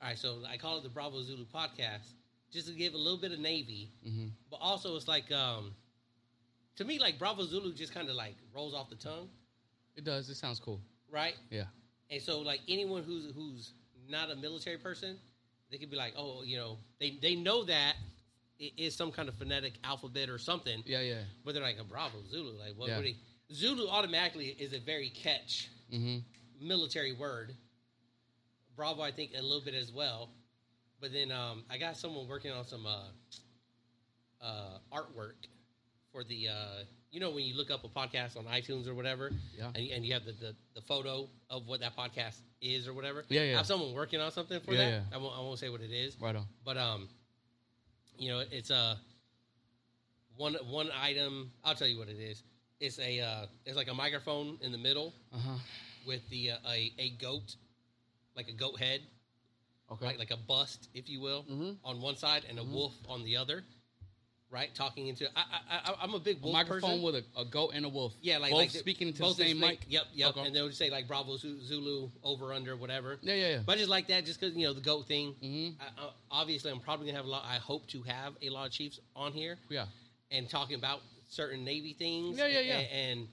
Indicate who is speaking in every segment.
Speaker 1: All right, so I call it the Bravo Zulu podcast just to give a little bit of Navy,
Speaker 2: Mm-hmm.
Speaker 1: but also it's like um, to me like Bravo Zulu just kind of like rolls off the tongue,
Speaker 2: It does. It sounds cool.
Speaker 1: right?
Speaker 2: Yeah.
Speaker 1: And so like anyone who's who's not a military person, they could be like, oh, you know, they they know that it is some kind of phonetic alphabet or something.
Speaker 2: Yeah, yeah.
Speaker 1: But they're like a Bravo Zulu. Like what
Speaker 2: Yeah.
Speaker 1: would he? Zulu automatically is a very catch
Speaker 2: Mm-hmm.
Speaker 1: military word. Bravo, I think a little bit as well. But then um, I got someone working on some uh, uh, artwork for the. Uh, you know when you look up a podcast on iTunes or whatever,
Speaker 2: Yeah.
Speaker 1: and, and you have the, the, the photo of what that podcast is or whatever.
Speaker 2: Yeah, yeah.
Speaker 1: I have someone working on something for
Speaker 2: Yeah,
Speaker 1: that.
Speaker 2: yeah.
Speaker 1: I, won't, I won't say what it is,
Speaker 2: Right on.
Speaker 1: but um, you know, it's a one one item. I'll tell you what it is. It's a uh, it's like a microphone in the middle
Speaker 2: Uh huh.
Speaker 1: with the uh, a a goat, like a goat head,
Speaker 2: Okay.
Speaker 1: like like a bust, if you will,
Speaker 2: Mhm.
Speaker 1: on one side and a wolf on the other, right? Talking into I I, I I'm a big
Speaker 2: a
Speaker 1: wolf
Speaker 2: microphone
Speaker 1: person.
Speaker 2: with a, a goat and a wolf.
Speaker 1: yeah, like
Speaker 2: both
Speaker 1: like the-
Speaker 2: speaking to the
Speaker 1: both
Speaker 2: same
Speaker 1: speak-
Speaker 2: mic.
Speaker 1: Yep, yep.
Speaker 2: Okay.
Speaker 1: And they would say like Bravo Zu- Zulu over under whatever.
Speaker 2: yeah, yeah, yeah.
Speaker 1: But I just like that, just because you know the goat thing.
Speaker 2: Mhm.
Speaker 1: I, I, obviously, I'm probably gonna have a lot. I hope to have a lot of chiefs on here
Speaker 2: yeah.
Speaker 1: and talking about certain Navy things.
Speaker 2: Yeah, yeah, yeah.
Speaker 1: And and,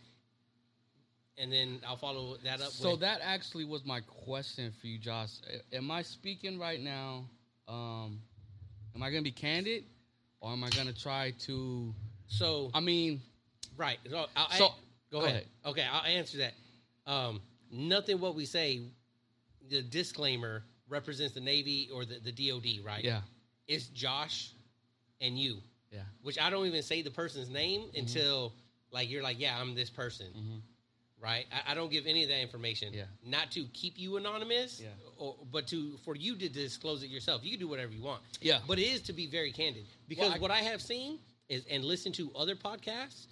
Speaker 1: and then I'll follow that up.
Speaker 2: So
Speaker 1: with,
Speaker 2: that actually was my question for you, Josh. A- Am I speaking right now? Um, am I gonna be candid, or am I gonna try to?
Speaker 1: so
Speaker 2: I mean,
Speaker 1: Right. So, I'll,
Speaker 2: So-
Speaker 1: go,
Speaker 2: go
Speaker 1: ahead. Okay, I'll answer that. Um, nothing what we say, the disclaimer represents the Navy or the, the DOD, right?
Speaker 2: yeah,
Speaker 1: It's Josh and you,
Speaker 2: yeah,
Speaker 1: which I don't even say the person's name
Speaker 2: Mm-hmm.
Speaker 1: until like you're like, yeah, I'm this person,
Speaker 2: Mhm.
Speaker 1: right? I, I don't give any of that information.
Speaker 2: Yeah.
Speaker 1: Not to keep you anonymous,
Speaker 2: Yeah.
Speaker 1: or, but to for you to disclose it yourself. You can do whatever you want.
Speaker 2: yeah.
Speaker 1: But it is to be very candid because
Speaker 2: Well, I-
Speaker 1: what I have seen is and listened to other podcasts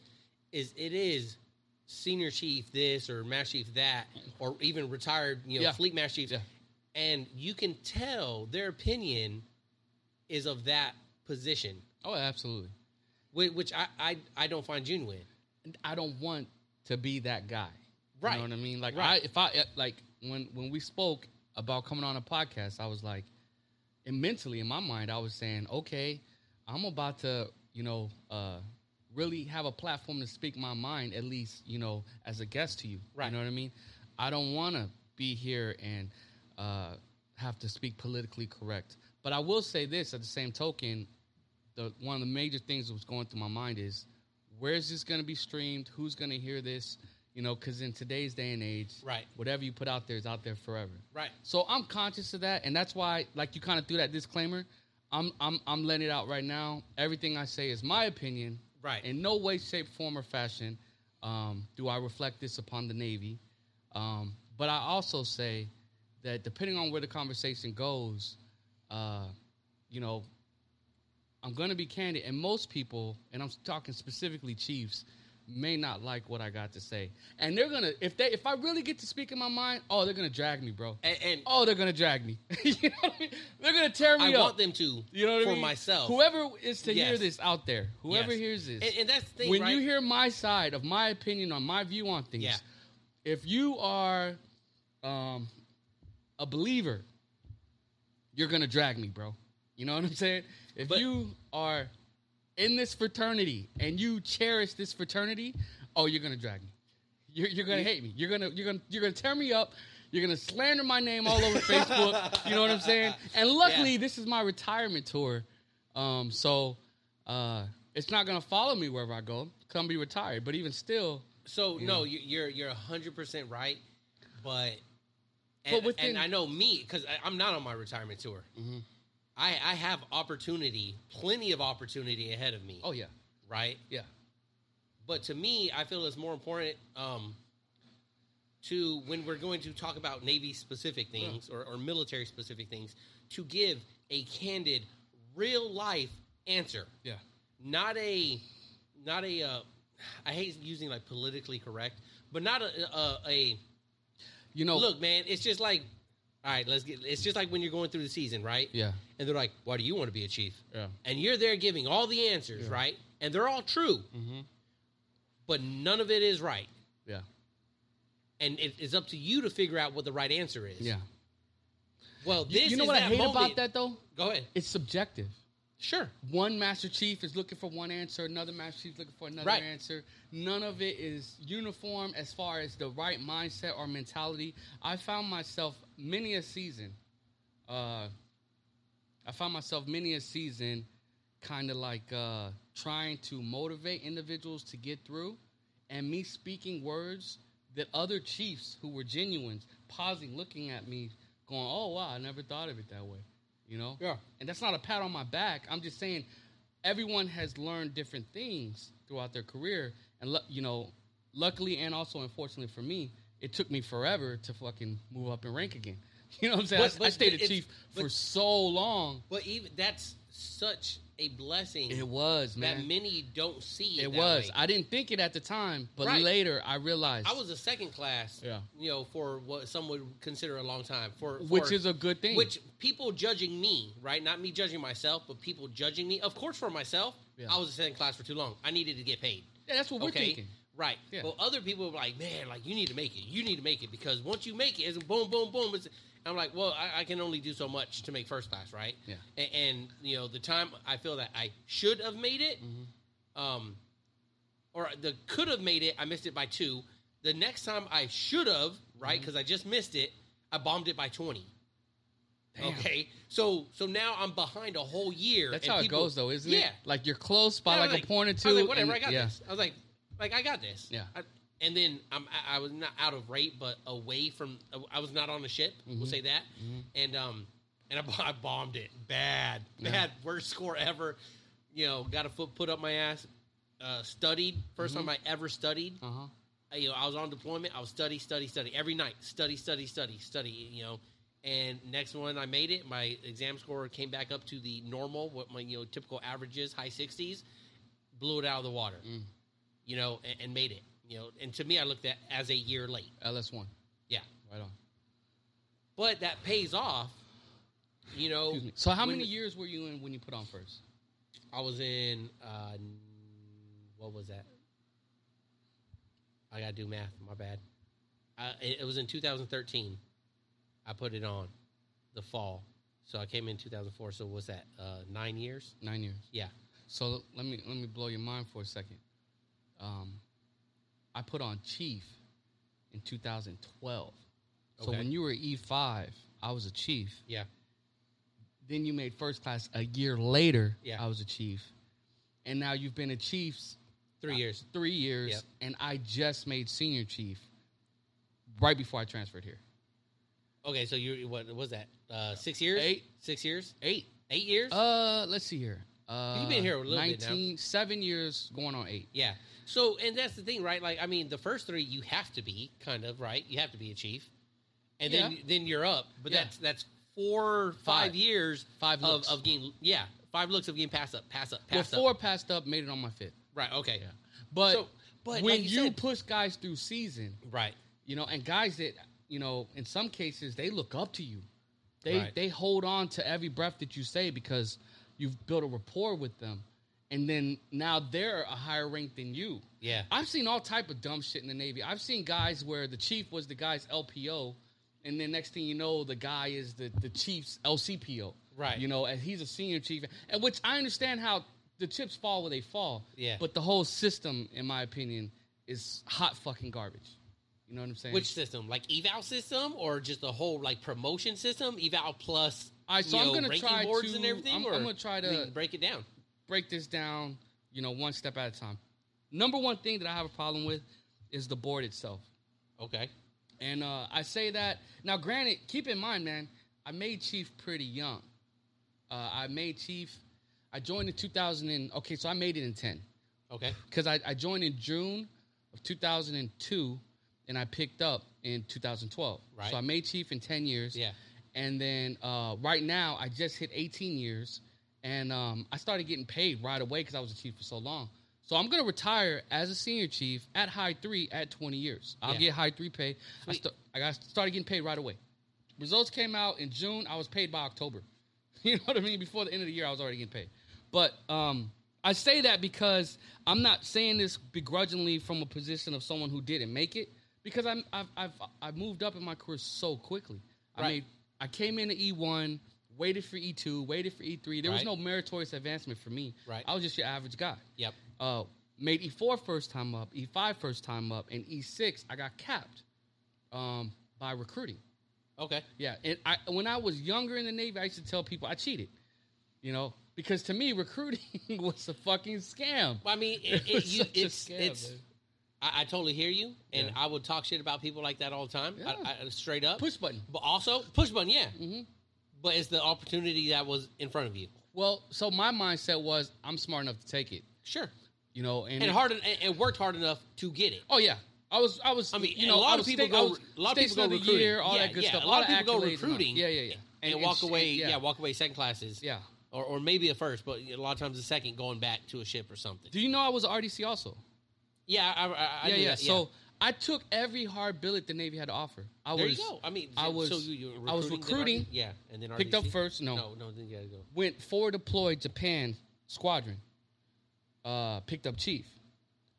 Speaker 1: is it is senior chief this or master chief that or even retired you know
Speaker 2: Yeah.
Speaker 1: fleet master chiefs
Speaker 2: Yeah.
Speaker 1: and you can tell their opinion is of that position
Speaker 2: oh, absolutely.
Speaker 1: whi- which I I, I don't find genuine
Speaker 2: I don't want to be that guy.
Speaker 1: Right.
Speaker 2: You know what I mean? Like I
Speaker 1: Right.
Speaker 2: if I like when when we spoke about coming on a podcast, I was like and mentally in my mind I was saying, "Okay, I'm about to, you know, uh really have a platform to speak my mind at least, you know, as a guest to you."
Speaker 1: Right.
Speaker 2: You know what I mean? I don't want to be here and uh have to speak politically correct. But I will say this at the same token, the one of the major things that was going through my mind is where's this going to be streamed who's going to hear this you know because in today's day and age
Speaker 1: Right.
Speaker 2: whatever you put out there is out there forever
Speaker 1: right
Speaker 2: so i'm conscious of that and that's why like you kind of threw that disclaimer I'm, I'm i'm letting it out right now everything i say is my opinion
Speaker 1: Right.
Speaker 2: in no way shape form or fashion um, do i reflect this upon the navy um, but i also say that depending on where the conversation goes uh, you know I'm going to be candid, and most people, and I'm talking specifically Chiefs, may not like what I got to say, and they're gonna if they if I really get to speak in my mind, oh, they're gonna drag me, bro.
Speaker 1: and, and
Speaker 2: Oh, they're gonna drag me. you know what I mean? They're gonna tear me
Speaker 1: I
Speaker 2: up.
Speaker 1: want them to
Speaker 2: you know what
Speaker 1: for
Speaker 2: I mean?
Speaker 1: myself
Speaker 2: Whoever is to hear
Speaker 1: Yes.
Speaker 2: this out there, whoever
Speaker 1: Yes.
Speaker 2: hears this,
Speaker 1: and, and that's the thing
Speaker 2: when
Speaker 1: right?
Speaker 2: you hear my side of my opinion on my view on things,
Speaker 1: Yeah.
Speaker 2: if you are um, a believer, you're gonna drag me, bro. You know what I'm saying? If
Speaker 1: But-
Speaker 2: you are in this fraternity and you cherish this fraternity, oh, you're gonna drag me. You're, you're gonna hate me. You're gonna you're gonna you're gonna tear me up. You're gonna slander my name all over Facebook. You know what I'm saying? And luckily,
Speaker 1: Yeah.
Speaker 2: this is my retirement tour, um, so uh, it's not gonna follow me wherever I go. Come be retired, but even still,
Speaker 1: So
Speaker 2: You
Speaker 1: no,
Speaker 2: know?
Speaker 1: you- you're you're hundred percent right, but and,
Speaker 2: But within- Mm-hmm.
Speaker 1: and I know me because I'm not on my retirement tour. I I have opportunity, plenty of opportunity ahead of me.
Speaker 2: oh yeah,
Speaker 1: right.
Speaker 2: yeah,
Speaker 1: But to me, I feel it's more important um, to when we're going to talk about Navy specific things or, or military specific things to give a candid, real life answer
Speaker 2: yeah,
Speaker 1: not a not a uh, I hate using like politically correct, but not a a, a
Speaker 2: you know,
Speaker 1: look, man. It's just like all right, let's get. It's just like when you're going through the season, right?
Speaker 2: yeah,
Speaker 1: And they're like, "Why do you want to be a chief?"
Speaker 2: yeah,
Speaker 1: And you're there giving all the answers,
Speaker 2: Yeah.
Speaker 1: right? And they're all true,
Speaker 2: mm-hmm.
Speaker 1: but none of it is right.
Speaker 2: yeah,
Speaker 1: And it, it's up to you to figure out what the right answer is.
Speaker 2: yeah.
Speaker 1: Well,
Speaker 2: You-
Speaker 1: this
Speaker 2: you know
Speaker 1: is
Speaker 2: what I
Speaker 1: that
Speaker 2: hate
Speaker 1: moment.
Speaker 2: about that though?
Speaker 1: Go ahead.
Speaker 2: It's subjective.
Speaker 1: Sure.
Speaker 2: One Master Chief is looking for one answer, another Master Chief looking for another
Speaker 1: Right.
Speaker 2: answer. None of it is uniform as far as the right mindset or mentality. I found myself many a season. Uh, I found myself many a season, kind of like uh, trying to motivate individuals to get through, and me speaking words that other chiefs who were genuine, pausing, looking at me, going, "Oh wow, I never thought of it that way," you know.
Speaker 1: Yeah.
Speaker 2: And that's not a pat on my back. I'm just saying, everyone has learned different things throughout their career, and lu- you know, luckily and also unfortunately for me, it took me forever to fucking move up in rank again. You know what I'm saying? I-
Speaker 1: But- but-
Speaker 2: I stayed
Speaker 1: but
Speaker 2: a
Speaker 1: it's-
Speaker 2: chief
Speaker 1: but-
Speaker 2: for so long.
Speaker 1: But even that's such a blessing
Speaker 2: It was,
Speaker 1: that
Speaker 2: man.
Speaker 1: many don't see.
Speaker 2: it
Speaker 1: that
Speaker 2: was.
Speaker 1: way.
Speaker 2: I didn't think it at the time, but
Speaker 1: Right.
Speaker 2: later I realized.
Speaker 1: I was a second class.
Speaker 2: Yeah.
Speaker 1: You know, for what some would consider a long time. For, for
Speaker 2: which is a good thing.
Speaker 1: which people judging me, right? Not me judging myself, but people judging me. Of course, for myself,
Speaker 2: Yeah.
Speaker 1: I was a second class for too long. I needed to get paid.
Speaker 2: yeah, that's what we're
Speaker 1: okay,
Speaker 2: thinking.
Speaker 1: right?
Speaker 2: Yeah.
Speaker 1: Well, other people were like, "Man, like you need to make it. You need to make it because once you make it, it's boom, boom, boom." It's, I'm like, "Well, I, I can only do so much to make first class, right?"
Speaker 2: Yeah.
Speaker 1: A- And, you know, the time I feel that I should have made it,
Speaker 2: Mm-hmm.
Speaker 1: um, or the could have made it, I missed it by two. The next time I should have, right?
Speaker 2: Mm-hmm.
Speaker 1: Because I just missed it. I bombed it by twenty.
Speaker 2: Damn.
Speaker 1: Okay, so so now I'm behind a whole year.
Speaker 2: That's
Speaker 1: and
Speaker 2: how
Speaker 1: people-
Speaker 2: it goes, though, isn't it?
Speaker 1: Yeah.
Speaker 2: Like you're close by
Speaker 1: Yeah,
Speaker 2: like, a point or two.
Speaker 1: I was like, whatever,
Speaker 2: and-
Speaker 1: I got
Speaker 2: yeah.
Speaker 1: this. I was like, like I got this.
Speaker 2: Yeah.
Speaker 1: I, and then I'm, I, I was not out of rate, but away from. I was not on the ship.
Speaker 2: Mm-hmm.
Speaker 1: We'll say that. And um, and I, bo- I bombed it bad,
Speaker 2: Yeah.
Speaker 1: bad, worst score ever. You know, got a foot put up my ass. Uh, studied 1st
Speaker 2: Mm-hmm.
Speaker 1: time I ever studied.
Speaker 2: Uh huh.
Speaker 1: I, you know, I was on deployment. I was study, study, study every night. Study, study, study, study. You know, and next one I made it. My exam score came back up to the normal, what my you know typical averages, high sixties. Blew it out of the water.
Speaker 2: Mm.
Speaker 1: You know, and, and made it. You know, and to me, I looked at as a year late.
Speaker 2: LS one.
Speaker 1: Yeah,
Speaker 2: Right on.
Speaker 1: but that pays off. You know,
Speaker 2: Excuse me. So how
Speaker 1: Oh. when-
Speaker 2: many years were you in when you put on first?
Speaker 1: I was in. Uh, what was that? I gotta do math. My bad. I, it it was in 2013. I put it on the fall, so I came in 2004. So what's that? Uh, nine years?
Speaker 2: Nine years.
Speaker 1: Yeah.
Speaker 2: So l- let me let me blow your mind for a second. Um, I put on chief in 2012. So
Speaker 1: Okay.
Speaker 2: when you were E5, I was a chief.
Speaker 1: Yeah.
Speaker 2: Then you made first class a year later.
Speaker 1: Yeah.
Speaker 2: I was a chief, and now you've been a chief s-
Speaker 1: Three years.
Speaker 2: three years,
Speaker 1: Yep.
Speaker 2: and I just made senior chief right before I transferred here.
Speaker 1: Okay. So you what was that? Uh, six years?
Speaker 2: Eight.
Speaker 1: Six years?
Speaker 2: Eight.
Speaker 1: Eight years?
Speaker 2: Uh, let's see here. Uh,
Speaker 1: You've been here a little bit now.
Speaker 2: 19, seven years going on eight.
Speaker 1: yeah. So and that's the thing, right? Like I mean, the first three you have to be kind of right. You have to be a chief, and then
Speaker 2: Yeah.
Speaker 1: then you're up. But
Speaker 2: Yeah.
Speaker 1: that's that's four five,
Speaker 2: Five.
Speaker 1: years
Speaker 2: Five
Speaker 1: of,
Speaker 2: looks.
Speaker 1: of getting yeah five looks of getting pass up pass up
Speaker 2: Well,
Speaker 1: pass
Speaker 2: four
Speaker 1: up
Speaker 2: passed up, made it on my fifth.
Speaker 1: right okay
Speaker 2: Yeah. But,
Speaker 1: So, but
Speaker 2: when
Speaker 1: like you
Speaker 2: you
Speaker 1: said-
Speaker 2: push guys through season,
Speaker 1: right
Speaker 2: you know, and guys that you know, in some cases, they look up to you. They
Speaker 1: Right.
Speaker 2: they hold on to every breath that you say because you've built a rapport with them, and then now they're a higher rank than you.
Speaker 1: yeah
Speaker 2: I've seen all type of dumb shit in the Navy. I've seen guys where the chief was the guy's LPO, and then next thing you know, the guy is the, the chief's LCPO.
Speaker 1: Right.
Speaker 2: You know, and he's a senior chief, and which I understand how the chips fall where they fall.
Speaker 1: Yeah.
Speaker 2: But the whole system, in my opinion, is hot fucking garbage. You know what I'm saying?
Speaker 1: which system like eval system or just the whole like promotion system eval plus
Speaker 2: All right, so
Speaker 1: you
Speaker 2: I'm
Speaker 1: know,
Speaker 2: gonna
Speaker 1: ranking
Speaker 2: try
Speaker 1: boards
Speaker 2: to-
Speaker 1: and everything
Speaker 2: I'm-
Speaker 1: or
Speaker 2: I'm gonna try to-
Speaker 1: I mean, break it down
Speaker 2: break this down, you know, one step at a time. Number one thing that I have a problem with is the board itself.
Speaker 1: okay
Speaker 2: And uh, I say that now. Granted, keep in mind, man, I made chief pretty young. Uh, I made chief. I joined in 2000. And, okay, so I made it in 10
Speaker 1: okay
Speaker 2: because I, I joined in June of 2002, and I picked up in 2012.
Speaker 1: Right.
Speaker 2: So I made chief in 10 years.
Speaker 1: Yeah.
Speaker 2: And then uh, right now, I just hit 18 years, and um, I started getting paid right away because I was a chief for so long. So I'm gonna retire as a senior chief at high three at 20 years. I'll
Speaker 1: Yeah.
Speaker 2: get high three pay. I,
Speaker 1: Sweet.
Speaker 2: st- I got started getting paid right away. Results came out in June. I was paid by October. You know what I mean? Before the end of the year, I was already getting paid. But um, I say that because I'm not saying this begrudgingly from a position of someone who didn't make it. Because I'm, I've, I've, I've moved up in my career so quickly. I
Speaker 1: Right.
Speaker 2: made, I I came into E1, waited for E2, waited for E3. There was
Speaker 1: Right.
Speaker 2: no meritorious advancement for me.
Speaker 1: Right.
Speaker 2: I was just your average guy.
Speaker 1: Yep.
Speaker 2: Uh, made E4 first time up, E5 first time up, and E6 I got capped um, by recruiting.
Speaker 1: Okay.
Speaker 2: Yeah, and I when I was younger in the Navy, I used to tell people I cheated, you know, because to me recruiting was a fucking scam.
Speaker 1: Well, I mean, it,
Speaker 2: It
Speaker 1: it,
Speaker 2: was
Speaker 1: you,
Speaker 2: such a
Speaker 1: it's
Speaker 2: scam,
Speaker 1: it's.
Speaker 2: man.
Speaker 1: I, I totally hear you, and
Speaker 2: Yeah.
Speaker 1: I would talk shit about people like that all the time, I-
Speaker 2: Yeah.
Speaker 1: I, straight up.
Speaker 2: Push button.
Speaker 1: but also push button, yeah.
Speaker 2: hmm
Speaker 1: But it's the opportunity that was in front of you.
Speaker 2: Well, so my mindset was I'm smart enough to take it,
Speaker 1: Sure,
Speaker 2: you know, and,
Speaker 1: and hard en- and, and worked hard enough to get it.
Speaker 2: Oh yeah, I was. I was.
Speaker 1: I mean,
Speaker 2: you
Speaker 1: and
Speaker 2: know,
Speaker 1: a lot
Speaker 2: I
Speaker 1: of
Speaker 2: was
Speaker 1: people
Speaker 2: state-
Speaker 1: go-
Speaker 2: I was
Speaker 1: a lot of
Speaker 2: Statesman
Speaker 1: people go
Speaker 2: of the year,
Speaker 1: recruiting.
Speaker 2: all
Speaker 1: Yeah,
Speaker 2: that good
Speaker 1: yeah,
Speaker 2: stuff.
Speaker 1: a lot
Speaker 2: all
Speaker 1: of
Speaker 2: the
Speaker 1: people go
Speaker 2: accolades and all-
Speaker 1: recruiting
Speaker 2: Yeah, yeah, yeah.
Speaker 1: And, walk away, yeah. walk away second classes,
Speaker 2: yeah.
Speaker 1: or or maybe a first, but a lot of times a second, going back to a ship or something.
Speaker 2: Do you know I was an RDC also?
Speaker 1: yeah, I, I, I
Speaker 2: yeah,
Speaker 1: knew
Speaker 2: yeah.
Speaker 1: that,
Speaker 2: So I took every hard billet the Navy had to offer. I
Speaker 1: there
Speaker 2: was
Speaker 1: you go. I mean,
Speaker 2: I was-
Speaker 1: so you, you were
Speaker 2: I was
Speaker 1: then
Speaker 2: recruiting,
Speaker 1: RDC? yeah, and then
Speaker 2: picked up
Speaker 1: RDC?
Speaker 2: first. No,
Speaker 1: No, no, then you gotta go.
Speaker 2: went forward deployed Japan squadron. Uh, picked up chief.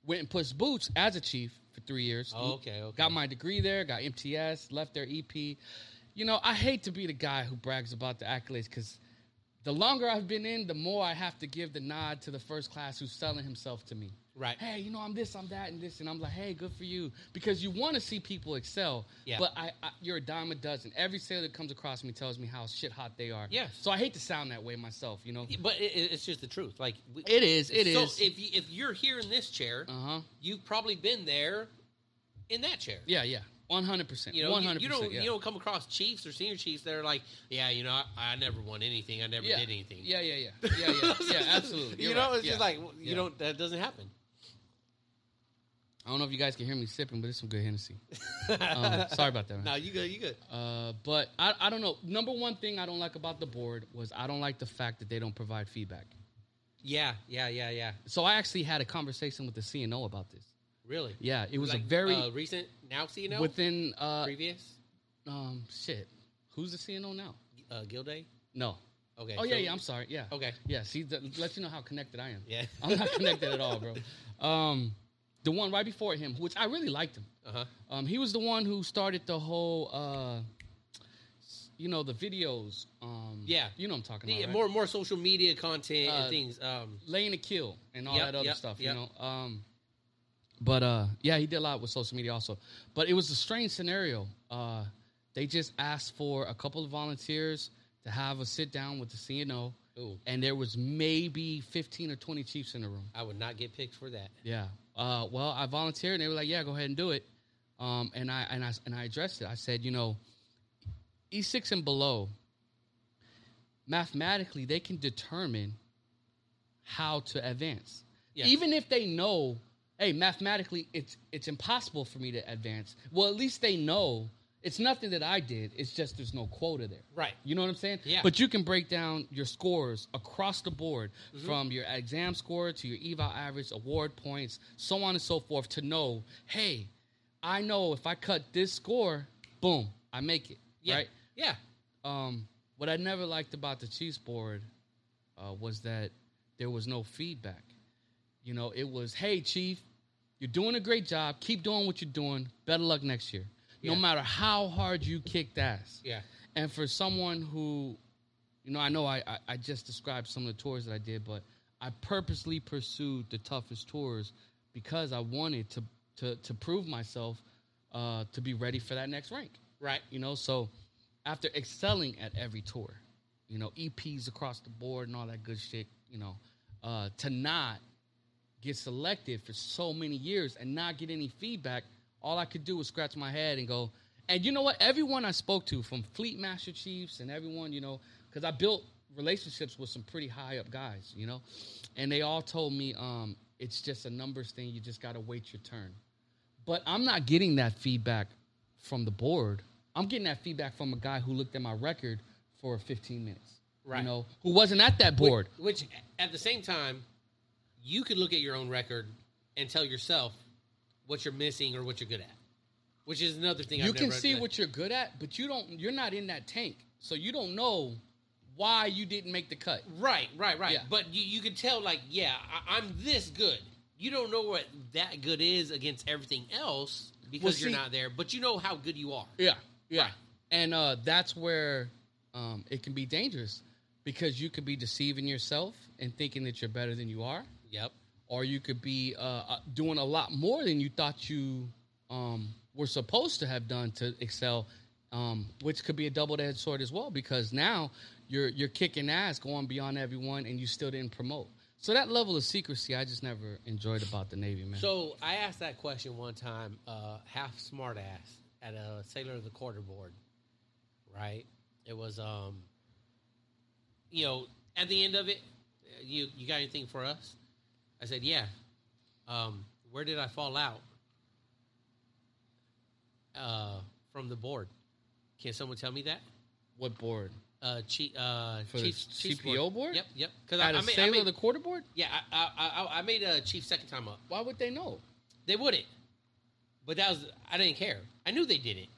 Speaker 2: Went and pushed boots as a chief for three years.
Speaker 1: Oh, okay, okay.
Speaker 2: Got my degree there, got MTS, left their EP. You know, I hate to be the guy who brags about the accolades because the longer I've been in, the more I have to give the nod to the first class who's selling himself to me.
Speaker 1: right.
Speaker 2: Hey, you know, I'm this, I'm that, and this. And I'm like, hey, good for you. Because you want to see people excel,
Speaker 1: Yeah.
Speaker 2: but I, I, you're a dime a dozen. Every sailor that comes across me tells me how shit hot they are.
Speaker 1: Yes.
Speaker 2: So I hate to sound that way myself, you know?
Speaker 1: But it, it- it's just the truth. Like we,
Speaker 2: It is,
Speaker 1: It
Speaker 2: it
Speaker 1: is. so
Speaker 2: is.
Speaker 1: if you, if you're here in this chair,
Speaker 2: Uh huh.
Speaker 1: you've probably been there in that chair.
Speaker 2: Yeah, yeah. 100%.
Speaker 1: You know, you-
Speaker 2: 100%.
Speaker 1: you don't
Speaker 2: yeah.
Speaker 1: you don't come across chiefs or senior chiefs that are like, yeah, you know, I, I never won anything, I never
Speaker 2: yeah.
Speaker 1: did anything.
Speaker 2: Yeah, yeah, yeah. Yeah, yeah. yeah absolutely.
Speaker 1: you
Speaker 2: You're
Speaker 1: know,
Speaker 2: right.
Speaker 1: it's just
Speaker 2: Yeah.
Speaker 1: like you
Speaker 2: Yeah.
Speaker 1: don't. That doesn't happen.
Speaker 2: I don't know if you guys can hear me sipping, but it's some good Hennessy. Um, sorry about that. Man.
Speaker 1: no, you good. You good.
Speaker 2: Uh, but I, I don't know. Number one thing I don't like about the board was I don't like the fact that they don't provide feedback.
Speaker 1: Yeah, yeah, yeah, yeah.
Speaker 2: So I actually had a conversation with the CNO about this.
Speaker 1: Really.
Speaker 2: Yeah, it was
Speaker 1: Like,
Speaker 2: a very
Speaker 1: uh, recent. Now, see you know
Speaker 2: within uh
Speaker 1: previous
Speaker 2: um shit. Who's the CNO now?
Speaker 1: uh, Gilday.
Speaker 2: No.
Speaker 1: Okay.
Speaker 2: Oh
Speaker 1: so-
Speaker 2: yeah, yeah. I'm sorry. Yeah.
Speaker 1: okay.
Speaker 2: Yeah. See, that let you know how connected I am.
Speaker 1: Yeah.
Speaker 2: I'm not connected at all, bro. Um, the one right before him, which I really liked him.
Speaker 1: Uh huh.
Speaker 2: Um, he was the one who started the whole uh, you know, the videos. Um,
Speaker 1: Yeah.
Speaker 2: You know what I'm talking
Speaker 1: Yeah,
Speaker 2: about. right?
Speaker 1: More more social media content and
Speaker 2: Uh,
Speaker 1: things. Um,
Speaker 2: laying to kill and all
Speaker 1: Yep,
Speaker 2: that other
Speaker 1: yep,
Speaker 2: stuff,
Speaker 1: yep.
Speaker 2: you know. Um, but uh, yeah, he did a lot with social media also. But it was a strange scenario. Uh, they just asked for a couple of volunteers to have a sit down with the CNO,
Speaker 1: ooh,
Speaker 2: and there was maybe fifteen or twenty chiefs in the room.
Speaker 1: I would not get picked for that.
Speaker 2: Yeah. Uh, well, I volunteered, and they were like, "Yeah, go ahead and do it." Um, and I and I and I addressed it. I said, you know, E six and below, mathematically, they can determine how to advance,
Speaker 1: Yeah.
Speaker 2: even if they know, hey, mathematically, it's it's impossible for me to advance. Well, at least they know it's nothing that I did. It's just there's no quota there.
Speaker 1: Right.
Speaker 2: You know what I'm saying?
Speaker 1: Yeah.
Speaker 2: But you can break down your scores across the board
Speaker 1: Mm-hmm.
Speaker 2: from your exam score to your eval average, award points, so on and so forth to know, hey, I know if I cut this score, boom, I make it.
Speaker 1: Yeah.
Speaker 2: Right?
Speaker 1: Yeah.
Speaker 2: Um, what I never liked about the Chiefs board uh, was that there was no feedback. You know, it was, hey, Chief, you're doing a great job. Keep doing what you're doing. Better luck next year.
Speaker 1: Yeah.
Speaker 2: No matter how hard you kicked ass.
Speaker 1: Yeah.
Speaker 2: And for someone who, you know, I know I, I, I just described some of the tours that I did, but I purposely pursued the toughest tours because I wanted to to to prove myself uh, to be ready for that next rank.
Speaker 1: Right.
Speaker 2: You know, so after excelling at every tour, you know, EPs across the board and all that good shit, you know, uh, to not get selected for so many years and not get any feedback, all I could do was scratch my head and go, and you know what? Everyone I spoke to, from Fleet Master Chiefs and everyone, you know, because I built relationships with some pretty high up guys, you know, and they all told me um, it's just a numbers thing. You just got to wait your turn. But I'm not getting that feedback from the board. I'm getting that feedback from a guy who looked at my record for 15 minutes,
Speaker 1: Right.
Speaker 2: You know, who wasn't at that board.
Speaker 1: Which, at the same time, you could look at your own record and tell yourself what you're missing or what you're good at. Which is another thing
Speaker 2: you
Speaker 1: I've
Speaker 2: can
Speaker 1: never
Speaker 2: see
Speaker 1: understood.
Speaker 2: what you're good at, but you don't. You're not in that tank, so you don't know why you didn't make the cut.
Speaker 1: Right, right, right.
Speaker 2: Yeah.
Speaker 1: But you, you could tell, like, yeah, I, I'm this good. You don't know what that good is against everything else because
Speaker 2: Well,
Speaker 1: you're
Speaker 2: see-
Speaker 1: not there, but you know how good you are.
Speaker 2: Yeah, yeah.
Speaker 1: Right.
Speaker 2: and uh, that's where um, it can be dangerous because you could be deceiving yourself and thinking that you're better than you are,
Speaker 1: Yep.
Speaker 2: or you could be uh, uh, doing a lot more than you thought you um, were supposed to have done to excel, um, which could be a double-edged sword as well because now you're you're kicking ass, going beyond everyone, and you still didn't promote. So that level of secrecy, I just never enjoyed about the Navy, man.
Speaker 1: So I asked that question one time, uh, half smart ass at a sailor of the quarter board, right? It was, um, you know, at the end of it, you you got anything for us? I said, yeah. Um, where did I fall out uh, from the board? Can someone tell me that?
Speaker 2: what board?
Speaker 1: Uh, chief, uh,
Speaker 2: For the
Speaker 1: chief, chief's
Speaker 2: CPO board?
Speaker 1: Yep, yep. Because I,
Speaker 2: At
Speaker 1: I
Speaker 2: a
Speaker 1: made, I
Speaker 2: sailor
Speaker 1: made,
Speaker 2: of the quarter board?
Speaker 1: yeah, I, I, I, I made a chief second time up.
Speaker 2: Why would they know?
Speaker 1: They wouldn't. But that was I didn't care. I knew they didn't.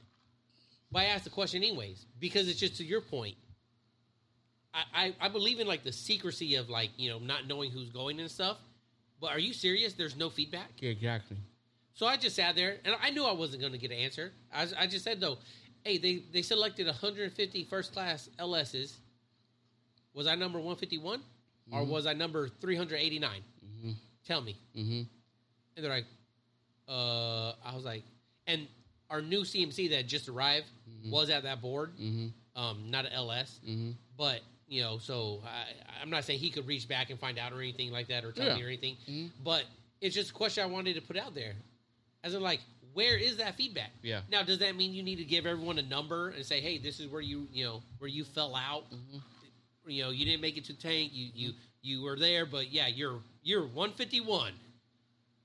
Speaker 1: But I asked the question anyways because it's just to your point. I, I, I believe in like the secrecy of like you know not knowing who's going and stuff. But are you serious? There's no feedback.
Speaker 2: Yeah, exactly.
Speaker 1: So I just sat there and I knew I wasn't going to get an answer. I, was- I just said though, hey, they they selected 150 first class LSs. Was I number 151 or
Speaker 2: Mhm.
Speaker 1: was I number 389?
Speaker 2: hmm
Speaker 1: Tell me.
Speaker 2: hmm
Speaker 1: And they're like, uh, I was like, and our new CMC that just arrived
Speaker 2: Mhm.
Speaker 1: was at that board,
Speaker 2: hmm
Speaker 1: um, not an LS,
Speaker 2: hmm
Speaker 1: but you know, so I, I'm not saying he could reach back and find out or anything like that or tell me
Speaker 2: Yeah.
Speaker 1: or anything,
Speaker 2: Mhm.
Speaker 1: but it's just a question I wanted to put out there. As in, like, where is that feedback?
Speaker 2: Yeah.
Speaker 1: Now, does that mean you need to give everyone a number and say, hey, this is where you, you know, where you fell out?
Speaker 2: Mhm.
Speaker 1: You know, you didn't make it to tank. You you you were there, but yeah, you're you're 151.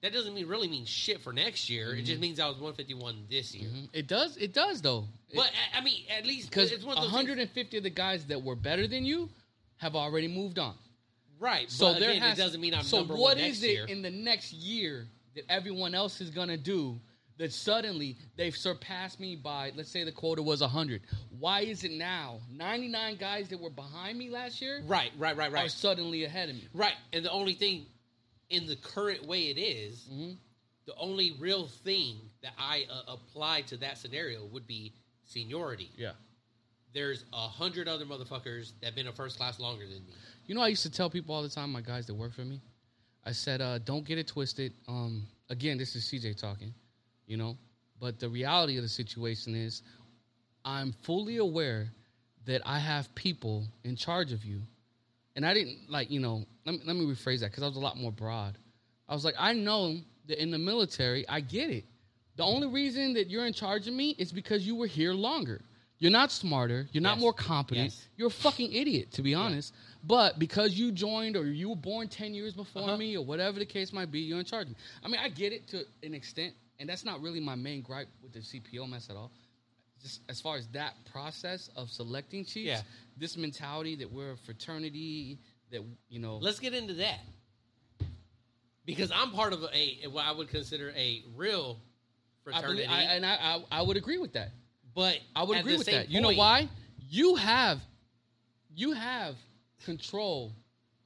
Speaker 1: That doesn't mean really mean shit for next year. It
Speaker 2: Mm-hmm.
Speaker 1: just means I was 151 this year.
Speaker 2: Mhm. It does. It does though.
Speaker 1: But I, I mean, at least
Speaker 2: because
Speaker 1: it's one of those
Speaker 2: 150 of the guys that were better than you have already moved on.
Speaker 1: things- right?
Speaker 2: So
Speaker 1: but
Speaker 2: there
Speaker 1: again,
Speaker 2: has,
Speaker 1: it doesn't mean I'm
Speaker 2: so
Speaker 1: number
Speaker 2: what
Speaker 1: one next
Speaker 2: is it
Speaker 1: year.
Speaker 2: in the next year that everyone else is gonna do that suddenly they've surpassed me by let's say the quota was 100. Why is it now 99 guys that were behind me last year
Speaker 1: right, right, right,
Speaker 2: are
Speaker 1: right,
Speaker 2: suddenly ahead of me?
Speaker 1: right. And the only thing in the current way it is,
Speaker 2: Mhm.
Speaker 1: the only real thing that I uh, apply to that scenario would be seniority.
Speaker 2: Yeah.
Speaker 1: There's a hundred other motherfuckers that been a first class longer than me.
Speaker 2: You know, I used to tell people all the time, my guys that work for me, I said, uh, don't get it twisted. Um, again, this is CJ talking, you know, but the reality of the situation is I'm fully aware that I have people in charge of you. And I didn't like, you know, let me, let me rephrase that because I was a lot more broad. I was like, I know that in the military, I get it. The only reason that you're in charge of me is because you were here longer. You're not smarter. You're not
Speaker 1: Yes.
Speaker 2: more competent.
Speaker 1: Yes.
Speaker 2: You're a fucking idiot, to be honest. But because you joined or you were born 10 years before
Speaker 1: Uh-huh.
Speaker 2: me or whatever the case might be, you're in charge of me. I mean, I get it to an extent, and that's not really my main gripe with the CPO mess at all. Just as far as that process of selecting chiefs,
Speaker 1: Yeah.
Speaker 2: this mentality that we're a fraternity, that, you know,
Speaker 1: Let's get into that because I'm part of a what I would consider a real
Speaker 2: I
Speaker 1: fraternity,
Speaker 2: believe, I, and I, I, I would agree with that.
Speaker 1: but
Speaker 2: I would
Speaker 1: at
Speaker 2: agree
Speaker 1: the
Speaker 2: with
Speaker 1: same
Speaker 2: that. you know
Speaker 1: point-
Speaker 2: why? You have, you have control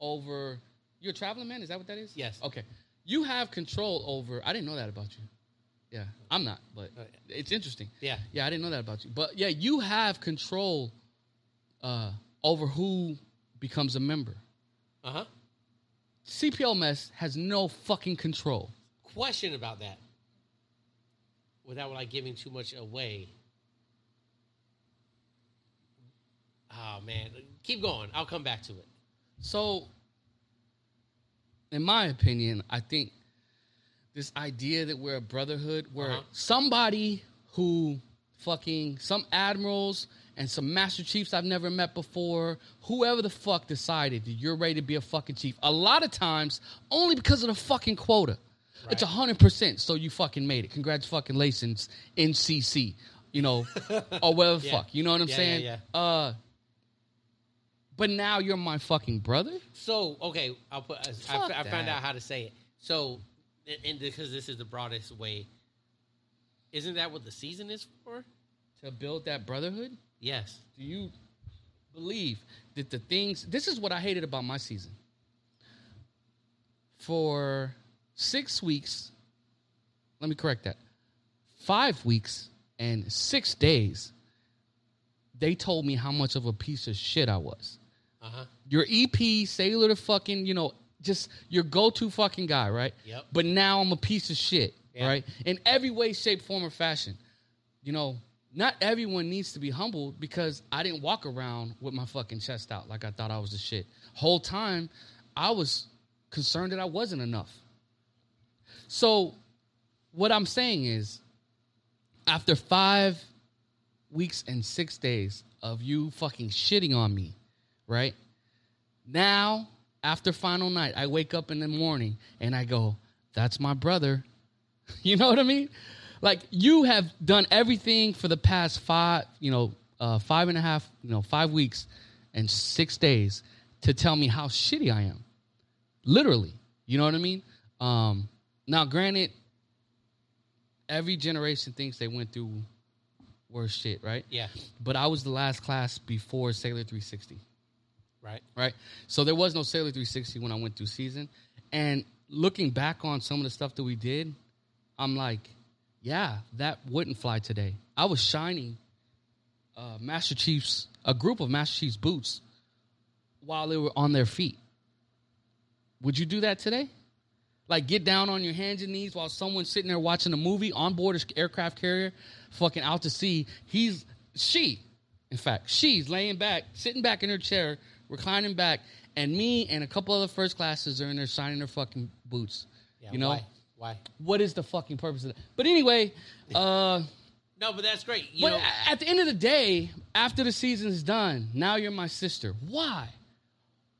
Speaker 2: over. You're a traveling man. Is that what that is?
Speaker 1: Yes.
Speaker 2: Okay. You have control over. I didn't know that about you. Yeah, I'm not, but
Speaker 1: Uh,
Speaker 2: it's interesting.
Speaker 1: Yeah,
Speaker 2: Yeah, I didn't know that about you. But yeah, you have control uh, over who becomes a member.
Speaker 1: uh huh.
Speaker 2: CPL mess has no fucking control.
Speaker 1: Question about that without like giving too much away. Oh man, keep going. I'll come back to it.
Speaker 2: So, in my opinion, I think this idea that we're a brotherhood, where
Speaker 1: Uh-huh.
Speaker 2: somebody who fucking some admirals and some master chiefs I've never met before, whoever the fuck decided that you're ready to be a fucking chief, a lot of times only because of the fucking quota. It's It's
Speaker 1: Right.
Speaker 2: hundred percent. So you fucking made it. Congrats, fucking license NCC. You know, or whatever the
Speaker 1: Yeah.
Speaker 2: fuck. You know what I'm
Speaker 1: Yeah, yeah,
Speaker 2: saying?
Speaker 1: yeah.
Speaker 2: Uh, but now you're my fucking brother.
Speaker 1: So okay, I'll put. I,
Speaker 2: Fuck
Speaker 1: I found
Speaker 2: that.
Speaker 1: out how to say it. So, and- and because this is the broadest way, isn't that what the season is for?
Speaker 2: to build that brotherhood?
Speaker 1: Yes.
Speaker 2: Do you believe that the things this is what I hated about my season. For 6 weeks, let me correct that. 5 weeks and 6 days they told me how much of a piece of shit I was.
Speaker 1: Uh huh.
Speaker 2: Your EP, Sailor the fucking, you know, just your go to fucking guy, right?
Speaker 1: Yep.
Speaker 2: But now I'm a piece of shit,
Speaker 1: Yeah.
Speaker 2: right? In every way, shape, form, or fashion. You know, not everyone needs to be humbled because I didn't walk around with my fucking chest out like I thought I was the shit. Whole time, I was concerned that I wasn't enough. So, what I'm saying is, after five weeks and six days of you fucking shitting on me, right? Now, after final night, I wake up in the morning and I go, that's my brother. you know what I mean? Like you have done everything for the past five, you know, uh, five and a half, you know, five weeks and six days to tell me how shitty I am. Literally. You know what I mean? Um, now, granted, every generation thinks they went through worse shit, right?
Speaker 1: Yeah.
Speaker 2: But I was the last class before Sailor 360
Speaker 1: Right.
Speaker 2: right? So there was no Sailor 360 when I went through season. And looking back on some of the stuff that we did, I'm like, yeah, that wouldn't fly today. I was shining uh, Master Chief's, a group of Master Chief's boots while they were on their feet. Would you do that today? Like get down on your hands and knees while someone's sitting there watching a movie on board a aircraft carrier, fucking out to sea. He's she, in fact, she's laying back, sitting back in her chair, reclining back, and me and a couple other first classes are in there shining their fucking boots.
Speaker 1: Yeah.
Speaker 2: you know
Speaker 1: why? Why?
Speaker 2: what is the fucking purpose of that? But anyway, uh,
Speaker 1: No, but that's great. You
Speaker 2: but
Speaker 1: know,
Speaker 2: a- at the end of the day, after the season's done, now you're my sister. Why?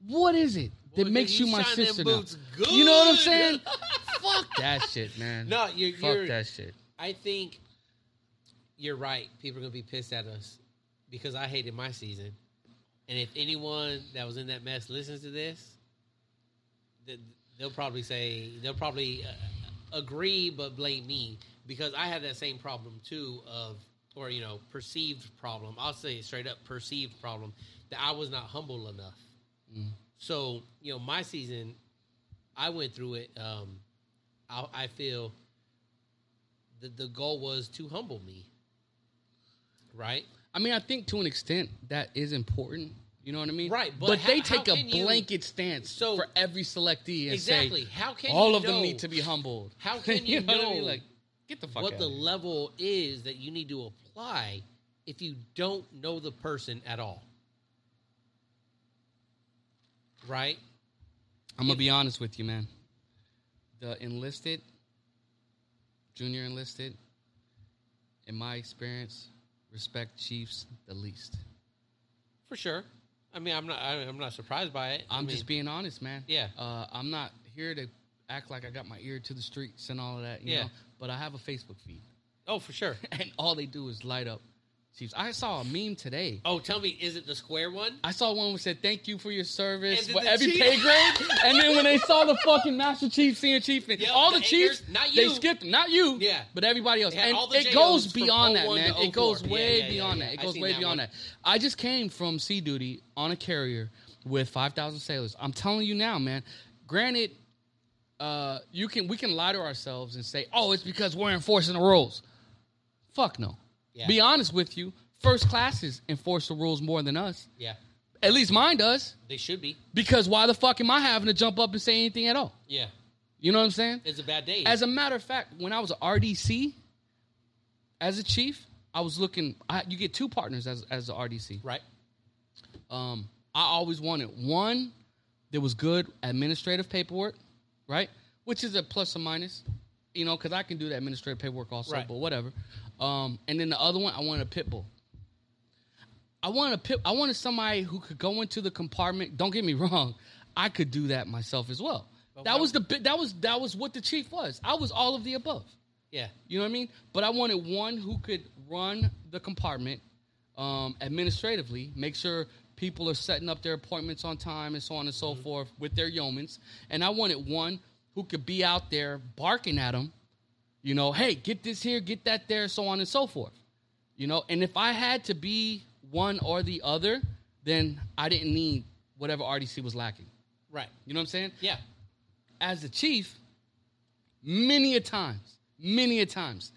Speaker 2: What is it that
Speaker 1: Boy,
Speaker 2: makes you
Speaker 1: you
Speaker 2: my
Speaker 1: shine them
Speaker 2: sister
Speaker 1: boots
Speaker 2: now?
Speaker 1: good.
Speaker 2: You know what I'm saying? Fuck that shit, man.
Speaker 1: no, you're,
Speaker 2: Fuck
Speaker 1: you're
Speaker 2: that shit.
Speaker 1: I think you're right. People are gonna be pissed at us because I hated my season. And if anyone that was in that mess listens to this, th- they'll probably say they'll probably uh, agree, but blame me because I had that same problem too of or you know perceived problem. I'll say it straight up perceived problem that I was not humble enough.
Speaker 2: Mm.
Speaker 1: So you know my season, I went through it. Um, I, I feel the, the goal was to humble me. Right?
Speaker 2: I mean, I think to an extent that is important. You know what I mean?
Speaker 1: Right, but
Speaker 2: But,
Speaker 1: ho-
Speaker 2: they
Speaker 1: how
Speaker 2: take a
Speaker 1: can you-
Speaker 2: blanket stance
Speaker 1: So-
Speaker 2: for every selectee and
Speaker 1: exactly.
Speaker 2: say
Speaker 1: How can
Speaker 2: all
Speaker 1: you
Speaker 2: of them
Speaker 1: know
Speaker 2: need to be humbled.
Speaker 1: How can you
Speaker 2: know what I mean?
Speaker 1: know
Speaker 2: Like, get the fuck
Speaker 1: what
Speaker 2: out
Speaker 1: the
Speaker 2: of here.
Speaker 1: level is that you need to apply if you don't know the person at all? Right?
Speaker 2: I'm gonna be honest with you, man. The enlisted, junior enlisted, in my experience, respect chiefs the least.
Speaker 1: For sure. I mean, I'm not. I, I'm not surprised by it. I
Speaker 2: I'm
Speaker 1: mean,
Speaker 2: just being honest, man.
Speaker 1: Yeah.
Speaker 2: Uh, I'm not here to act like I got my ear to the streets and all of that. You
Speaker 1: Yeah.
Speaker 2: Know? But I have a Facebook feed,
Speaker 1: Oh, for sure.
Speaker 2: and all they do is light up chiefs. I saw a meme today.
Speaker 1: Oh, tell me, is it the square one?
Speaker 2: I saw one that said, "Thank you for your
Speaker 1: And
Speaker 2: service
Speaker 1: then
Speaker 2: for
Speaker 1: the
Speaker 2: every
Speaker 1: chief-
Speaker 2: pay grade." and then when they saw the fucking master chief, senior chief, and
Speaker 1: Yep,
Speaker 2: all the
Speaker 1: the
Speaker 2: chiefs,
Speaker 1: Akers, not
Speaker 2: they
Speaker 1: you.
Speaker 2: skipped them. Not you,
Speaker 1: Yeah.
Speaker 2: but everybody else.
Speaker 1: They had
Speaker 2: And
Speaker 1: all the
Speaker 2: it goes
Speaker 1: JOs from
Speaker 2: beyond that,
Speaker 1: 01
Speaker 2: man.
Speaker 1: to
Speaker 2: It goes
Speaker 1: 04.
Speaker 2: way
Speaker 1: Yeah, yeah,
Speaker 2: beyond
Speaker 1: yeah,
Speaker 2: that. It
Speaker 1: yeah. I
Speaker 2: goes
Speaker 1: seen
Speaker 2: way
Speaker 1: that
Speaker 2: beyond
Speaker 1: one.
Speaker 2: that. I just came from sea duty on a carrier with five thousand sailors. I'm telling you now, man. Granted, uh, you can we can lie to ourselves and say, "Oh, it's because we're enforcing the rules." Fuck no.
Speaker 1: Yeah.
Speaker 2: Be honest with you. First classes enforce the rules more than us.
Speaker 1: Yeah,
Speaker 2: At least mine does.
Speaker 1: they should be.
Speaker 2: Because why the fuck am I having to jump up and say anything at all?
Speaker 1: Yeah,
Speaker 2: You know what I'm saying?
Speaker 1: it's a bad day.
Speaker 2: As a matter of fact, when I was a RDC, as a chief, I was looking. I, you get two partners as as the RDC.
Speaker 1: right?
Speaker 2: Um, I always wanted one that was good administrative paperwork, right? Which is a plus or minus, you know, because I can do the administrative paperwork also,
Speaker 1: Right.
Speaker 2: but whatever. Um, and then the other one, I wanted a pit bull. I wanted a pit. I wanted somebody who could go into the compartment. Don't get me wrong, I could do that myself as well. That
Speaker 1: why-
Speaker 2: was the bi- that was that was what the chief was. I was all of the above.
Speaker 1: Yeah,
Speaker 2: You know what I mean? But I wanted one who could run the compartment um, administratively, make sure people are setting up their appointments on time and so on and so forth with their yeomans. And I wanted one who could be out there barking at them, you know, hey, get this here, get that there, so on and so forth. You know, and if I had to be one or the other, then I didn't need whatever RDC was lacking.
Speaker 1: right.
Speaker 2: You know what I'm saying?
Speaker 1: Yeah,
Speaker 2: as the chief, many a times, many a times,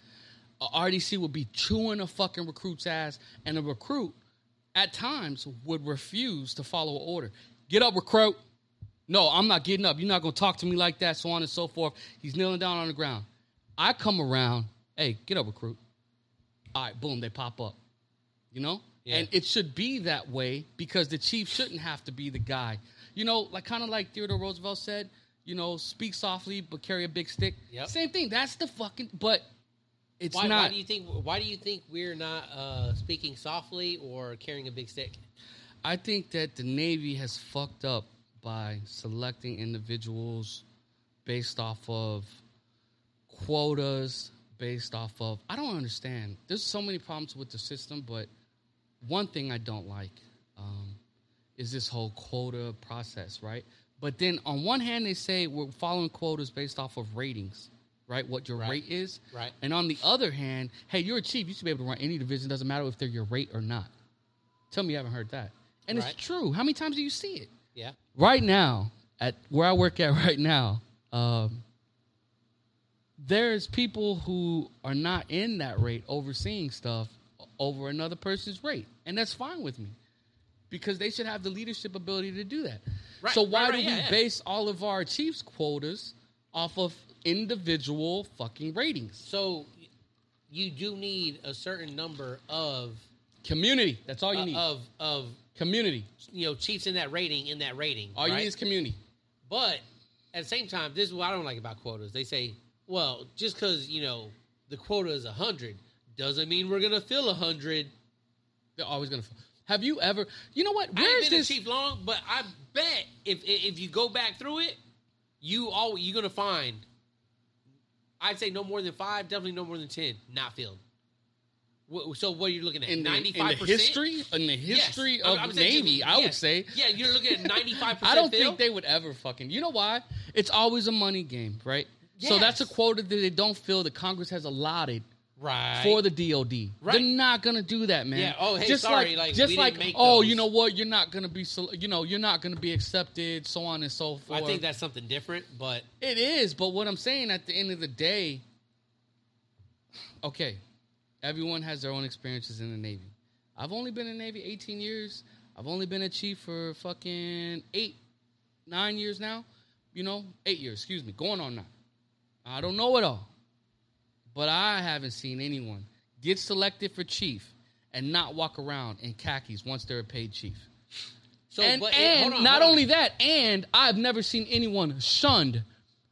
Speaker 2: a RDC would be chewing a fucking recruit's ass, and a recruit at times would refuse to follow an order. Get up, recruit. No, I'm not getting up. You're not going to talk to me like that, so on and so forth. He's kneeling down on the ground. I come around. Hey, get up, recruit. All right, boom, they pop up. You know?
Speaker 1: Yeah.
Speaker 2: And it should be that way because the chief shouldn't have to be the guy. You know, like kind of like Theodore Roosevelt said, you know, speak softly but carry a big stick.
Speaker 1: Yep.
Speaker 2: Same thing. That's the fucking but it's
Speaker 1: Why,
Speaker 2: not
Speaker 1: why do you think? Why do you think we're not uh, speaking softly or carrying a big stick?
Speaker 2: I think that the Navy has fucked up by selecting individuals based off of quotas, based off of. I don't understand. There's so many problems with the system, but one thing I don't like um, is this whole quota process, right? But then on one hand, they say we're following quotas based off of ratings, right? What your
Speaker 1: Right.
Speaker 2: rate is.
Speaker 1: Right.
Speaker 2: And on the other hand, hey, you're a chief. You should be able to run any division. Doesn't matter if they're your rate or not. Tell me you haven't heard that. And
Speaker 1: Right.
Speaker 2: it's true. How many times do you see it?
Speaker 1: Yeah.
Speaker 2: Right now, at where I work at right now, um, there's people who are not in that rate overseeing stuff over another person's rate. And that's fine with me because they should have the leadership ability to do that.
Speaker 1: Right,
Speaker 2: so
Speaker 1: right,
Speaker 2: why
Speaker 1: right,
Speaker 2: do we
Speaker 1: yeah, yeah.
Speaker 2: base all of our chiefs quotas off of individual fucking ratings?
Speaker 1: So you do need a certain number of
Speaker 2: Community. That's all you
Speaker 1: uh,
Speaker 2: need.
Speaker 1: of of
Speaker 2: community.
Speaker 1: you know chiefs in that rating in that rating.
Speaker 2: All you
Speaker 1: right?
Speaker 2: need is community.
Speaker 1: But at the same time, this is what I don't like about quotas. They say, well, just because you know the quota is hundred doesn't mean we're gonna fill hundred.
Speaker 2: They're always gonna. Have you ever? You know what?
Speaker 1: I
Speaker 2: Where
Speaker 1: ain't
Speaker 2: is
Speaker 1: been
Speaker 2: this?
Speaker 1: a chief long, but I bet if if you go back through it, you all you're gonna find. I'd say no more than five, definitely no more than ten, not filled. Wh- So what are you looking at?
Speaker 2: in the,
Speaker 1: Ninety
Speaker 2: in
Speaker 1: five
Speaker 2: the
Speaker 1: percent
Speaker 2: history in the history of Navy, I would say.
Speaker 1: Yeah, you're looking at ninety five percent.
Speaker 2: I don't think they would ever fucking. You know why? It's always a money game, right? So that's a
Speaker 1: Yes.
Speaker 2: quota that they don't feel that Congress has allotted
Speaker 1: right
Speaker 2: for the DOD.
Speaker 1: Right.
Speaker 2: They're not gonna do that, man.
Speaker 1: Yeah, oh, hey,
Speaker 2: just
Speaker 1: sorry, like,
Speaker 2: like, just
Speaker 1: we didn't
Speaker 2: like,
Speaker 1: make
Speaker 2: oh,
Speaker 1: those.
Speaker 2: you know what? You're not gonna be, sol- you know, you're not gonna be accepted, so on and so forth.
Speaker 1: I think that's something different, but
Speaker 2: It is, but what I'm saying at the end of the day, okay, everyone has their own experiences in the Navy. I've only been in the Navy 18 years. I've only been a chief for fucking eight, nine years now. You know, eight years, excuse me, going on now. I don't know it all, but I haven't seen anyone get selected for chief and not walk around in khakis once they're a paid chief
Speaker 1: so
Speaker 2: and,
Speaker 1: but,
Speaker 2: and
Speaker 1: hold on,
Speaker 2: not
Speaker 1: hold on.
Speaker 2: only that, and I've never seen anyone shunned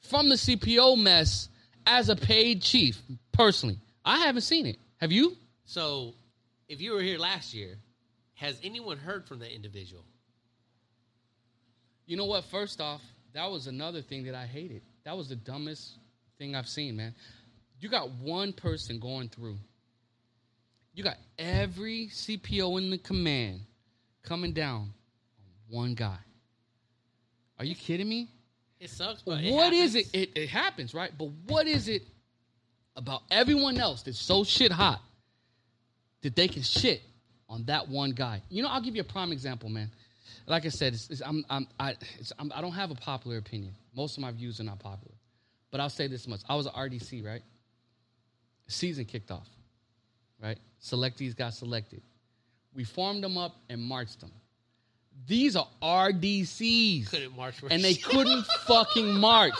Speaker 2: from the CPO mess as a paid chief. Personally, I haven't seen it. Have you?
Speaker 1: So, if you were here last year, has anyone heard from that individual?
Speaker 2: You know what? First off, that was another thing that I hated. That was the dumbest thing I've seen, man. You got one person going through. You got every CPO in the command coming down on one guy. Are you kidding me?
Speaker 1: It sucks,
Speaker 2: What
Speaker 1: but
Speaker 2: is
Speaker 1: it happens.
Speaker 2: it? it? It happens, right? But what is it about everyone else that's so shit hot that they can shit on that one guy? You know, I'll give you a prime example, man. Like I said, it's, it's, I'm, I'm, I, it's, I'm, I don't have a popular opinion. Most of my views are not popular. But I'll say this much: I was an RDC, right? Season kicked off, right? Selectees got selected. We formed them up and marched them. These are RDCs
Speaker 1: couldn't march for
Speaker 2: and they couldn't fucking march.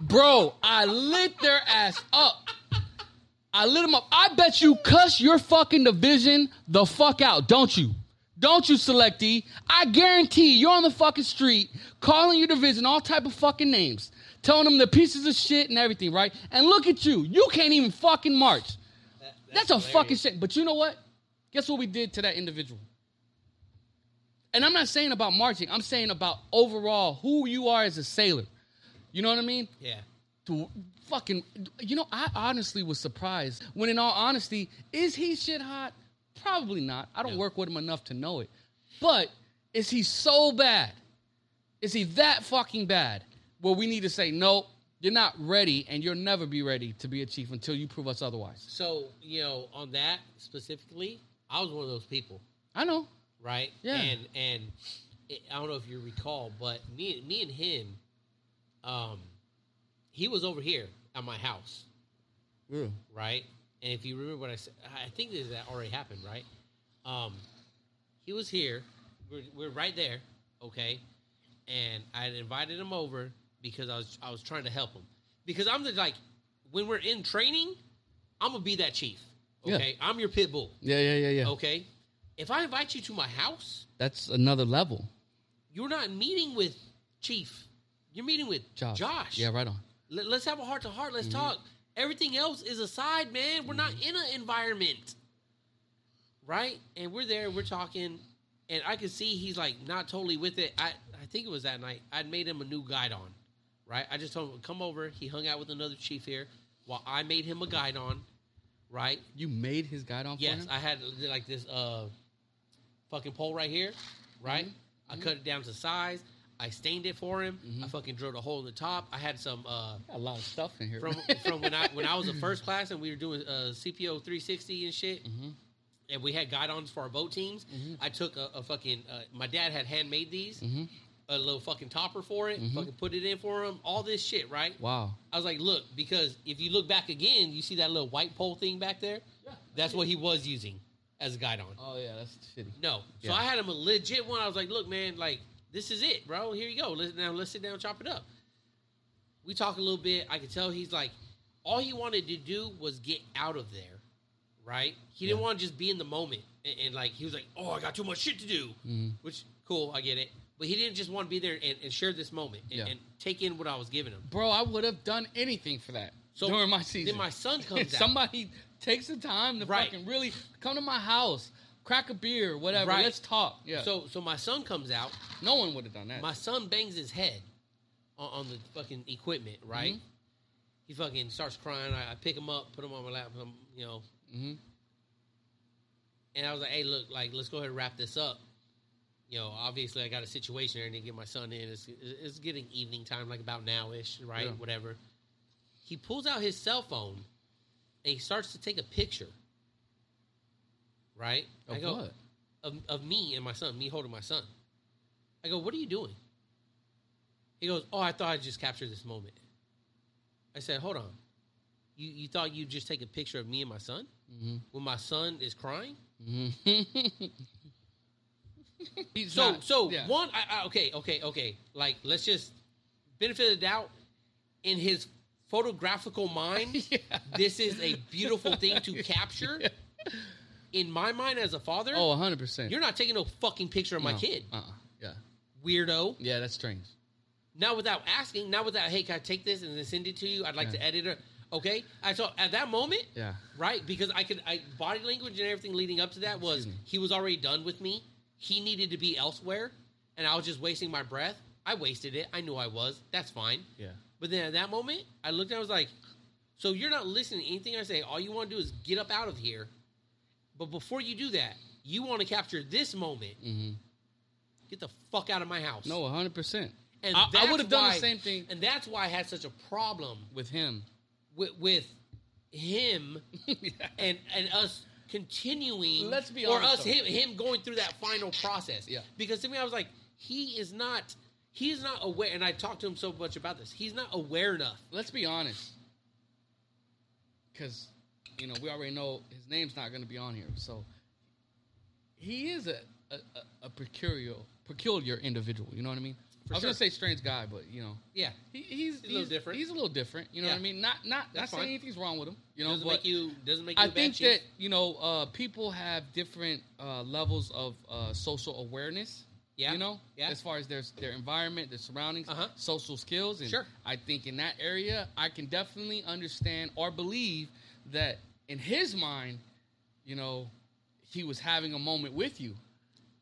Speaker 2: Bro, I lit their ass up. I lit them up. I bet you cuss your fucking division the fuck out, don't you? Don't you, Selectee? I guarantee you're on the fucking street calling your division all type of fucking names, telling them the pieces of shit and everything, right? And look at you. You can't even fucking march.
Speaker 1: That-
Speaker 2: That's, a fucking shit. But you know what? Guess what we did to that individual? And I'm not saying about marching. I'm saying about overall who you are as a sailor. You know what I mean?
Speaker 1: Yeah,
Speaker 2: To fucking, you know, I honestly was surprised. When in all honesty, is he shit hot? Probably not. I don't
Speaker 1: No.
Speaker 2: work with him enough to know it. But is he so bad? Is he that fucking bad? Where we need to say no. You're not ready, and you'll never be ready to be a chief until you prove us otherwise.
Speaker 1: so you know, on that specifically, I was one of those people,
Speaker 2: I know.
Speaker 1: right?
Speaker 2: Yeah.
Speaker 1: and and it, I don't know if you recall, but me, me and him, um, he was over here at my house, right? And if you remember what I said, I think this that already happened, right? Um, he was here. We're, we're right there, okay. And I had invited him over because I was I was trying to help him because I'm the like when we're in training, I'm gonna be that chief.
Speaker 2: Yeah.
Speaker 1: Okay, I'm your pit bull.
Speaker 2: Yeah, yeah, yeah, yeah.
Speaker 1: Okay, if I invite you to my house,
Speaker 2: That's another level,
Speaker 1: you're not meeting with chief. You're meeting with
Speaker 2: Josh.
Speaker 1: Josh.
Speaker 2: Yeah, right on.
Speaker 1: Let, us have a heart to heart. Let's talk. Everything else is aside, man. We're not in an environment, right? And we're there. We're talking, and I could see he's like not totally with it. I I think it was that night. I'd made him a new guide on, right? I just told him come over. He hung out with another chief here, while I made him a guide on, right?
Speaker 2: You made his guide on
Speaker 1: Yes,
Speaker 2: for him?
Speaker 1: I had like this uh fucking pole right here, right? I cut it down to size. I stained it for him. I fucking drilled a hole in the top. I had some uh
Speaker 2: Got a lot of stuff in here.
Speaker 1: from from when I when I was in first class and we were doing uh, CPO 360 and shit,
Speaker 2: Mhm.
Speaker 1: and we had guidons for our boat teams.
Speaker 2: Mhm.
Speaker 1: I took a, a fucking. Uh, my dad had handmade these,
Speaker 2: Mhm.
Speaker 1: a little fucking topper for it.
Speaker 2: Mhm.
Speaker 1: Fucking put it in for him. All this shit, right?
Speaker 2: wow.
Speaker 1: I was like, look, because if you look back again, you see that little white pole thing back there. That's what he was using as a guidon.
Speaker 2: Oh yeah, that's shitty.
Speaker 1: No. So
Speaker 2: Yeah.
Speaker 1: I had him a legit one. I was like, look, man, like this is it, bro. Here you go. Let's now let's sit down, and chop it up. We talk a little bit. I could tell he's like, all he wanted to do was get out of there, right? He didn't
Speaker 2: Yeah.
Speaker 1: want to just be in the moment. And, and, like he was like, oh, I got too much shit to do,
Speaker 2: Mhm.
Speaker 1: which cool, I get it. But he didn't just want to be there and, and share this moment and,
Speaker 2: Yeah.
Speaker 1: and take in what I was giving him.
Speaker 2: Bro, I would have done anything for that
Speaker 1: So
Speaker 2: during my season.
Speaker 1: Then my son comes out.
Speaker 2: Somebody takes the time to
Speaker 1: Right.
Speaker 2: fucking really come to my house, crack a beer, whatever.
Speaker 1: Right.
Speaker 2: Let's talk. Yeah. So
Speaker 1: So so my son comes out.
Speaker 2: no one would have done that.
Speaker 1: My son bangs his head on, on the fucking equipment, right?
Speaker 2: Mhm.
Speaker 1: He fucking starts crying. I, I pick him up, put him on my lap, put him, you know,
Speaker 2: hmm
Speaker 1: and I was like, "Hey, look, like let's go ahead and wrap this up." You know, obviously I got a situation there, and to get my son in. It's, it's getting evening time, like about now ish, right?
Speaker 2: Yeah.
Speaker 1: Whatever. He pulls out his cell phone, and he starts to take a picture. Right?
Speaker 2: Of what?
Speaker 1: of, of me and my son, me holding my son. I go, what are you doing? He goes, oh, I thought I just captured this moment. I said, hold on. You, you thought you'd just take a picture of me and my son
Speaker 2: Mhm.
Speaker 1: when my son is crying?
Speaker 2: Mhm. He's
Speaker 1: So,
Speaker 2: not-
Speaker 1: so
Speaker 2: yeah.
Speaker 1: one, I, I, okay, okay, okay. Like, let's just benefit of the doubt in his photographical mind.
Speaker 2: Yeah.
Speaker 1: This is a beautiful thing to capture. In my mind, as a father,
Speaker 2: Oh, 100 percent.
Speaker 1: you're not taking no fucking picture of my kid,
Speaker 2: Uh-uh. Yeah.
Speaker 1: weirdo.
Speaker 2: Yeah, that's strange.
Speaker 1: not without asking, not without, hey, can I take this and then send it to you? I'd like
Speaker 2: Yeah.
Speaker 1: to edit it. Okay. I so at that moment,
Speaker 2: Yeah.
Speaker 1: right, because I could I body language and everything leading up to that was
Speaker 2: Excuse me.
Speaker 1: he was already done with me. He needed to be elsewhere, and I was just wasting my breath. I wasted it. I knew I was. That's fine.
Speaker 2: Yeah.
Speaker 1: But then at that moment, I looked and I was like, so you're not listening to anything I say. All you want to do is get up out of here. But before you do that, you want to capture this moment.
Speaker 2: hmm
Speaker 1: Get the fuck out of my house.
Speaker 2: No, 100 percent.
Speaker 1: And
Speaker 2: I,
Speaker 1: that's
Speaker 2: would have done
Speaker 1: why-
Speaker 2: the same thing
Speaker 1: And that's why I had such a problem
Speaker 2: with him.
Speaker 1: with, with him and and us continuing.
Speaker 2: Let's be
Speaker 1: or
Speaker 2: honest,
Speaker 1: us
Speaker 2: though.
Speaker 1: him him going through that final process.
Speaker 2: Yeah.
Speaker 1: because to me, I was like, he is not. He's not aware, and I talked to him so much about this. He's not aware enough.
Speaker 2: Let's be honest, because you know we already know his name's not going to be on here. So he is a a, a, a peculiar peculiar individual. You know what I mean?
Speaker 1: For
Speaker 2: I was going to
Speaker 1: sure.
Speaker 2: say strange guy, but you know
Speaker 1: Yeah,
Speaker 2: he, he's, he's
Speaker 1: little different.
Speaker 2: He's a little different. You know
Speaker 1: Yeah.
Speaker 2: what I mean? Not not
Speaker 1: That's
Speaker 2: not
Speaker 1: fine.
Speaker 2: saying anything's wrong with him. You know,
Speaker 1: doesn't
Speaker 2: but
Speaker 1: make you doesn't make you.
Speaker 2: I
Speaker 1: a bad
Speaker 2: think
Speaker 1: chief.
Speaker 2: that you know uh, people have different uh, levels of uh, social awareness.
Speaker 1: Yeah.
Speaker 2: you know,
Speaker 1: Yeah.
Speaker 2: as far as their their environment, their surroundings,
Speaker 1: Uh-huh.
Speaker 2: social skills, and
Speaker 1: Sure.
Speaker 2: I think in that area, I can definitely understand or believe that in his mind, you know, he was having a moment with you,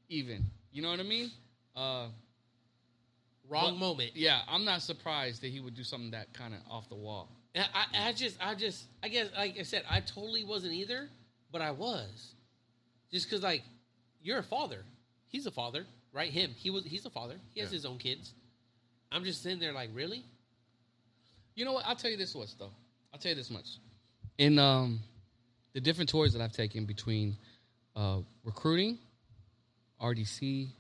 Speaker 2: even. You know what I mean? Uh,
Speaker 1: wrong
Speaker 2: but-
Speaker 1: moment.
Speaker 2: yeah, I'm not surprised that he would do something that kind of off the wall.
Speaker 1: And I, I just, I just, I guess, like I said, I totally wasn't either, but I was, just because like you're a father, he's a father, right? Him, he was, he's a father. He has
Speaker 2: Yeah.
Speaker 1: his own kids. I'm just sitting there like, really?
Speaker 2: You know what? I'll tell you this much though. I'll tell you this much. In um, the different tours that I've taken between uh, recruiting, RDC,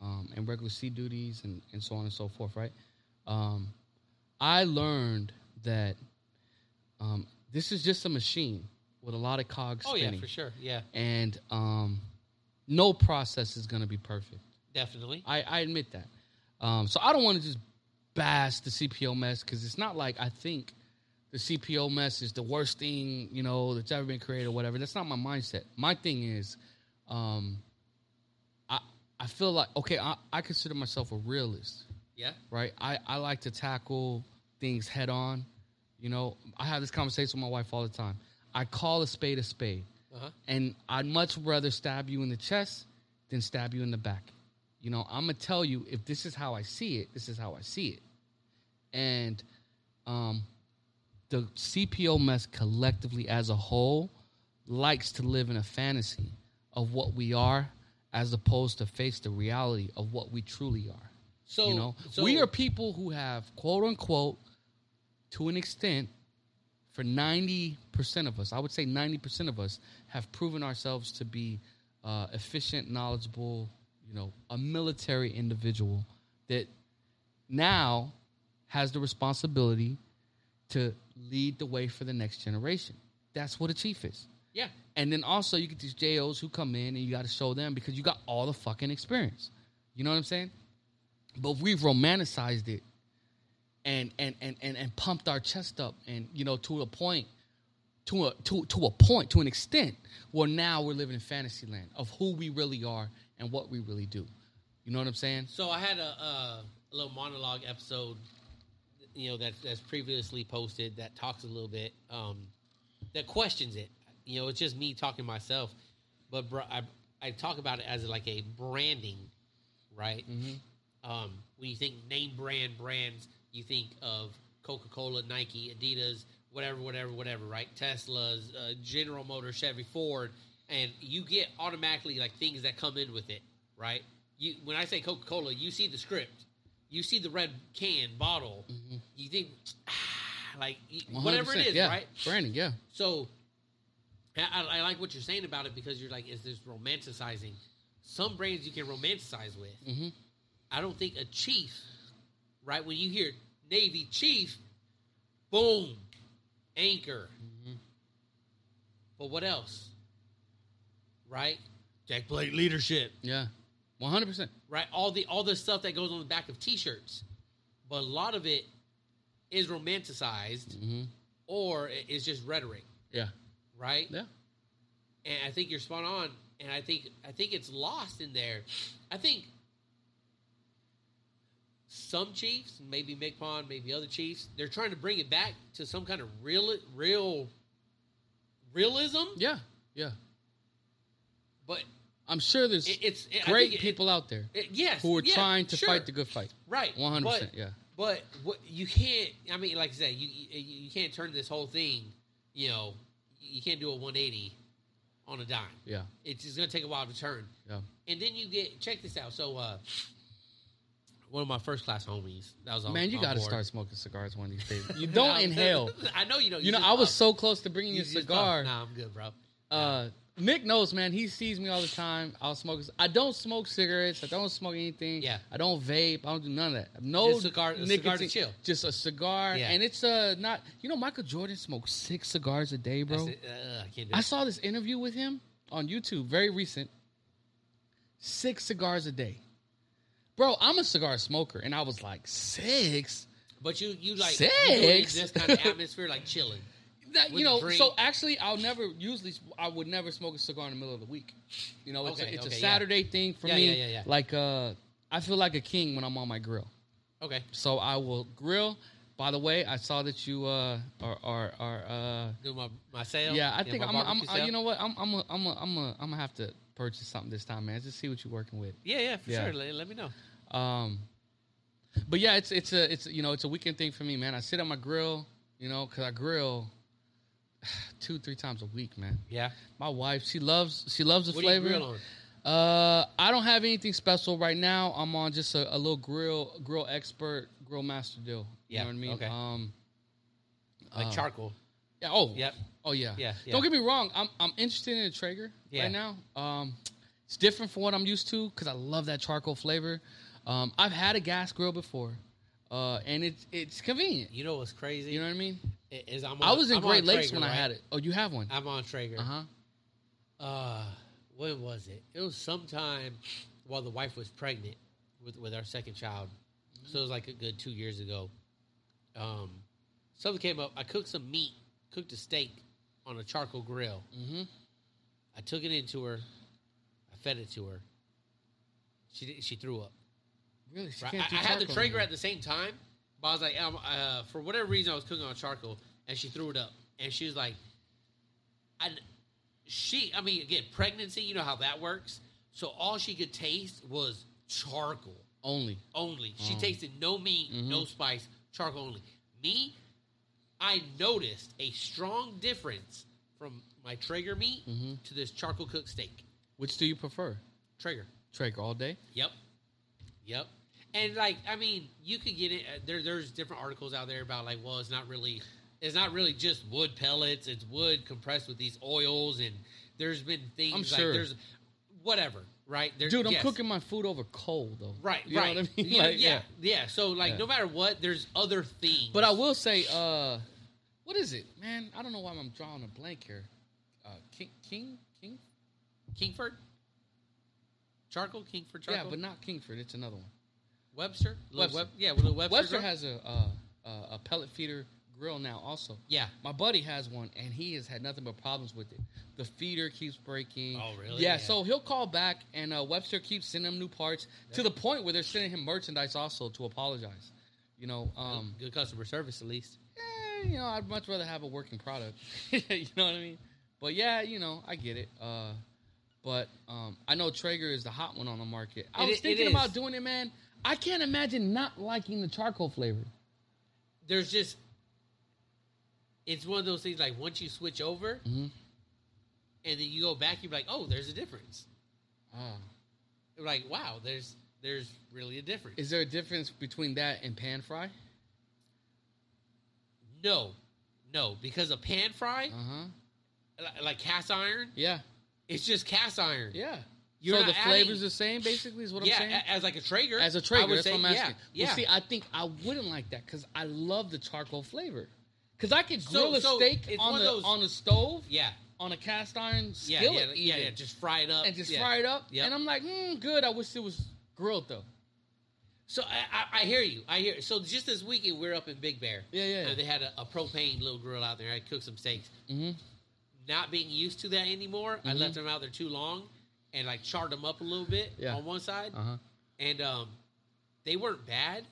Speaker 2: um, and regular C duties, and, and so on and so forth, right? Um, I learned that um, this is just a machine with a lot of cogs
Speaker 1: Oh
Speaker 2: spinning
Speaker 1: yeah, for sure. Yeah,
Speaker 2: and um, No process is going to be perfect.
Speaker 1: Definitely.
Speaker 2: I, I admit that. Um, so I don't want to just bash the CPO mess because it's not like I think the CPO mess is the worst thing you know that's ever been created or whatever. That's not my mindset. My thing is, um, I I feel like okay, I, I consider myself a realist,
Speaker 1: Yeah.
Speaker 2: right? I I like to tackle things head on. You know, I have this conversation with my wife all the time. I call a spade a spade
Speaker 1: Uh huh.
Speaker 2: and I'd much rather stab you in the chest than stab you in the back. You know, I'm gonna tell you if this is how I see it, this is how I see it. And um, the CPO mess collectively as a whole likes to live in a fantasy of what we are as opposed to face the reality of what we truly are.
Speaker 1: So
Speaker 2: you know,
Speaker 1: so,
Speaker 2: we are people who have quote unquote, to an extent, for ninety percent of us, I would say ninety percent of us have proven ourselves to be uh, efficient, knowledgeable. You know, a military individual that now has the responsibility to lead the way for the next generation. That's what a chief is.
Speaker 1: yeah.
Speaker 2: And then also you get these JOs who come in and you got to show them because you got all the fucking experience. You know what I'm saying? But we've romanticized it and and and and, and pumped our chest up and you know to a point to a to, to a point to an extent where now we're living in fantasy land of who we really are and what we really do. You know what I'm saying?
Speaker 1: So I had a, uh, a little monologue episode, you know, that that's previously posted that talks a little bit, um, that questions it. You know, it's just me talking to myself, but bro, I I talk about it as like a branding, right? Um, when you think name brand brands, you think of Coca Cola, Nike, Adidas, whatever, whatever, whatever, right? Teslas, uh, General Motors, Chevy, Ford, and you get automatically like things that come in with it, right? You when I say Coca Cola, you see the script, you see the red can bottle, you think ah, like you- whatever it
Speaker 2: 100%,
Speaker 1: is,
Speaker 2: yeah.
Speaker 1: right?
Speaker 2: Brandon, yeah.
Speaker 1: So I, I- I like what you're saying about it because you're like, is this romanticizing? Some brands you can romanticize with.
Speaker 2: Mhm.
Speaker 1: I don't think a chief, right? When you hear Navy chief, boom, anchor. But what else? Right? Jack Blake leadership.
Speaker 2: Yeah. 100%.
Speaker 1: Right? All the all the stuff that goes on the back of t-shirts. But a lot of it is romanticized
Speaker 2: Mhm.
Speaker 1: or it- it's just rhetoric,
Speaker 2: Yeah.
Speaker 1: right?
Speaker 2: Yeah.
Speaker 1: and I think you're spot on. And I think I think it's lost in there. I think some Chiefs, maybe Mick Pond, maybe other Chiefs, they're trying to bring it back to some kind of real, real, realism.
Speaker 2: Yeah. Yeah.
Speaker 1: But
Speaker 2: I'm sure there's
Speaker 1: it, it's it, I
Speaker 2: great
Speaker 1: think it-
Speaker 2: people out there
Speaker 1: it- yes,
Speaker 2: who are
Speaker 1: yeah,
Speaker 2: trying to
Speaker 1: sure,
Speaker 2: fight the good fight.
Speaker 1: right,
Speaker 2: 100%.
Speaker 1: But,
Speaker 2: yeah.
Speaker 1: but what you can't. I mean, like I said, you, you you can't turn this whole thing. You know, you can't do a 180 on a dime.
Speaker 2: Yeah.
Speaker 1: It's, it's going to take a while to turn.
Speaker 2: Yeah.
Speaker 1: And then you get check this out. So uh one of my first class homies that was on
Speaker 2: Man, you
Speaker 1: on
Speaker 2: got to
Speaker 1: board.
Speaker 2: start smoking cigars one of these days. You
Speaker 1: No,
Speaker 2: don't inhale.
Speaker 1: I know you don't.
Speaker 2: You know,
Speaker 1: just
Speaker 2: I was
Speaker 1: puff.
Speaker 2: so close to bringing
Speaker 1: You
Speaker 2: you a
Speaker 1: just puff.
Speaker 2: cigar.
Speaker 1: Nah, I'm good, bro.
Speaker 2: Uh, Nick knows, man. He sees me all the time. I'll smoke. I don't smoke cigarettes. I don't smoke anything.
Speaker 1: Yeah.
Speaker 2: I don't vape. I don't do none of that. No
Speaker 1: Just cigar- a cigar to
Speaker 2: nicotine-
Speaker 1: chill.
Speaker 2: Just a cigar,
Speaker 1: Yeah.
Speaker 2: and it's uh not. You know, Michael Jordan smoked six cigars a day, bro.
Speaker 1: That's it. Uh, I can't do
Speaker 2: I
Speaker 1: it.
Speaker 2: saw this interview with him on YouTube, very recent. Six cigars a day. Bro, I'm a cigar smoker, and I was like, six?
Speaker 1: But you you like
Speaker 2: Six?
Speaker 1: you in this kind of atmosphere, like chilling.
Speaker 2: That,
Speaker 1: With
Speaker 2: you know,
Speaker 1: drink.
Speaker 2: so actually, I'll never, usually, I would never smoke a cigar in the middle of the week. You know, it's,
Speaker 1: Okay,
Speaker 2: a, it's
Speaker 1: okay,
Speaker 2: a
Speaker 1: yeah.
Speaker 2: Saturday thing for
Speaker 1: Yeah,
Speaker 2: me.
Speaker 1: yeah, yeah, yeah.
Speaker 2: Like, uh, I feel like a king when I'm on my grill.
Speaker 1: Okay,
Speaker 2: So I will grill. By the way, I saw that you uh, are, are, are uh,
Speaker 1: do my my sale.
Speaker 2: Yeah, I
Speaker 1: my
Speaker 2: think I'm. I'm
Speaker 1: barbecue
Speaker 2: uh,
Speaker 1: sale.
Speaker 2: you know what? I'm. I'm. A, I'm. A, I'm. A, I'm gonna have to purchase something this time, man. Just see what you're working with.
Speaker 1: Yeah, yeah, for
Speaker 2: Yeah.
Speaker 1: sure. Let, let me know.
Speaker 2: Um, but yeah, it's it's a it's you know it's a weekend thing for me, man. I sit on my grill, you know, because I grill two three times a week, man.
Speaker 1: Yeah.
Speaker 2: My wife, she loves she loves the
Speaker 1: What do you
Speaker 2: flavor.
Speaker 1: grill on?
Speaker 2: Uh, I don't have anything special right now. I'm on just a, a little grill grill expert grill master deal. You
Speaker 1: Yeah,
Speaker 2: know what I mean?
Speaker 1: okay.
Speaker 2: Um,
Speaker 1: Like
Speaker 2: uh,
Speaker 1: charcoal.
Speaker 2: Yeah, oh,
Speaker 1: Yep.
Speaker 2: Oh yeah.
Speaker 1: Yeah, yeah.
Speaker 2: Don't get me wrong. I'm I'm interested in a Traeger
Speaker 1: Yeah.
Speaker 2: right now. Um, it's different from what I'm used to because I love that charcoal flavor. Um, I've had a gas grill before, uh, and it's it's convenient.
Speaker 1: You know what's crazy?
Speaker 2: You know what I mean?
Speaker 1: is I'm on,
Speaker 2: I was in
Speaker 1: I'm on
Speaker 2: Great Lakes
Speaker 1: Traeger,
Speaker 2: when I
Speaker 1: right?
Speaker 2: had it. Oh, you have one?
Speaker 1: I'm on Traeger.
Speaker 2: Uh huh.
Speaker 1: Uh, when was it? It was sometime while the wife was pregnant with with our second child. So it was like a good two years ago. Um, something came up. I cooked some meat, cooked a steak on a charcoal grill.
Speaker 2: Mm-hmm.
Speaker 1: I took it into her. I fed it to her. She did, she threw up.
Speaker 2: Really? She
Speaker 1: Right?
Speaker 2: can't
Speaker 1: I,
Speaker 2: do
Speaker 1: I had the
Speaker 2: charcoal
Speaker 1: Traeger
Speaker 2: anymore.
Speaker 1: at the same time, but I was like, um, uh, for whatever reason, I was cooking on charcoal, and she threw it up, and she was like, I, she, I mean, again, pregnancy, you know how that works. So all she could taste was charcoal
Speaker 2: only.
Speaker 1: only. She
Speaker 2: Oh.
Speaker 1: tasted no meat,
Speaker 2: Mm-hmm.
Speaker 1: no spice, charcoal only. Me, I noticed a strong difference from my Traeger meat
Speaker 2: Mhm.
Speaker 1: to this charcoal cooked steak.
Speaker 2: Which do you prefer?
Speaker 1: Traeger.
Speaker 2: Traeger all day?
Speaker 1: Yep. Yep. And like, I mean, you could get it. uh, There, there's different articles out there about like, well, it's not really, it's not really just wood pellets. It's wood compressed with these oils, and there's been things.
Speaker 2: I'm
Speaker 1: Like,
Speaker 2: sure.
Speaker 1: there's whatever, right? There,
Speaker 2: Dude, I'm
Speaker 1: yes.
Speaker 2: cooking my food over coal though.
Speaker 1: Right,
Speaker 2: You
Speaker 1: right.
Speaker 2: know what I mean?
Speaker 1: You know,
Speaker 2: Like,
Speaker 1: yeah, yeah, So like,
Speaker 2: Yeah.
Speaker 1: no matter what, there's other things.
Speaker 2: But I will say, uh, what is it, man? I don't know why I'm drawing a blank here. Uh, King, King, King.
Speaker 1: Kingford, charcoal, Kingford
Speaker 2: Yeah,
Speaker 1: charcoal.
Speaker 2: but not Kingford. It's another one.
Speaker 1: Webster. Little
Speaker 2: Webster.
Speaker 1: Web, yeah, little Webster.
Speaker 2: Webster
Speaker 1: grill.
Speaker 2: has a uh, uh, a pellet feeder grill now. Also,
Speaker 1: Yeah,
Speaker 2: my buddy has one, and he has had nothing but problems with it. The feeder keeps breaking.
Speaker 1: Oh, really?
Speaker 2: Yeah.
Speaker 1: Yeah.
Speaker 2: So he'll call back, and uh, Webster keeps sending him new parts to the point where they're sending him merchandise also to apologize. You know, um,
Speaker 1: good customer service at least.
Speaker 2: eh, you know, I'd much rather have a working product. you know what I mean? But yeah, you know, I get it. Uh, but um, I know Traeger is the hot one on the market. I
Speaker 1: It
Speaker 2: was
Speaker 1: i- it
Speaker 2: thinking
Speaker 1: is.
Speaker 2: about doing it, man. I can't imagine not liking the charcoal flavor.
Speaker 1: There's just, it's one of those things. Like once you switch over,
Speaker 2: Mhm.
Speaker 1: and then you go back, you're like, oh, there's a difference. Oh.
Speaker 2: Ah.
Speaker 1: Like wow, there's there's really a difference.
Speaker 2: Is there a difference between that and pan fry?
Speaker 1: no, no, because a pan fry,
Speaker 2: Uh huh.
Speaker 1: li- like cast iron,
Speaker 2: Yeah.
Speaker 1: it's just cast iron.
Speaker 2: Yeah.
Speaker 1: You're
Speaker 2: so
Speaker 1: not
Speaker 2: the
Speaker 1: adding-
Speaker 2: flavor's the same, basically, is what
Speaker 1: yeah,
Speaker 2: I'm saying.
Speaker 1: a- as like a Traeger.
Speaker 2: As a
Speaker 1: I
Speaker 2: Traeger,
Speaker 1: would
Speaker 2: that's
Speaker 1: say,
Speaker 2: what I'm asking.
Speaker 1: Yeah,
Speaker 2: Well,
Speaker 1: yeah.
Speaker 2: see, I think I wouldn't like that because I love the charcoal flavor. Because I could
Speaker 1: So-
Speaker 2: grill a
Speaker 1: so
Speaker 2: steak
Speaker 1: it's
Speaker 2: on
Speaker 1: one
Speaker 2: the
Speaker 1: of those-
Speaker 2: on the stove,
Speaker 1: yeah.
Speaker 2: on a cast iron
Speaker 1: Yeah,
Speaker 2: skillet,
Speaker 1: yeah, yeah,
Speaker 2: even,
Speaker 1: yeah, just fry it up
Speaker 2: and just
Speaker 1: yeah.
Speaker 2: fry it up.
Speaker 1: Yep.
Speaker 2: And I'm like, mm, good. I wish it was grilled though.
Speaker 1: So I, I, I hear you. I hear. So just this weekend, we are up in Big Bear.
Speaker 2: Yeah, yeah.
Speaker 1: And they had a, a propane little grill out there. I cooked some steaks.
Speaker 2: Mm-hmm.
Speaker 1: Not being used to that anymore, I
Speaker 2: Mhm.
Speaker 1: left them out there too long, and like charred them up a little bit
Speaker 2: Yeah.
Speaker 1: on one side,
Speaker 2: Uh huh.
Speaker 1: and um, they weren't bad,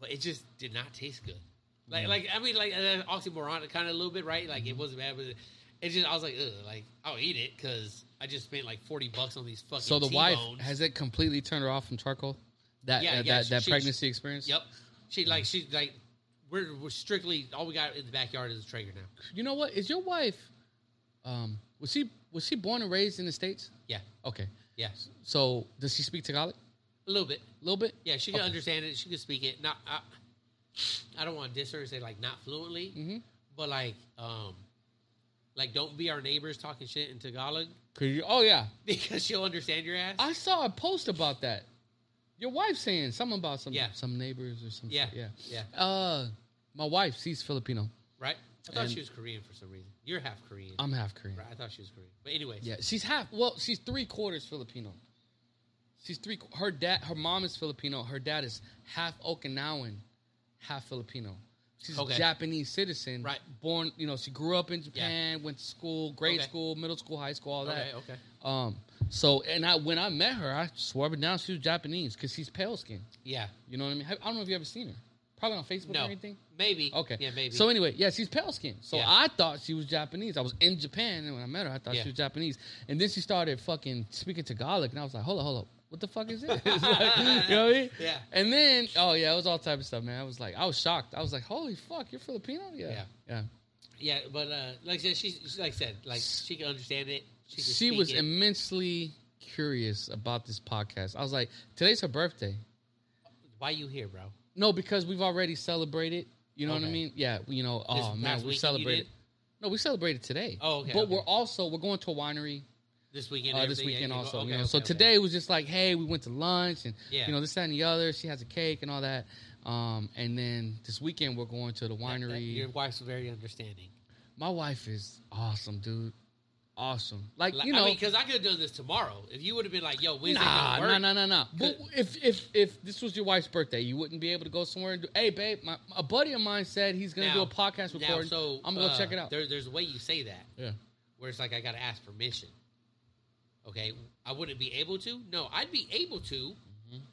Speaker 1: but it just did not taste good. Like,
Speaker 2: Mhm.
Speaker 1: like I mean, like uh, oxymoronic kind of a little bit, right?
Speaker 2: Mm-hmm.
Speaker 1: Like it wasn't bad, but it, it just I was like, Ugh, like I'll eat it because I just spent like forty bucks on these fucking.
Speaker 2: So the wife
Speaker 1: T-bones.
Speaker 2: has it completely turned her off from charcoal. That
Speaker 1: Yeah,
Speaker 2: uh,
Speaker 1: yeah,
Speaker 2: that, that
Speaker 1: she-
Speaker 2: pregnancy experience.
Speaker 1: Yep. She like she like we're, we're strictly all we got in the backyard is a Traeger now.
Speaker 2: You know what? Is your wife? Um, was she was she born and raised in the states?
Speaker 1: Yeah.
Speaker 2: Okay.
Speaker 1: Yeah.
Speaker 2: So does she speak Tagalog
Speaker 1: A little bit.
Speaker 2: a little bit?
Speaker 1: Yeah, she can
Speaker 2: Okay.
Speaker 1: understand it. She can speak it. Not I, I don't want to diss her and say like not fluently,
Speaker 2: Mm-hmm.
Speaker 1: but like um like don't be our neighbors talking shit in Tagalog
Speaker 2: Could you? Oh yeah.
Speaker 1: because she'll understand your ass.
Speaker 2: I saw a post about that. Your wife saying something about some
Speaker 1: Yeah.
Speaker 2: some neighbors or something.
Speaker 1: yeah.
Speaker 2: Yeah.
Speaker 1: Yeah.
Speaker 2: Uh, my wife, she's Filipino.
Speaker 1: Right? I thought
Speaker 2: And-
Speaker 1: she was Korean for some reason. You're half Korean.
Speaker 2: I'm half Korean.
Speaker 1: right? I thought she was Korean. But anyway,
Speaker 2: Yeah, she's half. Well, she's three quarters Filipino. She's three. qu- Her dad, her mom is Filipino. Her dad is half Okinawan, half Filipino. She's
Speaker 1: Okay.
Speaker 2: a Japanese citizen.
Speaker 1: Right.
Speaker 2: Born, you know, she grew up in Japan, went to school, grade
Speaker 1: Okay.
Speaker 2: school, middle school, high school, all that.
Speaker 1: okay, okay.
Speaker 2: Um. So, and I when I met her, I swore up and down she was Japanese because she's pale skinned.
Speaker 1: Yeah.
Speaker 2: You know what I mean? I don't know if you ever seen her. Probably on Facebook
Speaker 1: No.
Speaker 2: or anything.
Speaker 1: Maybe.
Speaker 2: Okay.
Speaker 1: Yeah, maybe.
Speaker 2: So anyway, yeah, she's pale skinned. So
Speaker 1: Yeah.
Speaker 2: I thought she was Japanese. I was in Japan, and when I met her, I thought
Speaker 1: Yeah.
Speaker 2: she was Japanese. And then she started fucking speaking Tagalog, and I was like, hold up, hold up. What the fuck is this? It's like, you know what I mean?
Speaker 1: Yeah.
Speaker 2: And then, oh yeah, it was all type of stuff, man. I was like, I was shocked. I was like, holy fuck, you're Filipino? Yeah.
Speaker 1: Yeah.
Speaker 2: Yeah.
Speaker 1: Yeah, but uh, like I said, she, she like I said, like she can understand it. She, can
Speaker 2: She
Speaker 1: speak
Speaker 2: was
Speaker 1: it.
Speaker 2: immensely curious about this podcast. I was like, today's her birthday.
Speaker 1: Why you here, bro?
Speaker 2: No, because we've already celebrated. You know what I
Speaker 1: Okay.
Speaker 2: mean? Yeah, you know. Oh
Speaker 1: past
Speaker 2: man,
Speaker 1: weekend you
Speaker 2: we
Speaker 1: did?
Speaker 2: celebrated. No, we celebrated today.
Speaker 1: Oh, okay,
Speaker 2: But
Speaker 1: okay.
Speaker 2: we're also we're going to a winery
Speaker 1: This weekend.
Speaker 2: uh, this
Speaker 1: everything, yeah,
Speaker 2: weekend
Speaker 1: you go-
Speaker 2: also.
Speaker 1: okay,
Speaker 2: you know?
Speaker 1: okay,
Speaker 2: so
Speaker 1: okay.
Speaker 2: today was just like, hey, we went to lunch and
Speaker 1: Yeah.
Speaker 2: you know this that and the other. She has a cake and all that. Um, and then this weekend we're going to the
Speaker 1: That- that-
Speaker 2: winery.
Speaker 1: your wife's very understanding.
Speaker 2: My wife is awesome, dude. awesome. Like,
Speaker 1: Like,
Speaker 2: you know,
Speaker 1: I mean, because I could have done this tomorrow. If you would have been like, "Yo, Wednesday,
Speaker 2: nah,
Speaker 1: don't work,"
Speaker 2: nah, nah, nah, nah. But
Speaker 1: Could-
Speaker 2: if if if this was your wife's birthday, you wouldn't be able to go somewhere and do. Hey, babe, my, a buddy of mine said he's gonna do
Speaker 1: Now-
Speaker 2: a podcast
Speaker 1: now,
Speaker 2: recording.
Speaker 1: so
Speaker 2: I'm gonna go
Speaker 1: uh,
Speaker 2: check it out.
Speaker 1: There, there's a way you say that
Speaker 2: Yeah,
Speaker 1: where it's like I gotta ask permission. Okay, I wouldn't be able to. No, I'd be able to,
Speaker 2: Mm-hmm.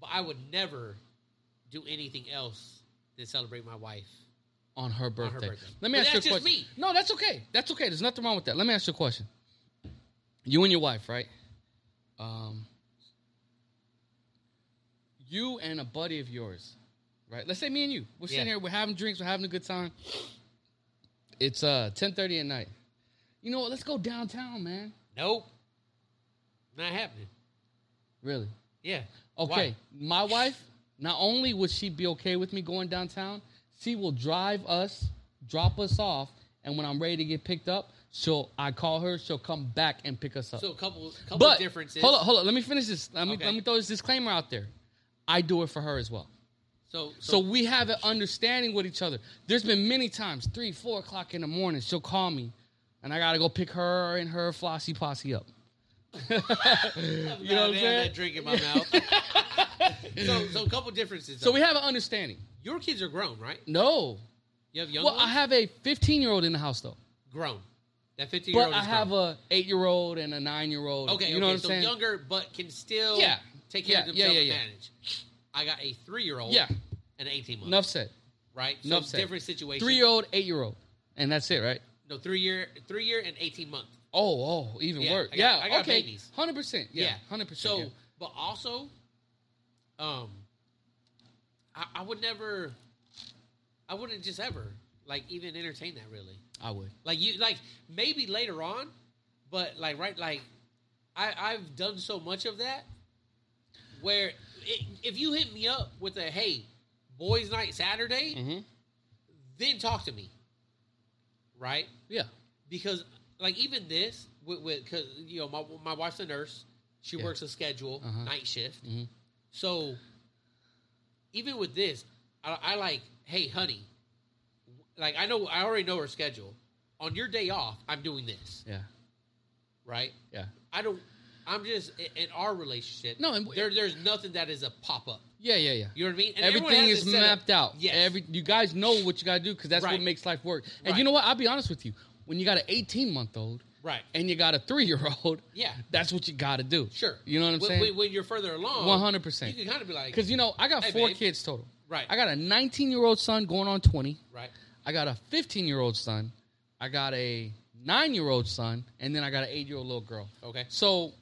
Speaker 1: but I would never do anything else than celebrate my wife.
Speaker 2: on her birthday.
Speaker 1: birthday.
Speaker 2: Let me
Speaker 1: But
Speaker 2: ask
Speaker 1: that's
Speaker 2: you a
Speaker 1: just
Speaker 2: question.
Speaker 1: me.
Speaker 2: No, that's okay. That's okay. There's nothing wrong with that. Let me ask you a question. You and your wife, right? Um, you and a buddy of yours, right? Let's say me and you. We're sitting
Speaker 1: Yeah.
Speaker 2: here. We're having drinks. We're having a good time. It's uh 10:30 at night. You know what? Let's go downtown, man.
Speaker 1: Nope, not happening.
Speaker 2: Really?
Speaker 1: Yeah.
Speaker 2: Okay. My wife, not only would she be okay with me going downtown, she will drive us, drop us off, and when I'm ready to get picked up, she'll I call her, she'll come back and pick us
Speaker 1: Why?
Speaker 2: up.
Speaker 1: So a couple, couple
Speaker 2: but
Speaker 1: differences.
Speaker 2: hold up, hold up. Let me finish this. Let me
Speaker 1: Okay.
Speaker 2: let me throw this disclaimer out there. I do it for her as well.
Speaker 1: So,
Speaker 2: So we have an understanding with each other. There's been many times, three, four o'clock in the morning, she'll call me, and I gotta go pick her and her flossy posse up.
Speaker 1: you
Speaker 2: know what I'm saying?
Speaker 1: That drink in my mouth. so, so a couple differences.
Speaker 2: So
Speaker 1: So
Speaker 2: we have an understanding.
Speaker 1: your kids are grown, right?
Speaker 2: No,
Speaker 1: You have young
Speaker 2: well,
Speaker 1: ones?
Speaker 2: I have a 15 year old in the house though,
Speaker 1: grown. That fifteen year old.
Speaker 2: but I have
Speaker 1: grown.
Speaker 2: a eight year old and a nine year old.
Speaker 1: okay.
Speaker 2: you
Speaker 1: okay,
Speaker 2: know what I'm
Speaker 1: so
Speaker 2: saying?
Speaker 1: younger, but can still
Speaker 2: Yeah.
Speaker 1: take care of
Speaker 2: Yeah, yeah,
Speaker 1: themselves
Speaker 2: yeah,
Speaker 1: and
Speaker 2: yeah.
Speaker 1: manage. I got a three year old.
Speaker 2: Yeah.
Speaker 1: and an eighteen month.
Speaker 2: Enough said.
Speaker 1: right? So
Speaker 2: enough said.
Speaker 1: different situation.
Speaker 2: Three year old, eight year old, and that's it, right?
Speaker 1: No, three year, three year and eighteen month.
Speaker 2: Oh, oh, even
Speaker 1: Yeah,
Speaker 2: worse.
Speaker 1: I got-
Speaker 2: yeah,
Speaker 1: I got
Speaker 2: okay,
Speaker 1: babies.
Speaker 2: hundred percent. Yeah, hundred
Speaker 1: So,
Speaker 2: percent. yeah.
Speaker 1: but also, um, I, I would never, I wouldn't just ever like even entertain that really.
Speaker 2: I would.
Speaker 1: Like you, like maybe later on, but like right, like I I've done so much of that where i if you hit me up with a hey, boys' night Saturday,
Speaker 2: hmm
Speaker 1: then talk to me, right?
Speaker 2: Yeah,
Speaker 1: because like even this with because you know my my wife's a nurse, she
Speaker 2: Yeah.
Speaker 1: works a schedule
Speaker 2: Uh-huh.
Speaker 1: night shift,
Speaker 2: Mhm.
Speaker 1: so even with this, I, I like hey honey, like I know I already know her schedule. On your day off, I'm doing this
Speaker 2: yeah,
Speaker 1: right.
Speaker 2: yeah,
Speaker 1: I don't. I'm just in- in our relationship.
Speaker 2: No, and-
Speaker 1: there there's nothing that is a pop up.
Speaker 2: yeah, yeah, yeah.
Speaker 1: You know what I mean? And everyone
Speaker 2: Everything
Speaker 1: has
Speaker 2: is
Speaker 1: it set up-
Speaker 2: mapped out.
Speaker 1: Yes.
Speaker 2: Every you guys know what you gotta do because that's what
Speaker 1: Right.
Speaker 2: makes life work. And you
Speaker 1: Right.
Speaker 2: know what? I'll be honest with you. When you got an 18 month old
Speaker 1: right.
Speaker 2: and you got a three year old,
Speaker 1: Yeah.
Speaker 2: that's what you gotta do.
Speaker 1: Sure.
Speaker 2: You know what I'm
Speaker 1: when,
Speaker 2: saying?
Speaker 1: When, when you're further along,
Speaker 2: 100%.
Speaker 1: You can kind of be like,
Speaker 2: Because you know, I got
Speaker 1: Hey,
Speaker 2: four
Speaker 1: babe.
Speaker 2: kids total.
Speaker 1: Right.
Speaker 2: I got a 19 year old son going on 20.
Speaker 1: right,
Speaker 2: I got a 15 year old son. I got a nine year old son, and then I got an eight year old little girl.
Speaker 1: okay,
Speaker 2: So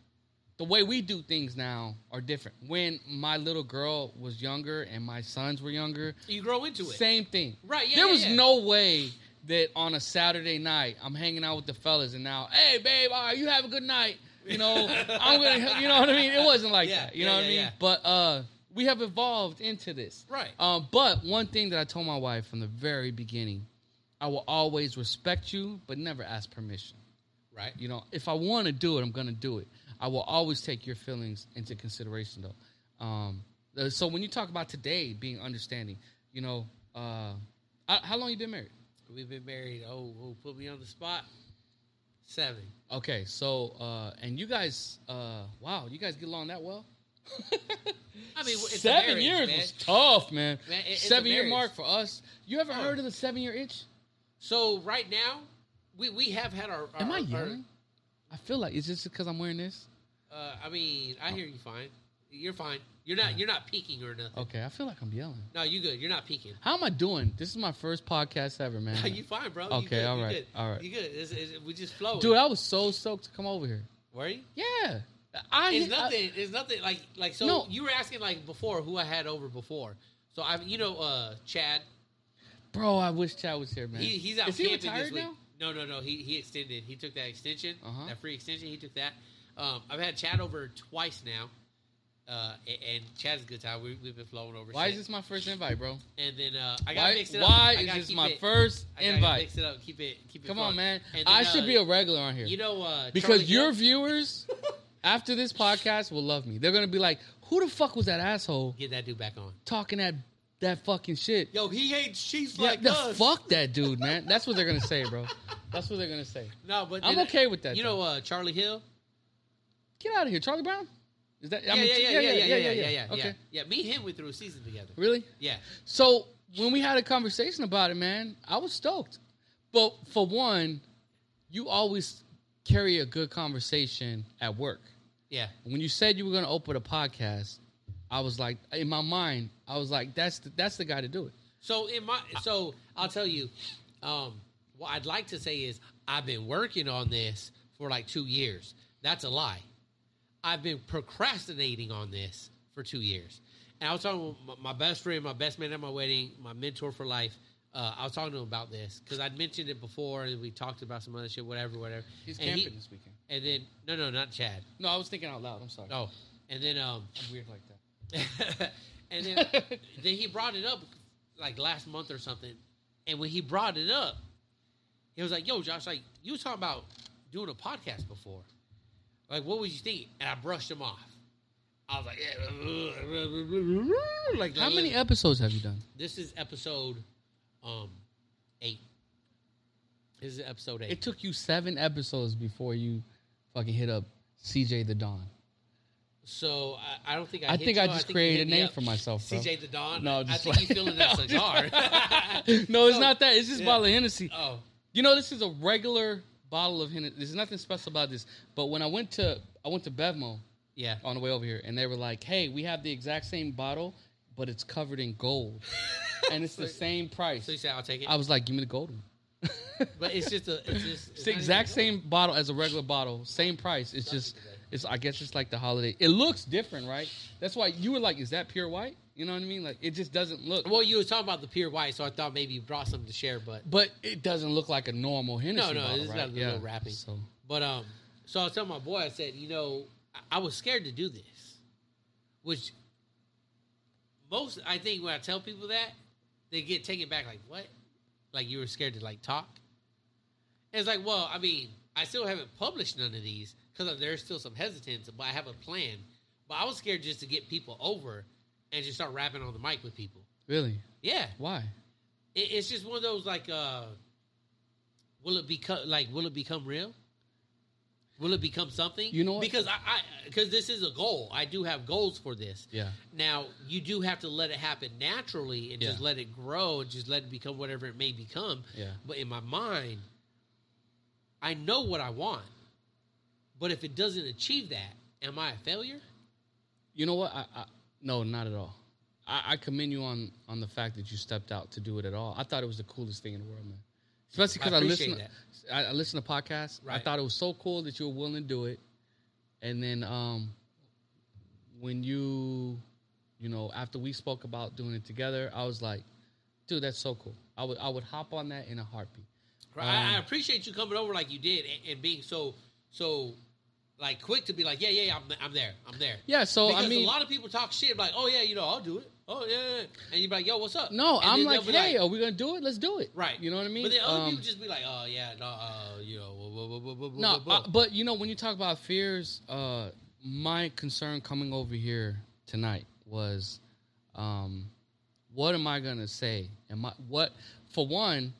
Speaker 2: the way we do things now are different. When my little girl was younger and my sons were younger,
Speaker 1: you grow into it.
Speaker 2: same thing.
Speaker 1: Right, yeah,
Speaker 2: There
Speaker 1: yeah,
Speaker 2: was
Speaker 1: yeah.
Speaker 2: no way that on a Saturday night I'm hanging out with the fellas and now, hey babe, all right, you have a good night. You know, I'm gonna, you know what I mean. It wasn't like
Speaker 1: Yeah,
Speaker 2: that. You
Speaker 1: yeah,
Speaker 2: know what
Speaker 1: yeah,
Speaker 2: I mean.
Speaker 1: yeah.
Speaker 2: But uh, we have evolved into this,
Speaker 1: Right.
Speaker 2: Um, but one thing that I told my wife from the very beginning, I will always respect you, but never ask permission.
Speaker 1: Right.
Speaker 2: You know, if I want to do it, I'm going to do it. I will always take your feelings into consideration, though. Um, uh, so when you talk about today being understanding, you know, uh, I, how long you been married?
Speaker 1: We've been married. Oh, oh, put me on the spot. Seven.
Speaker 2: Okay, so uh, and you guys, uh, wow, you guys get along that well.
Speaker 1: I mean, it's a
Speaker 2: seven
Speaker 1: marriage,
Speaker 2: years
Speaker 1: man.
Speaker 2: was tough, man.
Speaker 1: Man, it- it's a
Speaker 2: seven year
Speaker 1: marriage.
Speaker 2: mark for us. You ever
Speaker 1: Oh.
Speaker 2: heard of the seven year itch?
Speaker 1: So right now, we we have had our. our
Speaker 2: Am I
Speaker 1: our-
Speaker 2: yelling? I feel like it's just because I'm wearing this.
Speaker 1: uh, I mean, I hear you fine. You're fine. You're not. You're not peeking or nothing.
Speaker 2: Okay, I feel like I'm yelling.
Speaker 1: No, you good. You're not peeking.
Speaker 2: How am I doing? This is my first podcast ever, man.
Speaker 1: No, you fine, bro.
Speaker 2: Okay,
Speaker 1: you good.
Speaker 2: all
Speaker 1: you
Speaker 2: right,
Speaker 1: good.
Speaker 2: all right.
Speaker 1: You good. It's, it's, we just flow.
Speaker 2: Dude, I was so stoked to come over here.
Speaker 1: were you?
Speaker 2: Yeah. I,
Speaker 1: It's
Speaker 2: I-
Speaker 1: nothing. it's nothing. Like like so.
Speaker 2: No.
Speaker 1: You were asking like before who I had over before. So I, you know, uh, Chad.
Speaker 2: bro, I wish Chad was here, man.
Speaker 1: He, he's out
Speaker 2: Is he
Speaker 1: camping
Speaker 2: retired
Speaker 1: this week.
Speaker 2: now?
Speaker 1: No, no, no. He he extended. He took that extension,
Speaker 2: Uh-huh.
Speaker 1: that free extension. He took that. Um, I've had Chad over twice now, uh, and, and Chad's a good time. We, we've been flowing over.
Speaker 2: Why
Speaker 1: shit.
Speaker 2: is this my first invite, bro?
Speaker 1: And then uh, I got
Speaker 2: Why,
Speaker 1: to mix it up.
Speaker 2: why
Speaker 1: I
Speaker 2: is
Speaker 1: gotta
Speaker 2: this
Speaker 1: keep
Speaker 2: my
Speaker 1: it-
Speaker 2: first
Speaker 1: I gotta
Speaker 2: invite?
Speaker 1: Mix it up. Keep it. Keep it.
Speaker 2: Come
Speaker 1: fun.
Speaker 2: on, man.
Speaker 1: And then,
Speaker 2: I should
Speaker 1: uh,
Speaker 2: be a regular on here.
Speaker 1: You know, uh,
Speaker 2: because
Speaker 1: Charlie
Speaker 2: your
Speaker 1: Hill-
Speaker 2: viewers, after this podcast, will love me. They're going to be like, who the fuck was that asshole
Speaker 1: get that dude back on.
Speaker 2: talking that that fucking shit.
Speaker 1: Yo, he hates Chiefs
Speaker 2: Yeah,
Speaker 1: like
Speaker 2: the
Speaker 1: us.
Speaker 2: fuck that dude, man. That's what they're gonna say, bro. That's what they're gonna say.
Speaker 1: No, but
Speaker 2: I'm
Speaker 1: then-
Speaker 2: okay with that,
Speaker 1: You know, uh, Charlie Hill.
Speaker 2: Get out of here, Charlie Brown. Is that? I
Speaker 1: Yeah,
Speaker 2: mean,
Speaker 1: yeah, yeah, yeah, yeah, yeah, yeah, yeah, yeah, yeah.
Speaker 2: Okay,
Speaker 1: yeah. Me and him went through a season together.
Speaker 2: really.
Speaker 1: Yeah,
Speaker 2: So when we had a conversation about it, man, I was stoked. But for one, you always carry a good conversation at work.
Speaker 1: yeah,
Speaker 2: When you said you were going to open a podcast, I was like, in my mind, I was like, that's the, that's the guy to do it.
Speaker 1: So in my so I'll tell you, um, what I'd like to say is I've been working on this for like two years. That's a lie. I've been procrastinating on this for two years. And I was talking with my- my best friend, my best man at my wedding, my mentor for life. Uh, I was talking to him about this because I'd mentioned it before, and we talked about some other shit, whatever, whatever.
Speaker 2: He's
Speaker 1: and
Speaker 2: camping
Speaker 1: he-
Speaker 2: this weekend.
Speaker 1: and then no, no, not Chad.
Speaker 2: No, I was thinking out loud. I'm sorry.
Speaker 1: Oh, and then um,
Speaker 2: I'm weird like that.
Speaker 1: and then, then he brought it up like last month or something. And when he brought it up, he was like, "Yo, Josh, like you was talking about doing a podcast before. Like, what was you thinking?" And I brushed him off. I was like, yeah. like
Speaker 2: How
Speaker 1: like,
Speaker 2: many episodes have you done?
Speaker 1: This is episode um eight. This is episode eight.
Speaker 2: It took you seven episodes before you fucking hit up CJ the Don.
Speaker 1: So I, I don't think I.
Speaker 2: I
Speaker 1: hit
Speaker 2: think
Speaker 1: you.
Speaker 2: I just
Speaker 1: think you
Speaker 2: created
Speaker 1: hit
Speaker 2: a
Speaker 1: me
Speaker 2: name
Speaker 1: up.
Speaker 2: for myself, bro.
Speaker 1: CJ the Don.
Speaker 2: No,
Speaker 1: I
Speaker 2: just
Speaker 1: think
Speaker 2: like-
Speaker 1: you feeling that
Speaker 2: No, just-
Speaker 1: cigar.
Speaker 2: no, it's
Speaker 1: So-
Speaker 2: not that. It's just
Speaker 1: yeah.
Speaker 2: bottle of Hennessy.
Speaker 1: Oh,
Speaker 2: You know, this is a regular bottle of Hennessy. There's nothing special about this. But when I went to I went to Bevmo
Speaker 1: yeah.
Speaker 2: on the way over here, and they were like, "Hey, we have the exact same bottle, but it's covered in gold, and it's the same price."
Speaker 1: So you said I'll take it,
Speaker 2: I was like, "Give me the gold one."
Speaker 1: but it's just a it's just
Speaker 2: It's the exact same bottle as a regular bottle, same price. It's just, it's I guess it's like the holiday. It looks different, right? That's why you were like, "Is that pure white?" You know what I mean? Like it just doesn't look.
Speaker 1: Well, you were talking about the pure white, so I thought maybe you brought something to share, but
Speaker 2: But it doesn't look like a normal Hennessy.
Speaker 1: no,
Speaker 2: bottle,
Speaker 1: it's
Speaker 2: right?
Speaker 1: got a little wrapping.
Speaker 2: So
Speaker 1: but um, so I was telling my boy, I said, you know, I, I was scared to do this, which most I think when I tell people that they get taken back, like what, like you were scared to like talk. And it's like, well, I mean, I still haven't published none of these because there's still some hesitance, but I have a plan. But I was scared just to get people over and just start rapping on the mic with people.
Speaker 2: really,
Speaker 1: Yeah.
Speaker 2: why?
Speaker 1: it, it's just one of those like uh will it become like will it become real will it become something
Speaker 2: You know what?
Speaker 1: because i because this is a goal i do have goals for this
Speaker 2: Yeah.
Speaker 1: now you do have to let it happen naturally and just
Speaker 2: Yeah.
Speaker 1: let it grow and just let it become whatever it may become
Speaker 2: Yeah.
Speaker 1: but in my mind i know what i want but if it doesn't achieve that am i a failure
Speaker 2: You know what? I, I no, not at all. I, I commend you on on the fact that you stepped out to do it at all. I thought it was the coolest thing in the world, man. Especially because
Speaker 1: I
Speaker 2: I, listen,
Speaker 1: appreciate
Speaker 2: I, I listen to podcasts.
Speaker 1: Right.
Speaker 2: I thought it was so cool that you were willing to do it, and then um, when you, you know, after we spoke about doing it together, I was like, dude, that's so cool. I would I would hop on that in a heartbeat.
Speaker 1: Right. I, I
Speaker 2: Um,
Speaker 1: appreciate you coming over like you did and, and being so so like quick to be like, yeah, yeah, yeah, I'm, I'm there, I'm there.
Speaker 2: Yeah. So
Speaker 1: because
Speaker 2: I mean,
Speaker 1: a lot of people talk shit like, oh yeah, you know, I'll do it. Oh yeah, yeah, yeah. and you're like, yo, what's up?
Speaker 2: no,
Speaker 1: And then
Speaker 2: I'm
Speaker 1: they'll
Speaker 2: like,
Speaker 1: be
Speaker 2: hey, are we gonna do it? Let's do it.
Speaker 1: right,
Speaker 2: You know what I mean?
Speaker 1: But then other
Speaker 2: Um,
Speaker 1: people just be like, oh yeah, no, uh, you know, blah, blah, blah, blah, blah,
Speaker 2: No,
Speaker 1: blah,
Speaker 2: uh,
Speaker 1: blah.
Speaker 2: but you know when you talk about fears, uh, my concern coming over here tonight was, um, what am I gonna say? Am I what for one?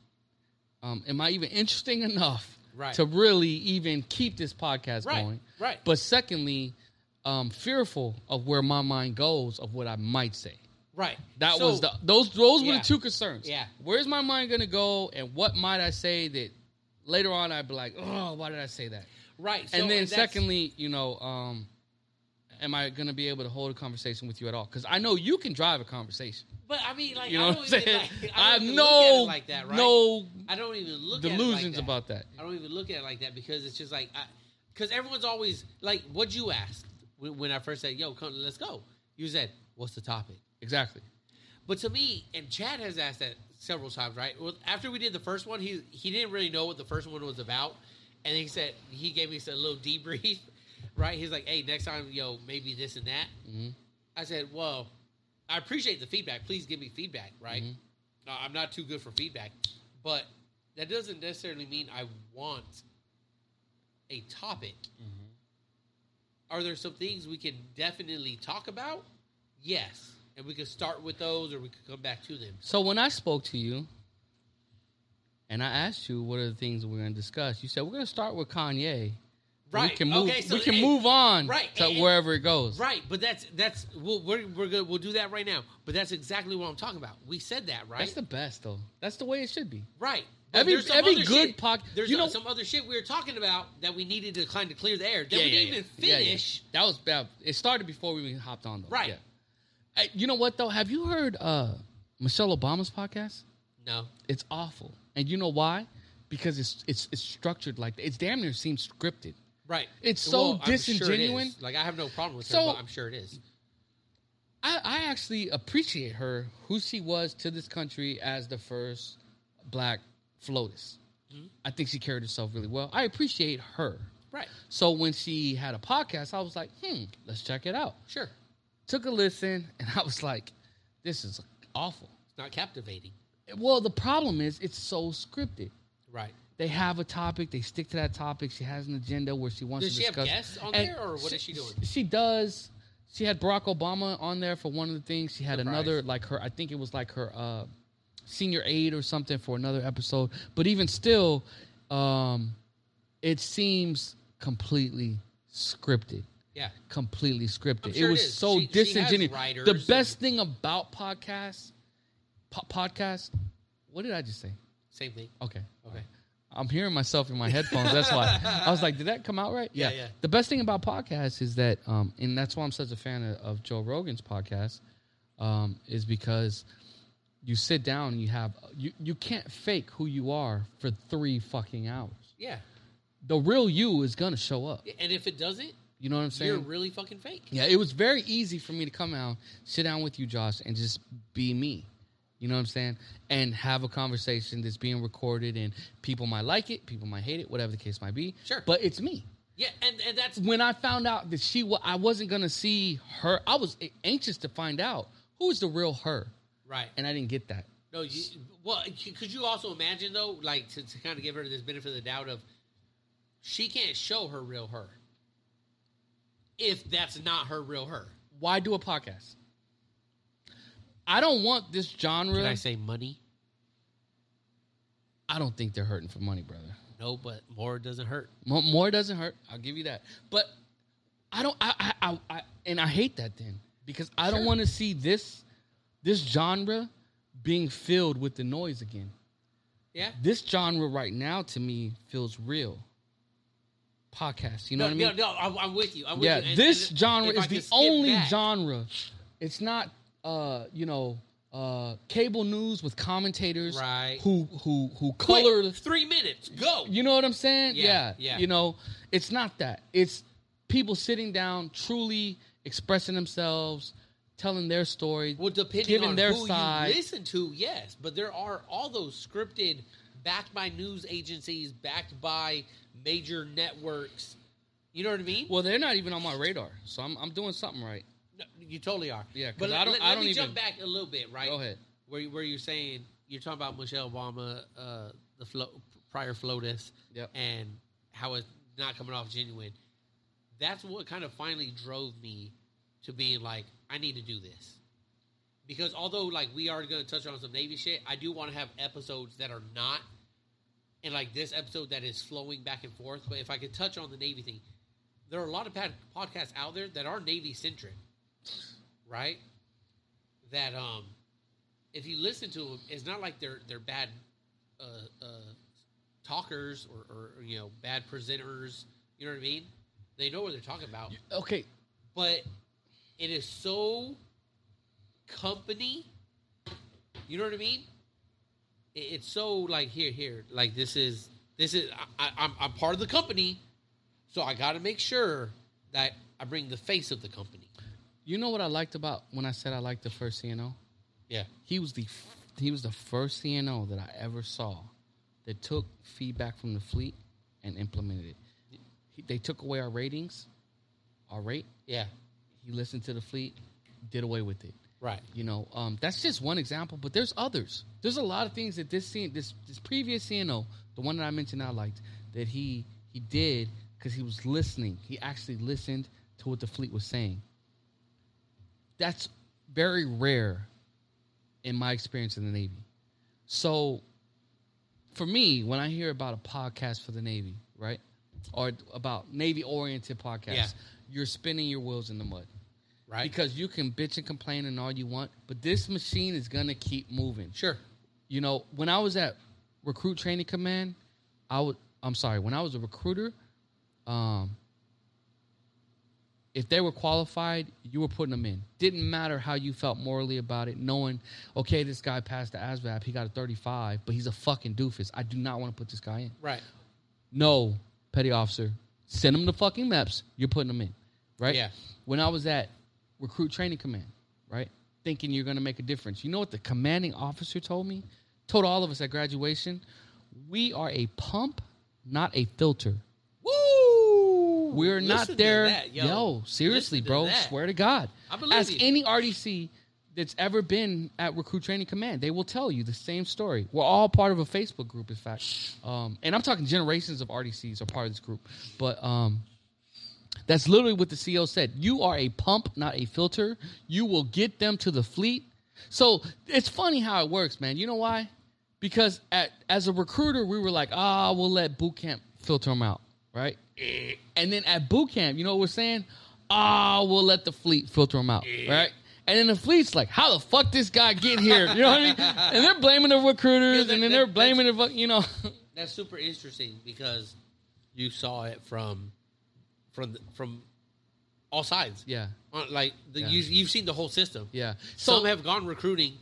Speaker 2: Um, am I even interesting enough
Speaker 1: Right.
Speaker 2: to really even keep this podcast
Speaker 1: Right,
Speaker 2: going?
Speaker 1: right.
Speaker 2: But secondly, um, fearful of where my mind goes of what I might say.
Speaker 1: right.
Speaker 2: That
Speaker 1: So-
Speaker 2: was the those those were
Speaker 1: Yeah.
Speaker 2: the two concerns.
Speaker 1: Yeah.
Speaker 2: Where's my mind gonna go and what might I say that later on I'd be like, Oh, why did I say that?
Speaker 1: right. So,
Speaker 2: and then
Speaker 1: that's-
Speaker 2: secondly, you know, um, am I gonna be able to hold a conversation with you at all? Because I know you can drive a conversation.
Speaker 1: but I mean, like,
Speaker 2: You know
Speaker 1: I
Speaker 2: what I'm
Speaker 1: don't even,
Speaker 2: saying?
Speaker 1: like,
Speaker 2: I
Speaker 1: I,
Speaker 2: have
Speaker 1: don't even look at it
Speaker 2: no
Speaker 1: like that, right?
Speaker 2: no
Speaker 1: I don't even look at it like
Speaker 2: delusions
Speaker 1: that.
Speaker 2: about that.
Speaker 1: I don't even look at it like that because it's just like, because everyone's always like, "What'd you ask?" When, when I first said, "Yo, come, let's go," you said, "What's the topic?"
Speaker 2: Exactly.
Speaker 1: But to me, and Chad has asked that several times, right? Well, after we did the first one, he he didn't really know what the first one was about, and he said he gave me a little debrief, right? He's like, "Hey, next time, yo, maybe this and that."
Speaker 2: Mhm.
Speaker 1: I said, "Well, I appreciate the feedback. Please give me feedback, right? No, I'm not too good for feedback, but that doesn't necessarily mean I want a topic. Are there some things we can definitely talk about? Yes, and we could start with those, or we could come back to them.
Speaker 2: So when I spoke to you and I asked you what are the things we're going to discuss, you said we're going to start with Kanye.
Speaker 1: Right.
Speaker 2: We can move,
Speaker 1: Okay, so
Speaker 2: we can
Speaker 1: it-
Speaker 2: move on
Speaker 1: right,
Speaker 2: to
Speaker 1: and-
Speaker 2: wherever it goes.
Speaker 1: Right, but that's that's we'll, we're we're gonna, we'll do that right now. But that's exactly what I'm talking about. We said that right,
Speaker 2: That's the best, though. That's the way it should be.
Speaker 1: right.
Speaker 2: Every-
Speaker 1: there's some
Speaker 2: every
Speaker 1: other
Speaker 2: good
Speaker 1: shit-
Speaker 2: pod-
Speaker 1: There's
Speaker 2: you
Speaker 1: some-
Speaker 2: know-
Speaker 1: some other shit we were talking about that we needed to kind of clear the air. That we didn't even
Speaker 2: yeah, yeah.
Speaker 1: finish.
Speaker 2: That was bad. It started before we even hopped on, though.
Speaker 1: Right.
Speaker 2: Yeah. Hey, you know what, though? Have you heard uh, Michelle Obama's podcast?
Speaker 1: No,
Speaker 2: It's awful. And you know why? Because it's it's, it's structured like that. It's damn near seems scripted.
Speaker 1: right.
Speaker 2: It's so
Speaker 1: I'm sure it
Speaker 2: disingenuine.
Speaker 1: is. like I have no problem with
Speaker 2: So-
Speaker 1: her, but I'm sure it is.
Speaker 2: I, I actually appreciate her, who she was to this country as the first black floatist. I think she carried herself really well. I appreciate her.
Speaker 1: Right.
Speaker 2: So when she had a podcast, I was like, hmm, let's check it out.
Speaker 1: Sure.
Speaker 2: Took a listen, and I was like, this is awful.
Speaker 1: It's not captivating.
Speaker 2: Well, the problem is it's so scripted.
Speaker 1: Right.
Speaker 2: They have a topic, they stick to that topic. She has an agenda where she wants
Speaker 1: Does
Speaker 2: to
Speaker 1: she have
Speaker 2: discuss.
Speaker 1: guests on
Speaker 2: and
Speaker 1: there, or what is she doing?
Speaker 2: She does. She had Barack Obama on there for one of the things. She had
Speaker 1: Surprise.
Speaker 2: another, like her, I think it was like her uh, senior aide or something for another episode. But even still, um, it seems completely scripted.
Speaker 1: Yeah.
Speaker 2: Completely scripted.
Speaker 1: I'm sure
Speaker 2: it
Speaker 1: it
Speaker 2: was
Speaker 1: is.
Speaker 2: so
Speaker 1: She- she has
Speaker 2: disingenuous.
Speaker 1: writers
Speaker 2: the
Speaker 1: and-
Speaker 2: best thing about podcasts, po- podcasts. What did I just say?
Speaker 1: Same thing.
Speaker 2: Okay.
Speaker 1: Okay.
Speaker 2: I'm hearing myself in my headphones. That's why I was like, "Did that come out right?"
Speaker 1: Yeah, yeah.
Speaker 2: The best thing about podcasts is that, um, and that's why I'm such a fan of, of Joe Rogan's podcast, um, is because you sit down and you have you you can't fake who you are for three fucking hours.
Speaker 1: Yeah.
Speaker 2: The real you is gonna show up.
Speaker 1: And if it doesn't,
Speaker 2: You know what I'm
Speaker 1: you're
Speaker 2: saying?
Speaker 1: really fucking fake.
Speaker 2: Yeah, it was very easy for me to come out, sit down with you, Josh, and just be me. You know what I'm saying? And have a conversation that's being recorded, and people might like it, people might hate it, whatever the case might be.
Speaker 1: Sure.
Speaker 2: But it's me.
Speaker 1: Yeah. And and that's
Speaker 2: When I found out that she, wa- I wasn't gonna see her. I was anxious to find out who is the real her,
Speaker 1: right.
Speaker 2: and I didn't get that.
Speaker 1: No, you, well, c- could you also imagine though, like to, to kind of give her this benefit of the doubt of she can't show her real her if that's not her real her.
Speaker 2: Why do a podcast? I don't want this genre.
Speaker 1: Did I say money?
Speaker 2: I don't think they're hurting for money, brother.
Speaker 1: No, but more doesn't hurt.
Speaker 2: Mo- More doesn't hurt. I'll give you that. But I don't. I. I. I, I and I hate that then because I don't
Speaker 1: Sure.
Speaker 2: want to see this this genre being filled with the noise again.
Speaker 1: Yeah.
Speaker 2: This genre right now to me feels real. Podcast. You
Speaker 1: No,
Speaker 2: know what I mean?
Speaker 1: no, no, I'm, I'm with you. I'm with
Speaker 2: yeah.
Speaker 1: you. And-
Speaker 2: this
Speaker 1: and
Speaker 2: genre
Speaker 1: if
Speaker 2: is
Speaker 1: I
Speaker 2: the
Speaker 1: could skip
Speaker 2: only
Speaker 1: back-
Speaker 2: genre. It's not. Uh. You know. Uh. Cable news with commentators
Speaker 1: Right.
Speaker 2: who who who
Speaker 1: Quick,
Speaker 2: color
Speaker 1: three minutes. Go.
Speaker 2: you know what I'm saying?
Speaker 1: Yeah, yeah.
Speaker 2: You know, it's not that. It's people sitting down, truly expressing themselves, telling their story.
Speaker 1: Well, depending
Speaker 2: Given
Speaker 1: on
Speaker 2: their
Speaker 1: who
Speaker 2: side-
Speaker 1: you listen to, yes, but there are all those scripted, backed by news agencies, backed by major networks. You know what I mean?
Speaker 2: Well, they're not even on my radar, so I'm, I'm doing something right.
Speaker 1: No, you totally are.
Speaker 2: Yeah, 'cause
Speaker 1: but
Speaker 2: I don't-
Speaker 1: Let,
Speaker 2: I
Speaker 1: let
Speaker 2: don't
Speaker 1: me
Speaker 2: even-
Speaker 1: jump back a little bit, right?
Speaker 2: Go ahead.
Speaker 1: Where you- where you're saying you're talking about Michelle Obama, uh, the flo- prior FLOTUS,
Speaker 2: Yep.
Speaker 1: and how it's not coming off genuine. That's what kind of finally drove me to being like, I need to do this. Because although like we are going to touch on some Navy shit, I do want to have episodes that are not, and like this episode that is flowing back and forth. But if I could touch on the Navy thing, there are a lot of pad- podcasts out there that are Navy centric, right? That um, if you listen to them, it's not like they're they're bad uh, uh, talkers or, or or, you know bad presenters. You know what I mean? They know what they're talking about,
Speaker 2: Okay.
Speaker 1: but it is so company. You know what I mean? It, it's so like here, here, like this is this is I, I, I'm I'm part of the company, so I got to make sure that I bring the face of the company.
Speaker 2: You know what I liked about when I said I liked the first CNO?
Speaker 1: Yeah,
Speaker 2: He was the f- he was the first CNO that I ever saw that took feedback from the fleet and implemented it. He, they took away our ratings, our rate.
Speaker 1: yeah,
Speaker 2: He listened to the fleet, did away with it.
Speaker 1: right.
Speaker 2: You know, um, that's just one example, but there's others. There's a lot of things that this scene, this this previous CNO, the one that I mentioned I liked, that he he did because he was listening. He actually listened to what the fleet was saying. That's very rare in my experience in the Navy. So for me, when I hear about a podcast for the Navy, right? Or about Navy oriented podcasts,
Speaker 1: Yeah.
Speaker 2: you're spinning your wheels in the mud.
Speaker 1: right?
Speaker 2: Because you can bitch and complain and all you want, but this machine is gonna keep moving.
Speaker 1: sure,
Speaker 2: You know, when I was at recruit training command, I would I'm sorry, when I was a recruiter, um if they were qualified, you were putting them in. Didn't matter how you felt morally about it, knowing, okay, this guy passed the ASVAB, he got a 35, but he's a fucking doofus. I do not want to put this guy in.
Speaker 1: right?
Speaker 2: No, petty officer, send him the fucking maps. You're putting them in, right?
Speaker 1: Yeah.
Speaker 2: When I was at recruit training command, right, thinking you're going to make a difference. You know what the commanding officer told me? Told all of us at graduation, we are a pump, not a filter.
Speaker 1: Woo!
Speaker 2: We're not
Speaker 1: Listen to
Speaker 2: there.
Speaker 1: that,
Speaker 2: yo. seriously,
Speaker 1: Listen to
Speaker 2: bro.
Speaker 1: that.
Speaker 2: Swear to God.
Speaker 1: I believe
Speaker 2: Ask
Speaker 1: you.
Speaker 2: any RDC that's ever been at recruit training command. They will tell you the same story. We're all part of a Facebook group, in fact. Um, and I'm talking generations of RDCs are part of this group. But um, that's literally what the CEO said. You are a pump, not a filter. You will get them to the fleet. So it's funny how it works, man. You know why? Because at, as a recruiter, we were like, ah, we'll let boot camp filter them out, right? Eh. And then at boot camp, you know what we're saying? Ah, we'll let the fleet filter them out, right? And then the fleet's like, how the fuck this guy get here? You know what I mean? And they're blaming the recruiters,
Speaker 1: Yeah,
Speaker 2: and then
Speaker 1: that-
Speaker 2: they're
Speaker 1: that-
Speaker 2: blaming the, fuck- you know.
Speaker 1: That's super interesting because you saw it from from the, from all sides.
Speaker 2: yeah,
Speaker 1: On- like the,
Speaker 2: Yeah.
Speaker 1: you, you've seen the whole system.
Speaker 2: yeah.
Speaker 1: some have gone recruiting,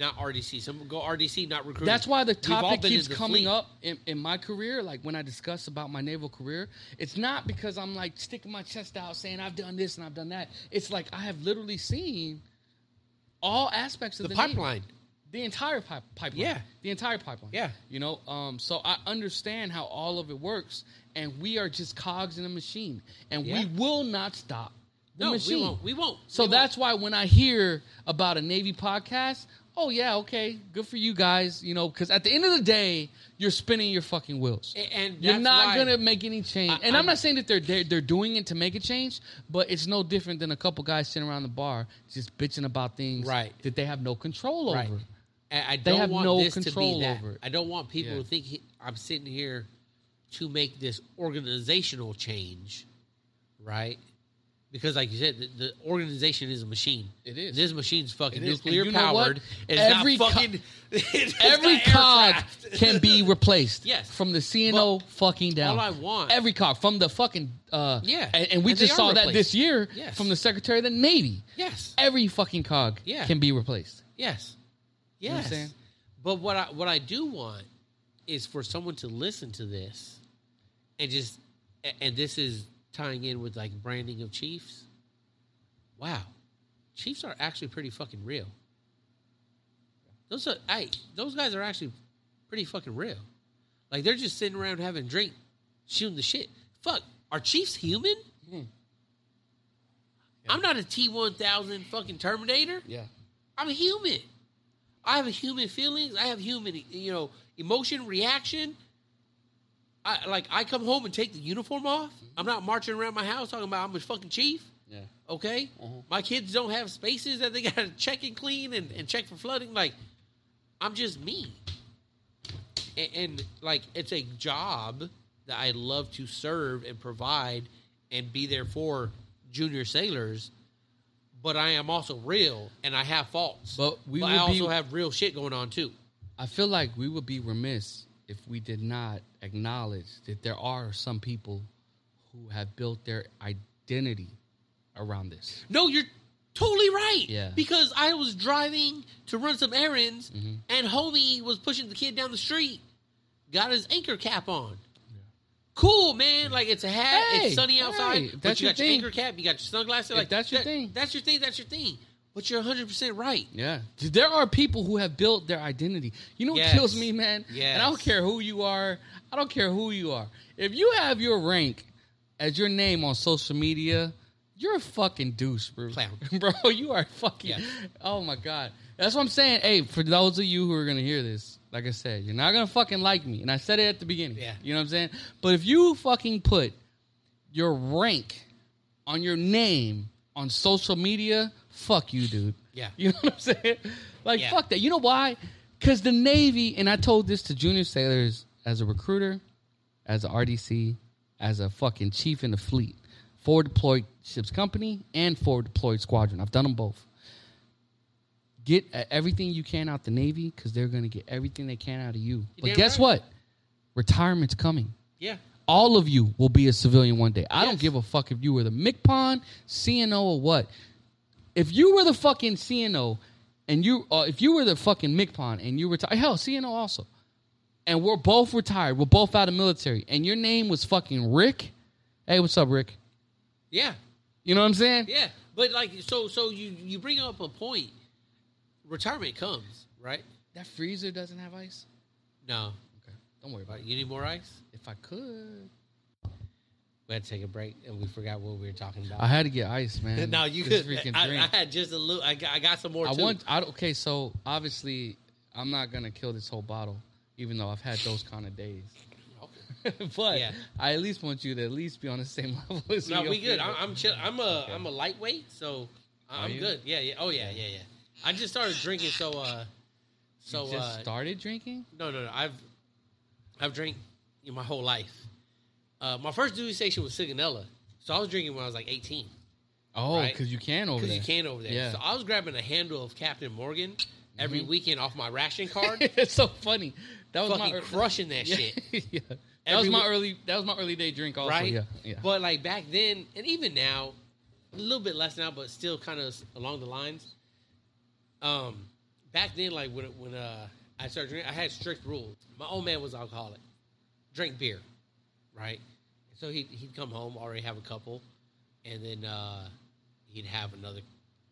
Speaker 1: not RDC. Some go RDC, not recruiting.
Speaker 2: That's why the
Speaker 1: Hmm. We've all
Speaker 2: topic
Speaker 1: been in
Speaker 2: keeps
Speaker 1: the
Speaker 2: coming
Speaker 1: fleet.
Speaker 2: up in, in my career. Like when I discuss about my naval career, it's not because I'm like sticking my chest out saying I've done this and I've done that. It's like I have literally seen all aspects of
Speaker 1: The
Speaker 2: the, Navy.
Speaker 1: pipeline.
Speaker 2: the entire pipe, pipeline,
Speaker 1: Yeah.
Speaker 2: the entire pipeline,
Speaker 1: Yeah.
Speaker 2: You know, um, so I understand how all of it works, and we are just cogs in a machine, and
Speaker 1: Yeah.
Speaker 2: we will not stop the
Speaker 1: No,
Speaker 2: machine.
Speaker 1: we won't. We won't.
Speaker 2: So
Speaker 1: We won't.
Speaker 2: that's why when I hear about a Navy podcast, oh yeah, okay, good for you guys, you know, because at the end of the day, you're spinning your fucking wheels.
Speaker 1: A- and
Speaker 2: you're
Speaker 1: that's
Speaker 2: not
Speaker 1: why-
Speaker 2: gonna make any change.
Speaker 1: I-
Speaker 2: and I'm,
Speaker 1: I'm-
Speaker 2: not saying that they're, they're they're doing it to make a change, but it's no different than a couple guys sitting around the bar just bitching about things
Speaker 1: Right.
Speaker 2: that they have no control
Speaker 1: right.
Speaker 2: over.
Speaker 1: And I don't
Speaker 2: have
Speaker 1: want
Speaker 2: no
Speaker 1: this to
Speaker 2: control
Speaker 1: be that.
Speaker 2: over it.
Speaker 1: I don't want people
Speaker 2: Yeah.
Speaker 1: to think he, I'm sitting here to make this organizational change, right? Because, like you said, the, the organization is a machine.
Speaker 2: It is.
Speaker 1: This machine's fucking
Speaker 2: It is. And
Speaker 1: nuclear
Speaker 2: you know what?
Speaker 1: powered. It's
Speaker 2: Every co-
Speaker 1: not fucking. it's
Speaker 2: Every
Speaker 1: not
Speaker 2: cog
Speaker 1: aircraft.
Speaker 2: can be replaced.
Speaker 1: Yes.
Speaker 2: From the CNO fucking down.
Speaker 1: all I want-
Speaker 2: Every cog from the fucking uh
Speaker 1: Yeah.
Speaker 2: and, and we
Speaker 1: And they
Speaker 2: just
Speaker 1: are
Speaker 2: saw that
Speaker 1: replaced.
Speaker 2: this year
Speaker 1: Yes.
Speaker 2: from the Secretary of the Navy.
Speaker 1: yes.
Speaker 2: Every fucking cog
Speaker 1: Yeah.
Speaker 2: can be replaced.
Speaker 1: Yes. Yes.
Speaker 2: know what I'm saying?
Speaker 1: But what I what I do want is for someone to listen to this and just a- and this is tying in with like branding of Chiefs. Wow. Chiefs are actually pretty fucking real. Those are I those guys are actually pretty fucking real. Like they're just sitting around having a drink, shooting the shit. Fuck, are Chiefs human?
Speaker 2: Hmm.
Speaker 1: I'm not a T one thousand fucking Terminator.
Speaker 2: Yeah.
Speaker 1: I'm a human. I have human feelings. I have human, you know, emotion, reaction. I like I come home and take the uniform off. I'm not marching around my house talking about I'm a fucking chief.
Speaker 2: Yeah.
Speaker 1: Okay,
Speaker 2: Mhm.
Speaker 1: my kids don't have spaces that they got to check and clean and, and check for flooding. Like I'm just me, and, and like it's a job that I love to serve and provide and be there for junior sailors. But I am also real, and I have faults.
Speaker 2: But we
Speaker 1: I
Speaker 2: will be-
Speaker 1: also have real shit going on too.
Speaker 2: I feel like we would be remiss if we did not acknowledge that there are some people who have built their identity around this.
Speaker 1: No, you're totally right.
Speaker 2: Yeah.
Speaker 1: Because I was driving to run some errands, and homie was pushing the kid down the street. Got his anchor cap on. Cool, man. Like it's a hat.
Speaker 2: Hey,
Speaker 1: it's sunny outside.
Speaker 2: hey, if
Speaker 1: but
Speaker 2: that's
Speaker 1: you
Speaker 2: your
Speaker 1: got your
Speaker 2: thing.
Speaker 1: anchor cap. You got your sunglasses.
Speaker 2: If
Speaker 1: like
Speaker 2: that's your
Speaker 1: that-
Speaker 2: thing.
Speaker 1: That's your thing. That's your thing. But you're 100 percent right.
Speaker 2: Yeah. There are people who have built their identity. You know what
Speaker 1: Yes.
Speaker 2: kills me, man?
Speaker 1: Yes.
Speaker 2: And I don't care who you are. I don't care who you are. If you have your rank as your name on social media, you're a fucking douche, bro.
Speaker 1: Clown.
Speaker 2: bro, you are fucking.
Speaker 1: Yeah.
Speaker 2: Oh my god. That's what I'm saying. Hey, for those of you who are gonna hear this, like I said, you're not gonna fucking like me. And I said it at the beginning.
Speaker 1: Yeah.
Speaker 2: You know what I'm saying? But if you fucking put your rank on your name on social media, fuck you, dude.
Speaker 1: Yeah.
Speaker 2: You know what I'm saying? Like,
Speaker 1: Yeah.
Speaker 2: fuck that. You know why? Because the Navy, and I told this to junior sailors as a recruiter, as a RDC, as a fucking chief in the fleet, forward deployed ships company, and forward deployed squadron. I've done them both. Get uh, everything you can out the Navy because they're going to get everything they can out of you. but
Speaker 1: damn
Speaker 2: guess
Speaker 1: right.
Speaker 2: what? Retirement's coming
Speaker 1: Yeah.
Speaker 2: all of you will be a civilian one day. I don't
Speaker 1: Yes.
Speaker 2: give a fuck if you were the MCPON, CNO, or what. If you were the fucking CNO and you, uh, if you were the fucking MCPON and you retired, hell, CNO also, and we're both retired, we're both out of military, and your name was fucking Rick. Hey, what's up, Rick?
Speaker 1: Yeah.
Speaker 2: You know what I'm saying?
Speaker 1: Yeah. But like so so you you bring up a point. Retirement comes, right?
Speaker 2: That freezer doesn't have ice.
Speaker 1: No.
Speaker 2: Okay, don't worry about
Speaker 1: But
Speaker 2: it.
Speaker 1: you need more ice?
Speaker 2: If I could,
Speaker 1: We had to take a break and we forgot what we were talking about.
Speaker 2: I had to get ice, man.
Speaker 1: no, you
Speaker 2: This
Speaker 1: could.
Speaker 2: freaking
Speaker 1: I,
Speaker 2: drink.
Speaker 1: I had just a little. I got, I got some more.
Speaker 2: I
Speaker 1: too.
Speaker 2: want. I, okay, so obviously, I'm not gonna kill this whole bottle, even though I've had those kind of days. but
Speaker 1: Yeah.
Speaker 2: I at least want you to at least be on the same level as me.
Speaker 1: No, we
Speaker 2: on
Speaker 1: good.
Speaker 2: here.
Speaker 1: I'm, I'm chill. I'm a am a lightweight, so
Speaker 2: Are
Speaker 1: I'm
Speaker 2: you?
Speaker 1: good. Yeah, yeah. Oh yeah, yeah, yeah. I just started drinking, so uh,
Speaker 2: You
Speaker 1: so
Speaker 2: just
Speaker 1: uh,
Speaker 2: started drinking.
Speaker 1: no, no, no. I've I've drank you know, my whole life. Uh, my first duty station was Sigonella, so I was drinking when I was like 18
Speaker 2: Oh,
Speaker 1: right.
Speaker 2: because you can over
Speaker 1: because
Speaker 2: there.
Speaker 1: you can over there.
Speaker 2: Yeah.
Speaker 1: So I was grabbing a handle of Captain Morgan every weekend off my ration card,
Speaker 2: it's so funny. That was my
Speaker 1: fucking
Speaker 2: ear-
Speaker 1: crushing that
Speaker 2: yeah,
Speaker 1: shit.
Speaker 2: yeah. That
Speaker 1: Every
Speaker 2: was my
Speaker 1: week-
Speaker 2: early. That was my early day drink. Also,
Speaker 1: right?
Speaker 2: yeah, yeah.
Speaker 1: But like back then, and even now, a little bit less now, but still kind of along the lines. Um, back then, like when when uh I started drinking, I had strict rules. My old man was alcoholic, drank beer, right? So he he'd come home already have a couple, and then uh he'd have another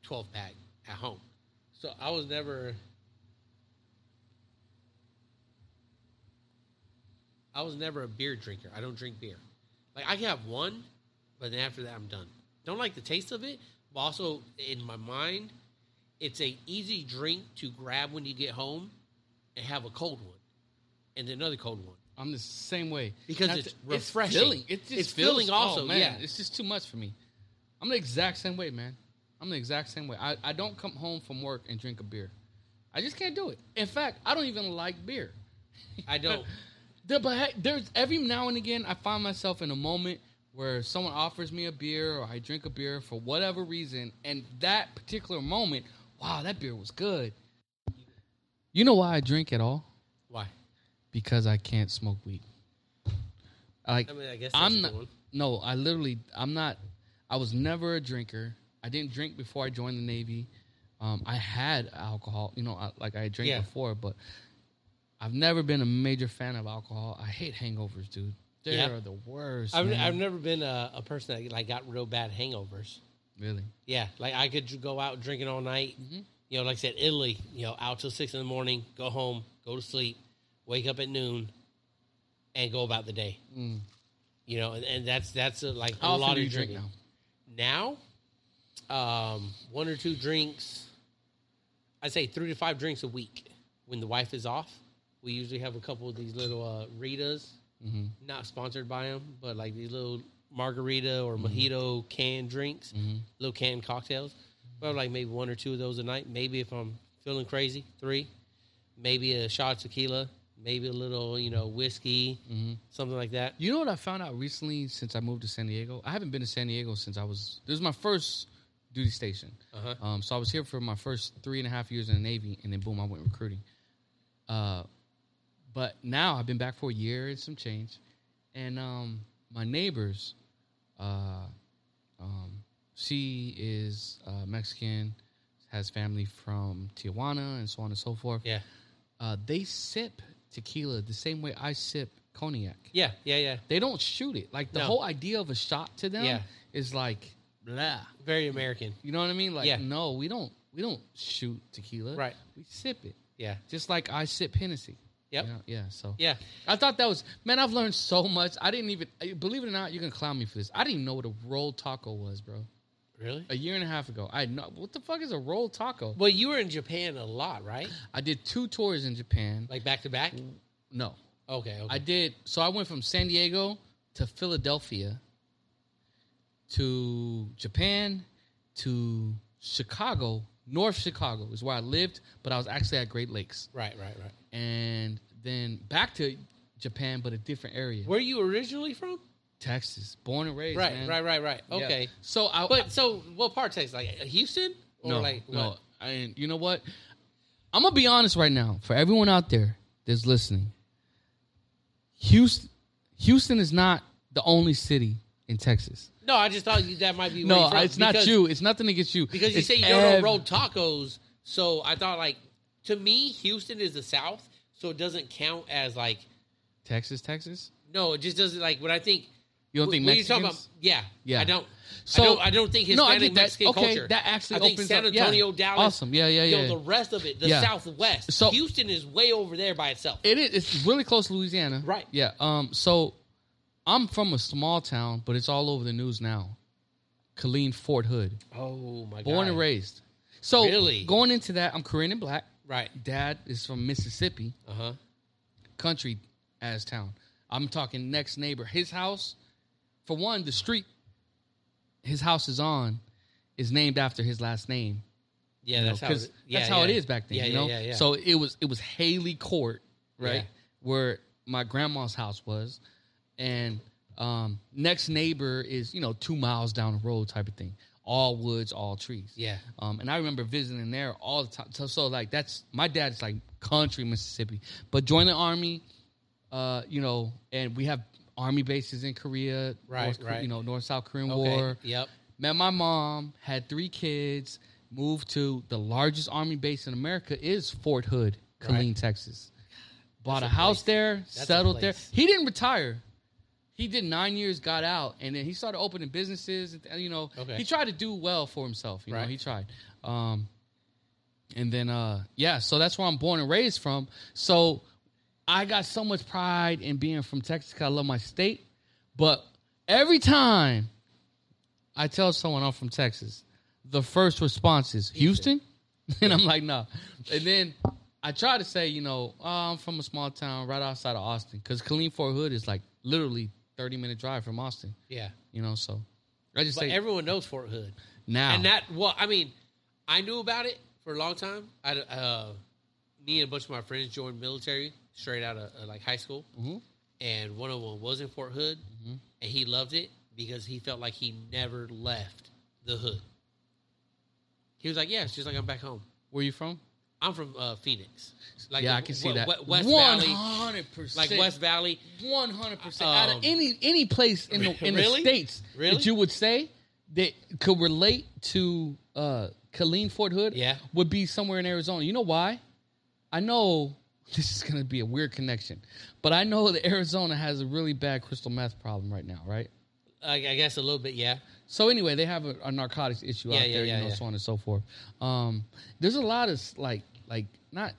Speaker 1: twelve pack at home. So I was never. I was never a beer drinker. I don't drink beer. Like I can have one, but then after that I'm done. Don't like the taste of it, but also in my mind, it's a easy drink to grab when you get home and have a cold one. And then another cold one.
Speaker 2: I'm the same way
Speaker 1: Because
Speaker 2: Not
Speaker 1: it's
Speaker 2: to-
Speaker 1: refreshing.
Speaker 2: filling. It just
Speaker 1: It's
Speaker 2: feels-
Speaker 1: filling also,
Speaker 2: oh, man,
Speaker 1: yeah.
Speaker 2: it's just too much for me. I'm the exact same way, man. I'm the exact same way. I, I don't come home from work and drink a beer. I just can't do it. In fact, I don't even like beer.
Speaker 1: I don't.
Speaker 2: There- but hey, there's every now and again I find myself in a moment where someone offers me a beer or I drink a beer for whatever reason, and that particular moment, wow, that beer was good. You know why I drink at all?
Speaker 1: Why?
Speaker 2: Because I can't smoke weed. Like
Speaker 1: I mean, I guess that's
Speaker 2: I'm not.
Speaker 1: cool.
Speaker 2: No, I literally, I'm not. I was never a drinker. I didn't drink before I joined the Navy. Um, I had alcohol, you know, I, like I drank
Speaker 1: Yeah.
Speaker 2: before, but I've never been a major fan of alcohol. I hate hangovers, dude. They
Speaker 1: Yeah.
Speaker 2: are the worst.
Speaker 1: I've,
Speaker 2: man.
Speaker 1: I've never been a, a person that like got real bad hangovers.
Speaker 2: really.
Speaker 1: Yeah, like I could dr- go out drinking all night.
Speaker 2: Mm-hmm.
Speaker 1: You know, like I said, Italy. You know, out till six in the morning, go home, go to sleep, wake up at noon, and go about the day.
Speaker 2: Mm.
Speaker 1: You know, and, and that's that's a, like a
Speaker 2: How
Speaker 1: lot
Speaker 2: often
Speaker 1: of
Speaker 2: do you drink
Speaker 1: drinking.
Speaker 2: now?
Speaker 1: now. um, one or two drinks. I say three to five drinks a week. When the wife is off, we usually have a couple of these little uh, Ritas. Not sponsored by them, but like these little margarita or mojito canned drinks little canned cocktails. Well, like maybe one or two of those a night. Maybe if I'm feeling crazy, three. Maybe a shot of tequila. Maybe a little, you know, whiskey, something like that.
Speaker 2: You know what I found out recently since I moved to San Diego? I haven't been to San Diego since I was. This is my first duty station.
Speaker 1: Uh-huh.
Speaker 2: Um, so I was here for my first three and a half years in the Navy, and then boom, I went recruiting. Uh, but now I've been back for a year and some change, and um, my neighbors, uh, um, she is uh, Mexican, has family from Tijuana, and so on and so forth.
Speaker 1: Yeah,
Speaker 2: Uh, they sip tequila the same way I sip cognac
Speaker 1: yeah, yeah, yeah.
Speaker 2: they don't shoot it. Like the
Speaker 1: No.
Speaker 2: whole idea of a shot to them
Speaker 1: Yeah.
Speaker 2: is like blah.
Speaker 1: Very American.
Speaker 2: You know what I mean? Like
Speaker 1: Yeah.
Speaker 2: no, we don't we don't shoot tequila.
Speaker 1: Right.
Speaker 2: We sip it.
Speaker 1: Yeah,
Speaker 2: Just like I sip Hennessy.
Speaker 1: Yep.
Speaker 2: You know? Yeah. So
Speaker 1: yeah.
Speaker 2: I thought that was man, I've learned so much. I didn't even I- believe it or not, you're gonna clown me for this. I didn't even know what a rolled taco was, bro.
Speaker 1: Really?
Speaker 2: A year and a half ago. I had no what the fuck is a rolled taco?
Speaker 1: Well, you were in Japan a lot, right?
Speaker 2: I did two tours in Japan.
Speaker 1: Like back to back.
Speaker 2: No.
Speaker 1: Okay, okay.
Speaker 2: Mm. I did. So I went from San Diego to Philadelphia to Japan to Chicago, North Chicago is where I lived, but I was actually at Great Lakes.
Speaker 1: Right, right, right.
Speaker 2: And then back to Japan, but a different area.
Speaker 1: Where you originally from?
Speaker 2: Texas, born and raised.
Speaker 1: Right,
Speaker 2: man.
Speaker 1: right, right, right.
Speaker 2: Yeah.
Speaker 1: Okay.
Speaker 2: So I
Speaker 1: But so what part takes like Houston or
Speaker 2: no,
Speaker 1: like
Speaker 2: no.
Speaker 1: what?
Speaker 2: And you know what? I'm gonna be honest right now for everyone out there that's listening. Houston, Houston is not the only city in Texas.
Speaker 1: No, I just thought you, that might be where
Speaker 2: No,
Speaker 1: you're from,
Speaker 2: it's not
Speaker 1: because-
Speaker 2: you. It's nothing against you.
Speaker 1: because you
Speaker 2: It's
Speaker 1: say you
Speaker 2: ev-
Speaker 1: don't roll tacos. So I thought like to me Houston is the South, so it doesn't count as like
Speaker 2: Texas, Texas.
Speaker 1: no, it just doesn't like when I think
Speaker 2: You don't
Speaker 1: when
Speaker 2: think
Speaker 1: you talk
Speaker 2: Mexicans?
Speaker 1: about yeah
Speaker 2: Yeah.
Speaker 1: I don't
Speaker 2: So-
Speaker 1: I don't, I don't think
Speaker 2: No, I
Speaker 1: Hispanic
Speaker 2: get that.
Speaker 1: Mexican
Speaker 2: Okay,
Speaker 1: culture
Speaker 2: that actually
Speaker 1: I think
Speaker 2: opens
Speaker 1: San
Speaker 2: up- yeah.
Speaker 1: Antonio Dallas
Speaker 2: Awesome. Yeah, yeah,
Speaker 1: you know,
Speaker 2: yeah.
Speaker 1: the rest of it the
Speaker 2: Yeah.
Speaker 1: Southwest
Speaker 2: So-
Speaker 1: Houston is way over there by itself
Speaker 2: It is. It's really close to Louisiana.
Speaker 1: Right.
Speaker 2: Yeah. Um. So, I'm from a small town, but it's all over the news now. Colleen Fort Hood,
Speaker 1: oh my
Speaker 2: born and raised. So
Speaker 1: Really?
Speaker 2: going into that, I'm Korean and black.
Speaker 1: right
Speaker 2: Dad is from Mississippi,
Speaker 1: uh huh
Speaker 2: country as town. I'm talking next neighbor. His house, for one, the street his house is on is named after his last name.
Speaker 1: yeah
Speaker 2: you know,
Speaker 1: that's how
Speaker 2: 'cause
Speaker 1: it, yeah,
Speaker 2: that's how
Speaker 1: yeah.
Speaker 2: it is back then.
Speaker 1: yeah,
Speaker 2: you
Speaker 1: yeah,
Speaker 2: know,
Speaker 1: yeah, yeah.
Speaker 2: so it was it was Haley Court, right,
Speaker 1: Yeah.
Speaker 2: where my grandma's house was, and um, next neighbor is you know two miles down the road type of thing. All woods, all trees.
Speaker 1: yeah
Speaker 2: Um, and I remember visiting there all the time. So, so like that's my dad's like country Mississippi, but joined the army, uh, you know, and we have army bases in Korea,
Speaker 1: Right,
Speaker 2: North, Kore-
Speaker 1: right.
Speaker 2: you know, North South Korean
Speaker 1: okay
Speaker 2: War.
Speaker 1: yep
Speaker 2: Met my mom, had three kids, moved to the largest army base in America is Fort Hood, Killeen,
Speaker 1: Right.
Speaker 2: Texas. Bought a,
Speaker 1: a
Speaker 2: house
Speaker 1: place.
Speaker 2: there,
Speaker 1: a
Speaker 2: settled there.
Speaker 1: place.
Speaker 2: He didn't retire. He did nine years, got out, and then he started opening businesses. And, you know,
Speaker 1: Okay.
Speaker 2: he tried to do well for himself. You know,
Speaker 1: Right.
Speaker 2: he tried. Um, and then, uh, yeah, so that's where I'm born and raised from. So I got so much pride in being from Texas 'cause I love my state. But every time I tell someone I'm from Texas, the first response is Houston, and I'm like, nah. And then I try to say, you know, oh, I'm from a small town right outside of Austin because Killeen Fort Hood is like literally 30 minute drive from Austin.
Speaker 1: yeah
Speaker 2: You know, so I just
Speaker 1: but
Speaker 2: say
Speaker 1: everyone knows Fort Hood
Speaker 2: now.
Speaker 1: And that, well, I mean, I knew about it for a long time. I, uh, me and a bunch of my friends joined military straight out of uh, like high school,
Speaker 2: Mhm.
Speaker 1: and one of them was in Fort Hood,
Speaker 2: Mm-hmm.
Speaker 1: and he loved it because he felt like he never left the hood. He was like, "Yeah, it's just like I'm back home.
Speaker 2: Where you from?
Speaker 1: I'm from uh, Phoenix. Like
Speaker 2: yeah,
Speaker 1: the
Speaker 2: I can see
Speaker 1: we-
Speaker 2: that.
Speaker 1: we- West Valley,
Speaker 2: 100%.
Speaker 1: like West Valley.
Speaker 2: One hundred percent. Out
Speaker 1: Um,
Speaker 2: of any any place in the in
Speaker 1: Really?
Speaker 2: the states
Speaker 1: Really?
Speaker 2: that you would say that could relate to uh Colleen Fort Hood,
Speaker 1: Yeah.
Speaker 2: would be somewhere in Arizona. You know why? I know this is gonna be a weird connection, but I know that Arizona has a really bad crystal meth problem right now, right?
Speaker 1: I, I guess a little bit, yeah.
Speaker 2: So anyway, they have a, a narcotics issue
Speaker 1: Yeah,
Speaker 2: out
Speaker 1: yeah,
Speaker 2: there,
Speaker 1: yeah,
Speaker 2: you know,
Speaker 1: yeah.
Speaker 2: so on and so forth. Um, there's a lot of s- like, like not,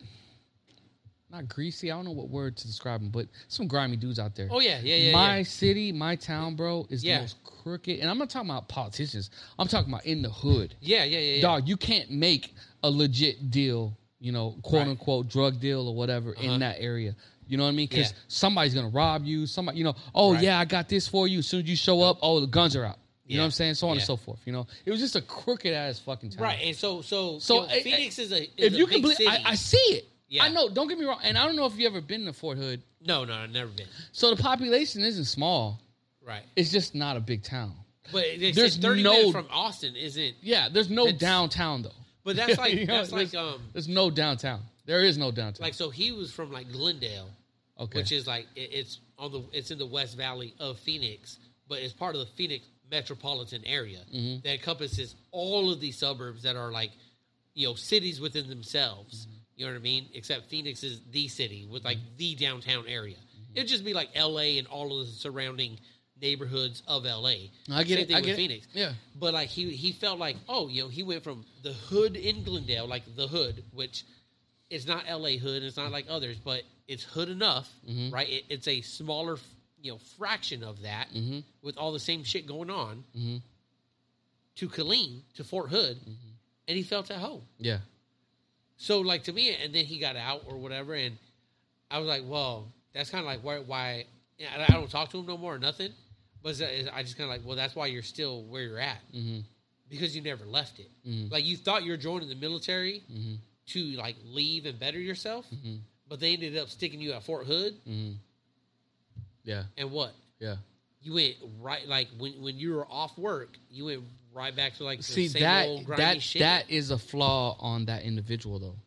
Speaker 2: not greasy. I don't know what word to describe them, but some grimy dudes out there.
Speaker 1: Oh yeah, yeah, yeah.
Speaker 2: my
Speaker 1: yeah.
Speaker 2: city, my town, bro, is
Speaker 1: Yeah.
Speaker 2: the most crooked. And I'm not talking about politicians. I'm talking about in the hood,
Speaker 1: yeah, yeah, yeah, yeah.
Speaker 2: dog. You can't make a legit deal, you know, quote
Speaker 1: Right.
Speaker 2: unquote drug deal or whatever
Speaker 1: Uh-huh.
Speaker 2: in that area. You know what I mean? Because
Speaker 1: Yeah.
Speaker 2: somebody's gonna rob you. Somebody, you know, oh
Speaker 1: Right.
Speaker 2: yeah, I got this for you. As soon as you show up, oh the guns are out. You
Speaker 1: Yeah.
Speaker 2: know what I'm saying? So on
Speaker 1: Yeah.
Speaker 2: and so forth. You know, it was just a crooked ass fucking town.
Speaker 1: Right, and so so
Speaker 2: So,
Speaker 1: you know,
Speaker 2: I- I-
Speaker 1: Phoenix is a is
Speaker 2: If
Speaker 1: a
Speaker 2: you
Speaker 1: big
Speaker 2: can believe,
Speaker 1: city.
Speaker 2: I, I see it.
Speaker 1: Yeah.
Speaker 2: I know. Don't get me wrong. And I don't know if you ever been to Fort Hood.
Speaker 1: No, no, I've never been.
Speaker 2: So the population isn't small.
Speaker 1: Right,
Speaker 2: It's just not a big town.
Speaker 1: but they
Speaker 2: There's
Speaker 1: there's thirty
Speaker 2: no-
Speaker 1: minutes from Austin, isn't?
Speaker 2: Yeah, there's no
Speaker 1: It's-
Speaker 2: downtown though.
Speaker 1: But that's like
Speaker 2: You know,
Speaker 1: that's like
Speaker 2: there's-
Speaker 1: um
Speaker 2: There's no downtown. There is no downtown.
Speaker 1: like so he was from like Glendale,
Speaker 2: okay.
Speaker 1: which is like it, it's on the it's in the West Valley of Phoenix, but it's part of the Phoenix metropolitan area
Speaker 2: Mm-hmm.
Speaker 1: that encompasses all of these suburbs that are like you know cities within themselves.
Speaker 2: Mm-hmm.
Speaker 1: You know what I mean? Except Phoenix is the city with like the downtown area.
Speaker 2: Mm-hmm.
Speaker 1: It'd just be like L.A. and all of the surrounding neighborhoods of L.A.
Speaker 2: I get
Speaker 1: Same
Speaker 2: it.
Speaker 1: thing
Speaker 2: I
Speaker 1: with
Speaker 2: get it.
Speaker 1: Phoenix.
Speaker 2: Yeah.
Speaker 1: But like he he felt like oh you know he went from the hood in Glendale like the hood which it's not L.A. hood it's not like others but it's hood enough
Speaker 2: Mm-hmm.
Speaker 1: right it, it's a smaller you know fraction of that
Speaker 2: Mm-hmm.
Speaker 1: with all the same shit going on to Killeen to Fort Hood
Speaker 2: Mm-hmm.
Speaker 1: and he felt at home
Speaker 2: yeah.
Speaker 1: so like to me and then he got out or whatever and I was like well that's kind of like why why and I I don't talk to him no more or nothing but it's- I just kind of like well that's why you're still where you're at
Speaker 2: Mhm.
Speaker 1: because you never left it.
Speaker 2: Mhm.
Speaker 1: Like you thought you were joining the military
Speaker 2: Mhm.
Speaker 1: to like leave and better yourself,
Speaker 2: Mhm.
Speaker 1: but they ended up sticking you at Fort Hood.
Speaker 2: Mhm. Yeah.
Speaker 1: And what
Speaker 2: Yeah.
Speaker 1: you went right like when when you were off work, you went right back to like the
Speaker 2: See
Speaker 1: same
Speaker 2: that
Speaker 1: old grindy
Speaker 2: that
Speaker 1: shit.
Speaker 2: that is a flaw on that individual though.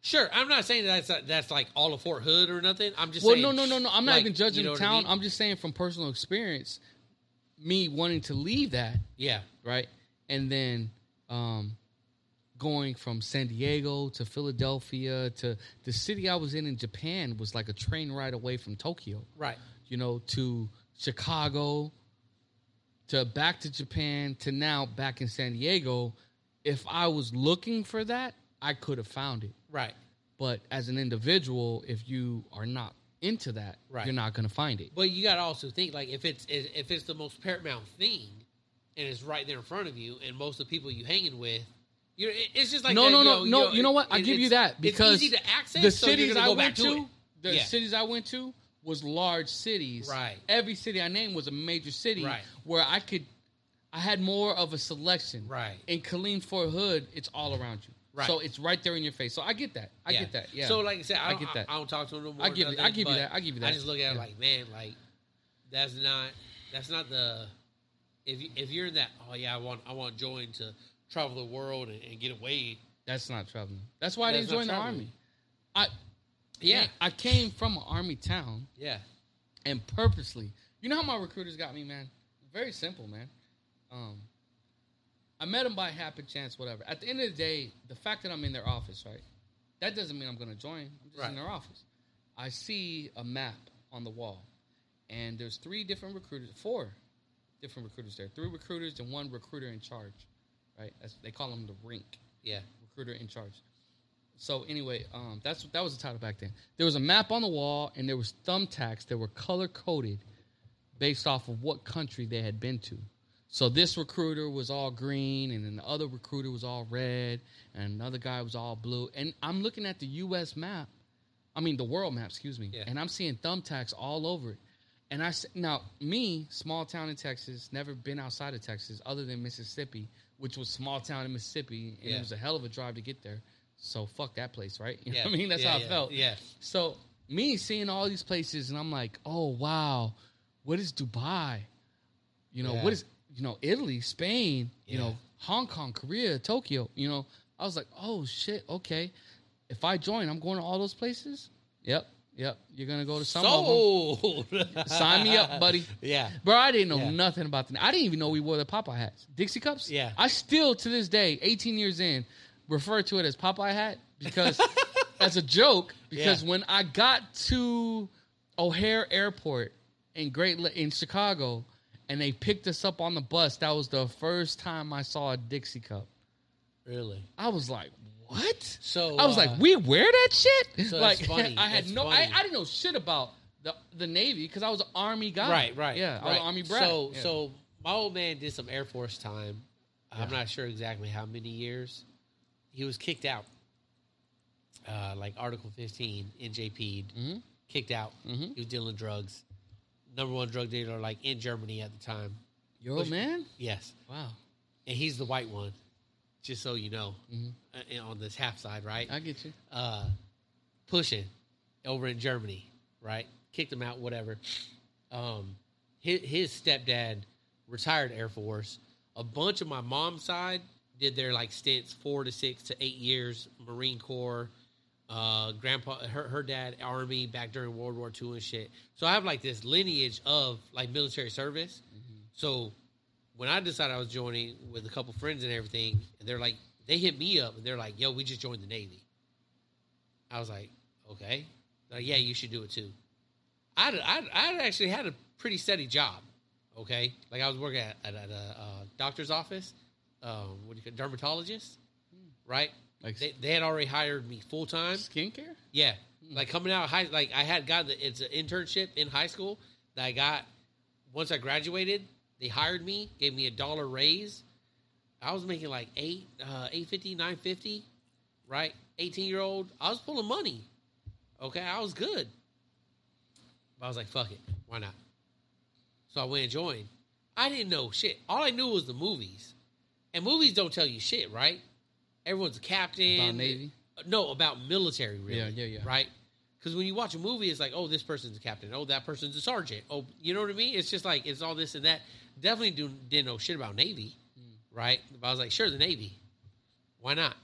Speaker 1: Sure, I'm not saying that's uh, that's like all of Fort Hood or nothing. I'm just
Speaker 2: Well,
Speaker 1: saying,
Speaker 2: no, no, no, no. I'm not
Speaker 1: like,
Speaker 2: even judging
Speaker 1: you know
Speaker 2: the
Speaker 1: what I
Speaker 2: town. I
Speaker 1: mean?
Speaker 2: am just saying from personal experience, me wanting to leave that
Speaker 1: yeah,
Speaker 2: right, and then um, going from San Diego to Philadelphia to the city I was in in Japan was like a train ride away from Tokyo.
Speaker 1: right.
Speaker 2: You know, to Chicago, to back to Japan, to now back in San Diego. If I was looking for that, I could have found it.
Speaker 1: Right.
Speaker 2: But as an individual, if you are not into that,
Speaker 1: Right.
Speaker 2: you're not going to find it.
Speaker 1: But you got to also think like if it's if it's the most paramount thing, and it's right there in front of you, and most of the people you hanging with, you know, it- it's just like
Speaker 2: no,
Speaker 1: that,
Speaker 2: no,
Speaker 1: you
Speaker 2: no,
Speaker 1: know,
Speaker 2: no.
Speaker 1: know,
Speaker 2: You know what?
Speaker 1: it-
Speaker 2: I give you
Speaker 1: it's-
Speaker 2: that because
Speaker 1: it's easy to access.
Speaker 2: the
Speaker 1: so you're
Speaker 2: cities
Speaker 1: gonna
Speaker 2: I
Speaker 1: go back
Speaker 2: went to,
Speaker 1: it.
Speaker 2: the
Speaker 1: yeah.
Speaker 2: cities I went to was large cities.
Speaker 1: Right.
Speaker 2: Every city I named was a major city
Speaker 1: Right.
Speaker 2: where I could, I had more of a selection.
Speaker 1: Right.
Speaker 2: In Killeen Fort Hood, it's all around you.
Speaker 1: Right.
Speaker 2: So it's right there in your face. So I get that. I
Speaker 1: Yeah.
Speaker 2: get that. Yeah.
Speaker 1: So like I said, I,
Speaker 2: I
Speaker 1: don't,
Speaker 2: get that.
Speaker 1: I, don't talk to him no more.
Speaker 2: I give you-
Speaker 1: nothing,
Speaker 2: I give you
Speaker 1: but
Speaker 2: that. I give you
Speaker 1: I
Speaker 2: that.
Speaker 1: just look at it
Speaker 2: Yeah.
Speaker 1: like, man, like that's not that's not the if you, if you're in that. Oh yeah, I want I want Joy to travel the world and, and get away.
Speaker 2: That's not traveling. That's why I
Speaker 1: That's
Speaker 2: didn't
Speaker 1: not
Speaker 2: join the
Speaker 1: traveling.
Speaker 2: army. I
Speaker 1: Yeah.
Speaker 2: I came from an army town
Speaker 1: Yeah.
Speaker 2: and purposely. You know how my recruiters got me, man? Very simple, man. Um, I met them by happen chance, whatever. At the end of the day, the fact that I'm in their office, right? That doesn't mean I'm going to join. I'm just in
Speaker 1: Right.
Speaker 2: their office. I see a map on the wall, and there's three different recruiters, four different recruiters there. Three recruiters and one recruiter in charge, right? That's, they call them the rink
Speaker 1: Yeah.
Speaker 2: recruiter in charge. So anyway, um, that's that was the title back then. There was a map on the wall, and there was thumbtacks that were color coded based off of what country they had been to. So this recruiter was all green, and then the other recruiter was all red, and another guy was all blue. And I'm looking at the U.S. map, I mean the world map, excuse me,
Speaker 1: Yeah.
Speaker 2: and I'm seeing thumbtacks all over it. And I s- now me, small town in Texas, never been outside of Texas other than Mississippi, which was small town in Mississippi, and
Speaker 1: Yeah.
Speaker 2: it was a hell of a drive to get there. So fuck that place, right? You know
Speaker 1: yeah.
Speaker 2: what I mean? That's
Speaker 1: yeah,
Speaker 2: how
Speaker 1: yeah,
Speaker 2: I felt.
Speaker 1: Yeah.
Speaker 2: So me seeing all these places, and I'm like, oh wow, what is Dubai? You know,
Speaker 1: Yeah.
Speaker 2: what is you know Italy, Spain, you
Speaker 1: Yeah.
Speaker 2: know Hong Kong, Korea, Tokyo. You know, I was like, oh shit, okay. If I join, I'm going to all those places. Yep, yep. You're gonna go to some of
Speaker 1: Sold.
Speaker 2: them. Sign me up, buddy.
Speaker 1: Yeah.
Speaker 2: Bro, I didn't know
Speaker 1: Yeah.
Speaker 2: nothing about the. I didn't even know we wore the Popeye hats, Dixie cups.
Speaker 1: Yeah.
Speaker 2: I still to this day, 18 years in, refer to it as Popeye hat because as a joke. Because
Speaker 1: Yeah.
Speaker 2: when I got to O'Hare Airport in Great Li- in Chicago, and they picked us up on the bus, that was the first time I saw a Dixie cup.
Speaker 1: Really.
Speaker 2: I was like, what?
Speaker 1: So
Speaker 2: I was
Speaker 1: uh,
Speaker 2: like, we wear that shit.
Speaker 1: so
Speaker 2: like,
Speaker 1: that's funny.
Speaker 2: I had
Speaker 1: That's
Speaker 2: no, I,
Speaker 1: funny.
Speaker 2: I didn't know shit about the the Navy because I was an Army guy.
Speaker 1: Right, right.
Speaker 2: Yeah, I was
Speaker 1: right.
Speaker 2: an Army brat.
Speaker 1: So,
Speaker 2: Yeah.
Speaker 1: so my old man did some Air Force time. I'm not sure exactly how many years. He was kicked out, uh, like Article 15, NJP,
Speaker 2: Mhm.
Speaker 1: kicked out.
Speaker 2: Mhm.
Speaker 1: He was dealing drugs. Number one drug dealer, like in Germany at the time.
Speaker 2: your
Speaker 1: which-
Speaker 2: old man.
Speaker 1: Yes,
Speaker 2: Wow,
Speaker 1: and he's the white one. Just so you know,
Speaker 2: Mhm.
Speaker 1: Uh, and on this half side, right?
Speaker 2: I get you.
Speaker 1: uh, pushing over in Germany, right? Kicked him out, whatever. Um, his, his stepdad retired Air Force. A bunch of my mom's side did their like stints four to six to eight years Marine Corps. Uh, grandpa, her, her dad, Army back during World War II and shit. So I have like this lineage of like military service. So when I decided I was joining with a couple friends and everything, and they're like, they hit me up and they're like, yo, we just joined the Navy. I was like, okay. They're like, yeah, you should do it too. I I I actually had a pretty steady job. Okay, like I was working at, at, at a uh, doctor's office, um, what do you call dermatologist, right?
Speaker 2: Like
Speaker 1: They, they had already hired me full time.
Speaker 2: skincare.
Speaker 1: Yeah,
Speaker 2: Hmm.
Speaker 1: like coming out of high, like I had got the, it's an internship in high school that I got once I graduated. They hired me, gave me a dollar raise. I was making like eight, uh, eight fifty, nine fifty, right? Eighteen year old, I was pulling money. Okay, I was good. But I was like, fuck it, why not? So I went and joined. I didn't know shit. All I knew was the movies And movies don't tell you shit, right? Everyone's a captain.
Speaker 2: About Navy?
Speaker 1: No, about military, really.
Speaker 2: Yeah, yeah, yeah.
Speaker 1: Right? Because when you watch a movie, it's like, oh, this person's a captain. Oh, that person's a sergeant. Oh, you know what I mean? It's just like, it's all this and that. Definitely do, didn't know shit about Navy,
Speaker 2: Mm.
Speaker 1: right? But I was like, sure, the Navy. Why not?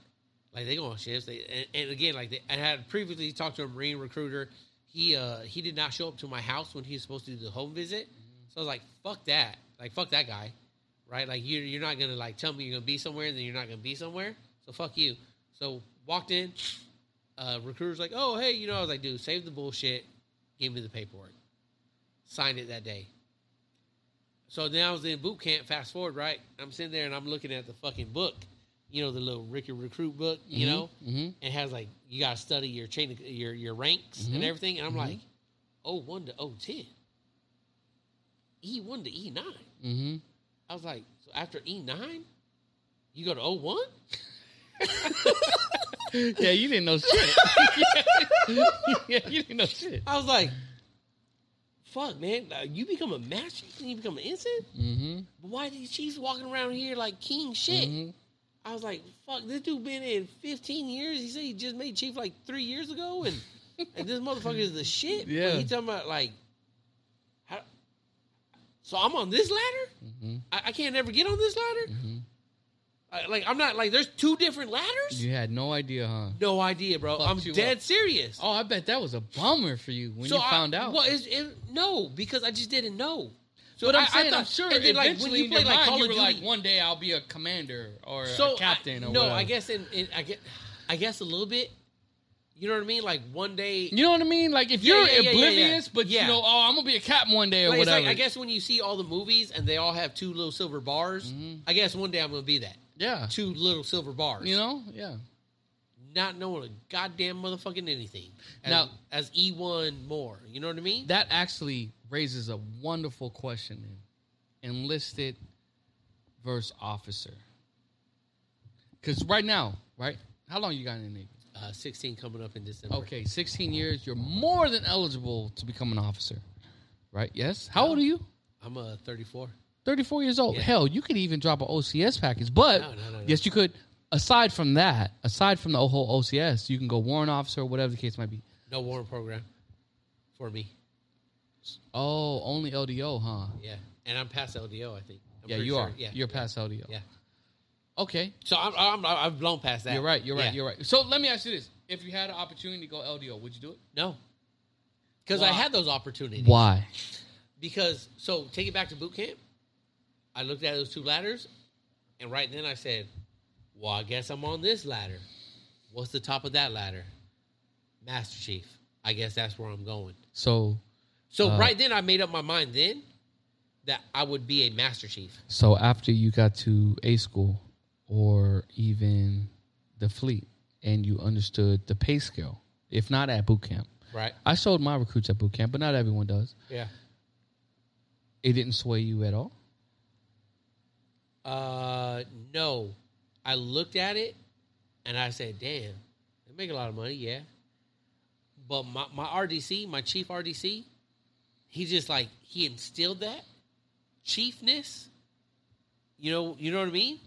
Speaker 1: Like, they go on ships. They, and, and again, like, they, I had previously talked to a Marine recruiter. He, uh, he did not show up to my house when he was supposed to do the home visit.
Speaker 2: Mm-hmm.
Speaker 1: So I was like, fuck that. Like, fuck that guy right? Like you, you're not gonna like tell me you're gonna be somewhere, and then you're not gonna be somewhere. So fuck you. So walked in, uh, recruiter's like, oh hey, you know, I was like, dude, save the bullshit, give me the paperwork, signed it that day. So then I was in boot camp. Fast forward, right? I'm sitting there and I'm looking at the fucking book, you know, the little Ricky Recruit book, you know,
Speaker 2: Mm-hmm.
Speaker 1: and it has like you gotta study your chain, of- your your ranks and
Speaker 2: Mhm.
Speaker 1: everything. And I'm
Speaker 2: Mhm.
Speaker 1: like, oh one to oh ten, E one to E nine.
Speaker 2: Mm-hmm.
Speaker 1: I was like, so after E9, you go to 01?
Speaker 2: yeah, you didn't know shit. yeah, you didn't know shit.
Speaker 1: I was like, fuck, man. uh, You become a master? You can become an ensign?
Speaker 2: Mm-hmm.
Speaker 1: But why these chiefs walking around here like king shit? I was like, fuck, this dude been in 15 years. He said he just made chief like three years ago. And, and this motherfucker is the shit. But
Speaker 2: Yeah.
Speaker 1: he talking about like, how, so I'm on this ladder?
Speaker 2: Mm-hmm.
Speaker 1: I, I can't ever get on this ladder?
Speaker 2: Mm-hmm.
Speaker 1: I, like, I'm not, like, there's two different ladders?
Speaker 2: You had no idea, huh?
Speaker 1: No idea, bro.
Speaker 2: Fucked
Speaker 1: I'm
Speaker 2: you
Speaker 1: dead
Speaker 2: up.
Speaker 1: serious.
Speaker 2: Oh, I bet that was a bummer for you when you
Speaker 1: I-
Speaker 2: found out.
Speaker 1: Well, it's, it, no, because I just didn't know. So
Speaker 2: but
Speaker 1: I-
Speaker 2: I'm
Speaker 1: I
Speaker 2: saying,
Speaker 1: thought-
Speaker 2: I'm sure.
Speaker 1: and then, like when
Speaker 2: eventually
Speaker 1: you
Speaker 2: in
Speaker 1: play
Speaker 2: your
Speaker 1: like
Speaker 2: mind,
Speaker 1: Call
Speaker 2: you
Speaker 1: of
Speaker 2: were
Speaker 1: Duty,
Speaker 2: like, one day I'll be a commander or
Speaker 1: so
Speaker 2: a captain
Speaker 1: I,
Speaker 2: or
Speaker 1: no,
Speaker 2: whatever.
Speaker 1: I guess in, in I guess I guess a little bit. You know what I mean? Like one day,
Speaker 2: You know what I mean? Like if
Speaker 1: Yeah,
Speaker 2: you're
Speaker 1: yeah, yeah, yeah, yeah.
Speaker 2: oblivious, but
Speaker 1: Yeah.
Speaker 2: you know, oh, I'm gonna be a captain one day or
Speaker 1: like, it's
Speaker 2: whatever.
Speaker 1: like, I guess when you see all the movies and they all have two little silver bars,
Speaker 2: Mhm.
Speaker 1: I guess one day I'm gonna be that
Speaker 2: Yeah.
Speaker 1: two little silver bars.
Speaker 2: You know? Yeah.
Speaker 1: not knowing a goddamn motherfucking anything. As,
Speaker 2: Now-
Speaker 1: as E one more, you know what I mean?
Speaker 2: That actually raises a wonderful question then. Enlisted versus officer. Cause right now, right? How long you got in the Navy?
Speaker 1: uh, Sixteen coming up in December.
Speaker 2: Okay, sixteen years, you're more than eligible to become an officer. Right? Yes? How old are you?
Speaker 1: I'm uh, 34.
Speaker 2: 34 years old.
Speaker 1: Yeah.
Speaker 2: Hell, you could even drop an OCS package. But
Speaker 1: No, no, no, no.
Speaker 2: yes, you could. Aside from that, aside from the whole OCS, you can go warrant officer, whatever the case might be.
Speaker 1: No warrant program for me.
Speaker 2: Oh, only LDO, huh?
Speaker 1: Yeah, and I'm past LDO. I think. I'm
Speaker 2: yeah,
Speaker 1: pretty
Speaker 2: you
Speaker 1: sure.
Speaker 2: are.
Speaker 1: Yeah,
Speaker 2: you're
Speaker 1: yeah.
Speaker 2: past LDO.
Speaker 1: Yeah.
Speaker 2: Okay,
Speaker 1: So I'm, I'm, I've blown past that.
Speaker 2: you're right. You're right.
Speaker 1: Yeah.
Speaker 2: You're right. So let me ask you this: If you had an opportunity to go LDO, would you do it?
Speaker 1: No, because I
Speaker 2: Why?
Speaker 1: had those opportunities.
Speaker 2: Why?
Speaker 1: Because so take it back to boot camp. I looked at those two ladders, and right then I said, "Well, I guess I'm on this ladder. What's the top of that ladder? Master Chief. I guess that's where I'm going."
Speaker 2: So,
Speaker 1: So
Speaker 2: Uh,
Speaker 1: right then I made up my mind then that I would be a Master Chief.
Speaker 2: so after you got to A school or even the fleet, and you understood the pay scale, if not at boot camp,
Speaker 1: Right.
Speaker 2: I showed my recruits at boot camp, but not everyone does.
Speaker 1: Yeah.
Speaker 2: It didn't sway you at all.
Speaker 1: Uh, no. I looked at it and I said, damn, they make a lot of money, yeah. But my, my RDC, my chief RDC, he just like he instilled that chiefness. You know, you know what I mean?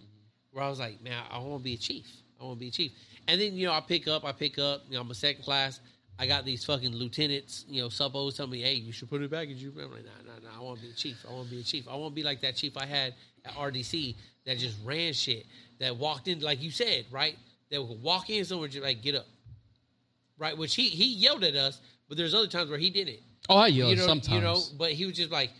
Speaker 1: Where I was like, man, I want to be a chief. I want to be a chief. And then you know, I pick up, I pick up. You know, I'm a second class. I got these fucking lieutenants, you know, subbos telling me, hey, you should put it back in you. I'm like, nah, nah, nah. I want to be a chief. I want to be a chief. I want to be like that chief I had at RDC that just ran shit, that walked in, like you said, right? That would walk in somewhere and just like get up, right? Which he he yelled at us, but there's other times where he didn't
Speaker 2: Oh, I yelled
Speaker 1: you know,
Speaker 2: sometimes.
Speaker 1: you know, but he was just like,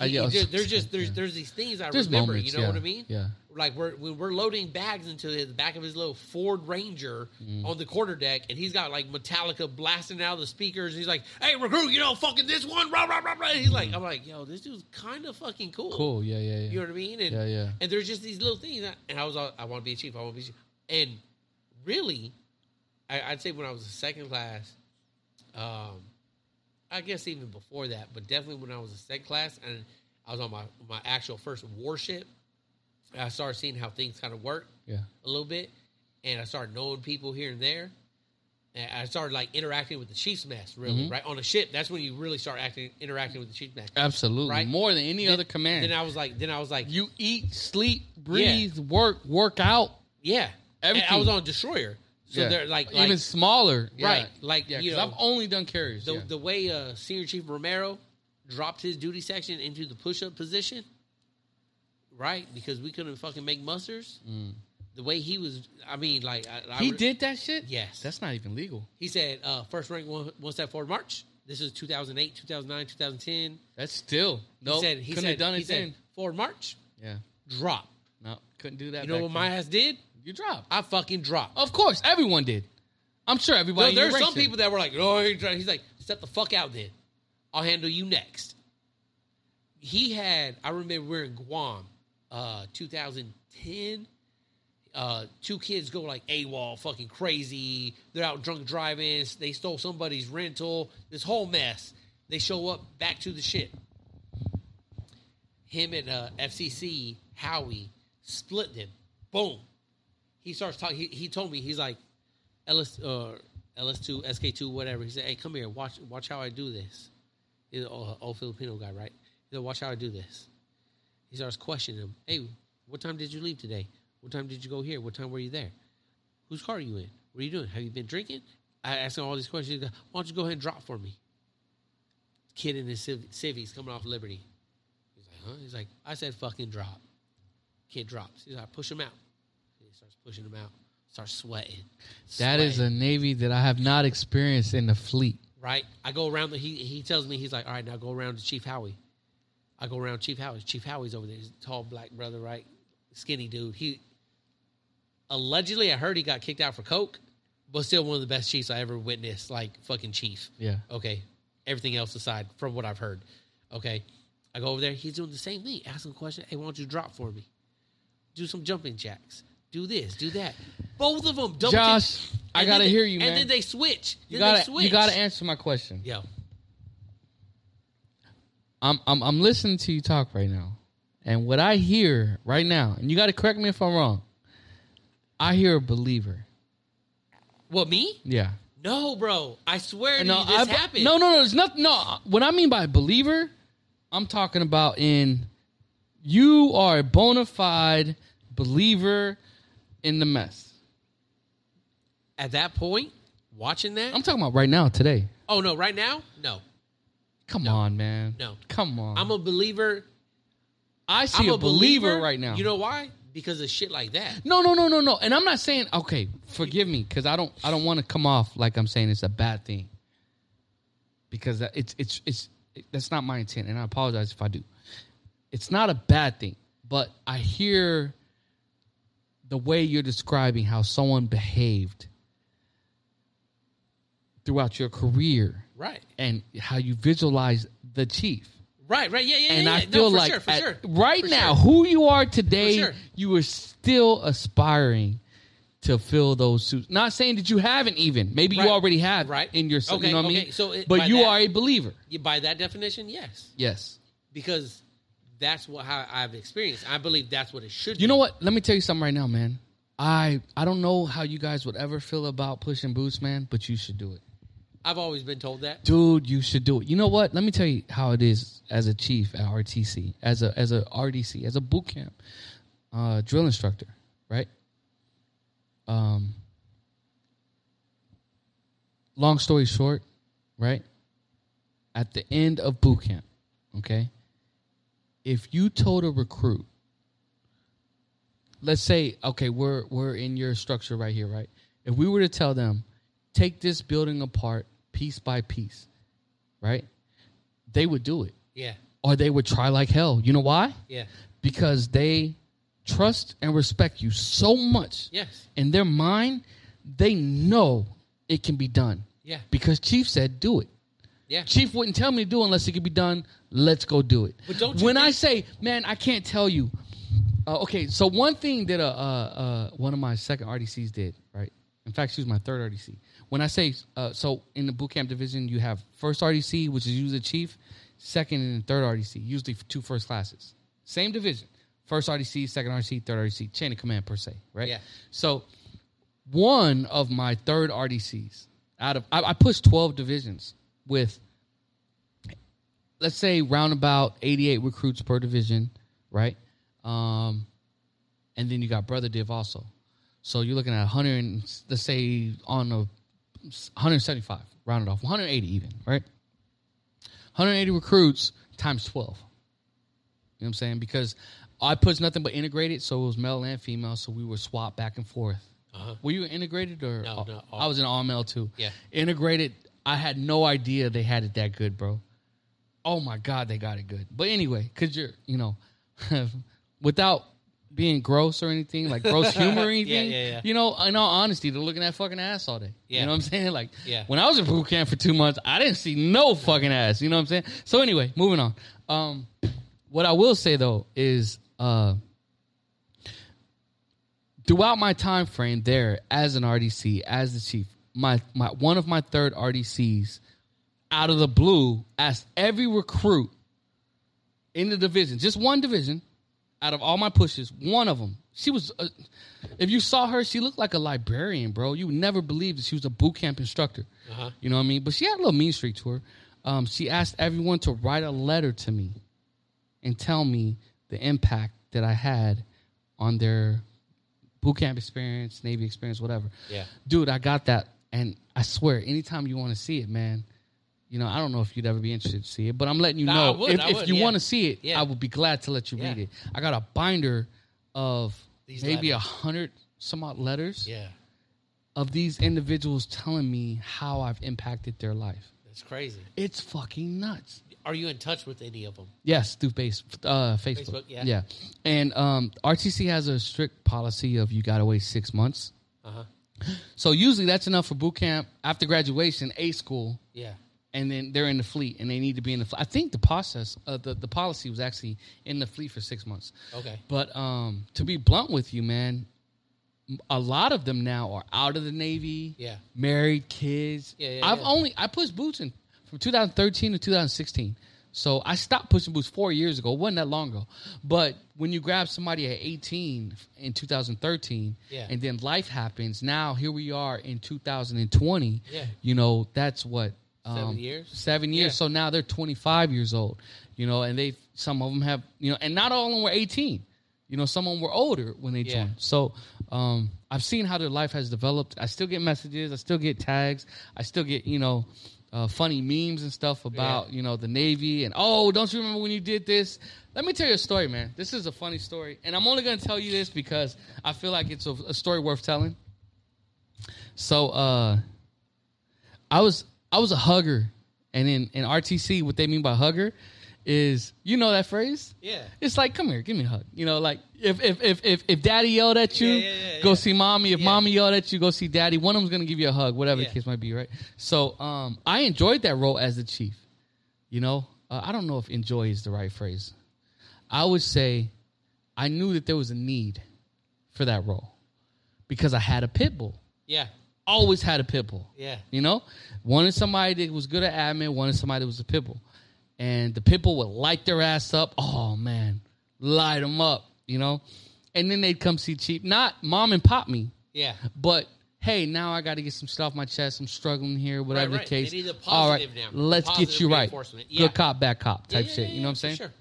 Speaker 2: I
Speaker 1: he- he
Speaker 2: yell
Speaker 1: just- there's
Speaker 2: sometimes,
Speaker 1: just there's
Speaker 2: yeah.
Speaker 1: there's these things I
Speaker 2: There's
Speaker 1: remember.
Speaker 2: moments,
Speaker 1: you know what
Speaker 2: yeah,
Speaker 1: I mean?
Speaker 2: yeah.
Speaker 1: Like we're when we're loading bags into the back of his little Ford Ranger on the quarter deck, and he's got like Metallica blasting out of the speakers. He's like, "Hey, recruit, you know, fucking this one, rah rah rah rah." He's like, "I'm like, yo, this dude's kind of fucking cool."
Speaker 2: cool. Yeah, yeah, yeah.
Speaker 1: You know what I mean? And,
Speaker 2: Yeah, yeah.
Speaker 1: And there's just these little things. And I was, all, I want to be a chief. I want to be a chief. And really, I, I'd say when I was a second class, um, I guess even before that, but definitely when I was a second class and I was on my, my actual first warship, and I started seeing how things kind of work
Speaker 2: yeah.
Speaker 1: a little bit, and I started knowing people here and there. And I started like interacting with the chief's mess, really,
Speaker 2: Mhm.
Speaker 1: right? On a ship, that's when you really start acting interacting with the chief's mess.
Speaker 2: Absolutely.
Speaker 1: Right?
Speaker 2: More than any
Speaker 1: Then-
Speaker 2: other command.
Speaker 1: Then I was like, then I was like,
Speaker 2: you eat, sleep, breathe, work, work out.
Speaker 1: yeah,
Speaker 2: Everything.
Speaker 1: And I was on a destroyer, so
Speaker 2: Yeah.
Speaker 1: they're like, like
Speaker 2: Even smaller. Yeah.
Speaker 1: Right, like,
Speaker 2: yeah,
Speaker 1: you
Speaker 2: 'cause
Speaker 1: know,
Speaker 2: I've only done carries.
Speaker 1: the
Speaker 2: yeah.
Speaker 1: the way uh, Senior Chief Romero dropped his duty section into the push up position, right? Because we couldn't fucking make musters. The way he was, I mean, like I, I
Speaker 2: Mm. he
Speaker 1: re-
Speaker 2: did that shit?
Speaker 1: Yes.
Speaker 2: That's not even legal.
Speaker 1: He said, uh, first rank, one, one step forward march. This is 2008, 2009, 2010.
Speaker 2: That's still. No.
Speaker 1: he said, he
Speaker 2: couldn't
Speaker 1: said,
Speaker 2: have done
Speaker 1: he
Speaker 2: it then.
Speaker 1: said, forward march,
Speaker 2: yeah.
Speaker 1: drop.
Speaker 2: No. Couldn't do that.
Speaker 1: You know
Speaker 2: back
Speaker 1: what
Speaker 2: then.
Speaker 1: my ass did?
Speaker 2: You dropped.
Speaker 1: I fucking dropped.
Speaker 2: of course. Everyone did. I'm sure everybody.
Speaker 1: Well,
Speaker 2: in
Speaker 1: there's
Speaker 2: your
Speaker 1: some
Speaker 2: race did.
Speaker 1: people that were like, "Oh, you're trying-" he's like, step the fuck out, then. I'll handle you next." He had. I remember we were in Guam, uh, 2010. Uh, two kids go like AWOL, fucking crazy. They're out drunk driving. They stole somebody's rental. This whole mess. They show up back to the ship. Him and uh, FCC Howie split them. Boom. He starts talking. He, he told me he's like, LS uh, LS2, SK2, whatever. He said, "Hey, come here. Watch, watch how I do this." He's an old, old Filipino guy, right? He said, "Watch how I do this." He starts questioning him. Hey, what time did you leave today? What time did you go here? What time were you there? Whose car are you in? What are you doing? Have you been drinking? I asked him all these questions. He goes, Why don't you go ahead and drop for me? Kid in his civ- civvies coming off Liberty. He's like, huh? He's like, I said fucking drop. Kid drops. He's like, push him out. He starts pushing him out. Starts sweating.
Speaker 2: That is
Speaker 1: Sweating
Speaker 2: a navy that I have not experienced in the fleet.
Speaker 1: right? I go around. The, he he tells me he's like, all right, now go around to Chief Howie. I go around Chief Howie. Chief Howie's over there. He's a tall black brother, right? Skinny dude. He allegedly, I heard he got kicked out for coke, but still one of the best chiefs I ever witnessed. Like fucking chief.
Speaker 2: Yeah.
Speaker 1: Okay. Everything else aside, from what I've heard. Okay. I go over there. He's doing the same thing. Ask him a question. Hey, why don't you drop for me? Do some jumping jacks. Do this. Do that. Both of them. Double
Speaker 2: Josh,
Speaker 1: team.
Speaker 2: I
Speaker 1: And
Speaker 2: gotta
Speaker 1: then they-
Speaker 2: hear you,
Speaker 1: And
Speaker 2: man.
Speaker 1: then they switch.
Speaker 2: You
Speaker 1: Then they
Speaker 2: gotta, you
Speaker 1: switch.
Speaker 2: gotta answer my question.
Speaker 1: Yo,
Speaker 2: I'm, I'm, I'm listening to you talk right now, and what I hear right now, and you gotta correct me if I'm wrong. I hear a believer.
Speaker 1: what me?
Speaker 2: Yeah.
Speaker 1: No, bro. I swear to
Speaker 2: No,
Speaker 1: you, this
Speaker 2: I-
Speaker 1: happened.
Speaker 2: no, no, no. It's not. No, what I mean by believer, I'm talking about in you are a bona fide believer in the mess.
Speaker 1: At that point, watching that.
Speaker 2: I'm talking about right now, today.
Speaker 1: oh no, right now, no,
Speaker 2: Come on, man.
Speaker 1: no.
Speaker 2: Come on.
Speaker 1: I'm a believer.
Speaker 2: I see
Speaker 1: I'm
Speaker 2: a believer, right now.
Speaker 1: You know why? Because of shit like that.
Speaker 2: no, no, no, no, no. And I'm not saying okay. Forgive me, because I don't. I don't want to come off like I'm saying it's a bad thing. Because that- it's it's it's it- that's not my intent, and I apologize if I do. It's not a bad thing, but I hear the way you're describing how someone behaved throughout your career
Speaker 1: Right.
Speaker 2: and how you visualize the chief.
Speaker 1: Right. Right. Yeah. Yeah.
Speaker 2: and
Speaker 1: yeah,
Speaker 2: I
Speaker 1: yeah.
Speaker 2: feel
Speaker 1: no, for
Speaker 2: like
Speaker 1: sure, for
Speaker 2: at-
Speaker 1: sure.
Speaker 2: right
Speaker 1: For
Speaker 2: now,
Speaker 1: sure.
Speaker 2: who you are today,
Speaker 1: For sure.
Speaker 2: you are still aspiring to fill those suits. Not saying that you haven't even. Maybe
Speaker 1: Right.
Speaker 2: you already have
Speaker 1: Right.
Speaker 2: in your. Okay,
Speaker 1: Okay,
Speaker 2: you know what I
Speaker 1: okay.
Speaker 2: mean?
Speaker 1: So it- by
Speaker 2: but you
Speaker 1: that-
Speaker 2: are a believer.
Speaker 1: You- by that definition, yes,
Speaker 2: Yes.
Speaker 1: because that's what how I've experienced. I believe that's what it should.
Speaker 2: You
Speaker 1: be.
Speaker 2: know what? Let me tell you something right now, man. I I don't know how you guys would ever feel about pushing boots, man, but you should do it.
Speaker 1: I've always been told that.
Speaker 2: Dude, you should do it. You know what? Let me tell you how it is as a chief at RTC, as a as a RDC, as a boot camp uh, drill instructor, right? Um, long story short, right? At the end of boot camp, okay, if you told a recruit, let's say, okay, we're we're in your structure right here, right? If we were to tell them, take this building apart piece by piece, right? They would do it.
Speaker 1: Yeah.
Speaker 2: Or they would try like hell. You know why?
Speaker 1: Yeah.
Speaker 2: Because they trust and respect you so much.
Speaker 1: Yes.
Speaker 2: In their mind, they know it can be done.
Speaker 1: Yeah.
Speaker 2: Because Chief said do it.
Speaker 1: Yeah.
Speaker 2: Chief wouldn't tell me to do it unless it could be done. Let's go do it.
Speaker 1: But don't you
Speaker 2: when
Speaker 1: think-
Speaker 2: I say, man, I can't tell you. Uh, okay, so one thing that uh, uh, uh, one of my second RDCs did, right? In fact, she was my third RDC. When I say, uh, so in the boot camp division, you have first RDC, which is usually the chief, second and third RDC, usually two first classes. Same division. First RDC, second RDC, third RDC, chain of command per se, right?
Speaker 1: Yeah.
Speaker 2: So one of my third RDCs out of I, I pushed twelve divisions with let's say roundabout eighty eight recruits per division, right? Um, and then you got brother div also, so you're looking at hundred and let's say on a hundred seventy five rounded off one hundred eighty even, right? Hundred eighty recruits times twelve. You know what I'm saying? Because I pushed nothing but integrated, so it was male and female, so we would swap back and forth.
Speaker 3: Uh-huh.
Speaker 2: Were you integrated or
Speaker 3: No, no, all-
Speaker 2: I was in all male too.
Speaker 3: Yeah.
Speaker 2: Integrated, I had no idea they had it that good, bro. Oh my god, they got it good. But anyway, cuz you're, you know, without being gross or anything, like gross humor or anything,
Speaker 3: yeah, yeah.
Speaker 2: you know, in all honesty, they're looking at fucking ass all day.
Speaker 3: Yeah.
Speaker 2: You know what I'm saying? Like
Speaker 3: Yeah.
Speaker 2: when I was in boot camp for 2 months, I didn't see no fucking ass, you know what I'm saying? So anyway, moving on. Um what I will say though is uh throughout my time frame there as an RDC, as the chief, my, my one of my third RDCs out of the blue asked every recruit in the division, just one division, out of all my pushes, one of them. She was, uh, if you saw her, she looked like a librarian, bro. You would never believe that she was a boot camp instructor.
Speaker 3: Uh-huh.
Speaker 2: You know what I mean? But she had a little mean streak to her. Um, she asked everyone to write a letter to me and tell me the impact that I had on their boot camp experience, Navy experience, whatever.
Speaker 3: Yeah.
Speaker 2: Dude, I got that. And I swear, anytime you want to see it, man, you know, I don't know if you'd ever be interested to see it, but I'm letting you
Speaker 3: Nah,
Speaker 2: know.
Speaker 3: I would,
Speaker 2: if
Speaker 3: I
Speaker 2: if
Speaker 3: would,
Speaker 2: you
Speaker 3: yeah.
Speaker 2: want to see it,
Speaker 3: Yeah.
Speaker 2: I would be glad to let you read
Speaker 3: Yeah.
Speaker 2: it. I got a binder of
Speaker 3: These
Speaker 2: maybe a
Speaker 3: letters.
Speaker 2: hundred some odd letters
Speaker 3: Yeah.
Speaker 2: of these individuals telling me how I've impacted their life.
Speaker 3: That's crazy.
Speaker 2: It's fucking nuts.
Speaker 3: Are you in touch with any of them?
Speaker 2: Yes, through base, uh, Facebook.
Speaker 3: Facebook, yeah.
Speaker 2: And um, RTC has a strict policy of you got to wait six months.
Speaker 3: Uh huh.
Speaker 2: So usually that's enough for boot camp after graduation, A school,
Speaker 3: Yeah.
Speaker 2: and then they're in the fleet and they need to be in the fleet. I think the process, uh, the, the policy was actually in the fleet for six months.
Speaker 3: Okay.
Speaker 2: But um, to be blunt with you, man, a lot of them now are out of the Navy,
Speaker 3: Yeah.
Speaker 2: married, kids.
Speaker 3: Yeah, yeah,
Speaker 2: I've
Speaker 3: yeah.
Speaker 2: only I pushed boots in from 2013 to 2016. So I stopped pushing boots four years ago. It wasn't that long ago. But when you grab somebody at 18 in 2013,
Speaker 3: Yeah.
Speaker 2: and then life happens. Now here we are in 2020.
Speaker 3: Yeah.
Speaker 2: You know that's what um,
Speaker 3: Seven years?
Speaker 2: Seven years.
Speaker 3: Yeah.
Speaker 2: So now they're 25 years old. You know, and they some of them have you know, and not all of them were 18. You know, some of them were older when they
Speaker 3: Yeah.
Speaker 2: joined. So um, I've seen how their life has developed. I still get messages. I still get tags. I still get you know uh, funny memes and stuff about you know the Navy and oh, don't you remember when you did this? Let me tell you a story, man. This is a funny story, and I'm only going to tell you this because I feel like it's a, a story worth telling. So uh, I was I was a hugger, and in in RTC, what they mean by hugger is you know that phrase.
Speaker 3: Yeah.
Speaker 2: It's like, come here, give me a hug. You know, like if if if if, if daddy yelled at you,
Speaker 3: Yeah, yeah, yeah,
Speaker 2: go
Speaker 3: yeah.
Speaker 2: see mommy. If
Speaker 3: Yeah.
Speaker 2: mommy yelled at you, go see daddy. One of them's gonna give you a hug, whatever
Speaker 3: Yeah.
Speaker 2: the case might be, right? So um I enjoyed that role as the chief. You know? Uh, I don't know if enjoy is the right phrase. I would say I knew that there was a need for that role because I had a pit bull.
Speaker 3: Yeah.
Speaker 2: Always had a pit bull.
Speaker 3: Yeah.
Speaker 2: You know, wanted somebody that was good at admin, wanted somebody that was a pitbull, and the pitbull would light their ass up. Oh man, light them up, you know, and then they'd come see cheap, not mom and pop me,
Speaker 3: Yeah.
Speaker 2: but hey, now I got to get some stuff off my chest. I'm struggling here, whatever
Speaker 3: right.
Speaker 2: the case.
Speaker 3: They need the positive now.
Speaker 2: let's get
Speaker 3: Positive
Speaker 2: you right.
Speaker 3: reinforcement. Yeah.
Speaker 2: Good cop, bad cop
Speaker 3: Yeah,
Speaker 2: type
Speaker 3: yeah,
Speaker 2: shit.
Speaker 3: yeah,
Speaker 2: you know what I'm
Speaker 3: for
Speaker 2: saying?
Speaker 3: Sure.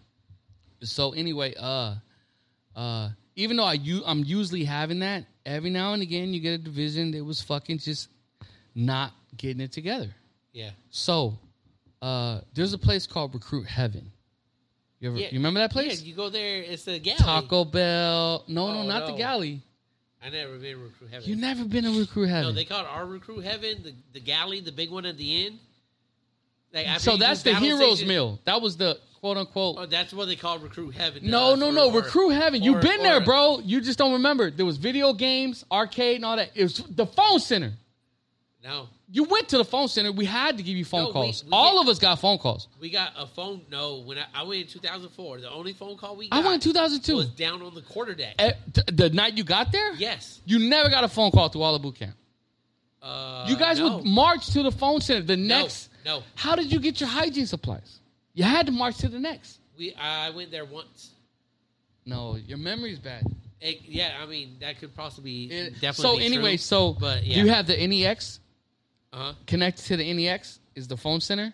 Speaker 2: So anyway, uh, uh, even though I u- I'm usually having that every now and again, you get a division that was fucking just not getting it together.
Speaker 3: Yeah.
Speaker 2: So, uh, there's a place called Recruit Heaven. You ever
Speaker 3: Yeah.
Speaker 2: you remember that place?
Speaker 3: Yeah, you go there. It's the galley.
Speaker 2: Taco Bell. No,
Speaker 3: Oh,
Speaker 2: no, not
Speaker 3: no.
Speaker 2: the galley.
Speaker 3: I never been recruit heaven.
Speaker 2: You never been to Recruit Heaven.
Speaker 3: No, they called our recruit heaven the, the galley, the big one at the end. Like, after
Speaker 2: so
Speaker 3: you
Speaker 2: that's
Speaker 3: do
Speaker 2: the
Speaker 3: battle
Speaker 2: hero's
Speaker 3: station-
Speaker 2: meal. That was the quote unquote.
Speaker 3: Oh, that's what they call recruit heaven. to
Speaker 2: no,
Speaker 3: us,
Speaker 2: no,
Speaker 3: or-
Speaker 2: no.
Speaker 3: or-
Speaker 2: Recruit Heaven. You've
Speaker 3: or-
Speaker 2: been there,
Speaker 3: or-
Speaker 2: bro. You just don't remember. There was video games, arcade, and all that. It was the phone center.
Speaker 3: No,
Speaker 2: You went to the phone center. We had to give you phone
Speaker 3: No, we-
Speaker 2: calls.
Speaker 3: we
Speaker 2: all
Speaker 3: get-
Speaker 2: of us got phone calls.
Speaker 3: we got a phone. No, when I, I went in 2004, the only phone call we got
Speaker 2: I went in 2002.
Speaker 3: was down on the quarterdeck.
Speaker 2: Eh, th- the night you got there,
Speaker 3: yes,
Speaker 2: you never got a phone call through all of boot camp.
Speaker 3: uh,
Speaker 2: You guys
Speaker 3: no.
Speaker 2: would march to the phone center. The
Speaker 3: No,
Speaker 2: next,
Speaker 3: No,
Speaker 2: how did you get your hygiene supplies? You had to march to the next.
Speaker 3: we. I went there once.
Speaker 2: No, your memory's bad.
Speaker 3: It- yeah, I mean that could possibly
Speaker 2: It-
Speaker 3: definitely.
Speaker 2: so
Speaker 3: be
Speaker 2: anyway,
Speaker 3: true,
Speaker 2: so
Speaker 3: but yeah.
Speaker 2: do you have the NEX?
Speaker 3: Uh-huh.
Speaker 2: E Connected to the NEX is the phone center.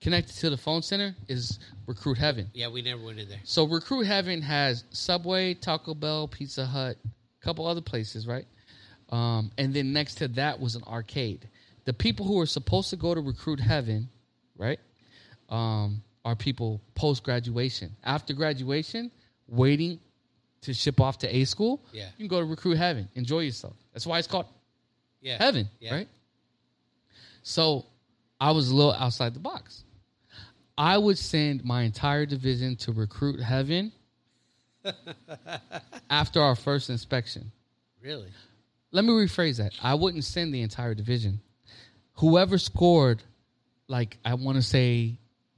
Speaker 2: Connected to the phone center is Recruit Heaven.
Speaker 3: Yeah, we never went in there.
Speaker 2: So Recruit Heaven has Subway, Taco Bell, Pizza Hut, a couple other places, right? Um, and then next to that was an arcade. The people who are supposed to go to Recruit Heaven, right, um, are people post graduation. After graduation, waiting to ship off to A school,
Speaker 3: Yeah.
Speaker 2: you can go to Recruit Heaven. Enjoy yourself. That's why it's called
Speaker 3: Yeah.
Speaker 2: heaven,
Speaker 3: Yeah.
Speaker 2: right? So I was a little outside the box. I would send my entire division to recruit heaven after our first inspection.
Speaker 3: Really?
Speaker 2: Let me rephrase that. I wouldn't send the entire division. Whoever scored, like I want to say,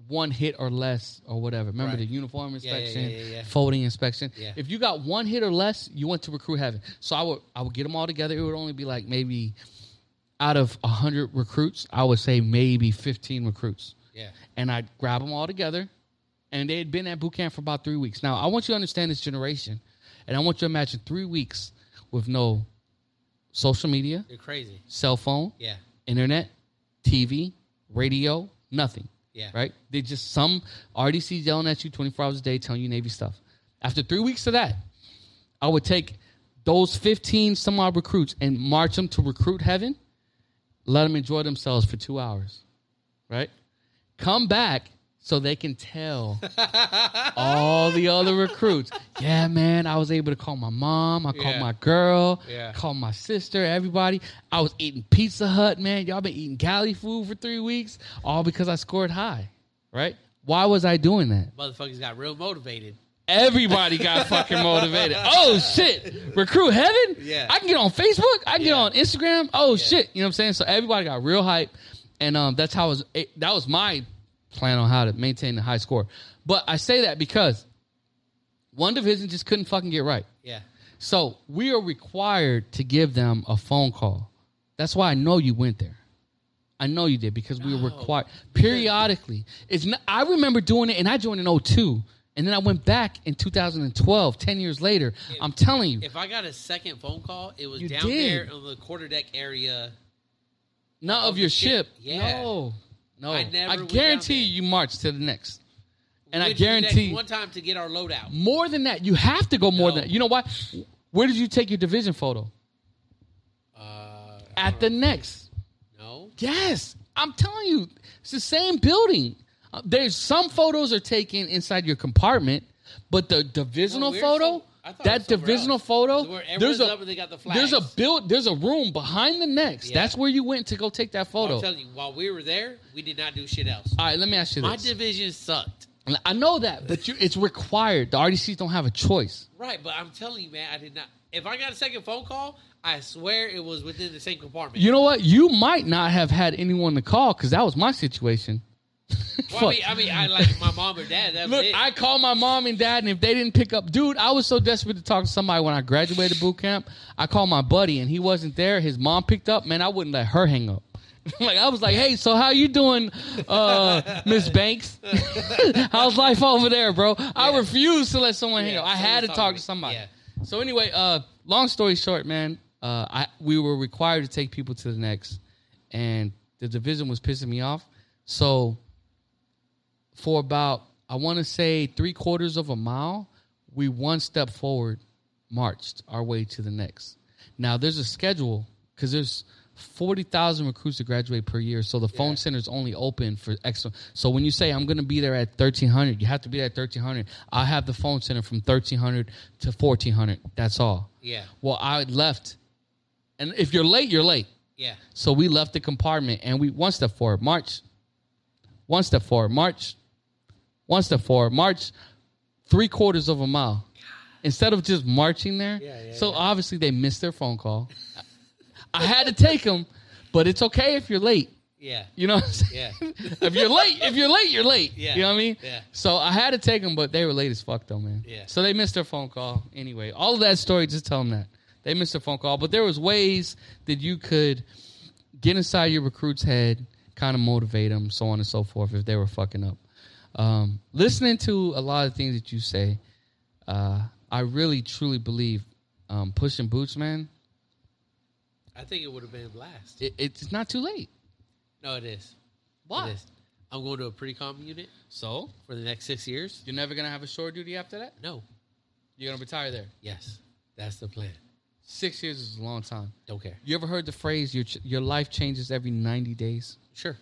Speaker 2: one hit or less or whatever. Remember
Speaker 3: Right.
Speaker 2: the uniform
Speaker 3: Yeah, yeah,
Speaker 2: inspection,
Speaker 3: yeah, yeah.
Speaker 2: folding inspection.
Speaker 3: Yeah.
Speaker 2: If you got one hit or less, you went to recruit heaven. So I would I would get them all together. It would only be like maybe out of hundred recruits, I would say maybe fifteen recruits
Speaker 3: Yeah.
Speaker 2: and I'd grab them all together. And they had been at boot camp for about three weeks. Now, I want you to understand this generation, and I want you to imagine three weeks with no social media,
Speaker 3: They're crazy.
Speaker 2: cell phone,
Speaker 3: Yeah.
Speaker 2: internet, TV, radio, nothing.
Speaker 3: Yeah.
Speaker 2: Right? They just some RDC yelling at you 24 hours a day, telling you Navy stuff. After three weeks of that, I would take those 15 some odd recruits and march them to recruit heaven, let them enjoy themselves for two hours. Right? Come back so they can tell all the other recruits. Yeah, man, I was able to call my mom. I called
Speaker 3: Yeah.
Speaker 2: my girl.
Speaker 3: Yeah.
Speaker 2: Called my sister. Everybody. I was eating Pizza Hut, man. Y'all been eating galley food for three weeks, all because I scored high. Right? Why was I doing that?
Speaker 3: Motherfuckers got real motivated.
Speaker 2: Everybody got fucking motivated. Oh shit. Recruit heaven?
Speaker 3: Yeah.
Speaker 2: I can get on Facebook. I can
Speaker 3: Yeah.
Speaker 2: get on Instagram. Oh shit. You know what I'm saying? So everybody got real hype. And um that's how it was it, that was my plan on how to maintain the high score. But I say that because one division just couldn't fucking get right.
Speaker 3: Yeah.
Speaker 2: So we are required to give them a phone call. That's why I know you went there. I know you did because we were required periodically. It's not, I remember doing it, and I joined in 02. And then I went back in 2012, 10 years later. I'm telling you,
Speaker 3: If I got a second phone call, it was
Speaker 2: You
Speaker 3: down
Speaker 2: did.
Speaker 3: there on the quarter deck area.
Speaker 2: not of your ship.
Speaker 3: Yeah.
Speaker 2: No, no.
Speaker 3: I never
Speaker 2: I,
Speaker 3: went down
Speaker 2: guarantee
Speaker 3: there.
Speaker 2: you, march to the next. And I
Speaker 3: Went to the deck
Speaker 2: guarantee
Speaker 3: one time to get our load out.
Speaker 2: more than that, you have to go more
Speaker 3: No.
Speaker 2: than that. You know why? Where did you take your division photo?
Speaker 3: Uh,
Speaker 2: At the next.
Speaker 3: no.
Speaker 2: Yes, I'm telling you, it's the same building. Uh, There's some photos are taken inside your compartment, but the divisional
Speaker 3: we're
Speaker 2: photo,
Speaker 3: some- I thought it was
Speaker 2: that
Speaker 3: somewhere
Speaker 2: divisional
Speaker 3: else.
Speaker 2: photo,
Speaker 3: Where
Speaker 2: there's
Speaker 3: everyone's
Speaker 2: a
Speaker 3: up and they got the
Speaker 2: there's a
Speaker 3: flags.
Speaker 2: build, there's a room behind the next.
Speaker 3: Yeah.
Speaker 2: That's where you went to go take that photo.
Speaker 3: I'm telling you, while we were there, we did not do shit else.
Speaker 2: All right, let me ask you
Speaker 3: My
Speaker 2: this.
Speaker 3: division sucked.
Speaker 2: I know that, but you, it's required. The RDCs don't have a choice.
Speaker 3: Right, but I'm telling you, man, I did not. If I got a second phone call, I swear it was within the same compartment.
Speaker 2: You know what? You might not have had anyone to call because that was my situation.
Speaker 3: well, I,
Speaker 2: Fuck.
Speaker 3: mean, I mean, I like my mom or dad. That was
Speaker 2: Look,
Speaker 3: it.
Speaker 2: I called my mom and dad, and if they didn't pick up, dude, I was so desperate to talk to somebody when I graduated boot camp. I called my buddy, and he wasn't there. His mom picked up. Man, I wouldn't let her hang up. like I was like, "Hey, so how you doing, uh, Miss Banks? How's life over there, bro?" I refused to let someone hang
Speaker 3: Yeah,
Speaker 2: up. I had to
Speaker 3: someone's
Speaker 2: talk
Speaker 3: talking
Speaker 2: to
Speaker 3: to-
Speaker 2: somebody.
Speaker 3: yeah.
Speaker 2: So anyway, uh, long story short, man, uh, I we were required to take people to the next, and the division was pissing me off. So for about I want to say three quarters of a mile, we one step forward, marched our way to the next. Now there's a schedule because there's forty thousand recruits to graduate per year, so the phone center is only open for extra. So when you say I'm going to be there at thirteen hundred, you have to be there at thirteen hundred. I have the phone center from thirteen hundred to fourteen hundred. That's all.
Speaker 3: yeah,
Speaker 2: Well, I left, and if you're late, you're late.
Speaker 3: yeah,
Speaker 2: So we left the compartment and we one step forward, march. One step forward, march. One step forward, march. Three quarters of a mile. Instead of just marching there.
Speaker 3: Yeah, yeah,
Speaker 2: so obviously they missed their phone call. I had to take them, but it's okay if you're late.
Speaker 3: yeah,
Speaker 2: You know what I'm
Speaker 3: yeah.
Speaker 2: saying? if you're late, if you're late, you're late.
Speaker 3: Yeah,
Speaker 2: You know what I mean?
Speaker 3: yeah.
Speaker 2: So I had to take them, but they were late as fuck though, man.
Speaker 3: Yeah.
Speaker 2: So they missed their phone call. Anyway, all of that story, just tell them that. They missed their phone call. But there was ways that you could get inside your recruit's head, kind of motivate them, so on and so forth, if they were fucking up. Um, listening to a lot of things that you say, uh, I really truly believe um, pushing boots, man.
Speaker 1: I think it would have been a blast.
Speaker 2: It, it's not too late.
Speaker 1: No, it is.
Speaker 2: Why?
Speaker 1: It is. I'm going to a pre-com unit
Speaker 2: So
Speaker 1: for the next six years.
Speaker 2: you're never gonna have a shore duty after that.
Speaker 1: No.
Speaker 2: You're gonna retire there.
Speaker 1: Yes. That's the plan.
Speaker 2: Six years is a long time.
Speaker 1: Don't care.
Speaker 2: You ever heard the phrase "your ch- your life changes every ninety days"?
Speaker 1: Sure.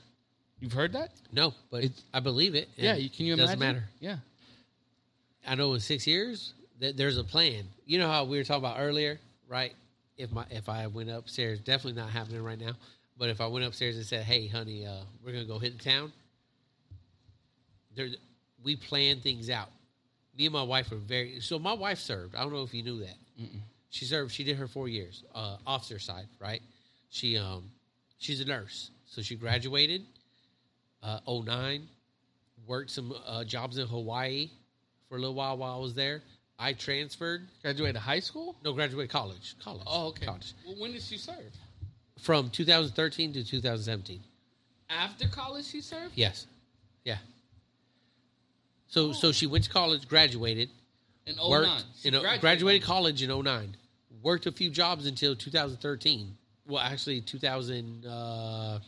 Speaker 2: You've heard that?
Speaker 1: No, but
Speaker 2: It's-
Speaker 1: I believe it. and
Speaker 2: yeah. You, can you
Speaker 1: it doesn't
Speaker 2: imagine?
Speaker 1: matter.
Speaker 2: Yeah.
Speaker 1: I know in six years that there's a plan. You know how we were talking about earlier, right? If my if I went upstairs, definitely not happening right now. But if I went upstairs and said, "Hey, honey, uh, we're gonna go hit the town," there we plan things out. Me and my wife are very so. My wife served. I don't know if you knew that. She served. She did her four years, uh, officer side, right? She um, she's a nurse, so she graduated, uh, 09, worked some uh, jobs in Hawaii for a little while while I was there. I transferred.
Speaker 2: Graduated high school.
Speaker 1: No, graduated college. College.
Speaker 2: Oh, okay.
Speaker 1: College.
Speaker 2: Well, when did she serve?
Speaker 1: From 2013 to 2017.
Speaker 2: After college, she served.
Speaker 1: Yes. Yeah. So so she went to college, graduated,
Speaker 2: In
Speaker 1: worked
Speaker 2: 09. She
Speaker 1: you know, Oh, graduated,
Speaker 2: in
Speaker 1: college in 09. Worked a few jobs until 2013. Well, actually uh, 2012,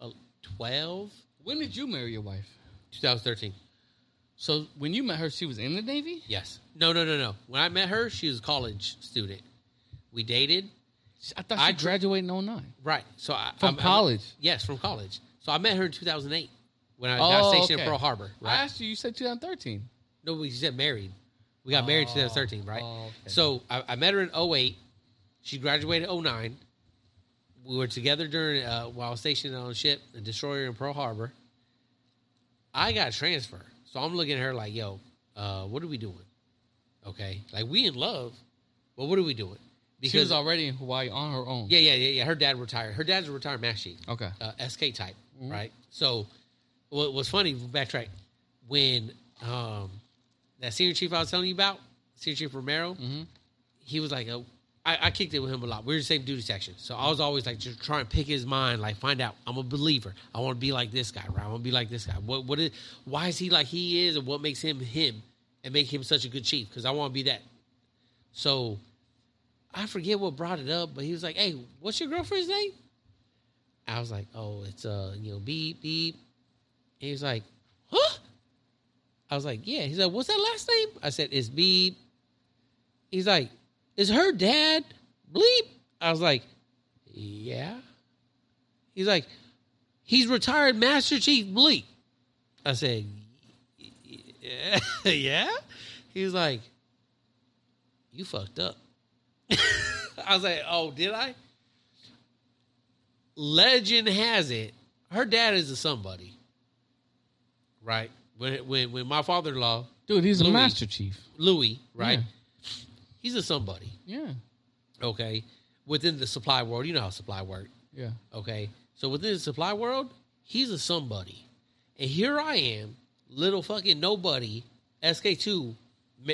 Speaker 2: 09. When did you marry your wife?
Speaker 1: 2013.
Speaker 2: So when you met her, she was in the Navy.
Speaker 1: Yes. No, no, no, no. When I met her, she was a college student. We dated.
Speaker 2: I thought she
Speaker 1: I- oh
Speaker 2: graduated in 09.
Speaker 1: Right. So I,
Speaker 2: From
Speaker 1: I'm- I'm-
Speaker 2: college?
Speaker 1: yes, from college. So I met her in 2008 when I
Speaker 2: Oh,
Speaker 1: got stationed
Speaker 2: okay.
Speaker 1: at Pearl Harbor.
Speaker 2: I
Speaker 1: Right.
Speaker 2: asked you. You said 2013.
Speaker 1: no, we said married. We got married in
Speaker 2: Oh,
Speaker 1: 2013, right?
Speaker 2: oh, okay.
Speaker 1: So I, I met her in 08. She graduated 09. We were together during uh, while I was stationed on a ship, a destroyer in Pearl Harbor. I got transfer, so I'm looking at her like, "Yo, uh, what are we doing? Okay, like we in love, but what are we doing?"
Speaker 2: she was already in Hawaii on her own.
Speaker 1: Yeah, yeah, yeah, yeah. Her dad retired. Her dad's a retired math sheet,
Speaker 2: Okay.
Speaker 1: uh, SK type, right? So, what was funny? Backtrack when um, that senior chief I was telling you about, senior chief Romero, he was like, a, I, I kicked it with him a lot. We were the same duty section, so I was always like just trying to pick his mind, like find out. I'm a believer. I want to be like this guy, right? I want to be like this guy. What, what is? Why is he like he is, and what makes him him, and make him such a good chief? Because I want to be that. So I forget what brought it up, but he was like, "Hey, what's your girlfriend's name?" I was like, "Oh, it's uh, you know, beep beep." And he was like, "Huh?" I was like, "Yeah." He's like, "What's that last name?" I said, "It's beep." He's like, "Is her dad bleep?" I was like, "Yeah." He's like, "He's retired Master Chief bleep." I said, "Y- y- "Yeah." He was like, "You fucked up." I was like, oh, did I? Legend has it, her dad is a somebody. Right? When when when my father in law,
Speaker 2: Dude, he's
Speaker 1: Louis.
Speaker 2: a master chief.
Speaker 1: Louis, right?
Speaker 2: Yeah.
Speaker 1: He's a somebody.
Speaker 2: Yeah.
Speaker 1: Okay. Within the supply world, you know how supply work.
Speaker 2: Yeah.
Speaker 1: Okay. So within the supply world, he's a somebody. And here I am, little fucking nobody, SK2, ma-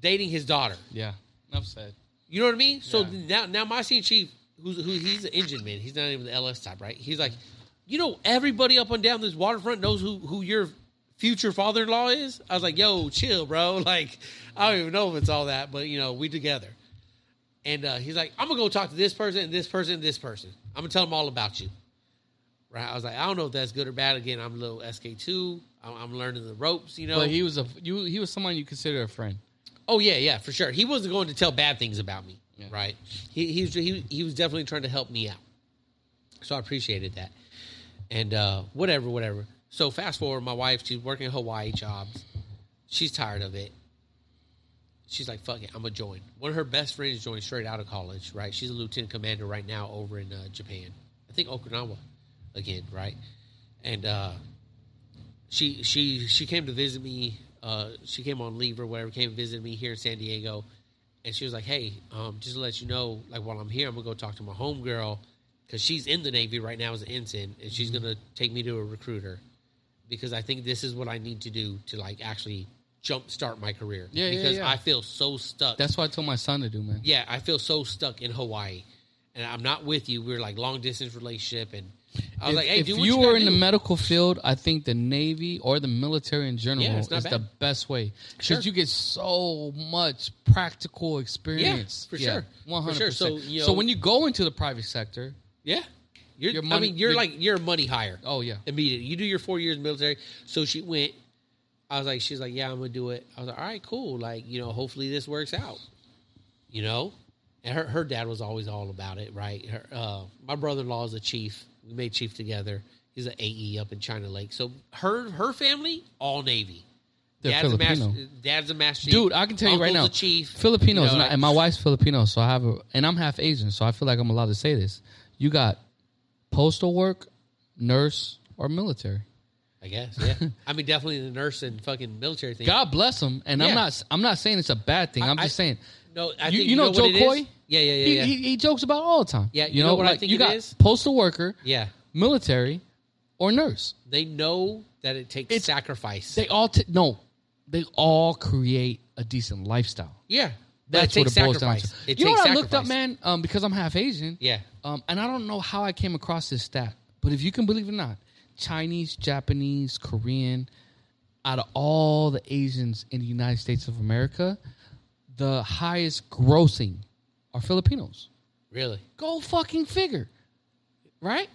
Speaker 1: dating his daughter.
Speaker 2: Yeah. Enough said.
Speaker 1: You know what I mean? So now,
Speaker 2: Yeah.
Speaker 1: now my senior chief, who's who, he's an engine man. He's not even the LS type, right? He's like, you know, everybody up and down this waterfront knows who who your future father in law is. I was like, yo, chill, bro. Like, I don't even know if it's all that, but you know, we together. And uh, he's like, I'm gonna go talk to this person and this person and this person. I'm gonna tell them all about you. Right? I was like, I don't know if that's good or bad. Again, I'm a little SK2. I'm, I'm learning the ropes, you know.
Speaker 2: But he was a you. He was someone you consider a friend.
Speaker 1: Oh yeah, yeah, for sure. He wasn't going to tell bad things about me,
Speaker 2: Yeah.
Speaker 1: right? He he was, he he was definitely trying to help me out, so I appreciated that. And uh, whatever, whatever. So fast forward, my wife, she's working Hawaii jobs. She's tired of it. She's like, "Fuck it, I'm gonna join." One of her best friends joined straight out of college, right? She's a lieutenant commander right now over in uh, Japan, I think Okinawa, again, right? And uh, she she she came to visit me. Uh, she came on leave or whatever. Came and visited me here in San Diego, and she was like, "Hey, um, just to let you know, like while I'm here, I'm gonna go talk to my homegirl because she's in the Navy right now as an ensign, and she's
Speaker 2: Mm-hmm.
Speaker 1: gonna take me to a recruiter because I think this is what I need to do to like actually jumpstart my career.
Speaker 2: Yeah, yeah,
Speaker 1: because
Speaker 2: yeah.
Speaker 1: I feel so stuck.
Speaker 2: That's what I told my son to do, man.
Speaker 1: yeah, I feel so stuck in Hawaii, and I'm not with you. We're like long distance relationship, and I was
Speaker 2: if,
Speaker 1: like, hey,
Speaker 2: if
Speaker 1: do what
Speaker 2: you
Speaker 1: you
Speaker 2: are
Speaker 1: gotta
Speaker 2: in the
Speaker 1: do.
Speaker 2: medical field, I think the Navy or the military in general
Speaker 1: Yeah,
Speaker 2: is
Speaker 1: it's not
Speaker 2: the best way because
Speaker 1: Sure.
Speaker 2: you get so much practical experience.
Speaker 1: for sure.
Speaker 2: one
Speaker 1: For
Speaker 2: hundred
Speaker 1: sure. So,
Speaker 2: percent.
Speaker 1: you know-
Speaker 2: So when you go into the private sector,
Speaker 1: Yeah. You're,
Speaker 2: Your
Speaker 1: I
Speaker 2: money-
Speaker 1: mean, you're
Speaker 2: your-
Speaker 1: like you're money higher.
Speaker 2: oh yeah,
Speaker 1: immediately. You do your four years military. So she went. I was like, she's like, yeah, I'm gonna do it. I was like, all right, cool. Like, you know, hopefully this works out. You know, and her her dad was always all about it, right? Her, uh, my brother in law is a chief. We made chief together. He's an AE up in China Lake. So her her family all Navy.
Speaker 2: They're
Speaker 1: dad's a master.
Speaker 2: Filipino.
Speaker 1: Dad's a master. chief.
Speaker 2: dude, I can tell you right
Speaker 1: Uncle's
Speaker 2: now,
Speaker 1: a chief.
Speaker 2: Filipinos,
Speaker 1: You know,
Speaker 2: and, I-
Speaker 1: like-
Speaker 2: and my wife's Filipino, so I have, a, and I'm half Asian, so I feel like I'm allowed to say this. You got postal work, nurse, or military.
Speaker 1: I guess. Yeah. I mean, definitely the nurse and fucking military thing.
Speaker 2: God bless them, and
Speaker 1: Yeah.
Speaker 2: I'm not, I'm not saying it's a bad thing. I, am
Speaker 1: I-
Speaker 2: just saying,
Speaker 1: No, I
Speaker 2: you,
Speaker 1: think
Speaker 2: you know,
Speaker 1: what
Speaker 2: Joe
Speaker 1: it is?
Speaker 2: Coy.
Speaker 1: Yeah, yeah, yeah,
Speaker 2: He,
Speaker 1: yeah.
Speaker 2: he, he jokes about it all the time.
Speaker 1: Yeah, you know what I
Speaker 2: like
Speaker 1: think
Speaker 2: you
Speaker 1: it
Speaker 2: got
Speaker 1: is?
Speaker 2: postal worker,
Speaker 1: yeah.
Speaker 2: military, or nurse.
Speaker 1: They know that it takes
Speaker 2: It's-
Speaker 1: sacrifice.
Speaker 2: They all t- no, they all create a decent lifestyle.
Speaker 1: yeah, but
Speaker 2: That's
Speaker 1: it
Speaker 2: what
Speaker 1: takes
Speaker 2: it boils down
Speaker 1: sacrifice.
Speaker 2: to.
Speaker 1: It
Speaker 2: you know
Speaker 1: takes
Speaker 2: what I looked up,
Speaker 1: sacrifice.
Speaker 2: man? Um, because I'm half Asian.
Speaker 1: Yeah,
Speaker 2: Um, and I don't know how I came across this stat, but if you can believe it or not, Chinese, Japanese, Korean, out of all the Asians in the United States of America, the highest grossing are Filipinos.
Speaker 1: really.
Speaker 2: Go fucking figure, right?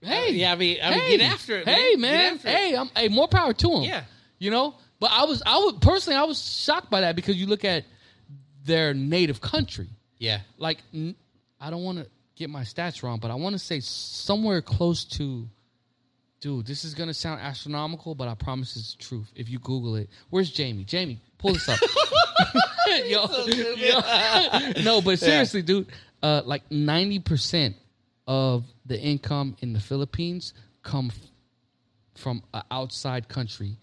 Speaker 2: Hey,
Speaker 1: Uh, yeah, I mean, I mean,
Speaker 2: hey,
Speaker 1: get after it.
Speaker 2: Hey,
Speaker 1: man.
Speaker 2: man,
Speaker 1: Get after it.
Speaker 2: hey, I'm, hey, more power to him.
Speaker 1: Yeah.
Speaker 2: you know. But I was, I would personally, I was shocked by that because you look at their native country
Speaker 1: yeah,
Speaker 2: like n- I don't want to get my stats wrong, but I want to say somewhere close to. Dude, this is gonna sound astronomical, but I promise it's the truth. If you Google it, where's Jamie? Jamie, pull this up. Yo, yo. no, but seriously, dude, uh, like ninety percent of the income in the Philippines come f- from an outside country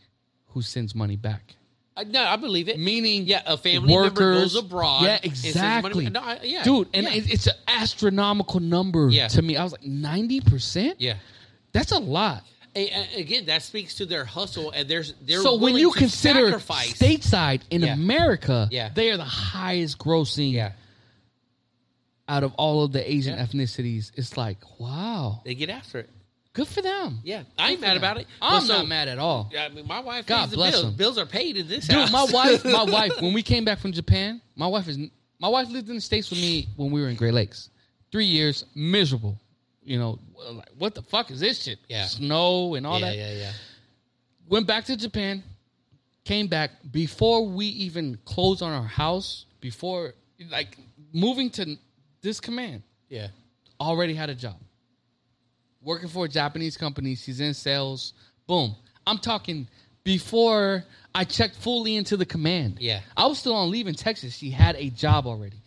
Speaker 2: who sends money back.
Speaker 1: I, no, I believe it.
Speaker 2: Meaning,
Speaker 1: yeah, a family member
Speaker 2: workers.
Speaker 1: goes abroad.
Speaker 2: Yeah,
Speaker 1: and sends money-
Speaker 2: exactly.
Speaker 1: No, I- yeah,
Speaker 2: dude, and
Speaker 1: yeah.
Speaker 2: it- it's an astronomical number
Speaker 1: Yeah.
Speaker 2: to me. I was like ninety percent.
Speaker 1: yeah.
Speaker 2: that's a lot.
Speaker 1: And- and again, that speaks to their hustle and there's they're
Speaker 2: so when
Speaker 1: willing
Speaker 2: you
Speaker 1: to
Speaker 2: consider
Speaker 1: sacrifice.
Speaker 2: stateside in
Speaker 1: Yeah.
Speaker 2: America,
Speaker 1: Yeah.
Speaker 2: they are the highest grossing
Speaker 1: yeah,
Speaker 2: out of all of the Asian
Speaker 1: Yeah.
Speaker 2: ethnicities. It's like wow,
Speaker 1: they get after it.
Speaker 2: good for them.
Speaker 1: Yeah, I ain't mad about it.
Speaker 2: I'm
Speaker 1: But so-
Speaker 2: not mad at all,
Speaker 1: I mean, my wife.
Speaker 2: God
Speaker 1: pays the
Speaker 2: bless
Speaker 1: bills.
Speaker 2: them.
Speaker 1: Bills are paid in this
Speaker 2: dude.
Speaker 1: house.
Speaker 2: My wife, my wife. When we came back from Japan, my wife is my wife lived in the states with me when we were in Great Lakes. Three years, miserable. You know, like what the fuck is this shit?
Speaker 1: Yeah.
Speaker 2: snow and all
Speaker 1: yeah,
Speaker 2: that.
Speaker 1: yeah, yeah.
Speaker 2: went back to Japan, came back before we even closed on our house, before like moving to this command,
Speaker 1: Yeah.
Speaker 2: already had a job. Working for a Japanese company, she's in sales. Boom. I'm talking before I checked fully into the command.
Speaker 1: Yeah.
Speaker 2: I was still on leave in Texas. She had a job already.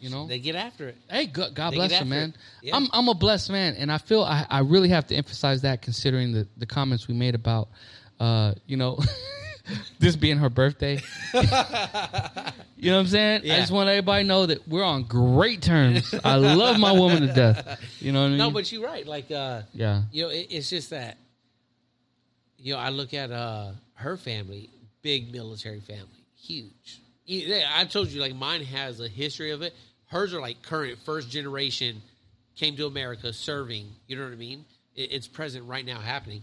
Speaker 2: You know?
Speaker 1: They get after it.
Speaker 2: Hey, God, God
Speaker 1: They
Speaker 2: bless
Speaker 1: get
Speaker 2: you,
Speaker 1: after
Speaker 2: man.
Speaker 1: it. Yeah.
Speaker 2: I'm I'm a blessed man, and I feel I, I really have to emphasize that considering the, the comments we made about, uh, you know, this being her birthday. you know what I'm saying? I
Speaker 1: Yeah.
Speaker 2: just want everybody to know that we're on great terms. I love my woman to death. You know what I mean?
Speaker 1: No, but you're right. Like, uh,
Speaker 2: yeah,
Speaker 1: you know, it, it's just that, you know, I look at uh, her family, big military family, huge. E- they- I told you, like, mine has a history of it. Hers are like current, first generation, came to America serving. You know what I mean? It, it's present right now, happening,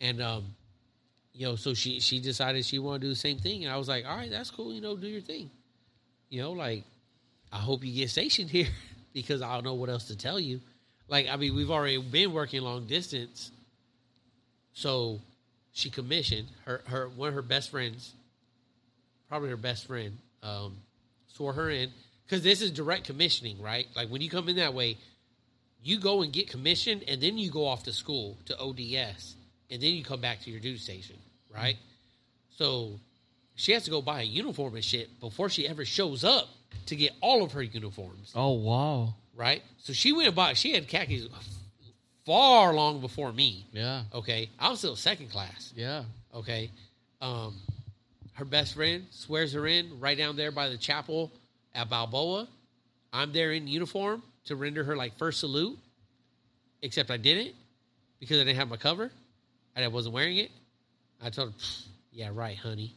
Speaker 1: and um, you know, so she she decided she wanted to do the same thing, and I was like, all right, that's cool. You know, do your thing. You know, like I hope you get stationed here because I don't know what else to tell you. Like, I mean, we've already been working long distance. So she commissioned her, her one of her best friends, probably her best friend, um, swore her in. Because this is direct commissioning, right? Like when you come in that way, you go and get commissioned and then you go off to school to ODS and then you come back to your duty station, right? So she has to go buy a uniform and shit before she ever shows up to get all of her uniforms,
Speaker 2: Oh wow.
Speaker 1: right? So she went and bought, she had khakis far long before me,
Speaker 2: Yeah.
Speaker 1: okay? I was still second class,
Speaker 2: Yeah.
Speaker 1: okay? Um, her best friend swears her in right down there by the chapel at Balboa. I'm there in uniform to render her like first salute, except I didn't because I didn't have my cover and I wasn't wearing it. I told her, "Pfft, yeah, right, honey.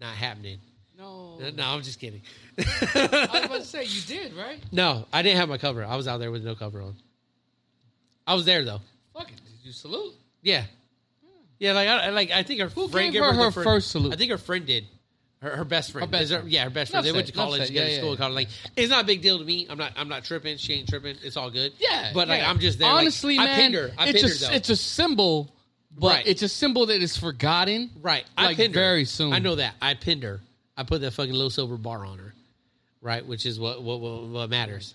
Speaker 1: Not happening.
Speaker 2: No.
Speaker 1: No, I'm just kidding.
Speaker 2: I was about to say you did right.
Speaker 1: no, I didn't have my cover. I was out there with no cover on. I was there though.
Speaker 2: Fuck it. Did you salute?
Speaker 1: Yeah, yeah. Like I like I think her
Speaker 2: Who
Speaker 1: friend
Speaker 2: gave
Speaker 1: gave
Speaker 2: her her
Speaker 1: the
Speaker 2: first salute?
Speaker 1: I think her friend did. Her, her best friend.
Speaker 2: Her best
Speaker 1: Is her-
Speaker 2: friend.
Speaker 1: yeah, her best
Speaker 2: Enough
Speaker 1: friend. They went to
Speaker 2: said, enough
Speaker 1: college,
Speaker 2: said.
Speaker 1: get
Speaker 2: Yeah,
Speaker 1: to
Speaker 2: yeah,
Speaker 1: school,
Speaker 2: yeah.
Speaker 1: college. Like it's not a big deal to me. I'm not. I'm not tripping. She ain't tripping. It's all good.
Speaker 2: Yeah,
Speaker 1: but like
Speaker 2: yeah.
Speaker 1: I'm just there. Like,
Speaker 2: Honestly, man,
Speaker 1: I pinned her. I
Speaker 2: it's
Speaker 1: pinned
Speaker 2: a
Speaker 1: her though.
Speaker 2: it's a symbol, but
Speaker 1: Right.
Speaker 2: it's a symbol that is forgotten.
Speaker 1: Right. I
Speaker 2: like
Speaker 1: pinned her.
Speaker 2: very soon.
Speaker 1: I know that. I pinned her. I put that fucking little silver bar on her. Right, which is what what what, what matters.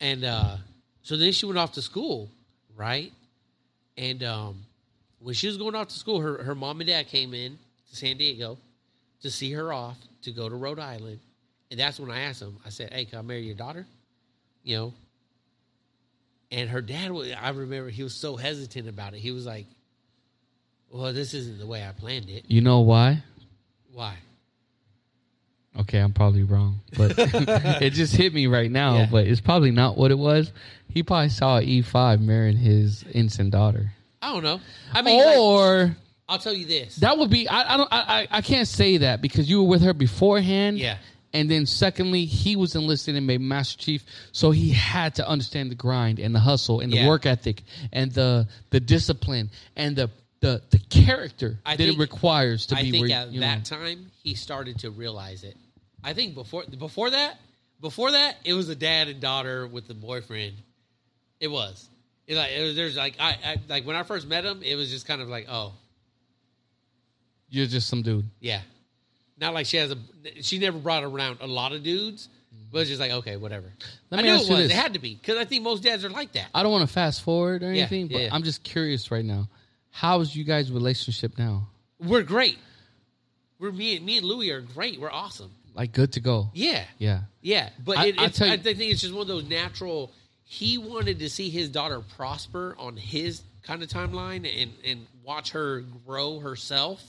Speaker 1: And uh so then she went off to school, right? And um when she was going off to school, her, her mom and dad came in to San Diego to see her off to go to Rhode Island. And that's when I asked them, I said, Hey, can I marry your daughter? You know? And her dad was I remember he was so hesitant about it. He was like, Well, this isn't the way I planned it.
Speaker 2: You know why?
Speaker 1: Why?
Speaker 2: Okay, I'm probably wrong, but it just hit me right now.
Speaker 1: Yeah.
Speaker 2: But it's probably not what it was. He probably saw E5 marrying his innocent daughter,
Speaker 1: I don't know. I mean, like,
Speaker 2: or
Speaker 1: I'll tell you this.
Speaker 2: that would be. I, I don't. I, I I can't say that because you were with her beforehand.
Speaker 1: Yeah.
Speaker 2: And then secondly, he was enlisted and made Master Chief, so he had to understand the grind and the hustle and the
Speaker 1: Yeah.
Speaker 2: work ethic and the the discipline and the the, the character
Speaker 1: I
Speaker 2: that
Speaker 1: think-
Speaker 2: it requires to
Speaker 1: I
Speaker 2: be
Speaker 1: think
Speaker 2: where
Speaker 1: at
Speaker 2: you
Speaker 1: that
Speaker 2: know.
Speaker 1: time he started to realize it. I think before before that, before that, it was a dad and daughter with the boyfriend. It was. It like it was, there's like I, I like when I first met him, it was just kind of like oh
Speaker 2: You're just some dude.
Speaker 1: yeah, not like she has a she never brought around a lot of dudes, but it's just like okay whatever.
Speaker 2: Mm-hmm. Let
Speaker 1: I
Speaker 2: me
Speaker 1: knew
Speaker 2: ask
Speaker 1: it
Speaker 2: you
Speaker 1: was.
Speaker 2: this.
Speaker 1: It had to be because I think most dads are like that.
Speaker 2: I don't want to fast forward or
Speaker 1: Yeah,
Speaker 2: anything,
Speaker 1: yeah,
Speaker 2: but
Speaker 1: yeah.
Speaker 2: I'm just curious right now. How is you guys' relationship now?
Speaker 1: We're great. We're me and me and Louie are great. We're awesome.
Speaker 2: Like good to go.
Speaker 1: Yeah.
Speaker 2: Yeah.
Speaker 1: Yeah, but
Speaker 2: I-
Speaker 1: it,
Speaker 2: I'll
Speaker 1: it's,
Speaker 2: tell you-
Speaker 1: I think it's just one of those natural. He wanted to see his daughter prosper on his kind of timeline and and watch her grow herself.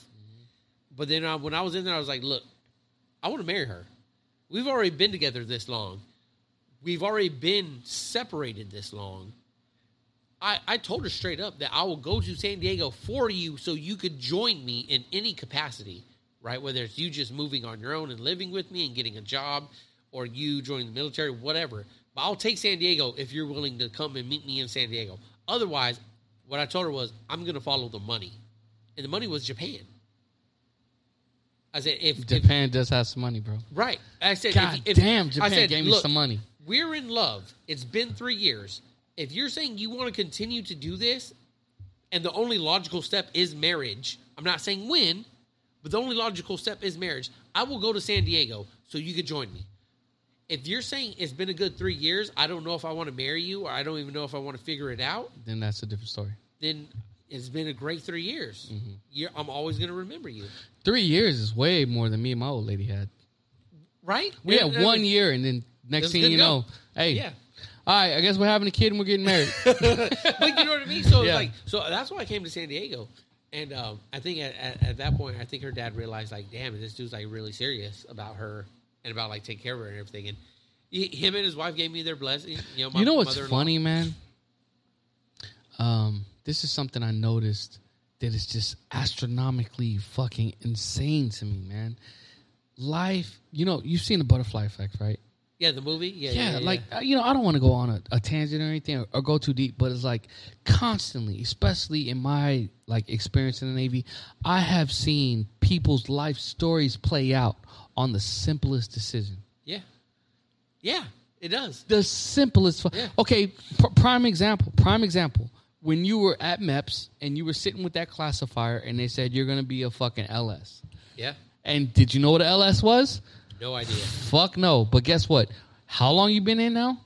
Speaker 1: But then I, when I was in there, I was like, "Look, I want to marry her. We've already been together this long. We've already been separated this long." I, I told her straight up that I will go to San Diego for you so you could join me in any capacity, right? Whether it's you just moving on your own and living with me and getting a job or you joining the military, whatever. But I'll take San Diego if you're willing to come and meet me in San Diego. Otherwise, what I told her was, I'm going to follow the money. And the money was Japan. I said, if, if
Speaker 2: Japan does have some money, bro.
Speaker 1: Right. I said,
Speaker 2: God
Speaker 1: if, if-
Speaker 2: damn, Japan
Speaker 1: I said,
Speaker 2: gave me
Speaker 1: look,
Speaker 2: some money.
Speaker 1: We're in love. It's been three years. If you're saying you want to continue to do this, and the only logical step is marriage, I'm not saying when, but the only logical step is marriage. I will go to San Diego so you could join me. If you're saying it's been a good three years, I don't know if I want to marry you, or I don't even know if I want to figure it out
Speaker 2: Then that's a different story.
Speaker 1: then it's been a great three years. You're, I'm always going to remember you,
Speaker 2: Three years is way more than me and my old lady had.
Speaker 1: right?
Speaker 2: We
Speaker 1: And-
Speaker 2: had
Speaker 1: and-
Speaker 2: one year, and then
Speaker 1: uh,
Speaker 2: next
Speaker 1: was
Speaker 2: thing
Speaker 1: good
Speaker 2: you
Speaker 1: to go.
Speaker 2: know, hey,
Speaker 1: Yeah.
Speaker 2: all right, I guess we're having a kid and we're getting married.
Speaker 1: like you know what I mean. So
Speaker 2: Yeah.
Speaker 1: it's like so that's why I came to San Diego, and um, I think at, at, at that point I think her dad realized like, damn, this dude's like really serious about her and about like taking care of her and everything. And he, him and his wife gave me their blessing. You know, my
Speaker 2: you know what's
Speaker 1: mother-in-law.
Speaker 2: funny, man? Um, this is something I noticed that is just astronomically fucking insane to me, man. Life, you know, you've seen the butterfly effect, right?
Speaker 1: Yeah, the movie. Yeah,
Speaker 2: yeah, like uh, you know, I don't want to go on a, a tangent or anything or, or go too deep, but it's like constantly, especially in my like experience in the Navy, I have seen people's life stories play out on the simplest decision.
Speaker 1: yeah, yeah, yeah. It does.
Speaker 2: The simplest. Fu-
Speaker 1: Yeah.
Speaker 2: Okay, pr- prime example. Prime example. When you were at MEPS and you were sitting with that classifier, and they said you're gonna be a fucking LS.
Speaker 1: Yeah,
Speaker 2: And did you know what an LS was?
Speaker 1: no idea.
Speaker 2: Fuck no. But guess what? How long you been in now?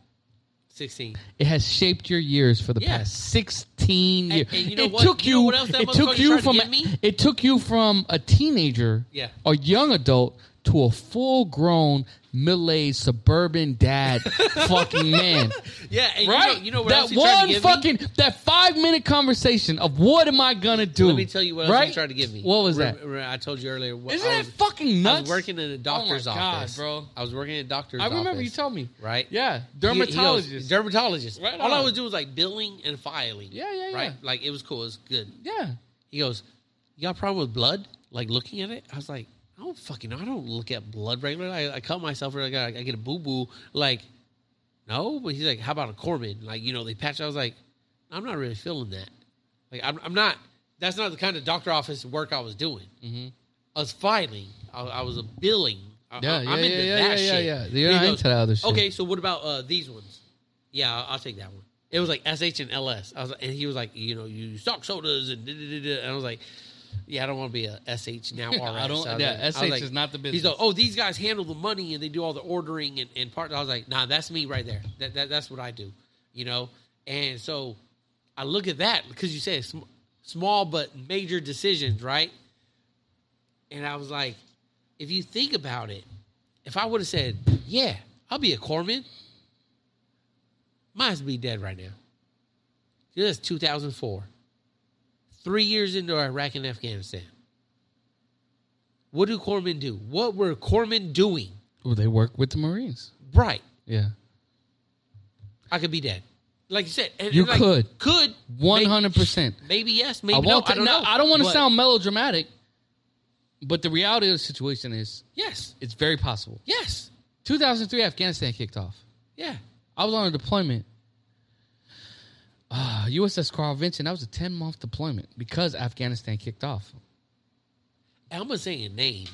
Speaker 1: Sixteen.
Speaker 2: It has shaped your years for the
Speaker 1: Yeah.
Speaker 2: past sixteen
Speaker 1: And-
Speaker 2: years.
Speaker 1: and you know
Speaker 2: it
Speaker 1: what?
Speaker 2: took
Speaker 1: You
Speaker 2: you.
Speaker 1: know what else that
Speaker 2: it took
Speaker 1: motherfucker
Speaker 2: you
Speaker 1: tried to
Speaker 2: from.
Speaker 1: get me?
Speaker 2: It took you from a teenager,
Speaker 1: Yeah.
Speaker 2: or young adult, to a full-grown, middle-aged suburban dad, fucking man.
Speaker 1: Yeah, and You
Speaker 2: Right?
Speaker 1: know, you know what else
Speaker 2: that
Speaker 1: he tried to
Speaker 2: one
Speaker 1: give me?
Speaker 2: fucking that five-minute conversation of what am I gonna do?
Speaker 1: Let me tell you what else
Speaker 2: right?
Speaker 1: he tried to give me.
Speaker 2: What was
Speaker 1: Re-
Speaker 2: that?
Speaker 1: re- I told you earlier. What,
Speaker 2: Isn't
Speaker 1: I
Speaker 2: that
Speaker 1: was-
Speaker 2: fucking
Speaker 1: I
Speaker 2: nuts? Oh
Speaker 1: was working in a doctor's
Speaker 2: God,
Speaker 1: office,
Speaker 2: bro.
Speaker 1: I was working in a doctor's
Speaker 2: I
Speaker 1: office.
Speaker 2: remember you told me.
Speaker 1: right? He-
Speaker 2: Yeah,
Speaker 1: he goes,
Speaker 2: dermatologist.
Speaker 1: dermatologist.
Speaker 2: Right
Speaker 1: All I
Speaker 2: on.
Speaker 1: was doing was like billing and filing.
Speaker 2: Yeah, yeah, yeah.
Speaker 1: Right? Like it was cool. It was good.
Speaker 2: yeah.
Speaker 1: He goes, You got a problem with blood? Like looking at it? I was like, I don't fucking know. I don't look at blood regularly. I, I cut myself or like, I, I get a boo boo. Like, no. But he's like, How about a Corbin? Like, you know, they patch. I was like, I'm not really feeling that. Like I'm, I'm not. That's not the kind of doctor office work I was doing.
Speaker 2: Mm-hmm.
Speaker 1: I was filing. I, I was billing. I,
Speaker 2: Yeah,
Speaker 1: I,
Speaker 2: yeah,
Speaker 1: I'm
Speaker 2: yeah,
Speaker 1: into
Speaker 2: yeah,
Speaker 1: that
Speaker 2: yeah,
Speaker 1: shit.
Speaker 2: yeah, yeah.
Speaker 1: And
Speaker 2: You're
Speaker 1: he
Speaker 2: not
Speaker 1: goes,
Speaker 2: into that other shit.
Speaker 1: Okay, so what about uh, these ones? Yeah, I'll, I'll take that one. It was like SH and LS. I was, and he was like, you know, you stock sodas and da, da, da, da. and I was like, yeah, I don't want to be a SH now. RS.
Speaker 2: I don't.
Speaker 1: So I was like- I
Speaker 2: yeah,
Speaker 1: was
Speaker 2: SH
Speaker 1: like,
Speaker 2: is not the business.
Speaker 1: He's like, oh, these guys handle the money and they do all the ordering and, and part. I was like, nah, that's me right there. That, that that's what I do, you know. And so I look at that because you said sm- small but major decisions, right? And I was like, if you think about it, if I would have said, yeah, I'll be a corpsman, mine's be dead right now. This is 2004, three years into Iraq and Afghanistan. What do corpsmen do? What were corpsmen doing?
Speaker 2: Well, they work with the Marines.
Speaker 1: Right.
Speaker 2: Yeah,
Speaker 1: I could be dead. Like you said, and,
Speaker 2: You
Speaker 1: and, like,
Speaker 2: could.
Speaker 1: could
Speaker 2: one hundred percent.
Speaker 1: May- Maybe yes,
Speaker 2: I
Speaker 1: maybe no.
Speaker 2: won't.
Speaker 1: I don't
Speaker 2: no,
Speaker 1: know.
Speaker 2: I don't want to
Speaker 1: But
Speaker 2: sound melodramatic, but the reality of the situation is
Speaker 1: Yes,
Speaker 2: it's very possible.
Speaker 1: yes,
Speaker 2: 2003, Afghanistan kicked off.
Speaker 1: yeah.
Speaker 2: I was on a deployment. Uh, USS Carl Vinson. That was a ten month deployment because Afghanistan kicked off.
Speaker 1: And I'm gonna say a name.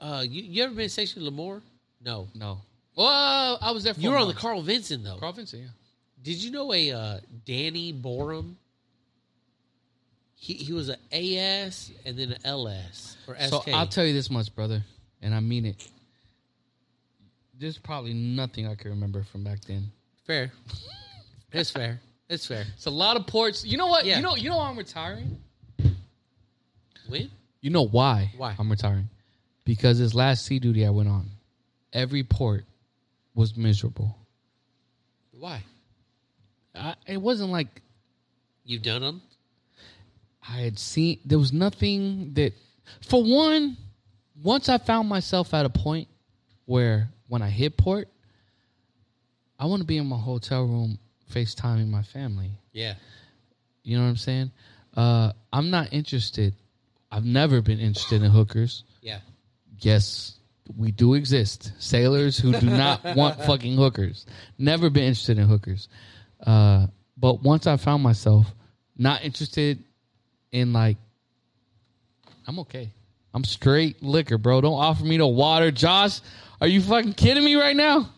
Speaker 1: Uh, you, you ever been to Station Lemoore? No.
Speaker 2: No. Well, I was there. For
Speaker 1: You
Speaker 2: a
Speaker 1: were on the
Speaker 2: month.
Speaker 1: Carl Vinson though.
Speaker 2: Carl Vinson. Yeah.
Speaker 1: Did you know a uh, Danny Borum? He he was a AS and then an LS or SK.
Speaker 2: So I'll tell you this much, brother, and I mean it. There's probably nothing I can remember from back then.
Speaker 1: fair. it's fair. It's fair.
Speaker 2: It's a lot of ports. You know what?
Speaker 1: Yeah.
Speaker 2: You know. You know why I'm retiring.
Speaker 1: When?
Speaker 2: You know why?
Speaker 1: Why?
Speaker 2: I'm retiring? Because this last sea duty I went on, every port was miserable.
Speaker 1: Why?
Speaker 2: I, it wasn't like
Speaker 1: You've done them.
Speaker 2: I had seen there was nothing that for one, once I found myself at a point where when I hit port, I want to be in my hotel room FaceTiming my family.
Speaker 1: Yeah.
Speaker 2: You know what I'm saying? Uh, I'm not interested. I've never been interested in hookers.
Speaker 1: Yeah.
Speaker 2: Yes, we do exist. Sailors who do not want fucking hookers. Never been interested in hookers. Uh, but once I found myself not interested in like, I'm okay. I'm straight liquor, bro. Don't offer me no water, Josh. Are you fucking kidding me right now?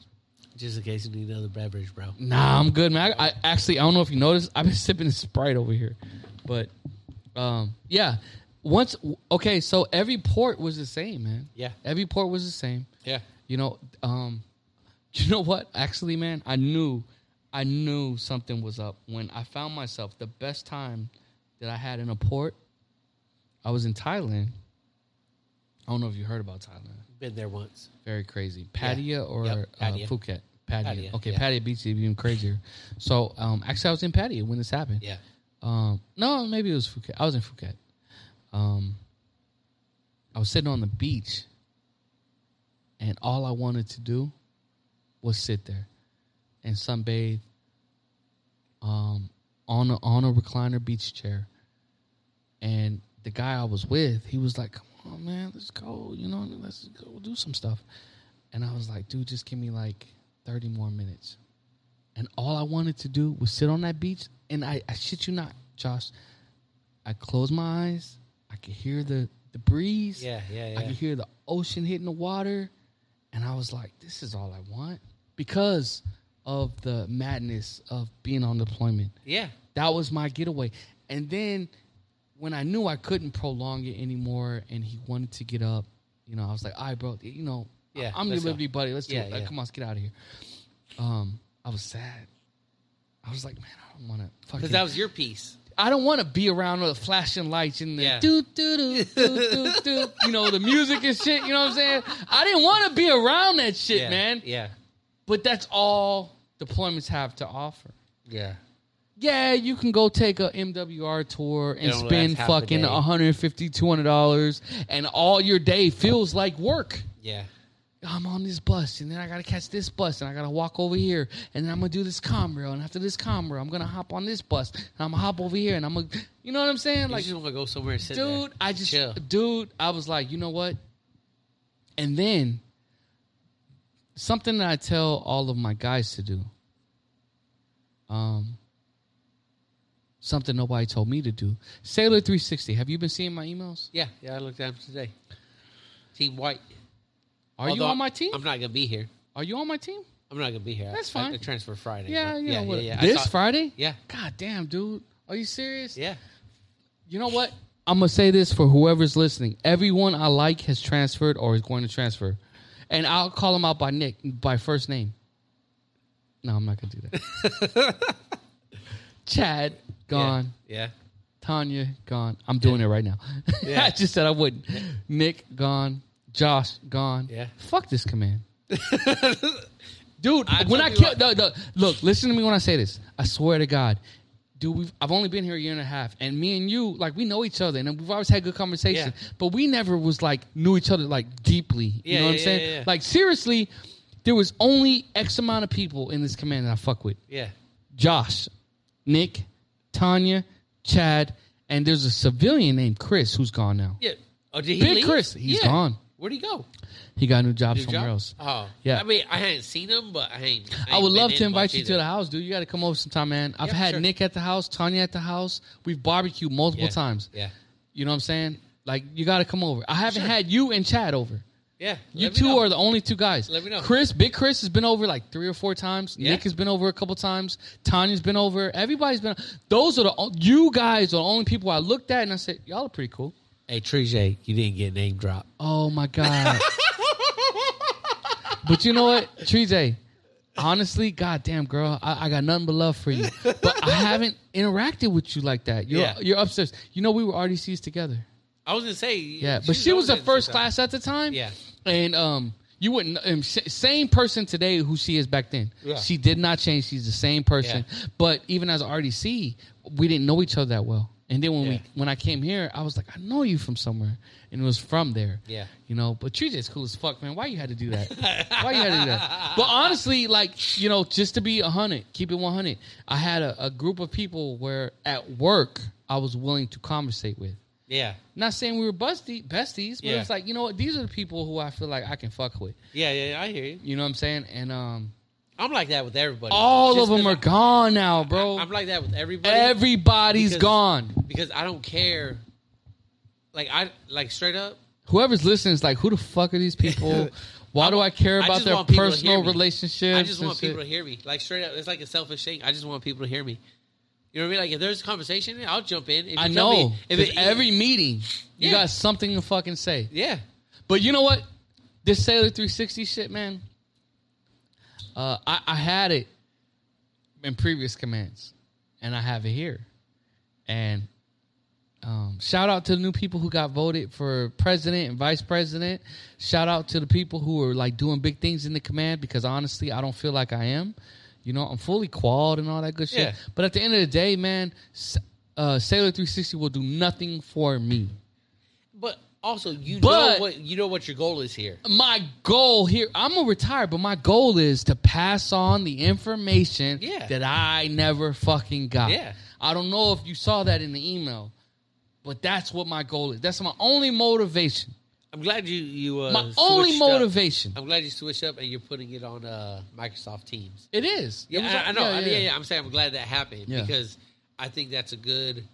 Speaker 1: Just in case you need another beverage, bro.
Speaker 2: Nah, I'm good, man. I, I actually I don't know if you noticed, I've been sipping Sprite over here, but um, yeah. Once okay, so every port was the same, man.
Speaker 1: Yeah.
Speaker 2: every port was the same.
Speaker 1: Yeah.
Speaker 2: You know, um, you know what? Actually, man, I knew, I knew something was up when I found myself the best time that I had in a port. I was in Thailand. I don't know if you heard about Thailand.
Speaker 1: Been there once.
Speaker 2: Very crazy. Pattaya or
Speaker 1: Yep, Pattaya.
Speaker 2: Uh, Phuket? Pattaya.
Speaker 1: Pattaya,
Speaker 2: Okay,
Speaker 1: yeah.
Speaker 2: Pattaya Beach is even crazier. So, um, actually, I was in Pattaya when this happened.
Speaker 1: Yeah.
Speaker 2: Um, no, maybe it was Phuket. I was in Phuket. Um, I was sitting on the beach, and all I wanted to do was sit there and sunbathe um, on a, on a recliner beach chair. And the guy I was with, he was like, "Come on, man, let's go. You know, let's go do some stuff." And I was like, "Dude, just give me like thirty more minutes." And all I wanted to do was sit on that beach. And I, I shit you not, Josh. I closed my eyes. I could hear the the breeze.
Speaker 1: Yeah. Yeah.
Speaker 2: I could hear the ocean hitting the water, and I was like, "This is all I want," because of the madness of being on deployment.
Speaker 1: Yeah.
Speaker 2: That was my getaway. And then when I knew I couldn't prolong it anymore, and he wanted to get up, you know, I was like, "All right, bro, you know,
Speaker 1: Yeah,
Speaker 2: I'm your
Speaker 1: let's go.
Speaker 2: liberty buddy. Let's do
Speaker 1: Yeah,
Speaker 2: it. Like,
Speaker 1: yeah.
Speaker 2: Come on, let's get out of here." Um, I was sad. I was like, "Man, I don't want to fucking."
Speaker 1: Because that was your piece.
Speaker 2: I don't want to be around with the flashing lights and the
Speaker 1: Yeah.
Speaker 2: doo doo doo doo doo doo. You know the music and shit. You know what I'm saying? I didn't want to be around that shit,
Speaker 1: yeah.
Speaker 2: man.
Speaker 1: Yeah.
Speaker 2: But that's all deployments have to offer.
Speaker 1: Yeah.
Speaker 2: Yeah, you can go take a MWR tour and
Speaker 1: It'll last
Speaker 2: spend
Speaker 1: half the
Speaker 2: fucking
Speaker 1: day.
Speaker 2: 150 200 dollars, and all your day feels like work.
Speaker 1: Yeah.
Speaker 2: I'm on this bus, and then I gotta catch this bus, and I gotta walk over here, and then I'm gonna do this combo, and after this combo, I'm gonna hop on this bus, and I'm gonna hop over here, and I'm gonna, you know what I'm saying?
Speaker 1: Like,
Speaker 2: Like
Speaker 1: you just want to go somewhere and sit there.
Speaker 2: dude i just
Speaker 1: Chill.
Speaker 2: dude i was like you know what and then something that i tell all of my guys to do um something nobody told me to do. Sailor 360. Have you been seeing my emails?
Speaker 1: Yeah, yeah, I looked at him today. Team White.
Speaker 2: Are you
Speaker 1: Although
Speaker 2: on my team?
Speaker 1: I'm not gonna be here.
Speaker 2: Are you on my team?
Speaker 1: I'm not gonna be here.
Speaker 2: That's
Speaker 1: I- I,
Speaker 2: fine.
Speaker 1: transfer Friday.
Speaker 2: Yeah,
Speaker 1: but
Speaker 2: yeah, what-
Speaker 1: I
Speaker 2: This
Speaker 1: thought-
Speaker 2: Friday?
Speaker 1: Yeah,
Speaker 2: God damn, dude. Are you serious?
Speaker 1: yeah.
Speaker 2: You know what? I'm gonna say this for whoever's listening. Everyone I like has transferred or is going to transfer, and I'll call them out by Nick by first name. No, I'm not gonna do that. Chad gone.
Speaker 1: Yeah.
Speaker 2: Tanya gone. I'm doing it right now.
Speaker 1: Yeah.
Speaker 2: I just said I wouldn't. Nick gone. Josh gone.
Speaker 1: Yeah.
Speaker 2: Fuck this command. Dude, when
Speaker 1: tell
Speaker 2: I
Speaker 1: you
Speaker 2: kill, no, no, look, listen to me when I say this. I swear to God, dude, we've, I've only been here a year and a half, and me and you, like, we know each other, and we've always had good conversation,
Speaker 1: Yeah.
Speaker 2: but we never was like knew each other like deeply.
Speaker 1: Yeah,
Speaker 2: you know what
Speaker 1: yeah,
Speaker 2: I'm saying?
Speaker 1: yeah, yeah.
Speaker 2: Like, seriously, there was only X amount of people in this command that I fuck with.
Speaker 1: Yeah.
Speaker 2: Josh, Nick, Tanya, Chad, and there's a civilian named Chris who's gone now.
Speaker 1: Yeah. Oh, did he
Speaker 2: Big
Speaker 1: leave?
Speaker 2: Chris, he's
Speaker 1: Yeah.
Speaker 2: gone.
Speaker 1: Where'd he go?
Speaker 2: He got a new job
Speaker 1: New
Speaker 2: somewhere
Speaker 1: job?
Speaker 2: else.
Speaker 1: Oh,
Speaker 2: Yeah.
Speaker 1: I mean, I hadn't seen him, but I ain't.
Speaker 2: I would love to invite you to
Speaker 1: the
Speaker 2: the house, dude. You got to come over sometime, man. I've
Speaker 1: Yeah, for
Speaker 2: had
Speaker 1: sure.
Speaker 2: Nick at the house, Tanya at the house. We've barbecued multiple
Speaker 1: Yeah.
Speaker 2: times.
Speaker 1: Yeah.
Speaker 2: You know what I'm saying? Like, you got to come over. I haven't had you and Chad over.
Speaker 1: Yeah.
Speaker 2: You
Speaker 1: let me
Speaker 2: two
Speaker 1: know.
Speaker 2: are the only two guys.
Speaker 1: Let me know.
Speaker 2: Chris, Big Chris has been over like three or four times.
Speaker 1: Yeah.
Speaker 2: Nick has been over a couple times. Tanya's been over. Everybody's been. Those are the o- you guys are the only people I looked at and I said, y'all are pretty cool.
Speaker 1: Hey, Trejay, you didn't get name drop.
Speaker 2: Oh my god. but you know what, Treejay? Honestly, goddamn girl, I, I got nothing but love for you. But I haven't interacted with you like that. You're
Speaker 1: Yeah.
Speaker 2: you're upstairs. You know we were RDCs together.
Speaker 1: I was gonna say.
Speaker 2: Yeah, but she was a
Speaker 1: always in
Speaker 2: first
Speaker 1: drop.
Speaker 2: class at the time.
Speaker 1: Yeah.
Speaker 2: and um, you wouldn't um, s- same person today who she is back then.
Speaker 1: Yeah.
Speaker 2: She did not change. She's the same person. But even as RDC, we didn't know each other that well. And then when
Speaker 1: Yeah.
Speaker 2: we when I came here, I was like, I know you from somewhere, and it was from there.
Speaker 1: Yeah.
Speaker 2: you know. But TJ's cool as fuck, man. Why you had to do that? Why you had to do that? But honestly, like you know, just to be hundred, keep it one hundred. I had a, a group of people where at work I was willing to conversate with
Speaker 1: Yeah.
Speaker 2: not saying we were busty, besties, but
Speaker 1: Yeah.
Speaker 2: it's like, you know what, these are the people who I feel like I can fuck with.
Speaker 1: Yeah. Yeah. I hear you.
Speaker 2: You know what I'm saying? And um
Speaker 1: I'm like that with everybody.
Speaker 2: all
Speaker 1: Just
Speaker 2: of them
Speaker 1: 'cause
Speaker 2: are gone now,
Speaker 1: I-
Speaker 2: bro.
Speaker 1: I'm like that with everybody.
Speaker 2: Everybody's
Speaker 1: because-
Speaker 2: gone.
Speaker 1: because I don't care. Like I like straight up.
Speaker 2: Whoever's listening is like, who the fuck are these people? Why do I care
Speaker 1: I
Speaker 2: about
Speaker 1: just
Speaker 2: their
Speaker 1: want people to
Speaker 2: personal
Speaker 1: hear me.
Speaker 2: relationships?
Speaker 1: I just
Speaker 2: and
Speaker 1: want people
Speaker 2: shit?
Speaker 1: to hear me. Like straight up, it's like a selfish thing. I just want people to hear me. You know what I mean? Like if there's a conversation, I'll jump in. If you
Speaker 2: I
Speaker 1: tell
Speaker 2: know.
Speaker 1: me- if
Speaker 2: 'Cause
Speaker 1: it-
Speaker 2: every meeting, you
Speaker 1: Yeah.
Speaker 2: got something to fucking say.
Speaker 1: yeah,
Speaker 2: But you know what? This Sailor 360 shit, man. Uh, I, I had it in previous commands, and I have it here. And um, shout out to the new people who got voted for president and vice president. Shout out to the people who are like doing big things in the command because honestly, I don't feel like I am. You know, I'm fully qualified and all that good shit.
Speaker 1: Yeah.
Speaker 2: But at the end of the day, man, s- uh, Sailor 360 will do nothing for me.
Speaker 1: but also you
Speaker 2: But-
Speaker 1: know what you know what your goal is here.
Speaker 2: my goal here i'm gonna retire but my goal is to pass on the information
Speaker 1: Yeah.
Speaker 2: that i never fucking got
Speaker 1: Yeah.
Speaker 2: i don't know if you saw that in the email but that's what my goal is that's my only motivation
Speaker 1: I'm glad you you uh,
Speaker 2: my only
Speaker 1: switched up.
Speaker 2: motivation
Speaker 1: I'm glad you switched up and you're putting it on uh, Microsoft Teams.
Speaker 2: it is
Speaker 1: Yeah,
Speaker 2: It was
Speaker 1: I,
Speaker 2: like-
Speaker 1: I know. Yeah yeah. I'm saying I'm glad that happened
Speaker 2: Yeah.
Speaker 1: because I think that's a good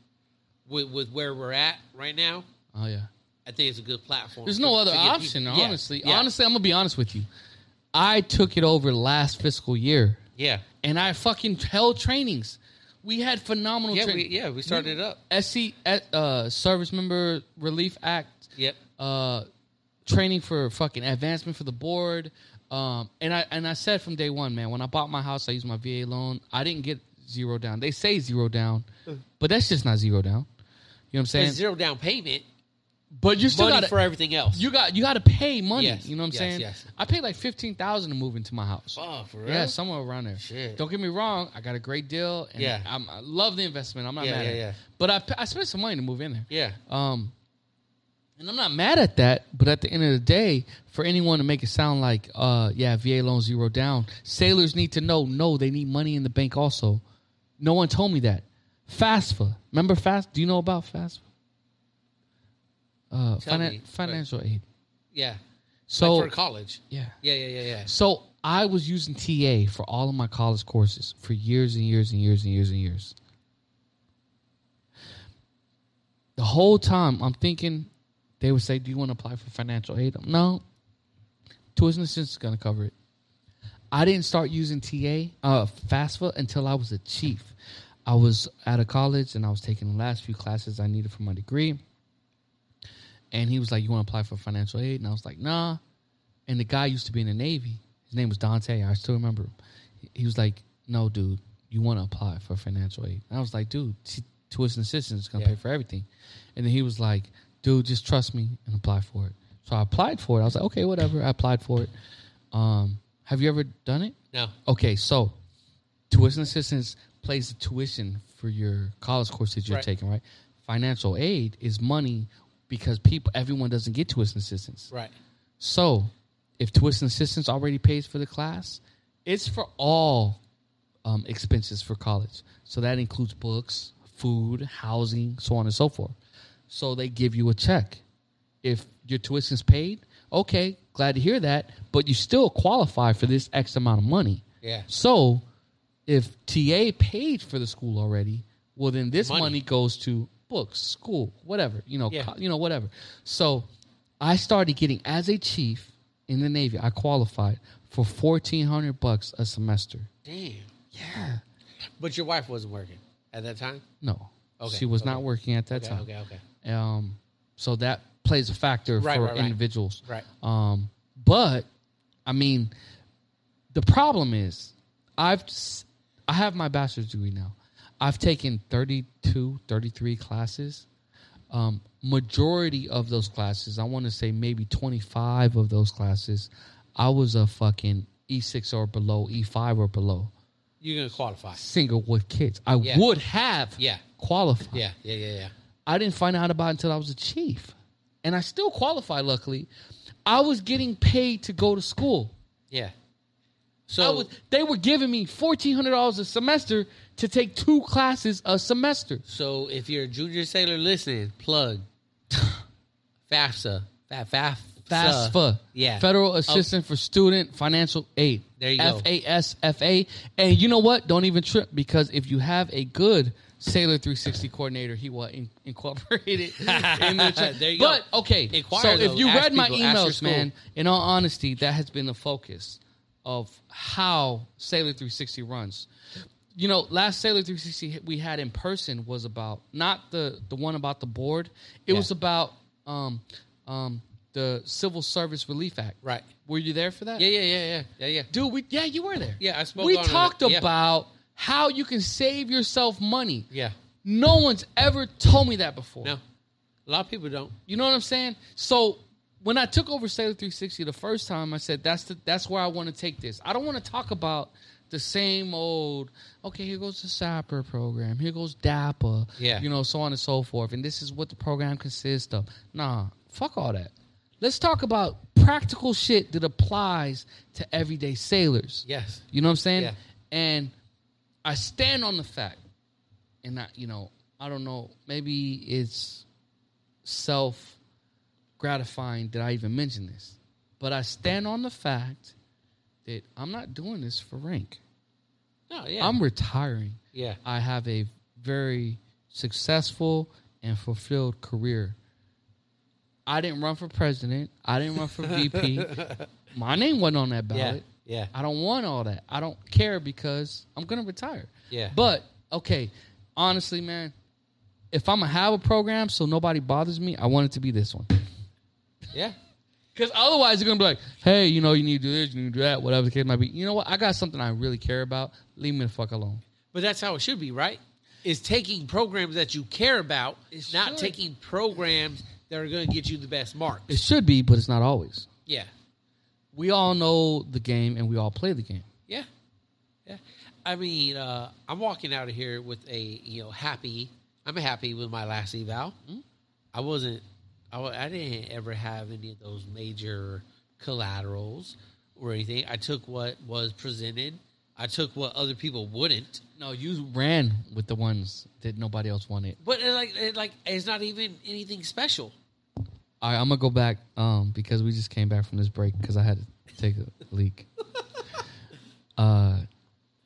Speaker 1: with with where we're at right now.
Speaker 2: oh yeah
Speaker 1: I think it's a good platform.
Speaker 2: there's
Speaker 1: to-
Speaker 2: no
Speaker 1: to
Speaker 2: other
Speaker 1: get people-
Speaker 2: option
Speaker 1: Yeah,
Speaker 2: honestly
Speaker 1: yeah,
Speaker 2: honestly i'm gonna be honest with you i took it over last fiscal year
Speaker 1: yeah,
Speaker 2: and i fucking held trainings we had phenomenal
Speaker 1: yeah, we,
Speaker 2: training
Speaker 1: yeah. We started it up.
Speaker 2: SC uh, Service Member Relief Act
Speaker 1: Yep.
Speaker 2: uh, training for fucking advancement for the board. Um, and I and I said from day one, man, when I bought my house, I used my VA loan. I didn't get zero down. They say zero down, but that's just not zero down. You know what I'm saying?
Speaker 1: Uh. It's zero down payment,
Speaker 2: but you still
Speaker 1: money
Speaker 2: got
Speaker 1: for everything else.
Speaker 2: you got you got to pay money.
Speaker 1: Yes,
Speaker 2: You know what I'm
Speaker 1: yes,
Speaker 2: saying?
Speaker 1: yes.
Speaker 2: I paid like fifteen thousand to move into my house.
Speaker 1: oh, for real?
Speaker 2: Yeah, somewhere around there.
Speaker 1: Shit.
Speaker 2: Don't get me wrong, I got a great deal. And
Speaker 1: Yeah.
Speaker 2: I'm, I love the investment. I'm not
Speaker 1: Yeah,
Speaker 2: mad.
Speaker 1: yeah,
Speaker 2: at it.
Speaker 1: yeah.
Speaker 2: But I, pa- I spent some money to move in there.
Speaker 1: yeah,
Speaker 2: Um, and I'm not mad at that, but at the end of the day, for anyone to make it sound like, uh, yeah, VA loan zero down, sailors need to know, no, they need money in the bank also. No one told me that. FAFSA, remember FAFSA? Do you know about FAFSA? Uh, finan-
Speaker 1: me, but-
Speaker 2: financial aid.
Speaker 1: yeah.
Speaker 2: So
Speaker 1: like for college.
Speaker 2: yeah,
Speaker 1: Yeah, yeah, yeah, yeah.
Speaker 2: so I was using TA for all of my college courses for years and years and years and years and years. The whole time I'm thinking they would say, Do you want to apply for financial aid? I'm, no. Tuition assistance is gonna cover it. I didn't start using TA uh FAFSA until I was a chief. I was out of college and I was taking the last few classes I needed for my degree. And he was like, You want to apply for financial aid? And I was like, Nah. And the guy used to be in the Navy. His name was Dante. I still remember him. He- He was like, No, dude, you want to apply for financial aid. And I was like, Dude, t- tuition assistance is going to
Speaker 1: Yeah.
Speaker 2: pay for everything. And then he was like, Dude, just trust me and apply for it. So I applied for it. I was like, Okay, whatever. I applied for it. Um, have you ever done it?
Speaker 1: No.
Speaker 2: Okay, so tuition assistance plays the tuition for your college course that you're
Speaker 1: Right.
Speaker 2: taking, right? Financial aid is money because people everyone doesn't get tuition assistance.
Speaker 1: Right.
Speaker 2: So, if tuition assistance already pays for the class, it's for all um, expenses for college. So that includes books, food, housing, so on and so forth. So they give you a check. If your tuition's paid, okay, glad to hear that, but you still qualify for this X amount of money.
Speaker 1: Yeah.
Speaker 2: So if TA paid for the school already, well then this money,
Speaker 1: Money.
Speaker 2: goes to books, school, whatever, you know,
Speaker 1: Yeah.
Speaker 2: co- you know whatever. So I started getting as a chief in the Navy, I qualified for 1400 bucks a semester.
Speaker 1: Damn. Yeah. But your wife wasn't working at that time.
Speaker 2: No.
Speaker 1: Okay,
Speaker 2: She was not
Speaker 1: okay.
Speaker 2: working at that
Speaker 1: Okay.
Speaker 2: time.
Speaker 1: Okay. Okay.
Speaker 2: Um so that plays a factor
Speaker 1: Right,
Speaker 2: for
Speaker 1: right, right.
Speaker 2: individuals.
Speaker 1: Right.
Speaker 2: Um, but I mean, the problem is, I've s- I have my bachelor's degree now. I've taken 32, 33 classes. Um, majority of those classes, I want to say maybe 25 of those classes, I was a fucking E6 or below, E5 or below,
Speaker 1: You're gonna qualify.
Speaker 2: single with kids. I
Speaker 1: Yeah.
Speaker 2: would have
Speaker 1: Yeah.
Speaker 2: qualified.
Speaker 1: Yeah. Yeah. Yeah. Yeah.
Speaker 2: I didn't find out about it until I was a chief. And I still qualify, luckily. I was getting paid to go to school.
Speaker 1: Yeah.
Speaker 2: I
Speaker 1: So
Speaker 2: was, they were giving me fourteen hundred dollars a semester to take two classes a semester.
Speaker 1: so if you're a junior sailor listening, plug FAFSA. Fa- fa-
Speaker 2: FAFSA,
Speaker 1: Yeah.
Speaker 2: Federal Assistance for Student Financial Aid.
Speaker 1: There you go.
Speaker 2: FASFA. And you know what? Don't even trip because if you have a good Sailor 360 coordinator, he will in- incorporate it. in the check.
Speaker 1: There you go.
Speaker 2: but okay,
Speaker 1: Inquire,
Speaker 2: so if
Speaker 1: though.
Speaker 2: you
Speaker 1: Ask
Speaker 2: read my
Speaker 1: people, ask your
Speaker 2: emails,
Speaker 1: school.
Speaker 2: man, in all honesty, that has been the focus of how Sailor 360 runs. You know, last Sailor 360 we had in person was about not the the one about the board. It
Speaker 1: Yeah.
Speaker 2: was about um um the Civil Service Relief Act.
Speaker 1: Right.
Speaker 2: Were you there for that?
Speaker 1: Yeah. Yeah. Yeah. Yeah. Yeah. Yeah.
Speaker 2: Dude, we yeah, you were there.
Speaker 1: Yeah, I spoke
Speaker 2: We
Speaker 1: on it.
Speaker 2: talked
Speaker 1: Yeah.
Speaker 2: about how you can save yourself money.
Speaker 1: Yeah.
Speaker 2: No one's ever told me that before.
Speaker 1: No. A lot of people don't.
Speaker 2: You know what I'm saying? So when I took over Sailor 360 the first time, I said that's the that's where I want to take this. I don't want to talk about the same old. Okay, here goes the Sapper program. Here goes DAPA.
Speaker 1: Yeah.
Speaker 2: you know, so on and so forth. And this is what the program consists of. Nah, fuck all that. Let's talk about practical shit that applies to everyday sailors.
Speaker 1: Yes.
Speaker 2: You know what I'm saying?
Speaker 1: Yeah.
Speaker 2: And I stand on the fact, and I, you know, I don't know, maybe it's self gratifying that I even mention this, but I stand on the fact that I'm not doing this for rank.
Speaker 1: No. Yeah.
Speaker 2: I'm retiring.
Speaker 1: yeah.
Speaker 2: I have a very successful and fulfilled career. I didn't run for president. I didn't run for VP. My name wasn't on that
Speaker 1: Yeah.
Speaker 2: ballot.
Speaker 1: Yeah.
Speaker 2: I don't want all that. I don't care because I'm gonna retire.
Speaker 1: Yeah.
Speaker 2: But okay, honestly, man, if I'm gonna have a program so nobody bothers me, I want it to be this one.
Speaker 1: Yeah.
Speaker 2: Because otherwise, you're gonna be like, hey, you know, you need to do this, you need to do that, whatever the case might be. You know what? I got something I really care about. Leave me the fuck alone.
Speaker 1: But that's how it should be, right? Is taking programs that you care about,
Speaker 2: It
Speaker 1: not
Speaker 2: should.
Speaker 1: taking programs that are going to get you the best marks.
Speaker 2: It should be, but it's not always.
Speaker 1: yeah.
Speaker 2: We all know the game and we all play the game.
Speaker 1: Yeah. Yeah. I mean, uh, I'm walking out of here with a, you know, happy. I'm happy with my last eval.
Speaker 2: Mm-hmm.
Speaker 1: I wasn't, I, wa- I didn't ever have any of those major collaterals or anything. I took what was presented, I took what other people wouldn't.
Speaker 2: No, you ran with the ones that nobody else wanted.
Speaker 1: But uh, like, it, like, it's not even anything special.
Speaker 2: All right, I'm gonna go back um, because we just came back from this break because I had to take a leak. Uh,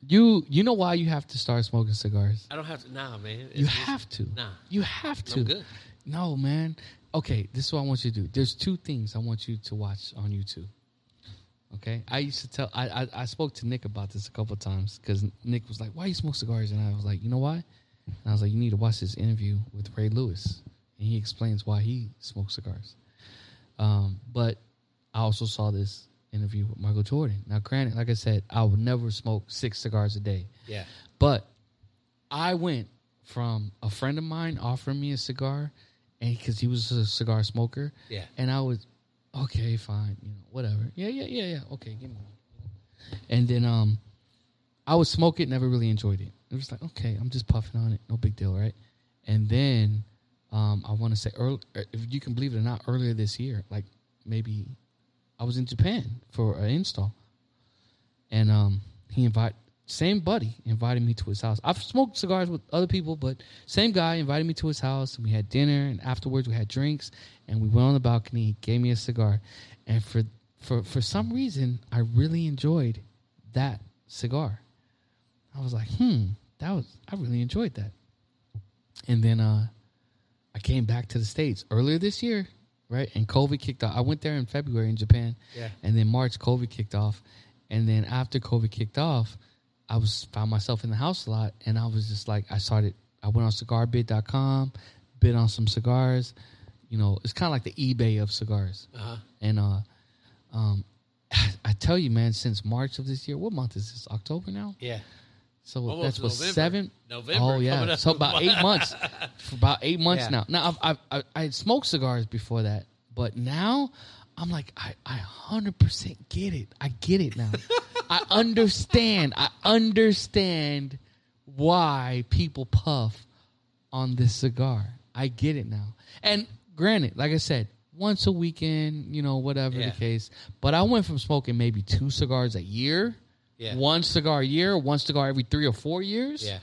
Speaker 2: you you know why you have to start smoking cigars?
Speaker 1: I don't have to. Nah, man.
Speaker 2: You
Speaker 1: It's-
Speaker 2: have to.
Speaker 1: Nah.
Speaker 2: You have to.
Speaker 1: I'm good.
Speaker 2: No, man. Okay, this is what I want you to do. There's two things I want you to watch on YouTube. Okay, I used to tell I I, I spoke to Nick about this a couple of times because Nick was like, "Why you smoke cigars?" And I was like, "You know why?" And I was like, "You need to watch this interview with Ray Lewis, and he explains why he smokes cigars." Um, but I also saw this interview with Michael Jordan. Now, granted, like I said, I would never smoke six cigars a day.
Speaker 1: Yeah.
Speaker 2: But I went from a friend of mine offering me a cigar, and because he was a cigar smoker,
Speaker 1: Yeah.
Speaker 2: and I was okay, fine, you know, whatever. Yeah, yeah, yeah, yeah. Okay, give me one. And then um, I would smoke it. Never really enjoyed it. It was like okay, I'm just puffing on it. No big deal, right? And then um, I want to say early, if you can believe it or not, earlier this year, like maybe I was in Japan for an install, and um, he invited same buddy invited me to his house. I've smoked cigars with other people, but same guy invited me to his house. And we had dinner, and afterwards we had drinks, and we went on the balcony. He gave me a cigar, and for for for some reason, I really enjoyed that cigar. I was like, hmm, that was I really enjoyed that. And then uh, I came back to the states earlier this year, right? And COVID kicked off. I went there in February in Japan,
Speaker 1: Yeah.
Speaker 2: and then March COVID kicked off, and then after COVID kicked off, I was found myself in the house a lot, and I was just like, I started. I went on cigarbid.com, bid on some cigars. You know, it's kind of like the eBay of cigars.
Speaker 1: Uh-huh.
Speaker 2: And uh, um, I tell you, man, since March of this year, what month is this? October now.
Speaker 1: Yeah.
Speaker 2: So
Speaker 1: Almost
Speaker 2: that's what
Speaker 1: November.
Speaker 2: seven.
Speaker 1: November
Speaker 2: Oh
Speaker 1: coming
Speaker 2: yeah.
Speaker 1: up.
Speaker 2: So about eight months. For about eight months
Speaker 1: Yeah.
Speaker 2: now. Now I've, I've, I I had smoked cigars before that, but now I'm like I I hundred percent get it. I get it now. I understand. I understand why people puff on this cigar. I get it now. And granted, like I said, once a weekend, you know, whatever
Speaker 1: Yeah.
Speaker 2: the case. But I went from smoking maybe two cigars a year
Speaker 1: Yeah.
Speaker 2: one cigar a year, one cigar every three or four years,
Speaker 1: Yeah.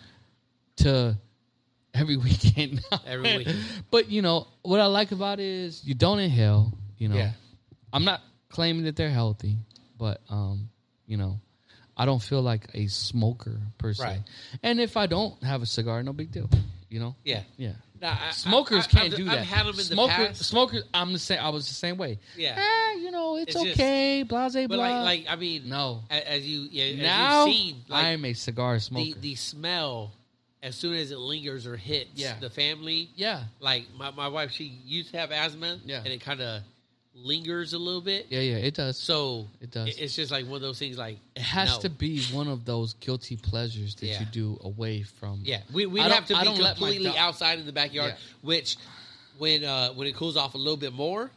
Speaker 2: to every weekend. now.
Speaker 1: Every weekend.
Speaker 2: but you know what I like about it is you don't inhale. You know,
Speaker 1: Yeah.
Speaker 2: I'm not claiming that they're healthy, but um, you know, I don't feel like a smoker per se.
Speaker 1: Right.
Speaker 2: And if I don't have a cigar, no big deal. You know,
Speaker 1: Yeah.
Speaker 2: yeah.
Speaker 1: Nah, I- I-
Speaker 2: Smokers
Speaker 1: I-
Speaker 2: can't
Speaker 1: I've-
Speaker 2: do
Speaker 1: I've
Speaker 2: that.
Speaker 1: had 'em in the
Speaker 2: Smoker-
Speaker 1: past.
Speaker 2: Smokers, I'm the same. I was the same way.
Speaker 1: Yeah.
Speaker 2: Eh, you know, it's,
Speaker 1: It's just-
Speaker 2: okay. blase, blah.
Speaker 1: But like, like I mean,
Speaker 2: no.
Speaker 1: a- as you yeah, as
Speaker 2: now
Speaker 1: you've seen, like,
Speaker 2: I'm a cigar
Speaker 1: the
Speaker 2: smoker.
Speaker 1: the smell as soon as it lingers or hits
Speaker 2: Yeah.
Speaker 1: the family.
Speaker 2: yeah,
Speaker 1: Like my, my wife, she used to have asthma,
Speaker 2: Yeah.
Speaker 1: and it kind of lingers a little bit.
Speaker 2: yeah, yeah. It does.
Speaker 1: So
Speaker 2: It does.
Speaker 1: it- It's just like one of those things. Like
Speaker 2: It has
Speaker 1: no.
Speaker 2: to be one of those guilty pleasures that
Speaker 1: Yeah.
Speaker 2: you do away from.
Speaker 1: Yeah, we we
Speaker 2: I don't-
Speaker 1: have to
Speaker 2: I
Speaker 1: be
Speaker 2: don't let my
Speaker 1: completely
Speaker 2: dog-
Speaker 1: outside in the backyard,
Speaker 2: Yeah.
Speaker 1: which when uh when it cools off a little bit more,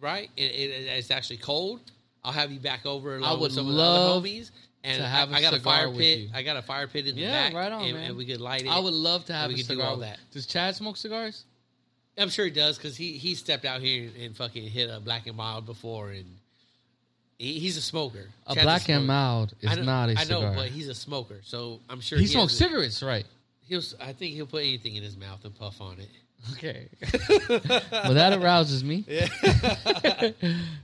Speaker 1: right? It, it, it's actually cold. I'll have you back over along
Speaker 2: I
Speaker 1: with
Speaker 2: would
Speaker 1: some
Speaker 2: love
Speaker 1: of the other homies, and
Speaker 2: to
Speaker 1: I-
Speaker 2: have a
Speaker 1: I got a
Speaker 2: cigar
Speaker 1: fire
Speaker 2: with
Speaker 1: pit.
Speaker 2: you.
Speaker 1: I got a fire pit in the
Speaker 2: Yeah,
Speaker 1: back,
Speaker 2: right on,
Speaker 1: and,
Speaker 2: man.
Speaker 1: and we could light it.
Speaker 2: I would love to have
Speaker 1: We
Speaker 2: a
Speaker 1: could do
Speaker 2: cigar.
Speaker 1: all
Speaker 2: with-
Speaker 1: that.
Speaker 2: Does Chad smoke cigars?
Speaker 1: I'm sure he does because he he stepped out here and fucking hit a black and mild before, and he, he's a smoker.
Speaker 2: A
Speaker 1: Chad's
Speaker 2: black and
Speaker 1: smoker.
Speaker 2: mild
Speaker 1: I
Speaker 2: is
Speaker 1: know-
Speaker 2: not a
Speaker 1: I
Speaker 2: cigar.
Speaker 1: know, but he's a smoker, so I'm sure
Speaker 2: he, smokes
Speaker 1: has-
Speaker 2: cigarettes, right?
Speaker 1: He'll, s- I think he'll put anything in his mouth and puff on it.
Speaker 2: Okay. well, that arouses me. Yeah. right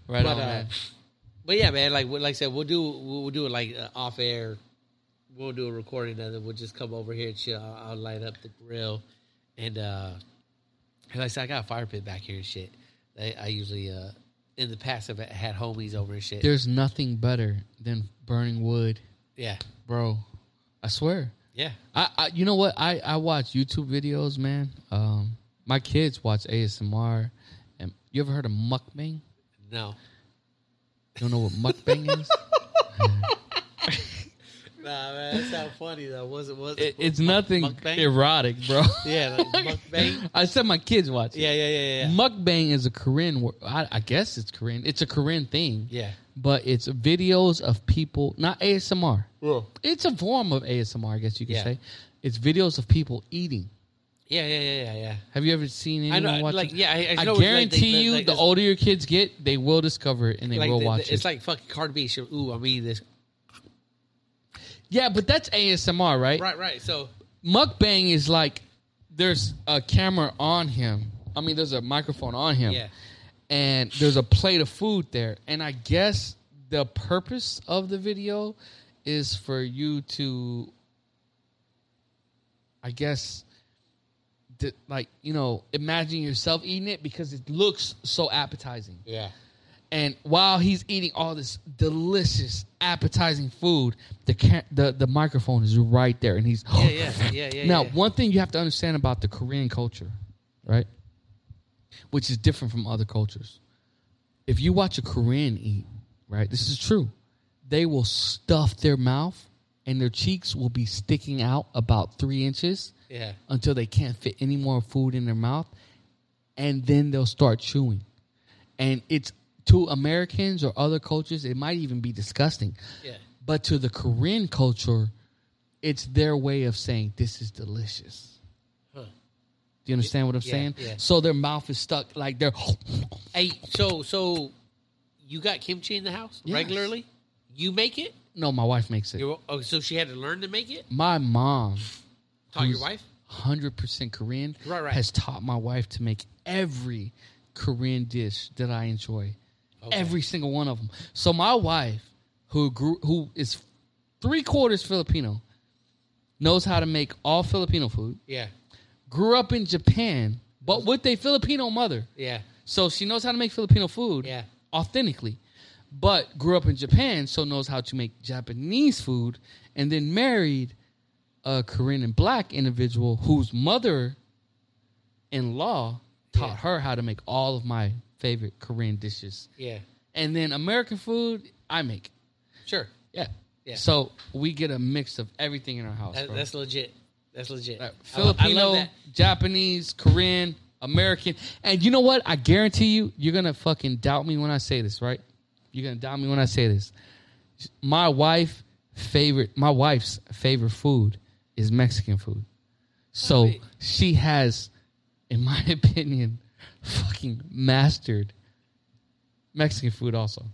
Speaker 1: But,
Speaker 2: on,
Speaker 1: uh,
Speaker 2: man.
Speaker 1: But yeah, man, like like I said, we'll do we'll do it like uh, off air. We'll do a recording of it. We'll just come over here and chill. I'll, I'll light up the grill, and uh, and like I said, I got a fire pit back here and shit. I, I usually uh, in the past I've had homies over and shit.
Speaker 2: There's nothing better than burning wood,
Speaker 1: yeah,
Speaker 2: bro. I swear.
Speaker 1: yeah,
Speaker 2: I, I you know what I I watch YouTube videos, man. Um, my kids watch ASMR, and you ever heard of mukbang?
Speaker 1: no,
Speaker 2: You don't know what mukbang is?
Speaker 1: nah, man, that sounds funny though. Was it was
Speaker 2: It, it's nothing
Speaker 1: Mukbang?
Speaker 2: erotic, bro.
Speaker 1: yeah, like, mukbang.
Speaker 2: I said my kids watch. it.
Speaker 1: Yeah, yeah, yeah, yeah,
Speaker 2: Mukbang is a Korean. wor- I, I guess it's Korean. It's a Korean thing.
Speaker 1: yeah.
Speaker 2: But it's videos of people, not ASMR.
Speaker 1: Yeah,
Speaker 2: It's a form of ASMR, I guess you could
Speaker 1: Yeah.
Speaker 2: say. It's videos of people eating.
Speaker 1: yeah, yeah, yeah, yeah.
Speaker 2: Have you ever seen anyone
Speaker 1: I know,
Speaker 2: watch
Speaker 1: like,
Speaker 2: it?
Speaker 1: yeah, I- I
Speaker 2: I,
Speaker 1: know, like,
Speaker 2: guarantee
Speaker 1: they-
Speaker 2: you,
Speaker 1: like,
Speaker 2: the
Speaker 1: it's-
Speaker 2: older your kids get, they will discover it and they
Speaker 1: Like
Speaker 2: will
Speaker 1: the- the-
Speaker 2: watch
Speaker 1: It's
Speaker 2: it.
Speaker 1: like fucking Cardi B. She, Ooh, I'm eating this.
Speaker 2: yeah, but that's ASMR, right?
Speaker 1: Right, right. So
Speaker 2: mukbang is like there's a camera on him. I mean, there's a microphone on him,
Speaker 1: Yeah.
Speaker 2: and there's a plate of food there. And I guess the purpose of the video is for you to, I guess, th- like you know, imagine yourself eating it because it looks so appetizing.
Speaker 1: Yeah.
Speaker 2: And while he's eating all this delicious, appetizing food, the ca- the the microphone is right there, and he's
Speaker 1: Yeah, yeah, yeah, yeah.
Speaker 2: now
Speaker 1: yeah.
Speaker 2: one thing you have to understand about the Korean culture, right, which is different from other cultures. If you watch a Korean eat, right, this is true. They will stuff their mouth, and their cheeks will be sticking out about three inches
Speaker 1: yeah.
Speaker 2: until they can't fit any more food in their mouth, and then they'll start chewing. And it's to Americans or other cultures, it might even be disgusting.
Speaker 1: Yeah.
Speaker 2: But to the Korean culture, it's their way of saying this is delicious.
Speaker 1: Huh.
Speaker 2: Do you understand what I'm
Speaker 1: Yeah,
Speaker 2: saying?
Speaker 1: yeah.
Speaker 2: So their mouth is stuck like they're
Speaker 1: Hey, so so you got kimchi in the house
Speaker 2: Yes.
Speaker 1: regularly? You make it?
Speaker 2: no. My wife makes it.
Speaker 1: You're, oh, so she had to learn to make it?
Speaker 2: My mom,
Speaker 1: Taught your
Speaker 2: Who's-
Speaker 1: wife?
Speaker 2: hundred percent Korean,
Speaker 1: Right, right.
Speaker 2: has taught my wife to make every Korean dish that I enjoy.
Speaker 1: Okay.
Speaker 2: Every single one of them. So my wife, who grew, who is three quarters Filipino, knows how to make all Filipino food.
Speaker 1: Yeah.
Speaker 2: Grew up in Japan, but with a Filipino mother.
Speaker 1: Yeah.
Speaker 2: So she knows how to make Filipino food
Speaker 1: Yeah.
Speaker 2: authentically, but grew up in Japan, so knows how to make Japanese food, and then married a Korean and black individual whose mother in law taught
Speaker 1: Yeah.
Speaker 2: her how to make all of my favorite Korean dishes.
Speaker 1: Yeah.
Speaker 2: And then American food, I make.
Speaker 1: Sure.
Speaker 2: Yeah.
Speaker 1: Yeah.
Speaker 2: So we get a mix of everything in our house.
Speaker 1: That,
Speaker 2: bro.
Speaker 1: that's legit. That's legit.
Speaker 2: Like,
Speaker 1: I lo- I love
Speaker 2: Filipino,
Speaker 1: that.
Speaker 2: Japanese, Korean, American. And you know what? I guarantee you, you're going to fucking doubt me when I say this, right? You're going to doubt me when I say this. My wife favorite my wife's favorite food is Mexican food. So
Speaker 1: Wait.
Speaker 2: she has in my opinion fucking mastered Mexican food also.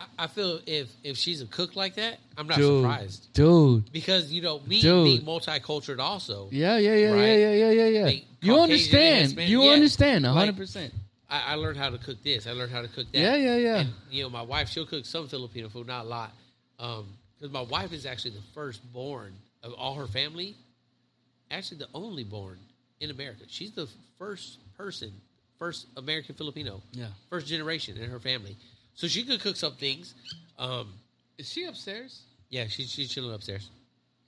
Speaker 1: I, I feel if if she's a cook like that, I'm not
Speaker 2: Dude.
Speaker 1: surprised
Speaker 2: Dude.
Speaker 1: because you know me
Speaker 2: Dude.
Speaker 1: being multicultural also.
Speaker 2: Yeah, yeah, yeah, yeah,
Speaker 1: Right.
Speaker 2: yeah, yeah, yeah, yeah.
Speaker 1: Like,
Speaker 2: you
Speaker 1: Caucasian,
Speaker 2: understand.
Speaker 1: Hispanic-
Speaker 2: You
Speaker 1: yeah.
Speaker 2: understand
Speaker 1: Like,
Speaker 2: 100%.
Speaker 1: I, I learned how to cook this. I learned how to cook that.
Speaker 2: yeah, yeah, yeah.
Speaker 1: And, you know, my wife she'll cook some Filipino food, not a lot, because my wife is actually the firstborn of all her family. Actually, the only born in America. She's the first person, first American Filipino,
Speaker 2: yeah.
Speaker 1: first generation in her family. So she could cook some things. Um,
Speaker 2: Is she upstairs?
Speaker 1: yeah, she, she's chilling upstairs.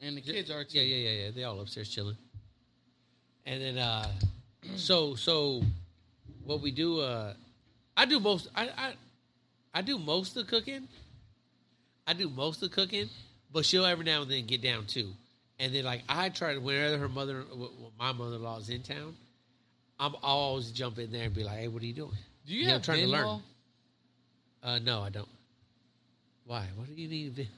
Speaker 2: And the
Speaker 1: Yeah,
Speaker 2: kids are too.
Speaker 1: Yeah, yeah, yeah, yeah. They all upstairs chilling. And then, uh, so so, what we do? Uh, I do most. I, I I do most of the cooking. I do most of the cooking, but she'll every now and then get down too. And then, like I try to whenever her mother, wh- wh- my mother in law is in town, I'm I'll always jump in there and be like, "Hey, what are you doing?"
Speaker 2: Do you
Speaker 1: Yeah,
Speaker 2: have
Speaker 1: I'm trying to learn.
Speaker 2: Venmo?
Speaker 1: Uh, no, I don't. Why? What do you need? to do?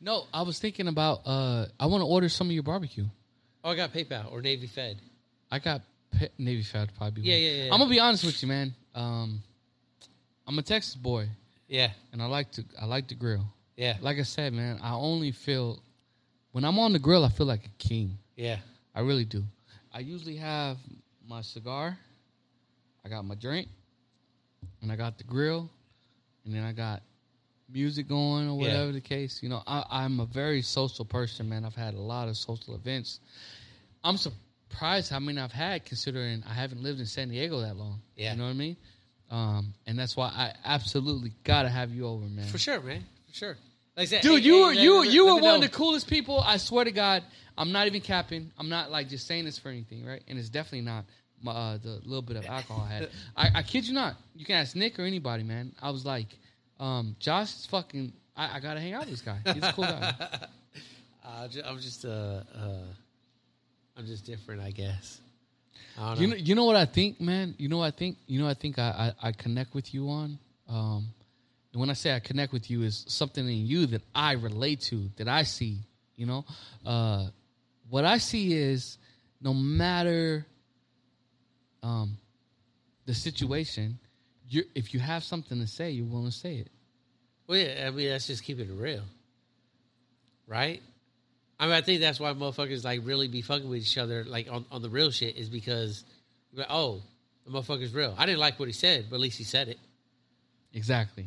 Speaker 2: No, I was thinking about. uh I want to order some of your barbecue.
Speaker 1: Oh, I got PayPal or Navy Fed.
Speaker 2: I got pe- Navy Fat probably.
Speaker 1: Yeah, yeah, yeah, yeah.
Speaker 2: I'm gonna be honest with you, man. Um, I'm a Texas boy,
Speaker 1: Yeah,
Speaker 2: and I like to I like to grill.
Speaker 1: yeah,
Speaker 2: Like I said, man, I only feel when I'm on the grill, I feel like a king.
Speaker 1: yeah.
Speaker 2: I really do. I usually have my cigar, I got my drink, and I got the grill, and then I got music going or
Speaker 1: Yeah.
Speaker 2: whatever the case. You know, I, I'm a very social person, man. I've had a lot of social events. I'm surprised how many I've had, considering I haven't lived in San Diego that long.
Speaker 1: Yeah.
Speaker 2: you know what I mean. Um, and that's why I absolutely gotta have you over, man.
Speaker 1: For sure, man. For sure. Like I said,
Speaker 2: Dude,
Speaker 1: hey,
Speaker 2: you
Speaker 1: hey,
Speaker 2: were
Speaker 1: let-
Speaker 2: you
Speaker 1: let-
Speaker 2: you
Speaker 1: let
Speaker 2: were
Speaker 1: me
Speaker 2: one of
Speaker 1: know.
Speaker 2: the coolest people. I swear to God, I'm not even capping. I'm not like just saying this for anything, right? And it's definitely not my, uh, the little bit of alcohol I had. I, I kid you not. You can ask Nick or anybody, man. I was like, um, Josh is fucking. I, I gotta hang out with this guy. He's a cool guy.
Speaker 1: Uh, ju- I'm just uh, uh, I'm just different, I guess. I don't
Speaker 2: You
Speaker 1: know.
Speaker 2: know, you know what I think, man. You know what I think. You know what I think. I, I, I connect with you on. Um, and when I say I connect with you, is something in you that I relate to, that I see. You know, uh, what I see is no matter um, the situation, you if you have something to say, you're willing to say it.
Speaker 1: well, yeah, I mean, that's just keeping it real, right? I mean, I think that's why motherfuckers like really be fucking with each other, like on, on the real shit, is because, like, oh, the motherfucker's real. I didn't like what he said, but at least he said it.
Speaker 2: Exactly.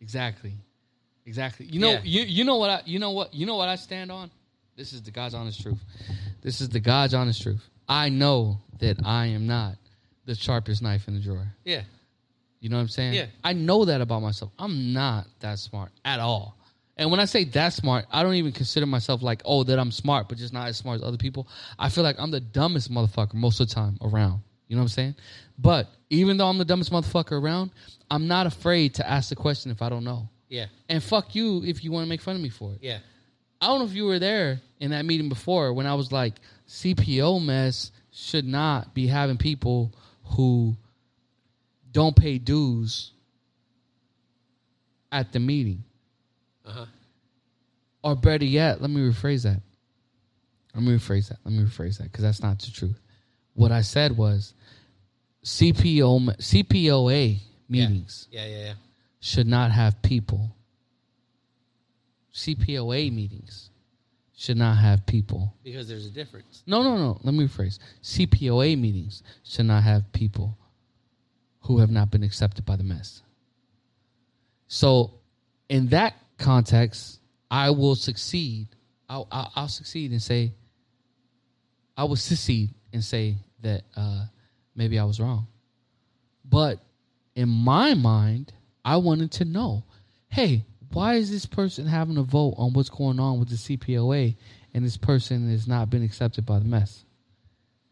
Speaker 2: Exactly. Exactly. You know
Speaker 1: Yeah.
Speaker 2: you you know what I you know what you know what I stand on? This is the God's honest truth. This is the God's honest truth. I know that I am not the sharpest knife in the drawer.
Speaker 1: Yeah.
Speaker 2: You know what I'm saying?
Speaker 1: Yeah.
Speaker 2: I know that about myself. I'm not that smart at all. And when I say that smart, I don't even consider myself like, oh, that I'm smart, but just not as smart as other people. I feel like I'm the dumbest motherfucker most of the time around. You know what I'm saying? But even though I'm the dumbest motherfucker around, I'm not afraid to ask the question if I don't know.
Speaker 1: Yeah.
Speaker 2: And fuck you if you want to make fun of me for it.
Speaker 1: Yeah.
Speaker 2: I don't know if you were there in that meeting before when I was like, CPO mess should not be having people who don't pay dues at the meeting.
Speaker 1: Uh-huh.
Speaker 2: Or better yet, let me rephrase that. Let me rephrase that. Let me rephrase that because that's not the truth. What I said was CPO, me- CPOA meetings
Speaker 1: Yeah. Yeah. Yeah.
Speaker 2: should not have people. CPOA meetings should not have people.
Speaker 1: Because there's a difference.
Speaker 2: No, no, no. Let me rephrase. CPOA meetings should not have people who have not been accepted by the mess. So, in that context, I will succeed. I'll, I'll, I'll succeed and say, I will succeed and say that uh, maybe I was wrong. But in my mind, I wanted to know, hey, why is this person having a vote on what's going on with the CPOA and this person has not been accepted by the mess?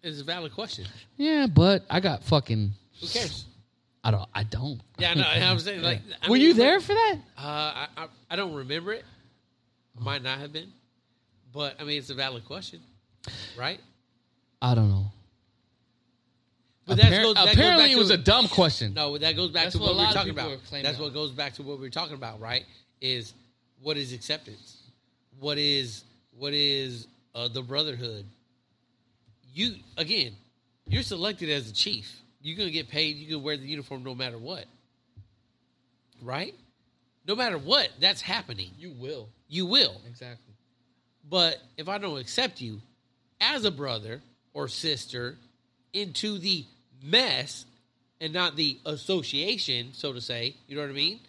Speaker 1: It's a valid question.
Speaker 2: Yeah, but I got fucking
Speaker 1: Who cares?
Speaker 2: I don't I don't.
Speaker 1: Yeah, no, and I'm saying like, I
Speaker 2: Were
Speaker 1: mean,
Speaker 2: you there for that?
Speaker 1: Uh, I, I I don't remember it. Might not have been, but I mean, it's a valid question, right?
Speaker 2: I don't know.
Speaker 1: But that's
Speaker 2: Appar-
Speaker 1: goes- that goes
Speaker 2: apparently
Speaker 1: back
Speaker 2: it was
Speaker 1: to-
Speaker 2: a dumb question.
Speaker 1: No, that goes back
Speaker 2: That's
Speaker 1: to what,
Speaker 2: what a
Speaker 1: we
Speaker 2: lot
Speaker 1: we're
Speaker 2: of
Speaker 1: talking
Speaker 2: people
Speaker 1: about.
Speaker 2: are claiming.
Speaker 1: That's what goes back to what we we're talking about, right? Is what is acceptance? What is what is uh, the brotherhood? You again, you're selected as the chief. You're gonna get paid. You can wear the uniform no matter what, right? No matter what, that's happening.
Speaker 2: You will.
Speaker 1: You will.
Speaker 2: Exactly.
Speaker 1: But if I don't accept you as a brother or sister into the mess and not the association, so to say, you know what I mean?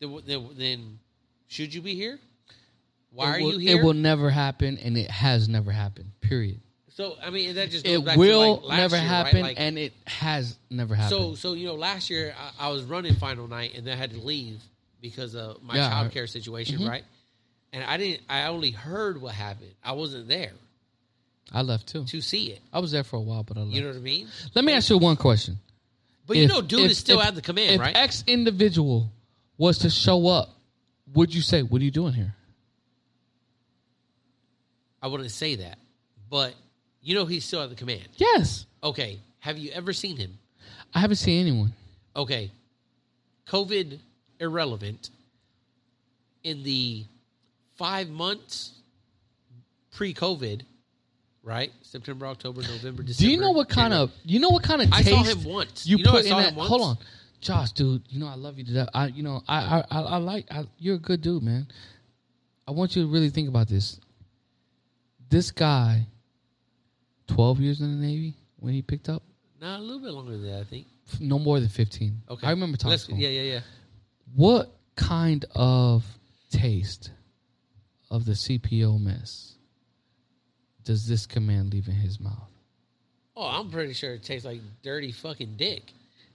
Speaker 1: Then, then, then should you be here? Why are
Speaker 2: It will-
Speaker 1: you here?
Speaker 2: It will never happen and it has never happened. Period.
Speaker 1: so I mean, that just goes
Speaker 2: It
Speaker 1: back
Speaker 2: will
Speaker 1: to like last
Speaker 2: never
Speaker 1: year, right?
Speaker 2: happen
Speaker 1: Like,
Speaker 2: and it has never happened.
Speaker 1: So, so you know, last year I, I was running final night, and then I had to leave because of my
Speaker 2: Yeah, Mm-hmm. I
Speaker 1: childcare
Speaker 2: heard-
Speaker 1: situation, right? And I didn't. I only heard what happened. I wasn't there
Speaker 2: I left too.
Speaker 1: to see it.
Speaker 2: I was there for a while, but I left.
Speaker 1: You know what I mean?
Speaker 2: Let me ask you one question.
Speaker 1: But you
Speaker 2: If-
Speaker 1: know, dude
Speaker 2: if-
Speaker 1: is still
Speaker 2: if-
Speaker 1: at the command,
Speaker 2: if
Speaker 1: right?
Speaker 2: X individual was to show up, would you say, "What are you doing here?"
Speaker 1: I wouldn't say that, but you know, he's still at the command.
Speaker 2: Yes,
Speaker 1: Okay, have you ever seen him?
Speaker 2: I haven't seen anyone.
Speaker 1: Okay, COVID irrelevant. In the five months pre-COVID, right? September, October, November, December.
Speaker 2: Do you know what kind
Speaker 1: January.
Speaker 2: of you know what kind of
Speaker 1: I
Speaker 2: taste
Speaker 1: saw him once.
Speaker 2: you,
Speaker 1: You know I
Speaker 2: put
Speaker 1: saw him
Speaker 2: in that?
Speaker 1: once.
Speaker 2: Hold on, Josh, dude. You know I love you to death. I you know I I I, I like I, you're a good dude, man. I want you to really think about this. This guy, twelve years in the Navy when he picked up,
Speaker 1: Nah, a little bit longer than that, I think.
Speaker 2: f- no more than fifteen.
Speaker 1: Okay,
Speaker 2: I remember talking
Speaker 1: Let's-
Speaker 2: to him.
Speaker 1: Yeah, yeah, yeah.
Speaker 2: What kind of taste of the CPO mess does this command leave in his mouth?
Speaker 1: Oh, I'm pretty sure it tastes like dirty fucking dick.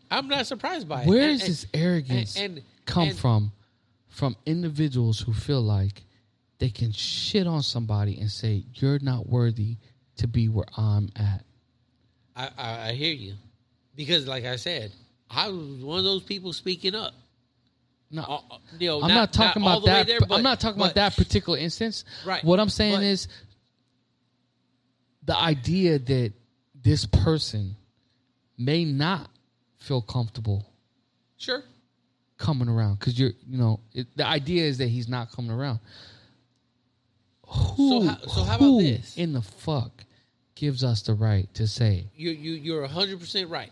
Speaker 1: I'm not surprised by it.
Speaker 2: Where
Speaker 1: And-
Speaker 2: does this arrogance
Speaker 1: and- and-
Speaker 2: come
Speaker 1: and-
Speaker 2: from? From individuals who feel like they can shit on somebody and say, You're not worthy to be where I'm at.
Speaker 1: I, I, I hear you, because like I said, I was one of those people speaking up.
Speaker 2: No,
Speaker 1: Uh, uh, you know,
Speaker 2: I'm not, talking
Speaker 1: all
Speaker 2: about
Speaker 1: the way
Speaker 2: that.
Speaker 1: there,
Speaker 2: but,
Speaker 1: but-
Speaker 2: I'm not talking
Speaker 1: but-
Speaker 2: about that particular instance.
Speaker 1: Right.
Speaker 2: What I'm saying
Speaker 1: But-
Speaker 2: is the idea that this person may not feel comfortable
Speaker 1: Sure.
Speaker 2: coming around because you're, you know, it, the idea is that he's not coming around. Who,
Speaker 1: how- so how about
Speaker 2: who
Speaker 1: this?
Speaker 2: in the fuck gives us the right to say
Speaker 1: you you you're hundred percent right.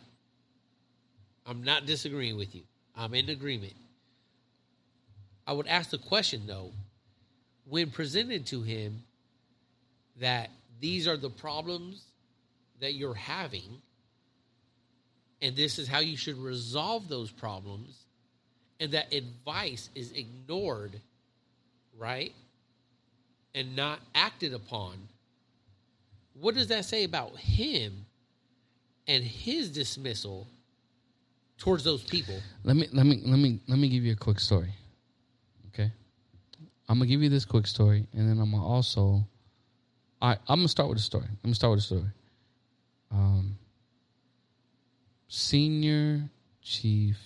Speaker 1: I'm not disagreeing with you. I'm in agreement. I would ask the question though, when presented to him that these are the problems that you're having, and this is how you should resolve those problems, and that advice is ignored, right? And not acted upon What does that say about him and his dismissal towards those people?
Speaker 2: Let me let me let me let me give you a quick story. Okay. I'm gonna give you this quick story and then I'm gonna also I I'm gonna start with a story. Let me start with a story. Um senior chief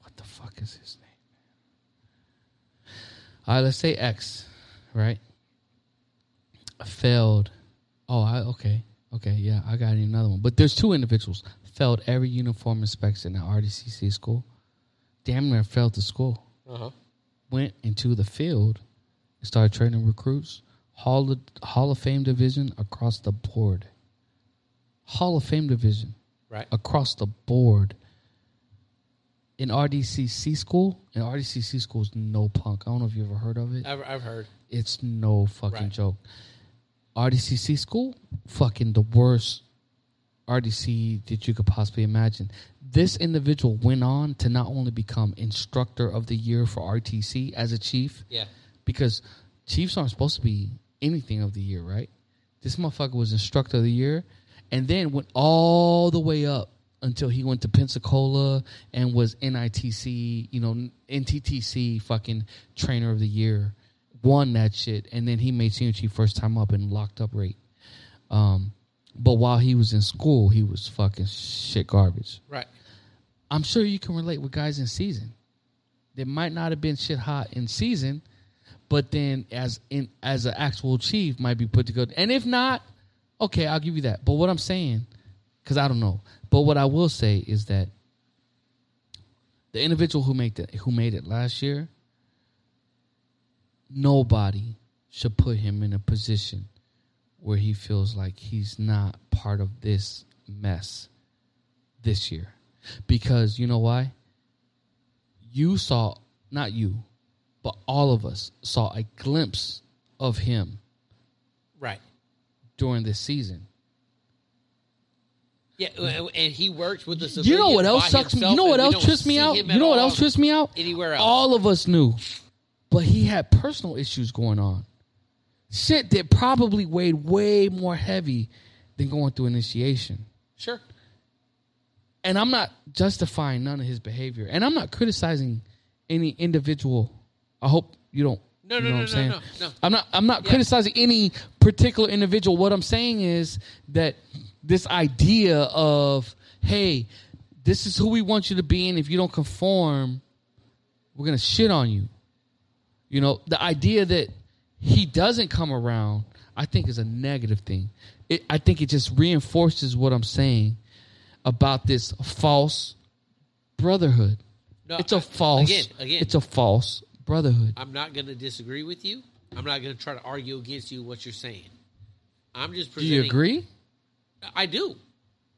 Speaker 2: what the fuck is his name? All right, let's say X, right? Failed. Oh, I, okay, okay, yeah, I got another one. But there's two individuals failed every uniform inspection at RDCC school. Damn near failed the school.
Speaker 1: Uh-huh.
Speaker 2: Went into the field and started training recruits. Hall of, Hall of Fame division across the board. Hall of Fame division
Speaker 1: Right.
Speaker 2: across the board in RDCC school, and RDCC school is no punk. I don't know if you ever heard of it.
Speaker 1: I've, I've heard.
Speaker 2: It's no fucking
Speaker 1: Right.
Speaker 2: joke. RDCC school, fucking the worst RDC that you could possibly imagine. This individual went on to not only become instructor of the year for RTC as a chief,
Speaker 1: Yeah.
Speaker 2: because Chiefs aren't supposed to be anything of the year, right? This motherfucker was instructor of the year, and then went all the way up until he went to Pensacola and was NITC, you know, NTTC fucking trainer of the year, won that shit, and then he made senior chief first time up and locked up rate. Um, but while he was in school, he was fucking shit garbage.
Speaker 1: Right.
Speaker 2: I'm sure you can relate with guys in season. They might not have been shit hot in season, but then as in as an actual chief might be put to good. And if not, okay, I'll give you that. But what I'm saying, because I don't know. But what I will say is that the individual who made that who made it last year, nobody should put him in a position where he feels like he's not part of this mess this year. Because you know why? You saw, not you, but all of us saw a glimpse of him
Speaker 1: Right.
Speaker 2: during this season.
Speaker 1: Yeah, and and he worked with the
Speaker 2: Mm-hmm. You know
Speaker 1: civilians
Speaker 2: what else
Speaker 1: by
Speaker 2: sucks me?
Speaker 1: himself,
Speaker 2: You know
Speaker 1: and
Speaker 2: what
Speaker 1: we
Speaker 2: else
Speaker 1: don't
Speaker 2: trips me
Speaker 1: see
Speaker 2: out? You
Speaker 1: him at
Speaker 2: know what
Speaker 1: all
Speaker 2: else trips me out?
Speaker 1: anywhere else.
Speaker 2: All of us knew, but he had personal issues going on. Shit that probably weighed way more heavy than going through initiation.
Speaker 1: Sure.
Speaker 2: and I'm not justifying none of his behavior, and I'm not criticizing any individual. I hope you don't.
Speaker 1: No,
Speaker 2: you
Speaker 1: no,
Speaker 2: know
Speaker 1: no,
Speaker 2: what I'm
Speaker 1: no,
Speaker 2: saying?
Speaker 1: no, no.
Speaker 2: I'm not. I'm not criticizing any particular individual. What I'm saying is that this idea of hey, this is who we want you to be, and if you don't conform, we're gonna shit on you. You know, the idea that he doesn't come around, I think, is a negative thing. It, I think it just reinforces what I'm saying about this false brotherhood.
Speaker 1: No,
Speaker 2: it's a
Speaker 1: I-
Speaker 2: false.
Speaker 1: again, again.
Speaker 2: It's a false brotherhood.
Speaker 1: I'm not going to disagree with you. I'm not going to try to argue against you what you're saying. I'm just
Speaker 2: Do
Speaker 1: presenting.
Speaker 2: you agree?
Speaker 1: I do.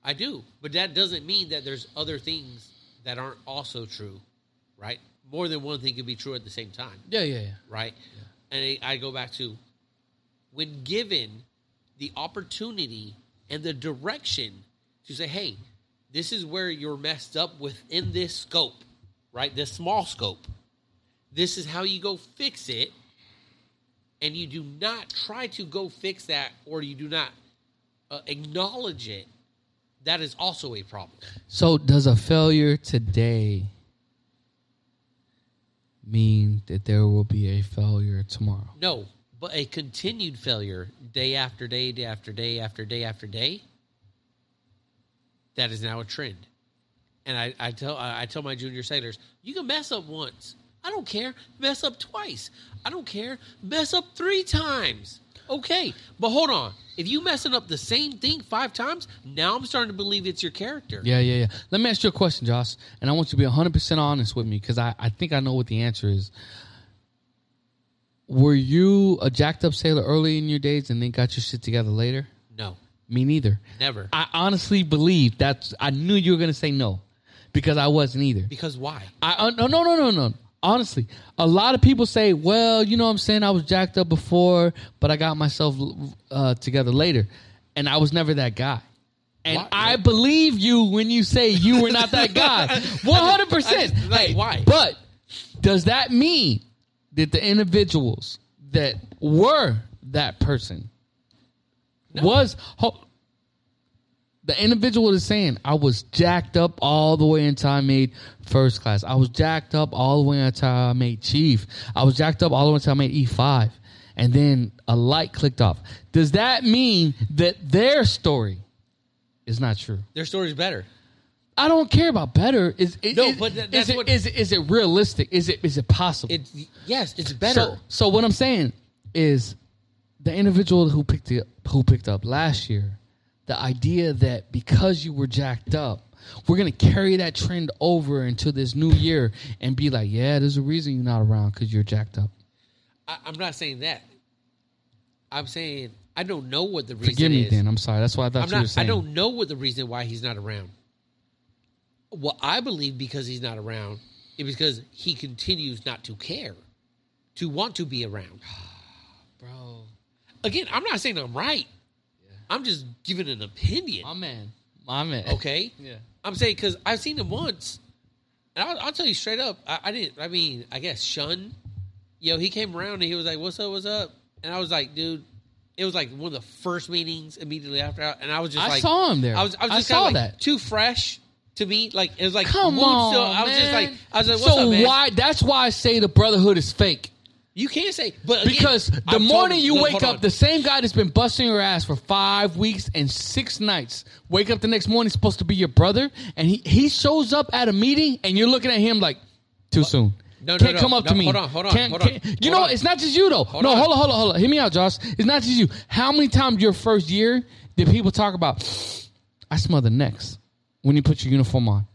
Speaker 1: I do. But that doesn't mean that there's other things that aren't also true, right? More than one thing can be true at the same time,
Speaker 2: Yeah, yeah, yeah.
Speaker 1: right? And I I go back to when given the opportunity and the direction to say, hey, this is where you're messed up within this scope, right? This small scope. This is how you go fix it. And you do not try to go fix that or you do not uh, acknowledge it. That is also a problem.
Speaker 2: So, does a failure today mean that there will be a failure tomorrow?
Speaker 1: No, but a continued failure day after day, day after day after day after day. That is now a trend, and I, I tell I I tell my junior sailors, you can mess up once. I don't care. Mess up twice. I don't care. Mess up three times. Okay, but hold on. If you messing up the same thing five times, now I'm starting to believe it's your character.
Speaker 2: Yeah, yeah, yeah. Let me ask you a question, Josh, and I want you to be 100% honest with me because I, I think I know what the answer is. Were you a jacked up sailor early in your days and then got your shit together later?
Speaker 1: No,
Speaker 2: Me neither.
Speaker 1: never.
Speaker 2: I honestly believe that's, I knew you were going to say no because I wasn't either.
Speaker 1: because why?
Speaker 2: I uh, no no no no no. Honestly, a lot of people say, "Well, you know what I'm saying? I was jacked up before, but I got myself uh, together later." And I was never that guy. And
Speaker 1: Why?
Speaker 2: I believe you when you say you were not that guy. 100%.
Speaker 1: I- like,
Speaker 2: Hey,
Speaker 1: why?
Speaker 2: But does that mean that the individuals that were that person was ho- the individual is saying I was jacked up all the way until I made first class. I was jacked up all the way until I made chief. I was jacked up all the way until I made E five, and then a light clicked off. Does that mean that their story is not true?
Speaker 1: Their story's better.
Speaker 2: I don't care about better. Is it,
Speaker 1: No,
Speaker 2: is-
Speaker 1: but that-
Speaker 2: is
Speaker 1: that's
Speaker 2: it,
Speaker 1: what-
Speaker 2: is it is it realistic? Is it is it possible?
Speaker 1: It yes, it's better.
Speaker 2: So, so what I'm saying is, the individual who picked it, who picked up last year, the idea that because you were jacked up, we're gonna carry that trend over into this new year and be like, yeah, there's a reason you're not around because you're jacked up.
Speaker 1: I, I'm not saying that. I'm saying I don't know what the reason
Speaker 2: Forgive me,
Speaker 1: is.
Speaker 2: Dan. I'm sorry. That's what I thought
Speaker 1: I'm
Speaker 2: you were
Speaker 1: not. I
Speaker 2: saying.
Speaker 1: don't know what the reason why he's not around. Well, I believe because he's not around, is because he continues not to care, to want to be around.
Speaker 2: bro.
Speaker 1: Again, I'm not saying I'm right. I'm just giving an opinion.
Speaker 2: My man. My man.
Speaker 1: Okay.
Speaker 2: Yeah.
Speaker 1: I'm saying because I've seen him once, and I'll, I'll tell you straight up, I, I didn't. I mean, I guess Shun, yo, he came around and he was like, "What's up? What's up?" And I was like, "Dude," it was like one of the first meetings immediately after, and I was just
Speaker 2: I
Speaker 1: like,
Speaker 2: saw him there.
Speaker 1: I was, I was just
Speaker 2: saw
Speaker 1: kind of like
Speaker 2: that.
Speaker 1: too fresh to me. Like it was like
Speaker 2: Come
Speaker 1: mood
Speaker 2: on,
Speaker 1: still- I was just
Speaker 2: man.
Speaker 1: like, I was like, "What's
Speaker 2: so
Speaker 1: up, man?"
Speaker 2: why? That's why I say the brotherhood is fake.
Speaker 1: You can't say, but again,
Speaker 2: Because the
Speaker 1: I've told
Speaker 2: morning
Speaker 1: him-
Speaker 2: you
Speaker 1: look,
Speaker 2: wake
Speaker 1: hold
Speaker 2: up,
Speaker 1: on.
Speaker 2: the same guy that's been busting your ass for five weeks and six nights, wake up the next morning, supposed to be your brother, and he, he shows up at a meeting, and you're looking at him like, too soon.
Speaker 1: No, no,
Speaker 2: can't
Speaker 1: no,
Speaker 2: come up
Speaker 1: no,
Speaker 2: to me.
Speaker 1: hold on, hold on,
Speaker 2: Can't-
Speaker 1: hold on,
Speaker 2: can't- you
Speaker 1: hold
Speaker 2: know,
Speaker 1: on.
Speaker 2: it's not just you though. no,
Speaker 1: on.
Speaker 2: hold on, hold on, hold on. Hear me out, Josh. It's not just you. How many times your first year did people talk about? I smell the necks when you put your uniform on.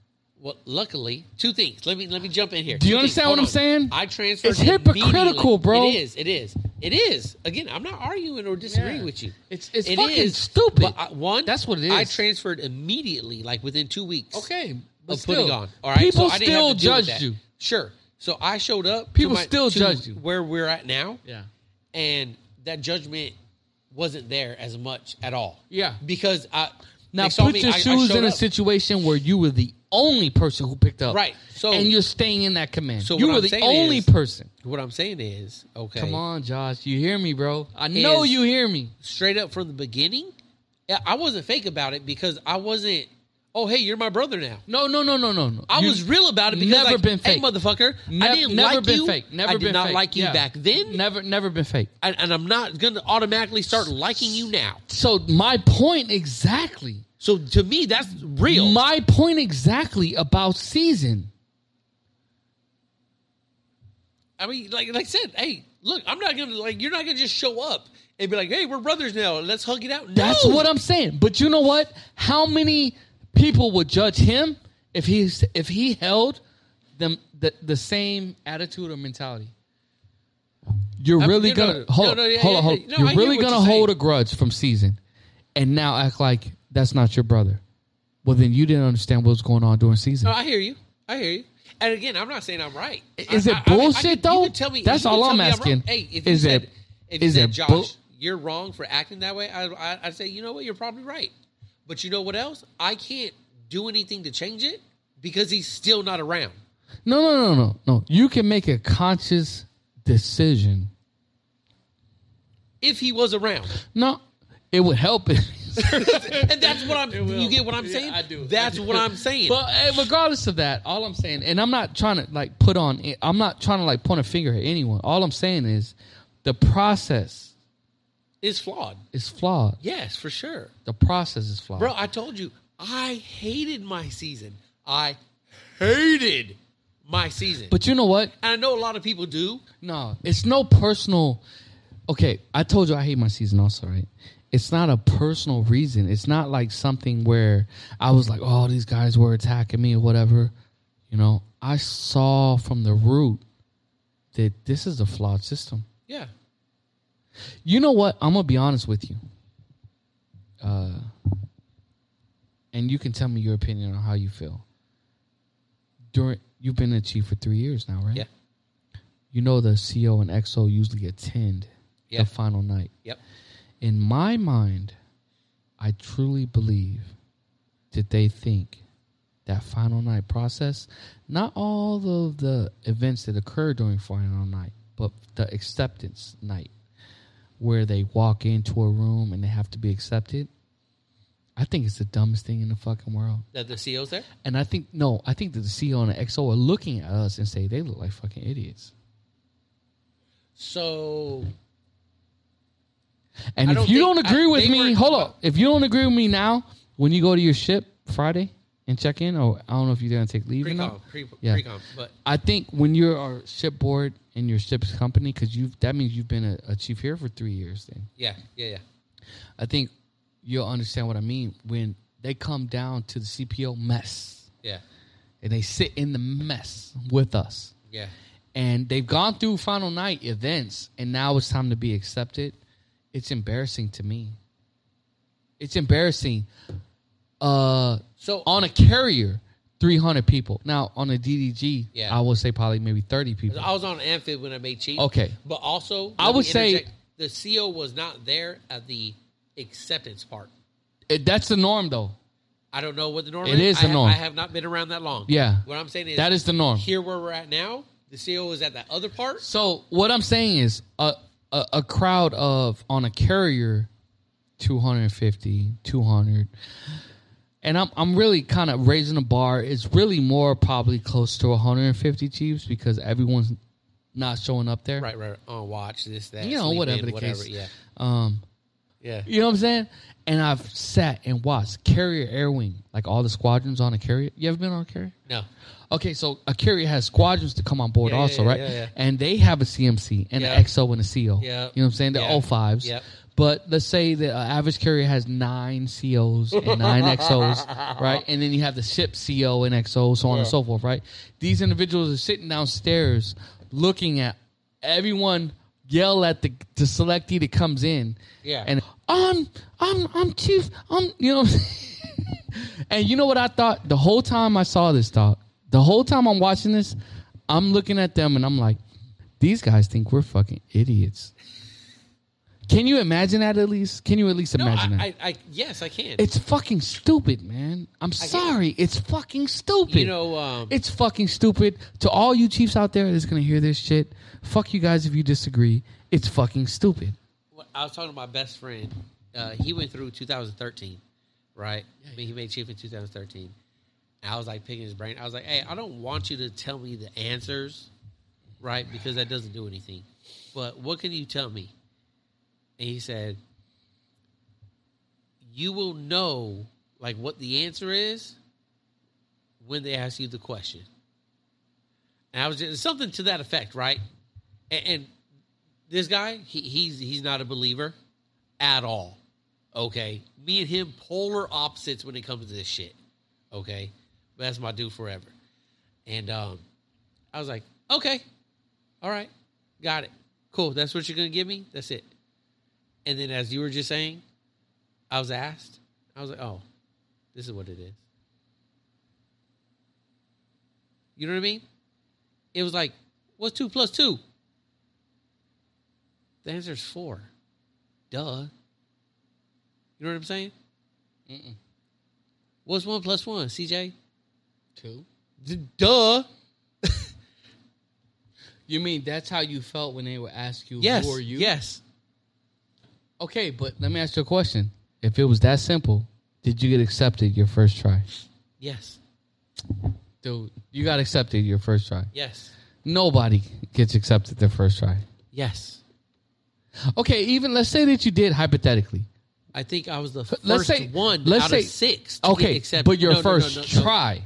Speaker 1: Well, luckily, two things. Let me let me jump in here.
Speaker 2: Do you
Speaker 1: Two things.
Speaker 2: understand
Speaker 1: Hold
Speaker 2: what I'm
Speaker 1: on.
Speaker 2: saying?
Speaker 1: I transferred.
Speaker 2: It's hypocritical,
Speaker 1: immediately.
Speaker 2: bro.
Speaker 1: It is. It is. It is. Again, I'm not arguing or disagreeing
Speaker 2: Yeah.
Speaker 1: with you.
Speaker 2: It's- it's
Speaker 1: It
Speaker 2: fucking
Speaker 1: is,
Speaker 2: stupid.
Speaker 1: But I, one,
Speaker 2: That's what it
Speaker 1: I
Speaker 2: is.
Speaker 1: transferred immediately, like within two weeks.
Speaker 2: Okay, but
Speaker 1: of putting
Speaker 2: still,
Speaker 1: on. All right,
Speaker 2: people
Speaker 1: so I didn't
Speaker 2: still
Speaker 1: have to deal with
Speaker 2: judged
Speaker 1: that.
Speaker 2: you.
Speaker 1: Sure. So I showed up. to
Speaker 2: People
Speaker 1: my-
Speaker 2: still
Speaker 1: to
Speaker 2: judged you.
Speaker 1: Where we're at now,
Speaker 2: Yeah,
Speaker 1: and that judgment wasn't there as much at all.
Speaker 2: Yeah.
Speaker 1: Because I
Speaker 2: Now
Speaker 1: they saw
Speaker 2: put
Speaker 1: me,
Speaker 2: your
Speaker 1: I- I
Speaker 2: shoes
Speaker 1: showed
Speaker 2: in a
Speaker 1: up.
Speaker 2: situation where you were the only person who picked up,
Speaker 1: Right, so-
Speaker 2: and you're staying in that command.
Speaker 1: So
Speaker 2: you
Speaker 1: what
Speaker 2: were
Speaker 1: I'm
Speaker 2: the
Speaker 1: saying
Speaker 2: only
Speaker 1: is-
Speaker 2: person.
Speaker 1: What I'm saying is, okay,
Speaker 2: Come on, Josh, you hear me, bro? I know
Speaker 1: Is-
Speaker 2: you hear me.
Speaker 1: straight up from the beginning, yeah, I wasn't fake about it because I wasn't. Oh, hey, you're my brother now.
Speaker 2: No, no, no, no, no, no.
Speaker 1: I
Speaker 2: You-
Speaker 1: was real about it because
Speaker 2: never
Speaker 1: like,
Speaker 2: been
Speaker 1: hey,
Speaker 2: fake.
Speaker 1: motherfucker,
Speaker 2: Nev-
Speaker 1: I didn't
Speaker 2: never
Speaker 1: like
Speaker 2: been
Speaker 1: you.
Speaker 2: fake. Never
Speaker 1: I did
Speaker 2: been
Speaker 1: not
Speaker 2: fake.
Speaker 1: like you
Speaker 2: Yeah.
Speaker 1: back then,
Speaker 2: Never, never been fake.
Speaker 1: and, and I'm not going to automatically start liking you now.
Speaker 2: So my point exactly.
Speaker 1: So to me, that's real.
Speaker 2: My point exactly about season.
Speaker 1: I mean, like, like I said, hey, look, I'm not going to like you're not going to just show up and be like, hey, we're brothers now. Let's hug it out.
Speaker 2: That's
Speaker 1: No!
Speaker 2: what I'm saying. But you know what? How many people would judge him if he if he held them the, the same attitude or mentality? You're
Speaker 1: I-
Speaker 2: really
Speaker 1: you
Speaker 2: gonna
Speaker 1: know-
Speaker 2: hold
Speaker 1: no,
Speaker 2: on,
Speaker 1: no, yeah,
Speaker 2: hold
Speaker 1: yeah,
Speaker 2: on, hold
Speaker 1: yeah.
Speaker 2: on.
Speaker 1: No, I
Speaker 2: you're
Speaker 1: hear
Speaker 2: really
Speaker 1: what
Speaker 2: gonna
Speaker 1: you're
Speaker 2: hold a
Speaker 1: saying.
Speaker 2: grudge from season, and now act like that's not your brother. Well, then you didn't understand what was going on during season.
Speaker 1: No, I hear you. I hear you. And again, I'm not saying I'm right.
Speaker 2: Is
Speaker 1: I- I- I
Speaker 2: it
Speaker 1: mean, I
Speaker 2: bullshit,
Speaker 1: could- you
Speaker 2: though?
Speaker 1: could tell me,
Speaker 2: That's
Speaker 1: you could
Speaker 2: all I'm
Speaker 1: tell me wrong.
Speaker 2: asking.
Speaker 1: Hey, if you
Speaker 2: Is it-
Speaker 1: said, if you
Speaker 2: is
Speaker 1: said,
Speaker 2: it
Speaker 1: Josh,
Speaker 2: bull-
Speaker 1: you're wrong for acting that way, I, I, I'd say, you know what, you're probably right. But you know what else? I can't do anything to change it because he's still not around.
Speaker 2: No, no, no, no, no. You can make a conscious decision.
Speaker 1: If he was around,
Speaker 2: No, it would help. It.
Speaker 1: and that's what I'm. You get what I'm
Speaker 2: Yeah,
Speaker 1: saying?
Speaker 2: I do.
Speaker 1: That's
Speaker 2: I do.
Speaker 1: what I'm saying.
Speaker 2: But eh, regardless of that, all I'm saying, and I'm not trying to like put on, eh, I'm not trying to like point a finger at anyone. All I'm saying is the process
Speaker 1: it's flawed.
Speaker 2: is flawed.
Speaker 1: Yes, for sure,
Speaker 2: The process is flawed.
Speaker 1: bro. I told you, I hated my season. I hated my season.
Speaker 2: but you know what?
Speaker 1: and I know a lot of people do.
Speaker 2: No, it's no personal. Okay, I told you I hate my season also, right? It's not a personal reason. It's not like something where I was like, oh, these guys were attacking me or whatever. You know, I saw from the root that this is a flawed system.
Speaker 1: Yeah.
Speaker 2: You know what? I'm gonna be honest with you. Uh, and you can tell me your opinion on how you feel. During you've been a chief for three years now, right?
Speaker 1: Yeah.
Speaker 2: You know the CO and XO usually attend
Speaker 1: Yeah.
Speaker 2: the final night.
Speaker 1: Yep.
Speaker 2: In my mind, I truly believe that they think that final night process, not all of the events that occurred during final night, but the acceptance night, where they walk into a room and they have to be accepted. I think it's the dumbest thing in the fucking world.
Speaker 1: That the CEO's there?
Speaker 2: And I think no, I think that the CEO and the XO are looking at us and say they look like fucking idiots.
Speaker 1: So
Speaker 2: And
Speaker 1: I
Speaker 2: if
Speaker 1: don't
Speaker 2: you
Speaker 1: think-
Speaker 2: don't agree
Speaker 1: I-
Speaker 2: with
Speaker 1: they
Speaker 2: me,
Speaker 1: were-
Speaker 2: hold up. If you don't agree with me now, when you go to your ship Friday and check in, or I don't know if you're gonna take leave or
Speaker 1: pre-com,
Speaker 2: not.
Speaker 1: pre,
Speaker 2: Yeah.
Speaker 1: pre-com. But
Speaker 2: I think when you're our shipboard and your ship's company, because you've that means you've been a, a chief here for three years. Then
Speaker 1: yeah, yeah, yeah.
Speaker 2: I think you'll understand what I mean when they come down to the CPO mess
Speaker 1: Yeah.
Speaker 2: and they sit in the mess with us,
Speaker 1: Yeah.
Speaker 2: and they've gone through final night events, and now it's time to be accepted. It's embarrassing to me. It's embarrassing. Uh,
Speaker 1: So
Speaker 2: on a carrier, three hundred people. Now on a DDG,
Speaker 1: Yeah.
Speaker 2: I will say probably maybe thirty people.
Speaker 1: I was on Amphib when I made cheese.
Speaker 2: Okay.
Speaker 1: But also
Speaker 2: I
Speaker 1: let me
Speaker 2: would say-
Speaker 1: interject, the CEO was not there at the acceptance part.
Speaker 2: It, that's the norm, though.
Speaker 1: I don't know what the norm
Speaker 2: It is
Speaker 1: I
Speaker 2: the
Speaker 1: ha-
Speaker 2: norm.
Speaker 1: I have not been around that long.
Speaker 2: Yeah.
Speaker 1: What I'm saying is
Speaker 2: That is the norm.
Speaker 1: here where we're at now, the CEO is at that other part.
Speaker 2: So what I'm saying is a, a a crowd of on a carrier, 250, 200, and I'm I'm really kind of raising the bar. It's really more probably close to 150 Chiefs because everyone's not showing up there.
Speaker 1: Right, right. right. On watch this, that.
Speaker 2: You know,
Speaker 1: sleep in,
Speaker 2: whatever the case.
Speaker 1: Yeah,
Speaker 2: Um,
Speaker 1: yeah.
Speaker 2: you know what I'm saying? And I've sat and watched carrier air wing, like all the squadrons on a carrier. You ever been on a carrier?
Speaker 1: No,
Speaker 2: Okay, so a carrier has squadrons to come on board
Speaker 1: Yeah, yeah,
Speaker 2: also,
Speaker 1: yeah,
Speaker 2: right?
Speaker 1: yeah, yeah.
Speaker 2: And they have a CMC and
Speaker 1: Yeah.
Speaker 2: an XO and a
Speaker 1: Yeah.
Speaker 2: CO. You know what I'm saying? They're
Speaker 1: Yeah.
Speaker 2: all fives.
Speaker 1: Yep.
Speaker 2: But let's say the uh, average carrier has nine COs and nine XOs, right? And then you have the ship CO and XO, so on and so forth, right? These individuals are sitting downstairs looking at everyone yell at the, the selectee that comes in.
Speaker 1: Yeah.
Speaker 2: And I'm I'm I'm chief. I'm you know. what I'm saying? and you know what I thought the whole time I saw this dog. The whole time I'm watching this, I'm looking at them and I'm like, these guys think we're fucking idiots. Can you imagine that at least? Can you at least
Speaker 1: no.
Speaker 2: imagine that?
Speaker 1: I, I, I, yes, I can.
Speaker 2: it's fucking stupid, man. I'm sorry. It's fucking stupid.
Speaker 1: you know, um,
Speaker 2: It's fucking stupid. To all you Chiefs out there that's gonna hear this shit, fuck you guys if you disagree. It's fucking stupid.
Speaker 1: I was talking to my best friend. Uh, he went through 2013, right? I mean, he made chief in 2013. I was like picking his brain. I was like, hey, I don't want you to tell me the answers, right? Because that doesn't do anything. But what can you tell me? And he said, you will know like what the answer is when they ask you the question. And I was just something to that effect, right? And, and this guy, he, he's he's not a believer at all. Okay, me and him polar opposites when it comes to this shit. Okay, but that's my dude forever. And um, I was like, okay, all right, got it, cool. That's what you're gonna give me. That's it. And then as you were just saying, I was asked. I was like, oh, this is what it is. You know what I mean? It was like, what's two plus two? The answer's four. Duh. You know what I'm saying?
Speaker 4: Mm-mm.
Speaker 1: What's one plus one, CJ?
Speaker 4: Two.
Speaker 1: D- Duh.
Speaker 4: You mean that's how you felt when they would ask you
Speaker 1: Yes.
Speaker 4: who are you?
Speaker 1: Yes.
Speaker 2: Okay, but let me ask you a question. If it was that simple, did you get accepted your first try?
Speaker 1: Yes.
Speaker 2: Dude, you got accepted your first try.
Speaker 1: Yes.
Speaker 2: Nobody gets accepted their first try.
Speaker 1: Yes.
Speaker 2: Okay, even let's say that you did hypothetically.
Speaker 1: I think I was the first
Speaker 2: let's say-
Speaker 1: one
Speaker 2: let's
Speaker 1: out
Speaker 2: say-
Speaker 1: of six. to get
Speaker 2: Okay,
Speaker 1: accepted.
Speaker 2: but your
Speaker 1: No, no, no,
Speaker 2: first
Speaker 1: no, no.
Speaker 2: try.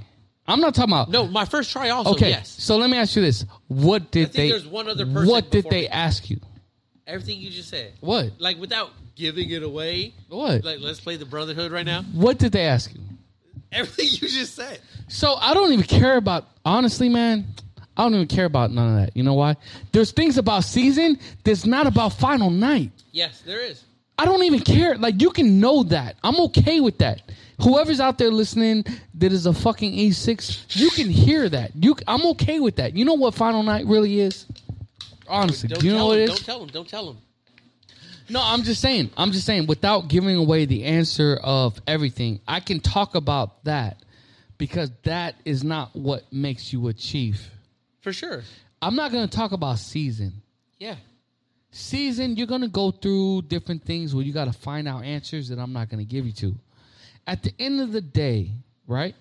Speaker 2: I'm not talking about
Speaker 1: No, my first try also.
Speaker 2: Okay,
Speaker 1: Yes.
Speaker 2: so let me ask you this: What did
Speaker 1: think
Speaker 2: they?
Speaker 1: there's one other person
Speaker 2: what did
Speaker 1: before
Speaker 2: they
Speaker 1: me.
Speaker 2: ask you?
Speaker 1: Everything you just said,
Speaker 2: What?
Speaker 1: like without giving it away.
Speaker 2: What?
Speaker 1: Like let's play the brotherhood right now.
Speaker 2: what did they ask you?
Speaker 1: Everything you just said.
Speaker 2: So I don't even care about honestly, man. I don't even care about none of that. You know why? There's things about season that's not about final night.
Speaker 1: Yes, there is.
Speaker 2: I don't even care. Like you can know that. I'm okay with that. Whoever's out there listening that is a fucking E6, you can hear that. You, I'm okay with that. You know what final night really is? Honestly,
Speaker 1: Don't
Speaker 2: do you know
Speaker 1: tell
Speaker 2: what
Speaker 1: him.
Speaker 2: it
Speaker 1: Don't
Speaker 2: is?
Speaker 1: tell him. Don't tell him.
Speaker 2: No, I'm just saying. I'm just saying. Without giving away the answer of everything, I can talk about that because that is not what makes you a chief.
Speaker 1: For sure.
Speaker 2: I'm not going to talk about season.
Speaker 1: Yeah.
Speaker 2: season, you're gonna go through different things where you gotta find out answers that I'm not gonna give you to. At the end of the day, right?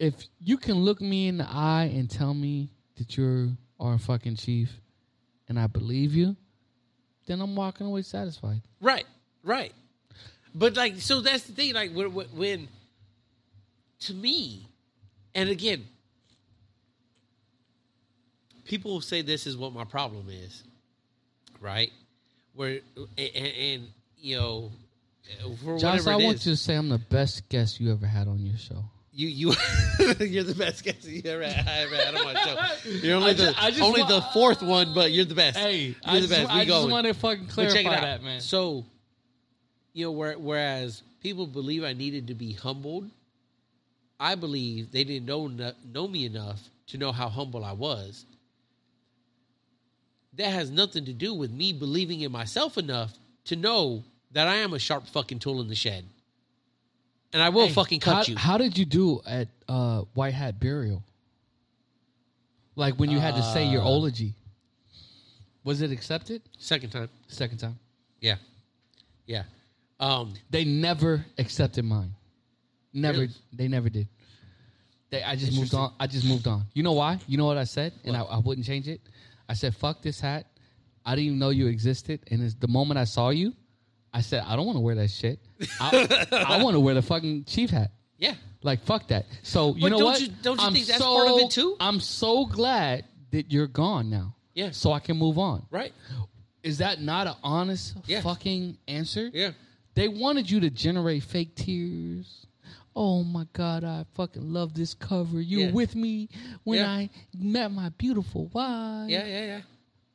Speaker 2: If you can look me in the eye and tell me that you are a fucking chief, and I believe you, then I'm walking away satisfied.
Speaker 1: Right, right. But like, so that's the thing. Like, when, when- when to me, and again, people say this is what my problem is, right? Where and, and, and you know, for
Speaker 2: Josh,
Speaker 1: whatever
Speaker 2: I
Speaker 1: it
Speaker 2: want
Speaker 1: is,
Speaker 2: you to say I'm the best guest you ever had on your show.
Speaker 1: you you you're the best guest you ever had, I ever had on my show. You're only
Speaker 2: I ju-
Speaker 1: the
Speaker 2: I just
Speaker 1: only
Speaker 2: wa-
Speaker 1: the fourth one, but you're the best. you're
Speaker 2: I
Speaker 1: the
Speaker 2: just,
Speaker 1: best. We
Speaker 2: I just
Speaker 1: going.
Speaker 2: want to fucking
Speaker 1: But
Speaker 2: clarify
Speaker 1: check it out.
Speaker 2: that, man.
Speaker 1: So, you know, where, whereas people believe I needed to be humbled, I believe they didn't know no- know me enough to know how humble I was. That has nothing to do with me believing in myself enough to know that I am a sharp fucking tool in the shed, and I will fucking cut
Speaker 2: how,
Speaker 1: you.
Speaker 2: how did you do at uh, White Hat Burial? Like when you had to say
Speaker 1: Uh,
Speaker 2: your eulogy, was it accepted?
Speaker 1: Second time,
Speaker 2: Second time,
Speaker 1: yeah, yeah. Um,
Speaker 2: they never accepted mine. Never,
Speaker 1: Really?
Speaker 2: they never did. They, I just moved on. I just moved on. You know why? You know what I said, and I, I wouldn't change it. I said, "Fuck this hat." I didn't even know you existed, and it's the moment I saw you, I said, "I don't want to wear that shit. I, I want to wear the fucking chief hat."
Speaker 1: yeah,
Speaker 2: Like fuck that. So you
Speaker 1: But
Speaker 2: know
Speaker 1: don't
Speaker 2: what?
Speaker 1: you- don't you think that's part of it, too?
Speaker 2: I'm so glad that you're gone now.
Speaker 1: Yeah.
Speaker 2: So I can move on.
Speaker 1: right,
Speaker 2: Is that not an honest
Speaker 1: Yeah.
Speaker 2: fucking answer?
Speaker 1: yeah.
Speaker 2: They wanted you to generate fake tears. Oh my god, I fucking love this cover. You were
Speaker 1: Yeah.
Speaker 2: with me when
Speaker 1: Yeah.
Speaker 2: I met my beautiful wife.
Speaker 1: Yeah, yeah, yeah.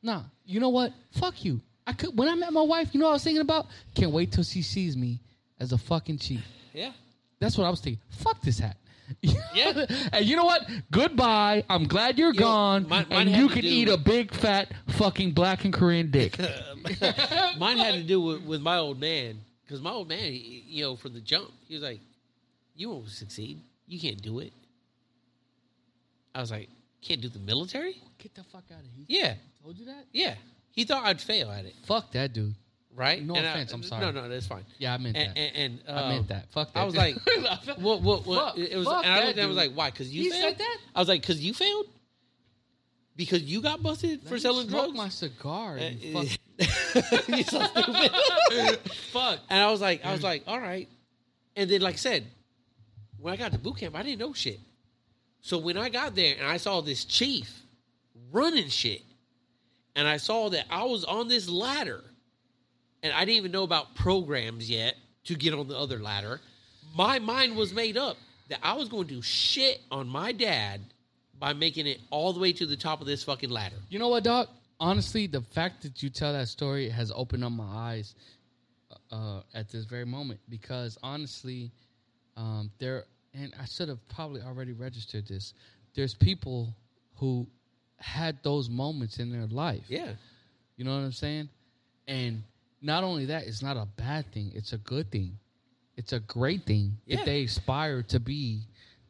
Speaker 2: Nah, you know what? Fuck you. I could when I met my wife, you know what I was thinking about? Can't wait till she sees me as a fucking chief.
Speaker 1: Yeah.
Speaker 2: That's what I was thinking. Fuck this hat.
Speaker 1: Yeah.
Speaker 2: and you know what? Goodbye. I'm glad you're
Speaker 1: Yo,
Speaker 2: gone.
Speaker 1: mine- mine
Speaker 2: and
Speaker 1: had
Speaker 2: you
Speaker 1: to
Speaker 2: can
Speaker 1: do-
Speaker 2: eat a big fat fucking black and Korean dick.
Speaker 1: Mine had to do with, with my old man because my old man, he- you know, from the jump, he was like, "You won't succeed. You can't do it." I was like, "Can't do the military?"
Speaker 2: Get the fuck out of here.
Speaker 1: Yeah,
Speaker 2: Told you that?
Speaker 1: yeah. He thought I'd fail at it,
Speaker 2: Fuck that dude.
Speaker 1: right?
Speaker 2: No
Speaker 1: I-
Speaker 2: offense, I'm sorry.
Speaker 1: No, no, that's fine.
Speaker 2: Yeah, I meant
Speaker 1: And,
Speaker 2: that.
Speaker 1: and, and
Speaker 2: I
Speaker 1: um,
Speaker 2: meant that. Fuck that.
Speaker 1: I was
Speaker 2: dude.
Speaker 1: like, "What? What? What?"
Speaker 2: Fuck-
Speaker 1: it was,
Speaker 2: fuck
Speaker 1: and I
Speaker 2: that
Speaker 1: looked at him. I was
Speaker 2: dude.
Speaker 1: like, "Why? Because you
Speaker 2: He
Speaker 1: failed?"
Speaker 2: said that?
Speaker 1: I was like, "Because you failed." Because you got busted
Speaker 2: Let
Speaker 1: for
Speaker 2: me
Speaker 1: selling
Speaker 2: smoke
Speaker 1: drugs.
Speaker 2: my cigar. and
Speaker 1: Uh,
Speaker 2: fuck.
Speaker 1: You're so stupid.
Speaker 2: fuck.
Speaker 1: And I was like, I was like, all right. And then, like I said, when I got to boot camp, I didn't know shit. So when I got there and I saw this chief running shit, and I saw that I was on this ladder, and I didn't even know about programs yet to get on the other ladder. My mind was made up that I was going to do shit on my dad by making it all the way to the top of this fucking ladder.
Speaker 2: You know what, dog? Honestly, the fact that you tell that story has opened up my eyes uh, at this very moment because honestly, um, there and I should have probably already registered this. There's people who had those moments in their life.
Speaker 1: Yeah.
Speaker 2: You know what I'm saying? And not only that, it's not a bad thing, it's a good thing. It's a great thing
Speaker 1: Yeah.
Speaker 2: if they aspire to be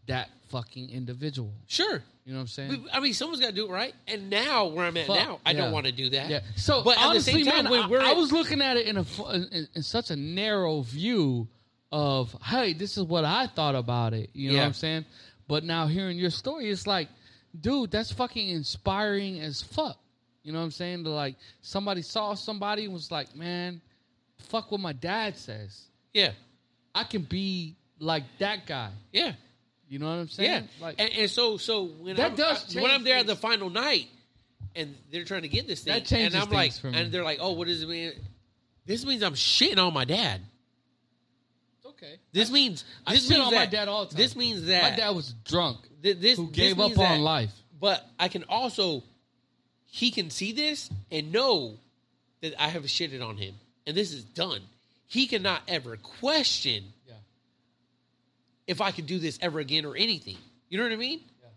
Speaker 2: that fucking individual.
Speaker 1: Sure.
Speaker 2: You know what I'm saying?
Speaker 1: We- I mean, someone's got to do it right. And now, where I'm at
Speaker 2: Fuck,
Speaker 1: now, I
Speaker 2: yeah.
Speaker 1: don't want to do that.
Speaker 2: Yeah. So,
Speaker 1: but
Speaker 2: honestly,
Speaker 1: at the same time,
Speaker 2: man,
Speaker 1: when
Speaker 2: I,
Speaker 1: we're
Speaker 2: I
Speaker 1: at-
Speaker 2: was looking at it in a fu- in, in such a narrow view of, hey, this is what I thought about it. You know
Speaker 1: Yeah.
Speaker 2: what I'm saying? But now hearing your story, it's like, dude, that's fucking inspiring as fuck. You know what I'm saying? To like somebody saw somebody and was like, man, fuck what my dad says.
Speaker 1: yeah,
Speaker 2: I can be like that guy.
Speaker 1: yeah,
Speaker 2: You know what I'm saying?
Speaker 1: yeah.
Speaker 2: Like
Speaker 1: and, and so, so when
Speaker 2: That
Speaker 1: I'm,
Speaker 2: does
Speaker 1: I- when I'm
Speaker 2: change
Speaker 1: there at the
Speaker 2: things.
Speaker 1: final night, and they're trying to get this thing,
Speaker 2: That changes
Speaker 1: and I'm like,
Speaker 2: things for me.
Speaker 1: and they're like, oh, what does it mean? This means I'm shitting on my dad.
Speaker 2: it's okay.
Speaker 1: This means
Speaker 2: I
Speaker 1: this
Speaker 2: shit
Speaker 1: means
Speaker 2: on
Speaker 1: that,
Speaker 2: my dad all the time.
Speaker 1: This means
Speaker 2: My
Speaker 1: that
Speaker 2: dad was drunk
Speaker 1: thi- this
Speaker 2: who
Speaker 1: this
Speaker 2: gave up
Speaker 1: means that-
Speaker 2: on life.
Speaker 1: But I can also he can see this and know that I have shitted on him, and this is done. He cannot ever question
Speaker 2: Yeah.
Speaker 1: if I could do this ever again or anything. You know what I mean?
Speaker 2: Yeah.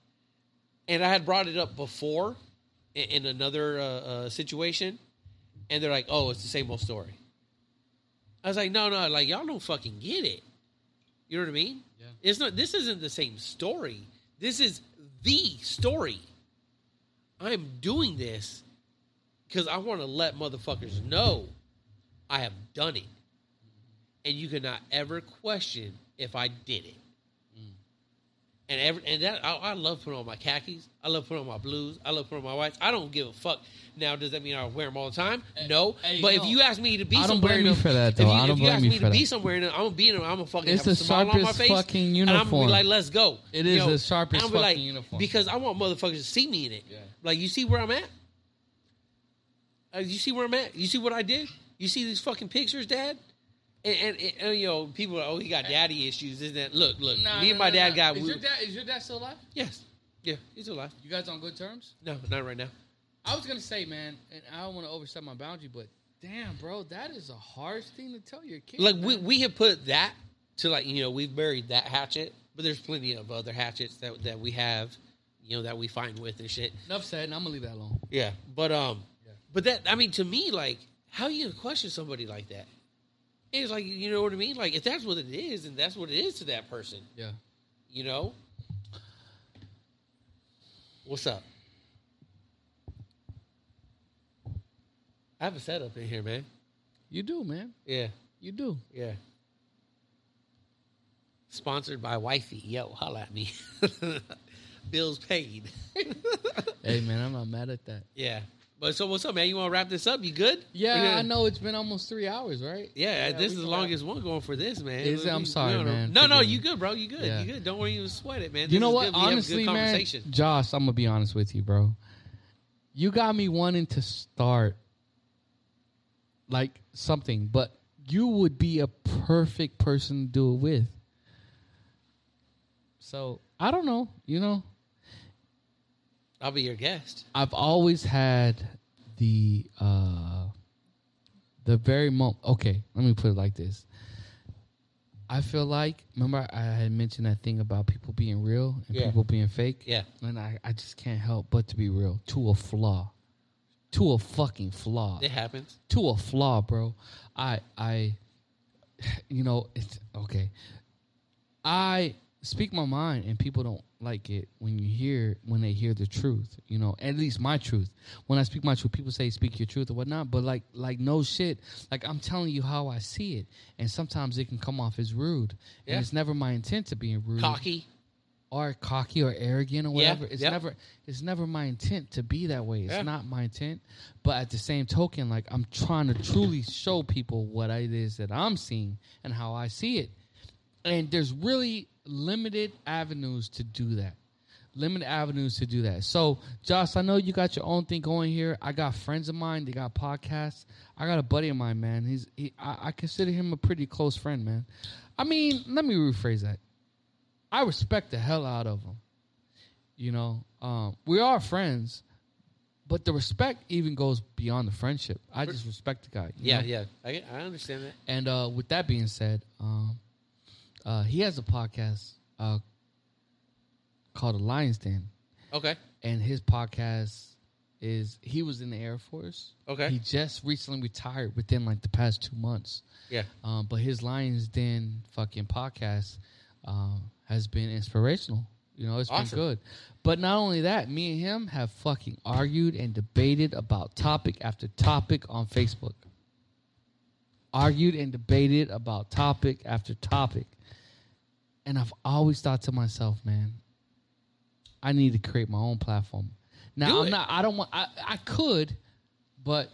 Speaker 1: And I had brought it up before i- in, another uh, uh, situation, and they're like, "Oh, it's the same old story." I was like, "No, no, like y'all don't fucking get it." You know what I mean?
Speaker 2: Yeah.
Speaker 1: It's not. This isn't the same story. This is the story. I'm doing this because I want to let motherfuckers know I have done it, and you cannot ever question if I did it.
Speaker 5: Mm.
Speaker 1: And every and that I, I love putting on my khakis. I love putting on my blues. I love putting on my whites. I don't give a fuck. Now, does that mean I wear them all the time? No.
Speaker 5: hey,
Speaker 1: but
Speaker 5: no.
Speaker 1: if you ask me to be
Speaker 2: I don't
Speaker 1: somewhere,
Speaker 2: blame
Speaker 1: in
Speaker 2: you
Speaker 1: them-
Speaker 2: for that,
Speaker 1: if
Speaker 2: though.
Speaker 1: you-
Speaker 2: I don't
Speaker 1: if you
Speaker 2: blame
Speaker 1: ask
Speaker 2: you
Speaker 1: me
Speaker 2: for
Speaker 1: to be
Speaker 2: that.
Speaker 1: somewhere, in them, I'm gonna be in them. I'm gonna fucking.
Speaker 2: It's
Speaker 1: have a
Speaker 2: the
Speaker 1: smile on my
Speaker 2: sharpest
Speaker 1: face,
Speaker 2: fucking
Speaker 1: And I'm gonna
Speaker 2: uniform.
Speaker 1: be like, let's go.
Speaker 2: It is
Speaker 1: Yo,
Speaker 2: the sharpest
Speaker 1: and I'm gonna be
Speaker 2: fucking
Speaker 1: like,
Speaker 2: uniform.
Speaker 1: because I want motherfuckers to see me in it.
Speaker 5: Yeah.
Speaker 1: Like you see where I'm at. Uh, you see where I'm at. You see what I did. You see these fucking pictures, Dad. And, and, and, and, you know, people. Are, oh, he got daddy issues. Isn't that? Look, look. me and my dad got.
Speaker 5: Is
Speaker 1: we-
Speaker 5: your dad, is your dad still alive?
Speaker 1: yes. Yeah, he's alive.
Speaker 5: You guys on good terms?
Speaker 1: No, not right now.
Speaker 5: I was gonna say, man, and I don't want to overstep my boundary, but damn, bro, that is a harsh thing to tell your kid.
Speaker 1: Like
Speaker 5: man.
Speaker 1: we we have put that to like you know we've buried that hatchet, but there's plenty of other hatchets that that we have, you know that we find with and shit.
Speaker 5: enough said, and I'm gonna leave that alone.
Speaker 1: Yeah, but um,
Speaker 5: Yeah.
Speaker 1: but that I mean to me like how you gonna question somebody like that? It's like you know what I mean. Like if that's what it is, and that's what it is to that person,
Speaker 5: Yeah.
Speaker 1: you know. What's up? I have a setup in here, man.
Speaker 5: You do, man.
Speaker 1: Yeah.
Speaker 5: You do.
Speaker 1: Yeah. Sponsored by Wifey. Yo, holla at me. Bills paid.
Speaker 5: Hey, man, I'm not mad at that.
Speaker 1: yeah. But so what's up, man? You want to wrap this up? You good?
Speaker 5: Yeah,
Speaker 1: We good?
Speaker 5: I know it's been almost three hours, right?
Speaker 1: Yeah,
Speaker 5: Yeah, we
Speaker 1: this is the
Speaker 5: can
Speaker 1: longest one going for this, man.
Speaker 5: Is it? I'm
Speaker 1: We-
Speaker 5: sorry,
Speaker 1: we don't-
Speaker 5: man.
Speaker 1: No, no,
Speaker 5: Forgive me.
Speaker 1: you good, bro. You good.
Speaker 5: Yeah.
Speaker 1: You good. Don't worry, you sweat it, man.
Speaker 2: you
Speaker 1: This
Speaker 2: know
Speaker 1: is
Speaker 2: what?
Speaker 1: good. We have a
Speaker 2: Honestly,
Speaker 1: good
Speaker 2: man,
Speaker 1: conversation.
Speaker 2: Josh, I'm gonna be honest with you, bro. You got me wanting to start like something, but you would be a perfect person to do it with. So I don't know. You know,
Speaker 1: I'll be your guest.
Speaker 2: I've always had the uh the very moment. Okay, let me put it like this. I feel like remember I had mentioned that thing about people being real and
Speaker 1: Yeah.
Speaker 2: people being fake.
Speaker 1: Yeah.
Speaker 2: and I, I just can't help but to be real to a flaw, to a fucking flaw
Speaker 1: It happens.
Speaker 2: to a flaw, bro. I I you know, it's okay. I speak my mind and people don't like it when you hear when they hear the truth, you know, at least my truth. When I speak my truth, people say speak your truth or whatnot, but like like no shit. Like I'm telling you how I see it. And sometimes it can come off as rude.
Speaker 1: Yeah.
Speaker 2: And it's never my intent to be
Speaker 5: Mm-hmm.
Speaker 2: rude
Speaker 1: Cocky.
Speaker 2: or cocky or arrogant or
Speaker 1: Yeah,
Speaker 2: whatever. It's
Speaker 1: yep.
Speaker 2: never it's never my intent to be that way. It's
Speaker 1: Yeah.
Speaker 2: not my intent. But at the same token, like I'm trying to truly show people what it is that I'm seeing and how I see it. And there's really limited avenues to do that. Limited avenues to do that. So, Josh, I know you got your own thing going here. I got friends of mine. They got podcasts. I got a buddy of mine, man. He's he, I, I consider him a pretty close friend, man. I mean, let me rephrase that. I respect the hell out of him. You know, um, we are friends, but the respect even goes beyond the friendship. I just respect the guy. you
Speaker 1: Yeah,
Speaker 5: Mm-hmm.
Speaker 2: know?
Speaker 1: yeah. I, I understand that.
Speaker 2: And uh, with that being said, um, uh, he has a podcast uh, called The Lion's Den,
Speaker 1: Okay.
Speaker 2: and his podcast is he was in the Air Force.
Speaker 1: Okay.
Speaker 2: He just recently retired within like the past two months.
Speaker 1: Yeah.
Speaker 2: Um, but his Lions Den fucking podcast um, has been inspirational. You know, it's
Speaker 1: Awesome.
Speaker 2: been good. But not only that, me and him have fucking argued and debated about topic after topic on Facebook. Argued and debated about topic after topic. And I've always thought to myself, man, I need to create my own platform. Now
Speaker 1: Do
Speaker 2: I'm
Speaker 1: it.
Speaker 2: not I don't want I, I could, but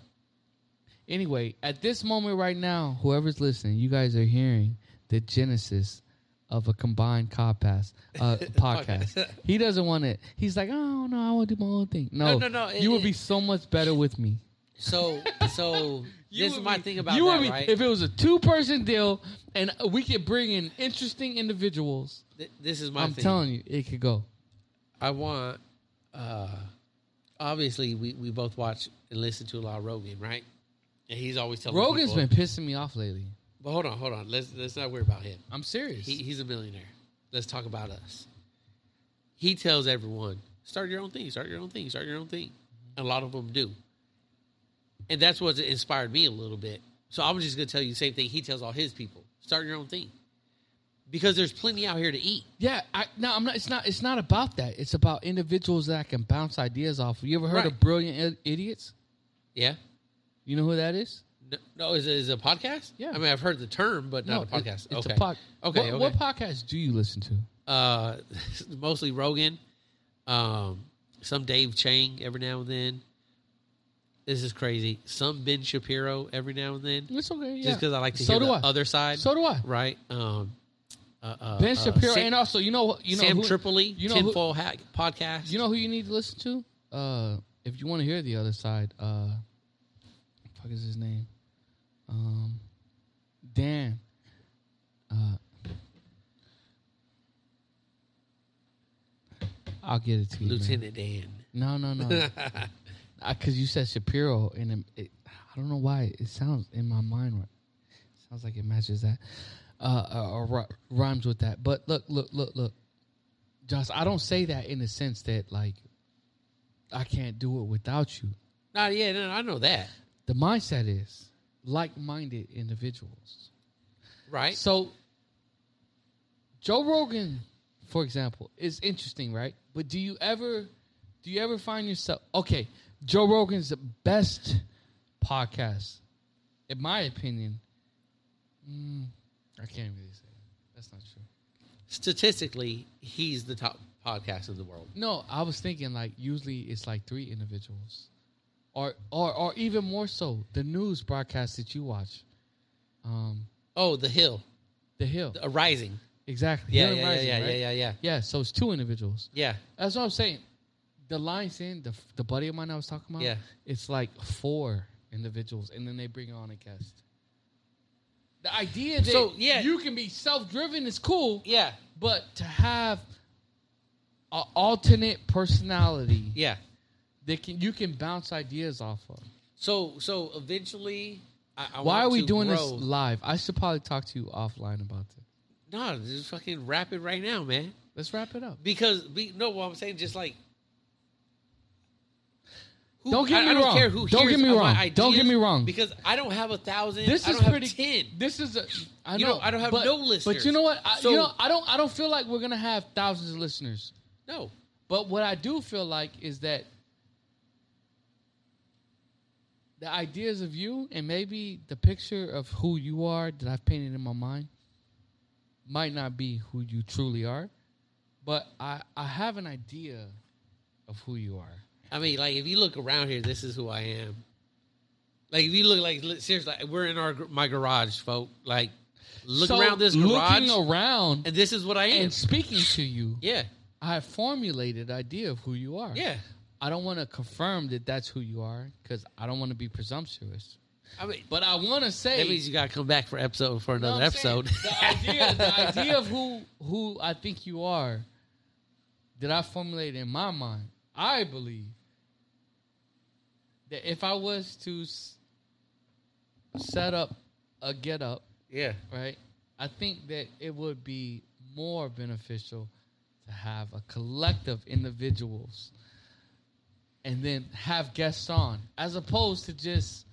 Speaker 2: Anyway, at this moment right now, whoever's listening, you guys are hearing the genesis of a combined podcast. Uh, podcast. he doesn't want it. He's like, oh no, I want to do my own thing. No,
Speaker 1: No, no, no,
Speaker 2: you
Speaker 1: it-
Speaker 2: would be
Speaker 1: it-
Speaker 2: so much better with me.
Speaker 1: So, so this is
Speaker 5: would
Speaker 1: my
Speaker 5: be-
Speaker 1: thing about
Speaker 2: you
Speaker 1: that,
Speaker 2: would be
Speaker 1: right?
Speaker 2: if it was a two-person deal, and we could bring in interesting individuals.
Speaker 1: Th- this is my
Speaker 2: I'm
Speaker 1: thing.
Speaker 2: telling you, it could go.
Speaker 1: I want. Uh, obviously, we, we both watch and listen to a lot of Rogan, right? And he's always telling
Speaker 2: Rogan's
Speaker 1: people,
Speaker 2: been pissing me off lately.
Speaker 1: But hold on, hold on. Let's let's not worry about him.
Speaker 2: I'm serious.
Speaker 1: He, he's a millionaire. Let's talk about us. He tells everyone, start your own thing, start your own thing, start your own thing. And a lot of them do. And that's what inspired me a little bit. So I'm just going to tell you the same thing he tells all his people start your own thing. Because there's plenty out here to eat.
Speaker 2: Yeah, I, no, I'm not. It's not. It's not about that. It's about individuals that I can bounce ideas off. You ever heard
Speaker 1: Right.
Speaker 2: of brilliant I- idiots?
Speaker 1: Yeah.
Speaker 2: You know who that is?
Speaker 1: No, no is, it, is it a podcast?
Speaker 2: Yeah.
Speaker 1: I mean, I've heard the term, but not
Speaker 2: it-
Speaker 1: a podcast.
Speaker 2: it's
Speaker 1: okay.
Speaker 2: a pod.
Speaker 1: Okay,
Speaker 2: What,
Speaker 1: okay.
Speaker 2: what podcast do you listen to?
Speaker 1: uh, mostly Rogan, um, some Dave Chang every now and then. This is crazy. Some Ben Shapiro every now and then,
Speaker 2: It's okay. Yeah.
Speaker 1: just because I like to
Speaker 2: So
Speaker 1: hear
Speaker 2: do
Speaker 1: the
Speaker 2: I.
Speaker 1: other side.
Speaker 2: so do I.
Speaker 1: right? Um, uh, uh, uh,
Speaker 2: Ben Shapiro,
Speaker 1: Sam,
Speaker 2: and also you know you know
Speaker 1: Sam
Speaker 2: who,
Speaker 1: Tripoli,
Speaker 2: you know who-
Speaker 1: Tinfoil Hat podcast.
Speaker 2: You know who you need to listen to? Uh, if you want to hear the other side, uh, fuck is his name? Um, Dan. Uh, I'll get it to you. man.
Speaker 1: Lieutenant Dan.
Speaker 2: No, no, no. Because you said Shapiro, and it, it, I don't know why it sounds in my mind. right- Sounds like it matches that, uh, uh, or ri- rhymes with that. But look, look, look, look, Josh. I don't say that in the sense that like I can't do it without you.
Speaker 1: Nah, yeah, no, I know that.
Speaker 2: The mindset is like-minded individuals.
Speaker 1: Right?
Speaker 2: So Joe Rogan, for example, is interesting, right? But do you ever do you ever find yourself okay, Joe Rogan's the best podcast, in my opinion. Mm, I can't really say that. That's not true.
Speaker 1: Statistically, he's the top podcast in the world.
Speaker 2: No, I was thinking like usually it's like three individuals. Or or or even more so, the news broadcast that you watch. Um
Speaker 1: Oh, The Hill,
Speaker 2: The Hill.
Speaker 1: the, uh, Rising.
Speaker 2: Exactly.
Speaker 1: Yeah, yeah,
Speaker 2: Hill and
Speaker 1: yeah,
Speaker 2: Rising,
Speaker 1: yeah,
Speaker 2: right?
Speaker 1: yeah, yeah, yeah,
Speaker 2: Yeah, so it's two individuals.
Speaker 1: yeah.
Speaker 2: That's what I'm saying. The lines in the the buddy of mine I was talking about.
Speaker 1: Yeah.
Speaker 2: it's like four individuals, and then they bring on a guest. The idea that
Speaker 1: So, yeah.
Speaker 2: you can be self driven is cool,
Speaker 1: Yeah,
Speaker 2: but to have an alternate personality
Speaker 1: yeah.
Speaker 2: that can you can bounce ideas off of.
Speaker 1: So, so eventually, I, I
Speaker 2: Why
Speaker 1: want
Speaker 2: are we
Speaker 1: to
Speaker 2: doing this
Speaker 1: grow.
Speaker 2: live? I should probably talk to you offline about this.
Speaker 1: No, just fucking wrap it right now, man.
Speaker 2: Let's wrap it up.
Speaker 1: Because we no, what I'm saying, just like. Who,
Speaker 2: Don't get
Speaker 1: I,
Speaker 2: me
Speaker 1: I don't
Speaker 2: wrong.
Speaker 1: Care who
Speaker 2: Don't
Speaker 1: hears
Speaker 2: get me
Speaker 1: my
Speaker 2: wrong. Don't get
Speaker 1: ideas
Speaker 2: me wrong.
Speaker 1: Because I don't have a thousand.
Speaker 2: This
Speaker 1: I
Speaker 2: is
Speaker 1: don't have
Speaker 2: pretty.
Speaker 1: ten.
Speaker 2: This is a. I
Speaker 1: You
Speaker 2: know,
Speaker 1: know, I don't have
Speaker 2: but,
Speaker 1: no
Speaker 2: But
Speaker 1: listeners.
Speaker 2: you know what? I,
Speaker 1: So-
Speaker 2: you know, I don't. I don't feel like we're gonna have thousands of listeners.
Speaker 1: No,
Speaker 2: But what I do feel like is that the ideas of you and maybe the picture of who you are that I've painted in my mind might not be who you truly are. But I, I have an idea of who you are.
Speaker 1: I mean, like if you look around here, this is who I am. Like if you look, like li- seriously, like, we're in our gar- my garage, folk. Like look
Speaker 2: So,
Speaker 1: around this garage,
Speaker 2: looking around
Speaker 1: and this is what I am.
Speaker 2: and speaking to you,
Speaker 1: yeah,
Speaker 2: I have formulated an idea of who you are.
Speaker 1: yeah.
Speaker 2: I don't want to confirm that that's who you are because I don't want to be presumptuous.
Speaker 1: I mean,
Speaker 2: But I want to say
Speaker 1: that means you gotta come back for episode for
Speaker 2: You know
Speaker 1: another
Speaker 2: what I'm
Speaker 1: episode.
Speaker 2: saying? the idea, the idea of who who I think you are that I formulated in my mind. I believe that if I was to s- set up a get up,
Speaker 1: yeah,
Speaker 2: right? I think that it would be more beneficial to have a collective individuals and then have guests on as opposed to just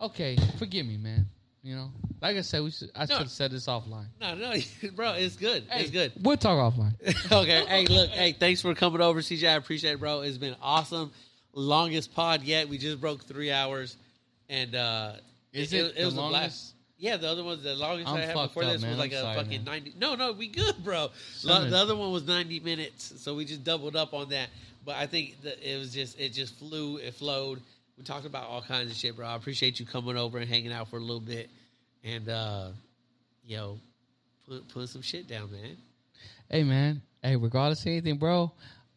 Speaker 2: okay, forgive me, man. You know, like I said, we should I should have said this offline.
Speaker 1: no, no, bro, it's good. it's good.
Speaker 2: We'll talk offline.
Speaker 1: okay. Hey, look. Hey, thanks for coming over, CJ. I appreciate it, bro. It's been awesome. Longest pod yet. We just broke three hours, and uh
Speaker 2: Is it the
Speaker 1: was a blast.
Speaker 2: longest?
Speaker 1: Yeah, the other one's the longest
Speaker 2: I'm
Speaker 1: I had
Speaker 2: fucked
Speaker 1: before
Speaker 2: up,
Speaker 1: this
Speaker 2: man.
Speaker 1: was like
Speaker 2: I'm
Speaker 1: a
Speaker 2: sorry,
Speaker 1: fucking
Speaker 2: man.
Speaker 1: ninety. No, no, we good, bro.
Speaker 2: Son
Speaker 1: Lo-
Speaker 2: of-
Speaker 1: the other one was ninety minutes, so we just doubled up on that. But I think that it was just it just flew, it flowed. We talked about all kinds of shit, bro. I appreciate you coming over and hanging out for a little bit, and uh yo, put put some shit down, man.
Speaker 2: Hey man, hey, regardless of anything, bro,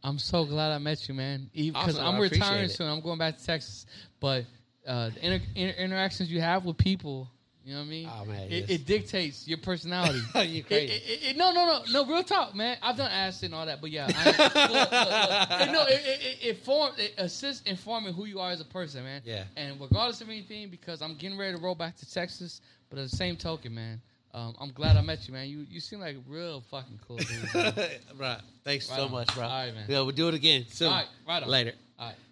Speaker 2: I'm so glad I met you, man. Because
Speaker 1: Awesome, I
Speaker 2: I'm
Speaker 1: appreciate
Speaker 2: retiring
Speaker 1: it.
Speaker 2: soon. I'm going back to Texas, but uh, the inter- inter- interactions you have with people, you know what I mean?
Speaker 1: Oh, man,
Speaker 2: it,
Speaker 1: yes.
Speaker 2: it dictates your personality.
Speaker 1: you crazy?
Speaker 2: It- it- it- no, no, no, no. Real talk, man. I've done acid and all that, but yeah, I, look, look, look. It- no, it, it, it, it form it assists in forming who you are as a person, man.
Speaker 1: Yeah.
Speaker 2: And regardless of anything, because I'm getting ready to roll back to Texas, but at the same token, man, um, I'm glad I met you, man. You you seem like a real fucking cool dude. man.
Speaker 1: right. Thanks
Speaker 2: Right
Speaker 1: so
Speaker 2: on.
Speaker 1: much, bro.
Speaker 2: All right, man.
Speaker 1: Yeah, we'll do it again soon.
Speaker 2: All right, right on.
Speaker 1: Later.
Speaker 2: all right.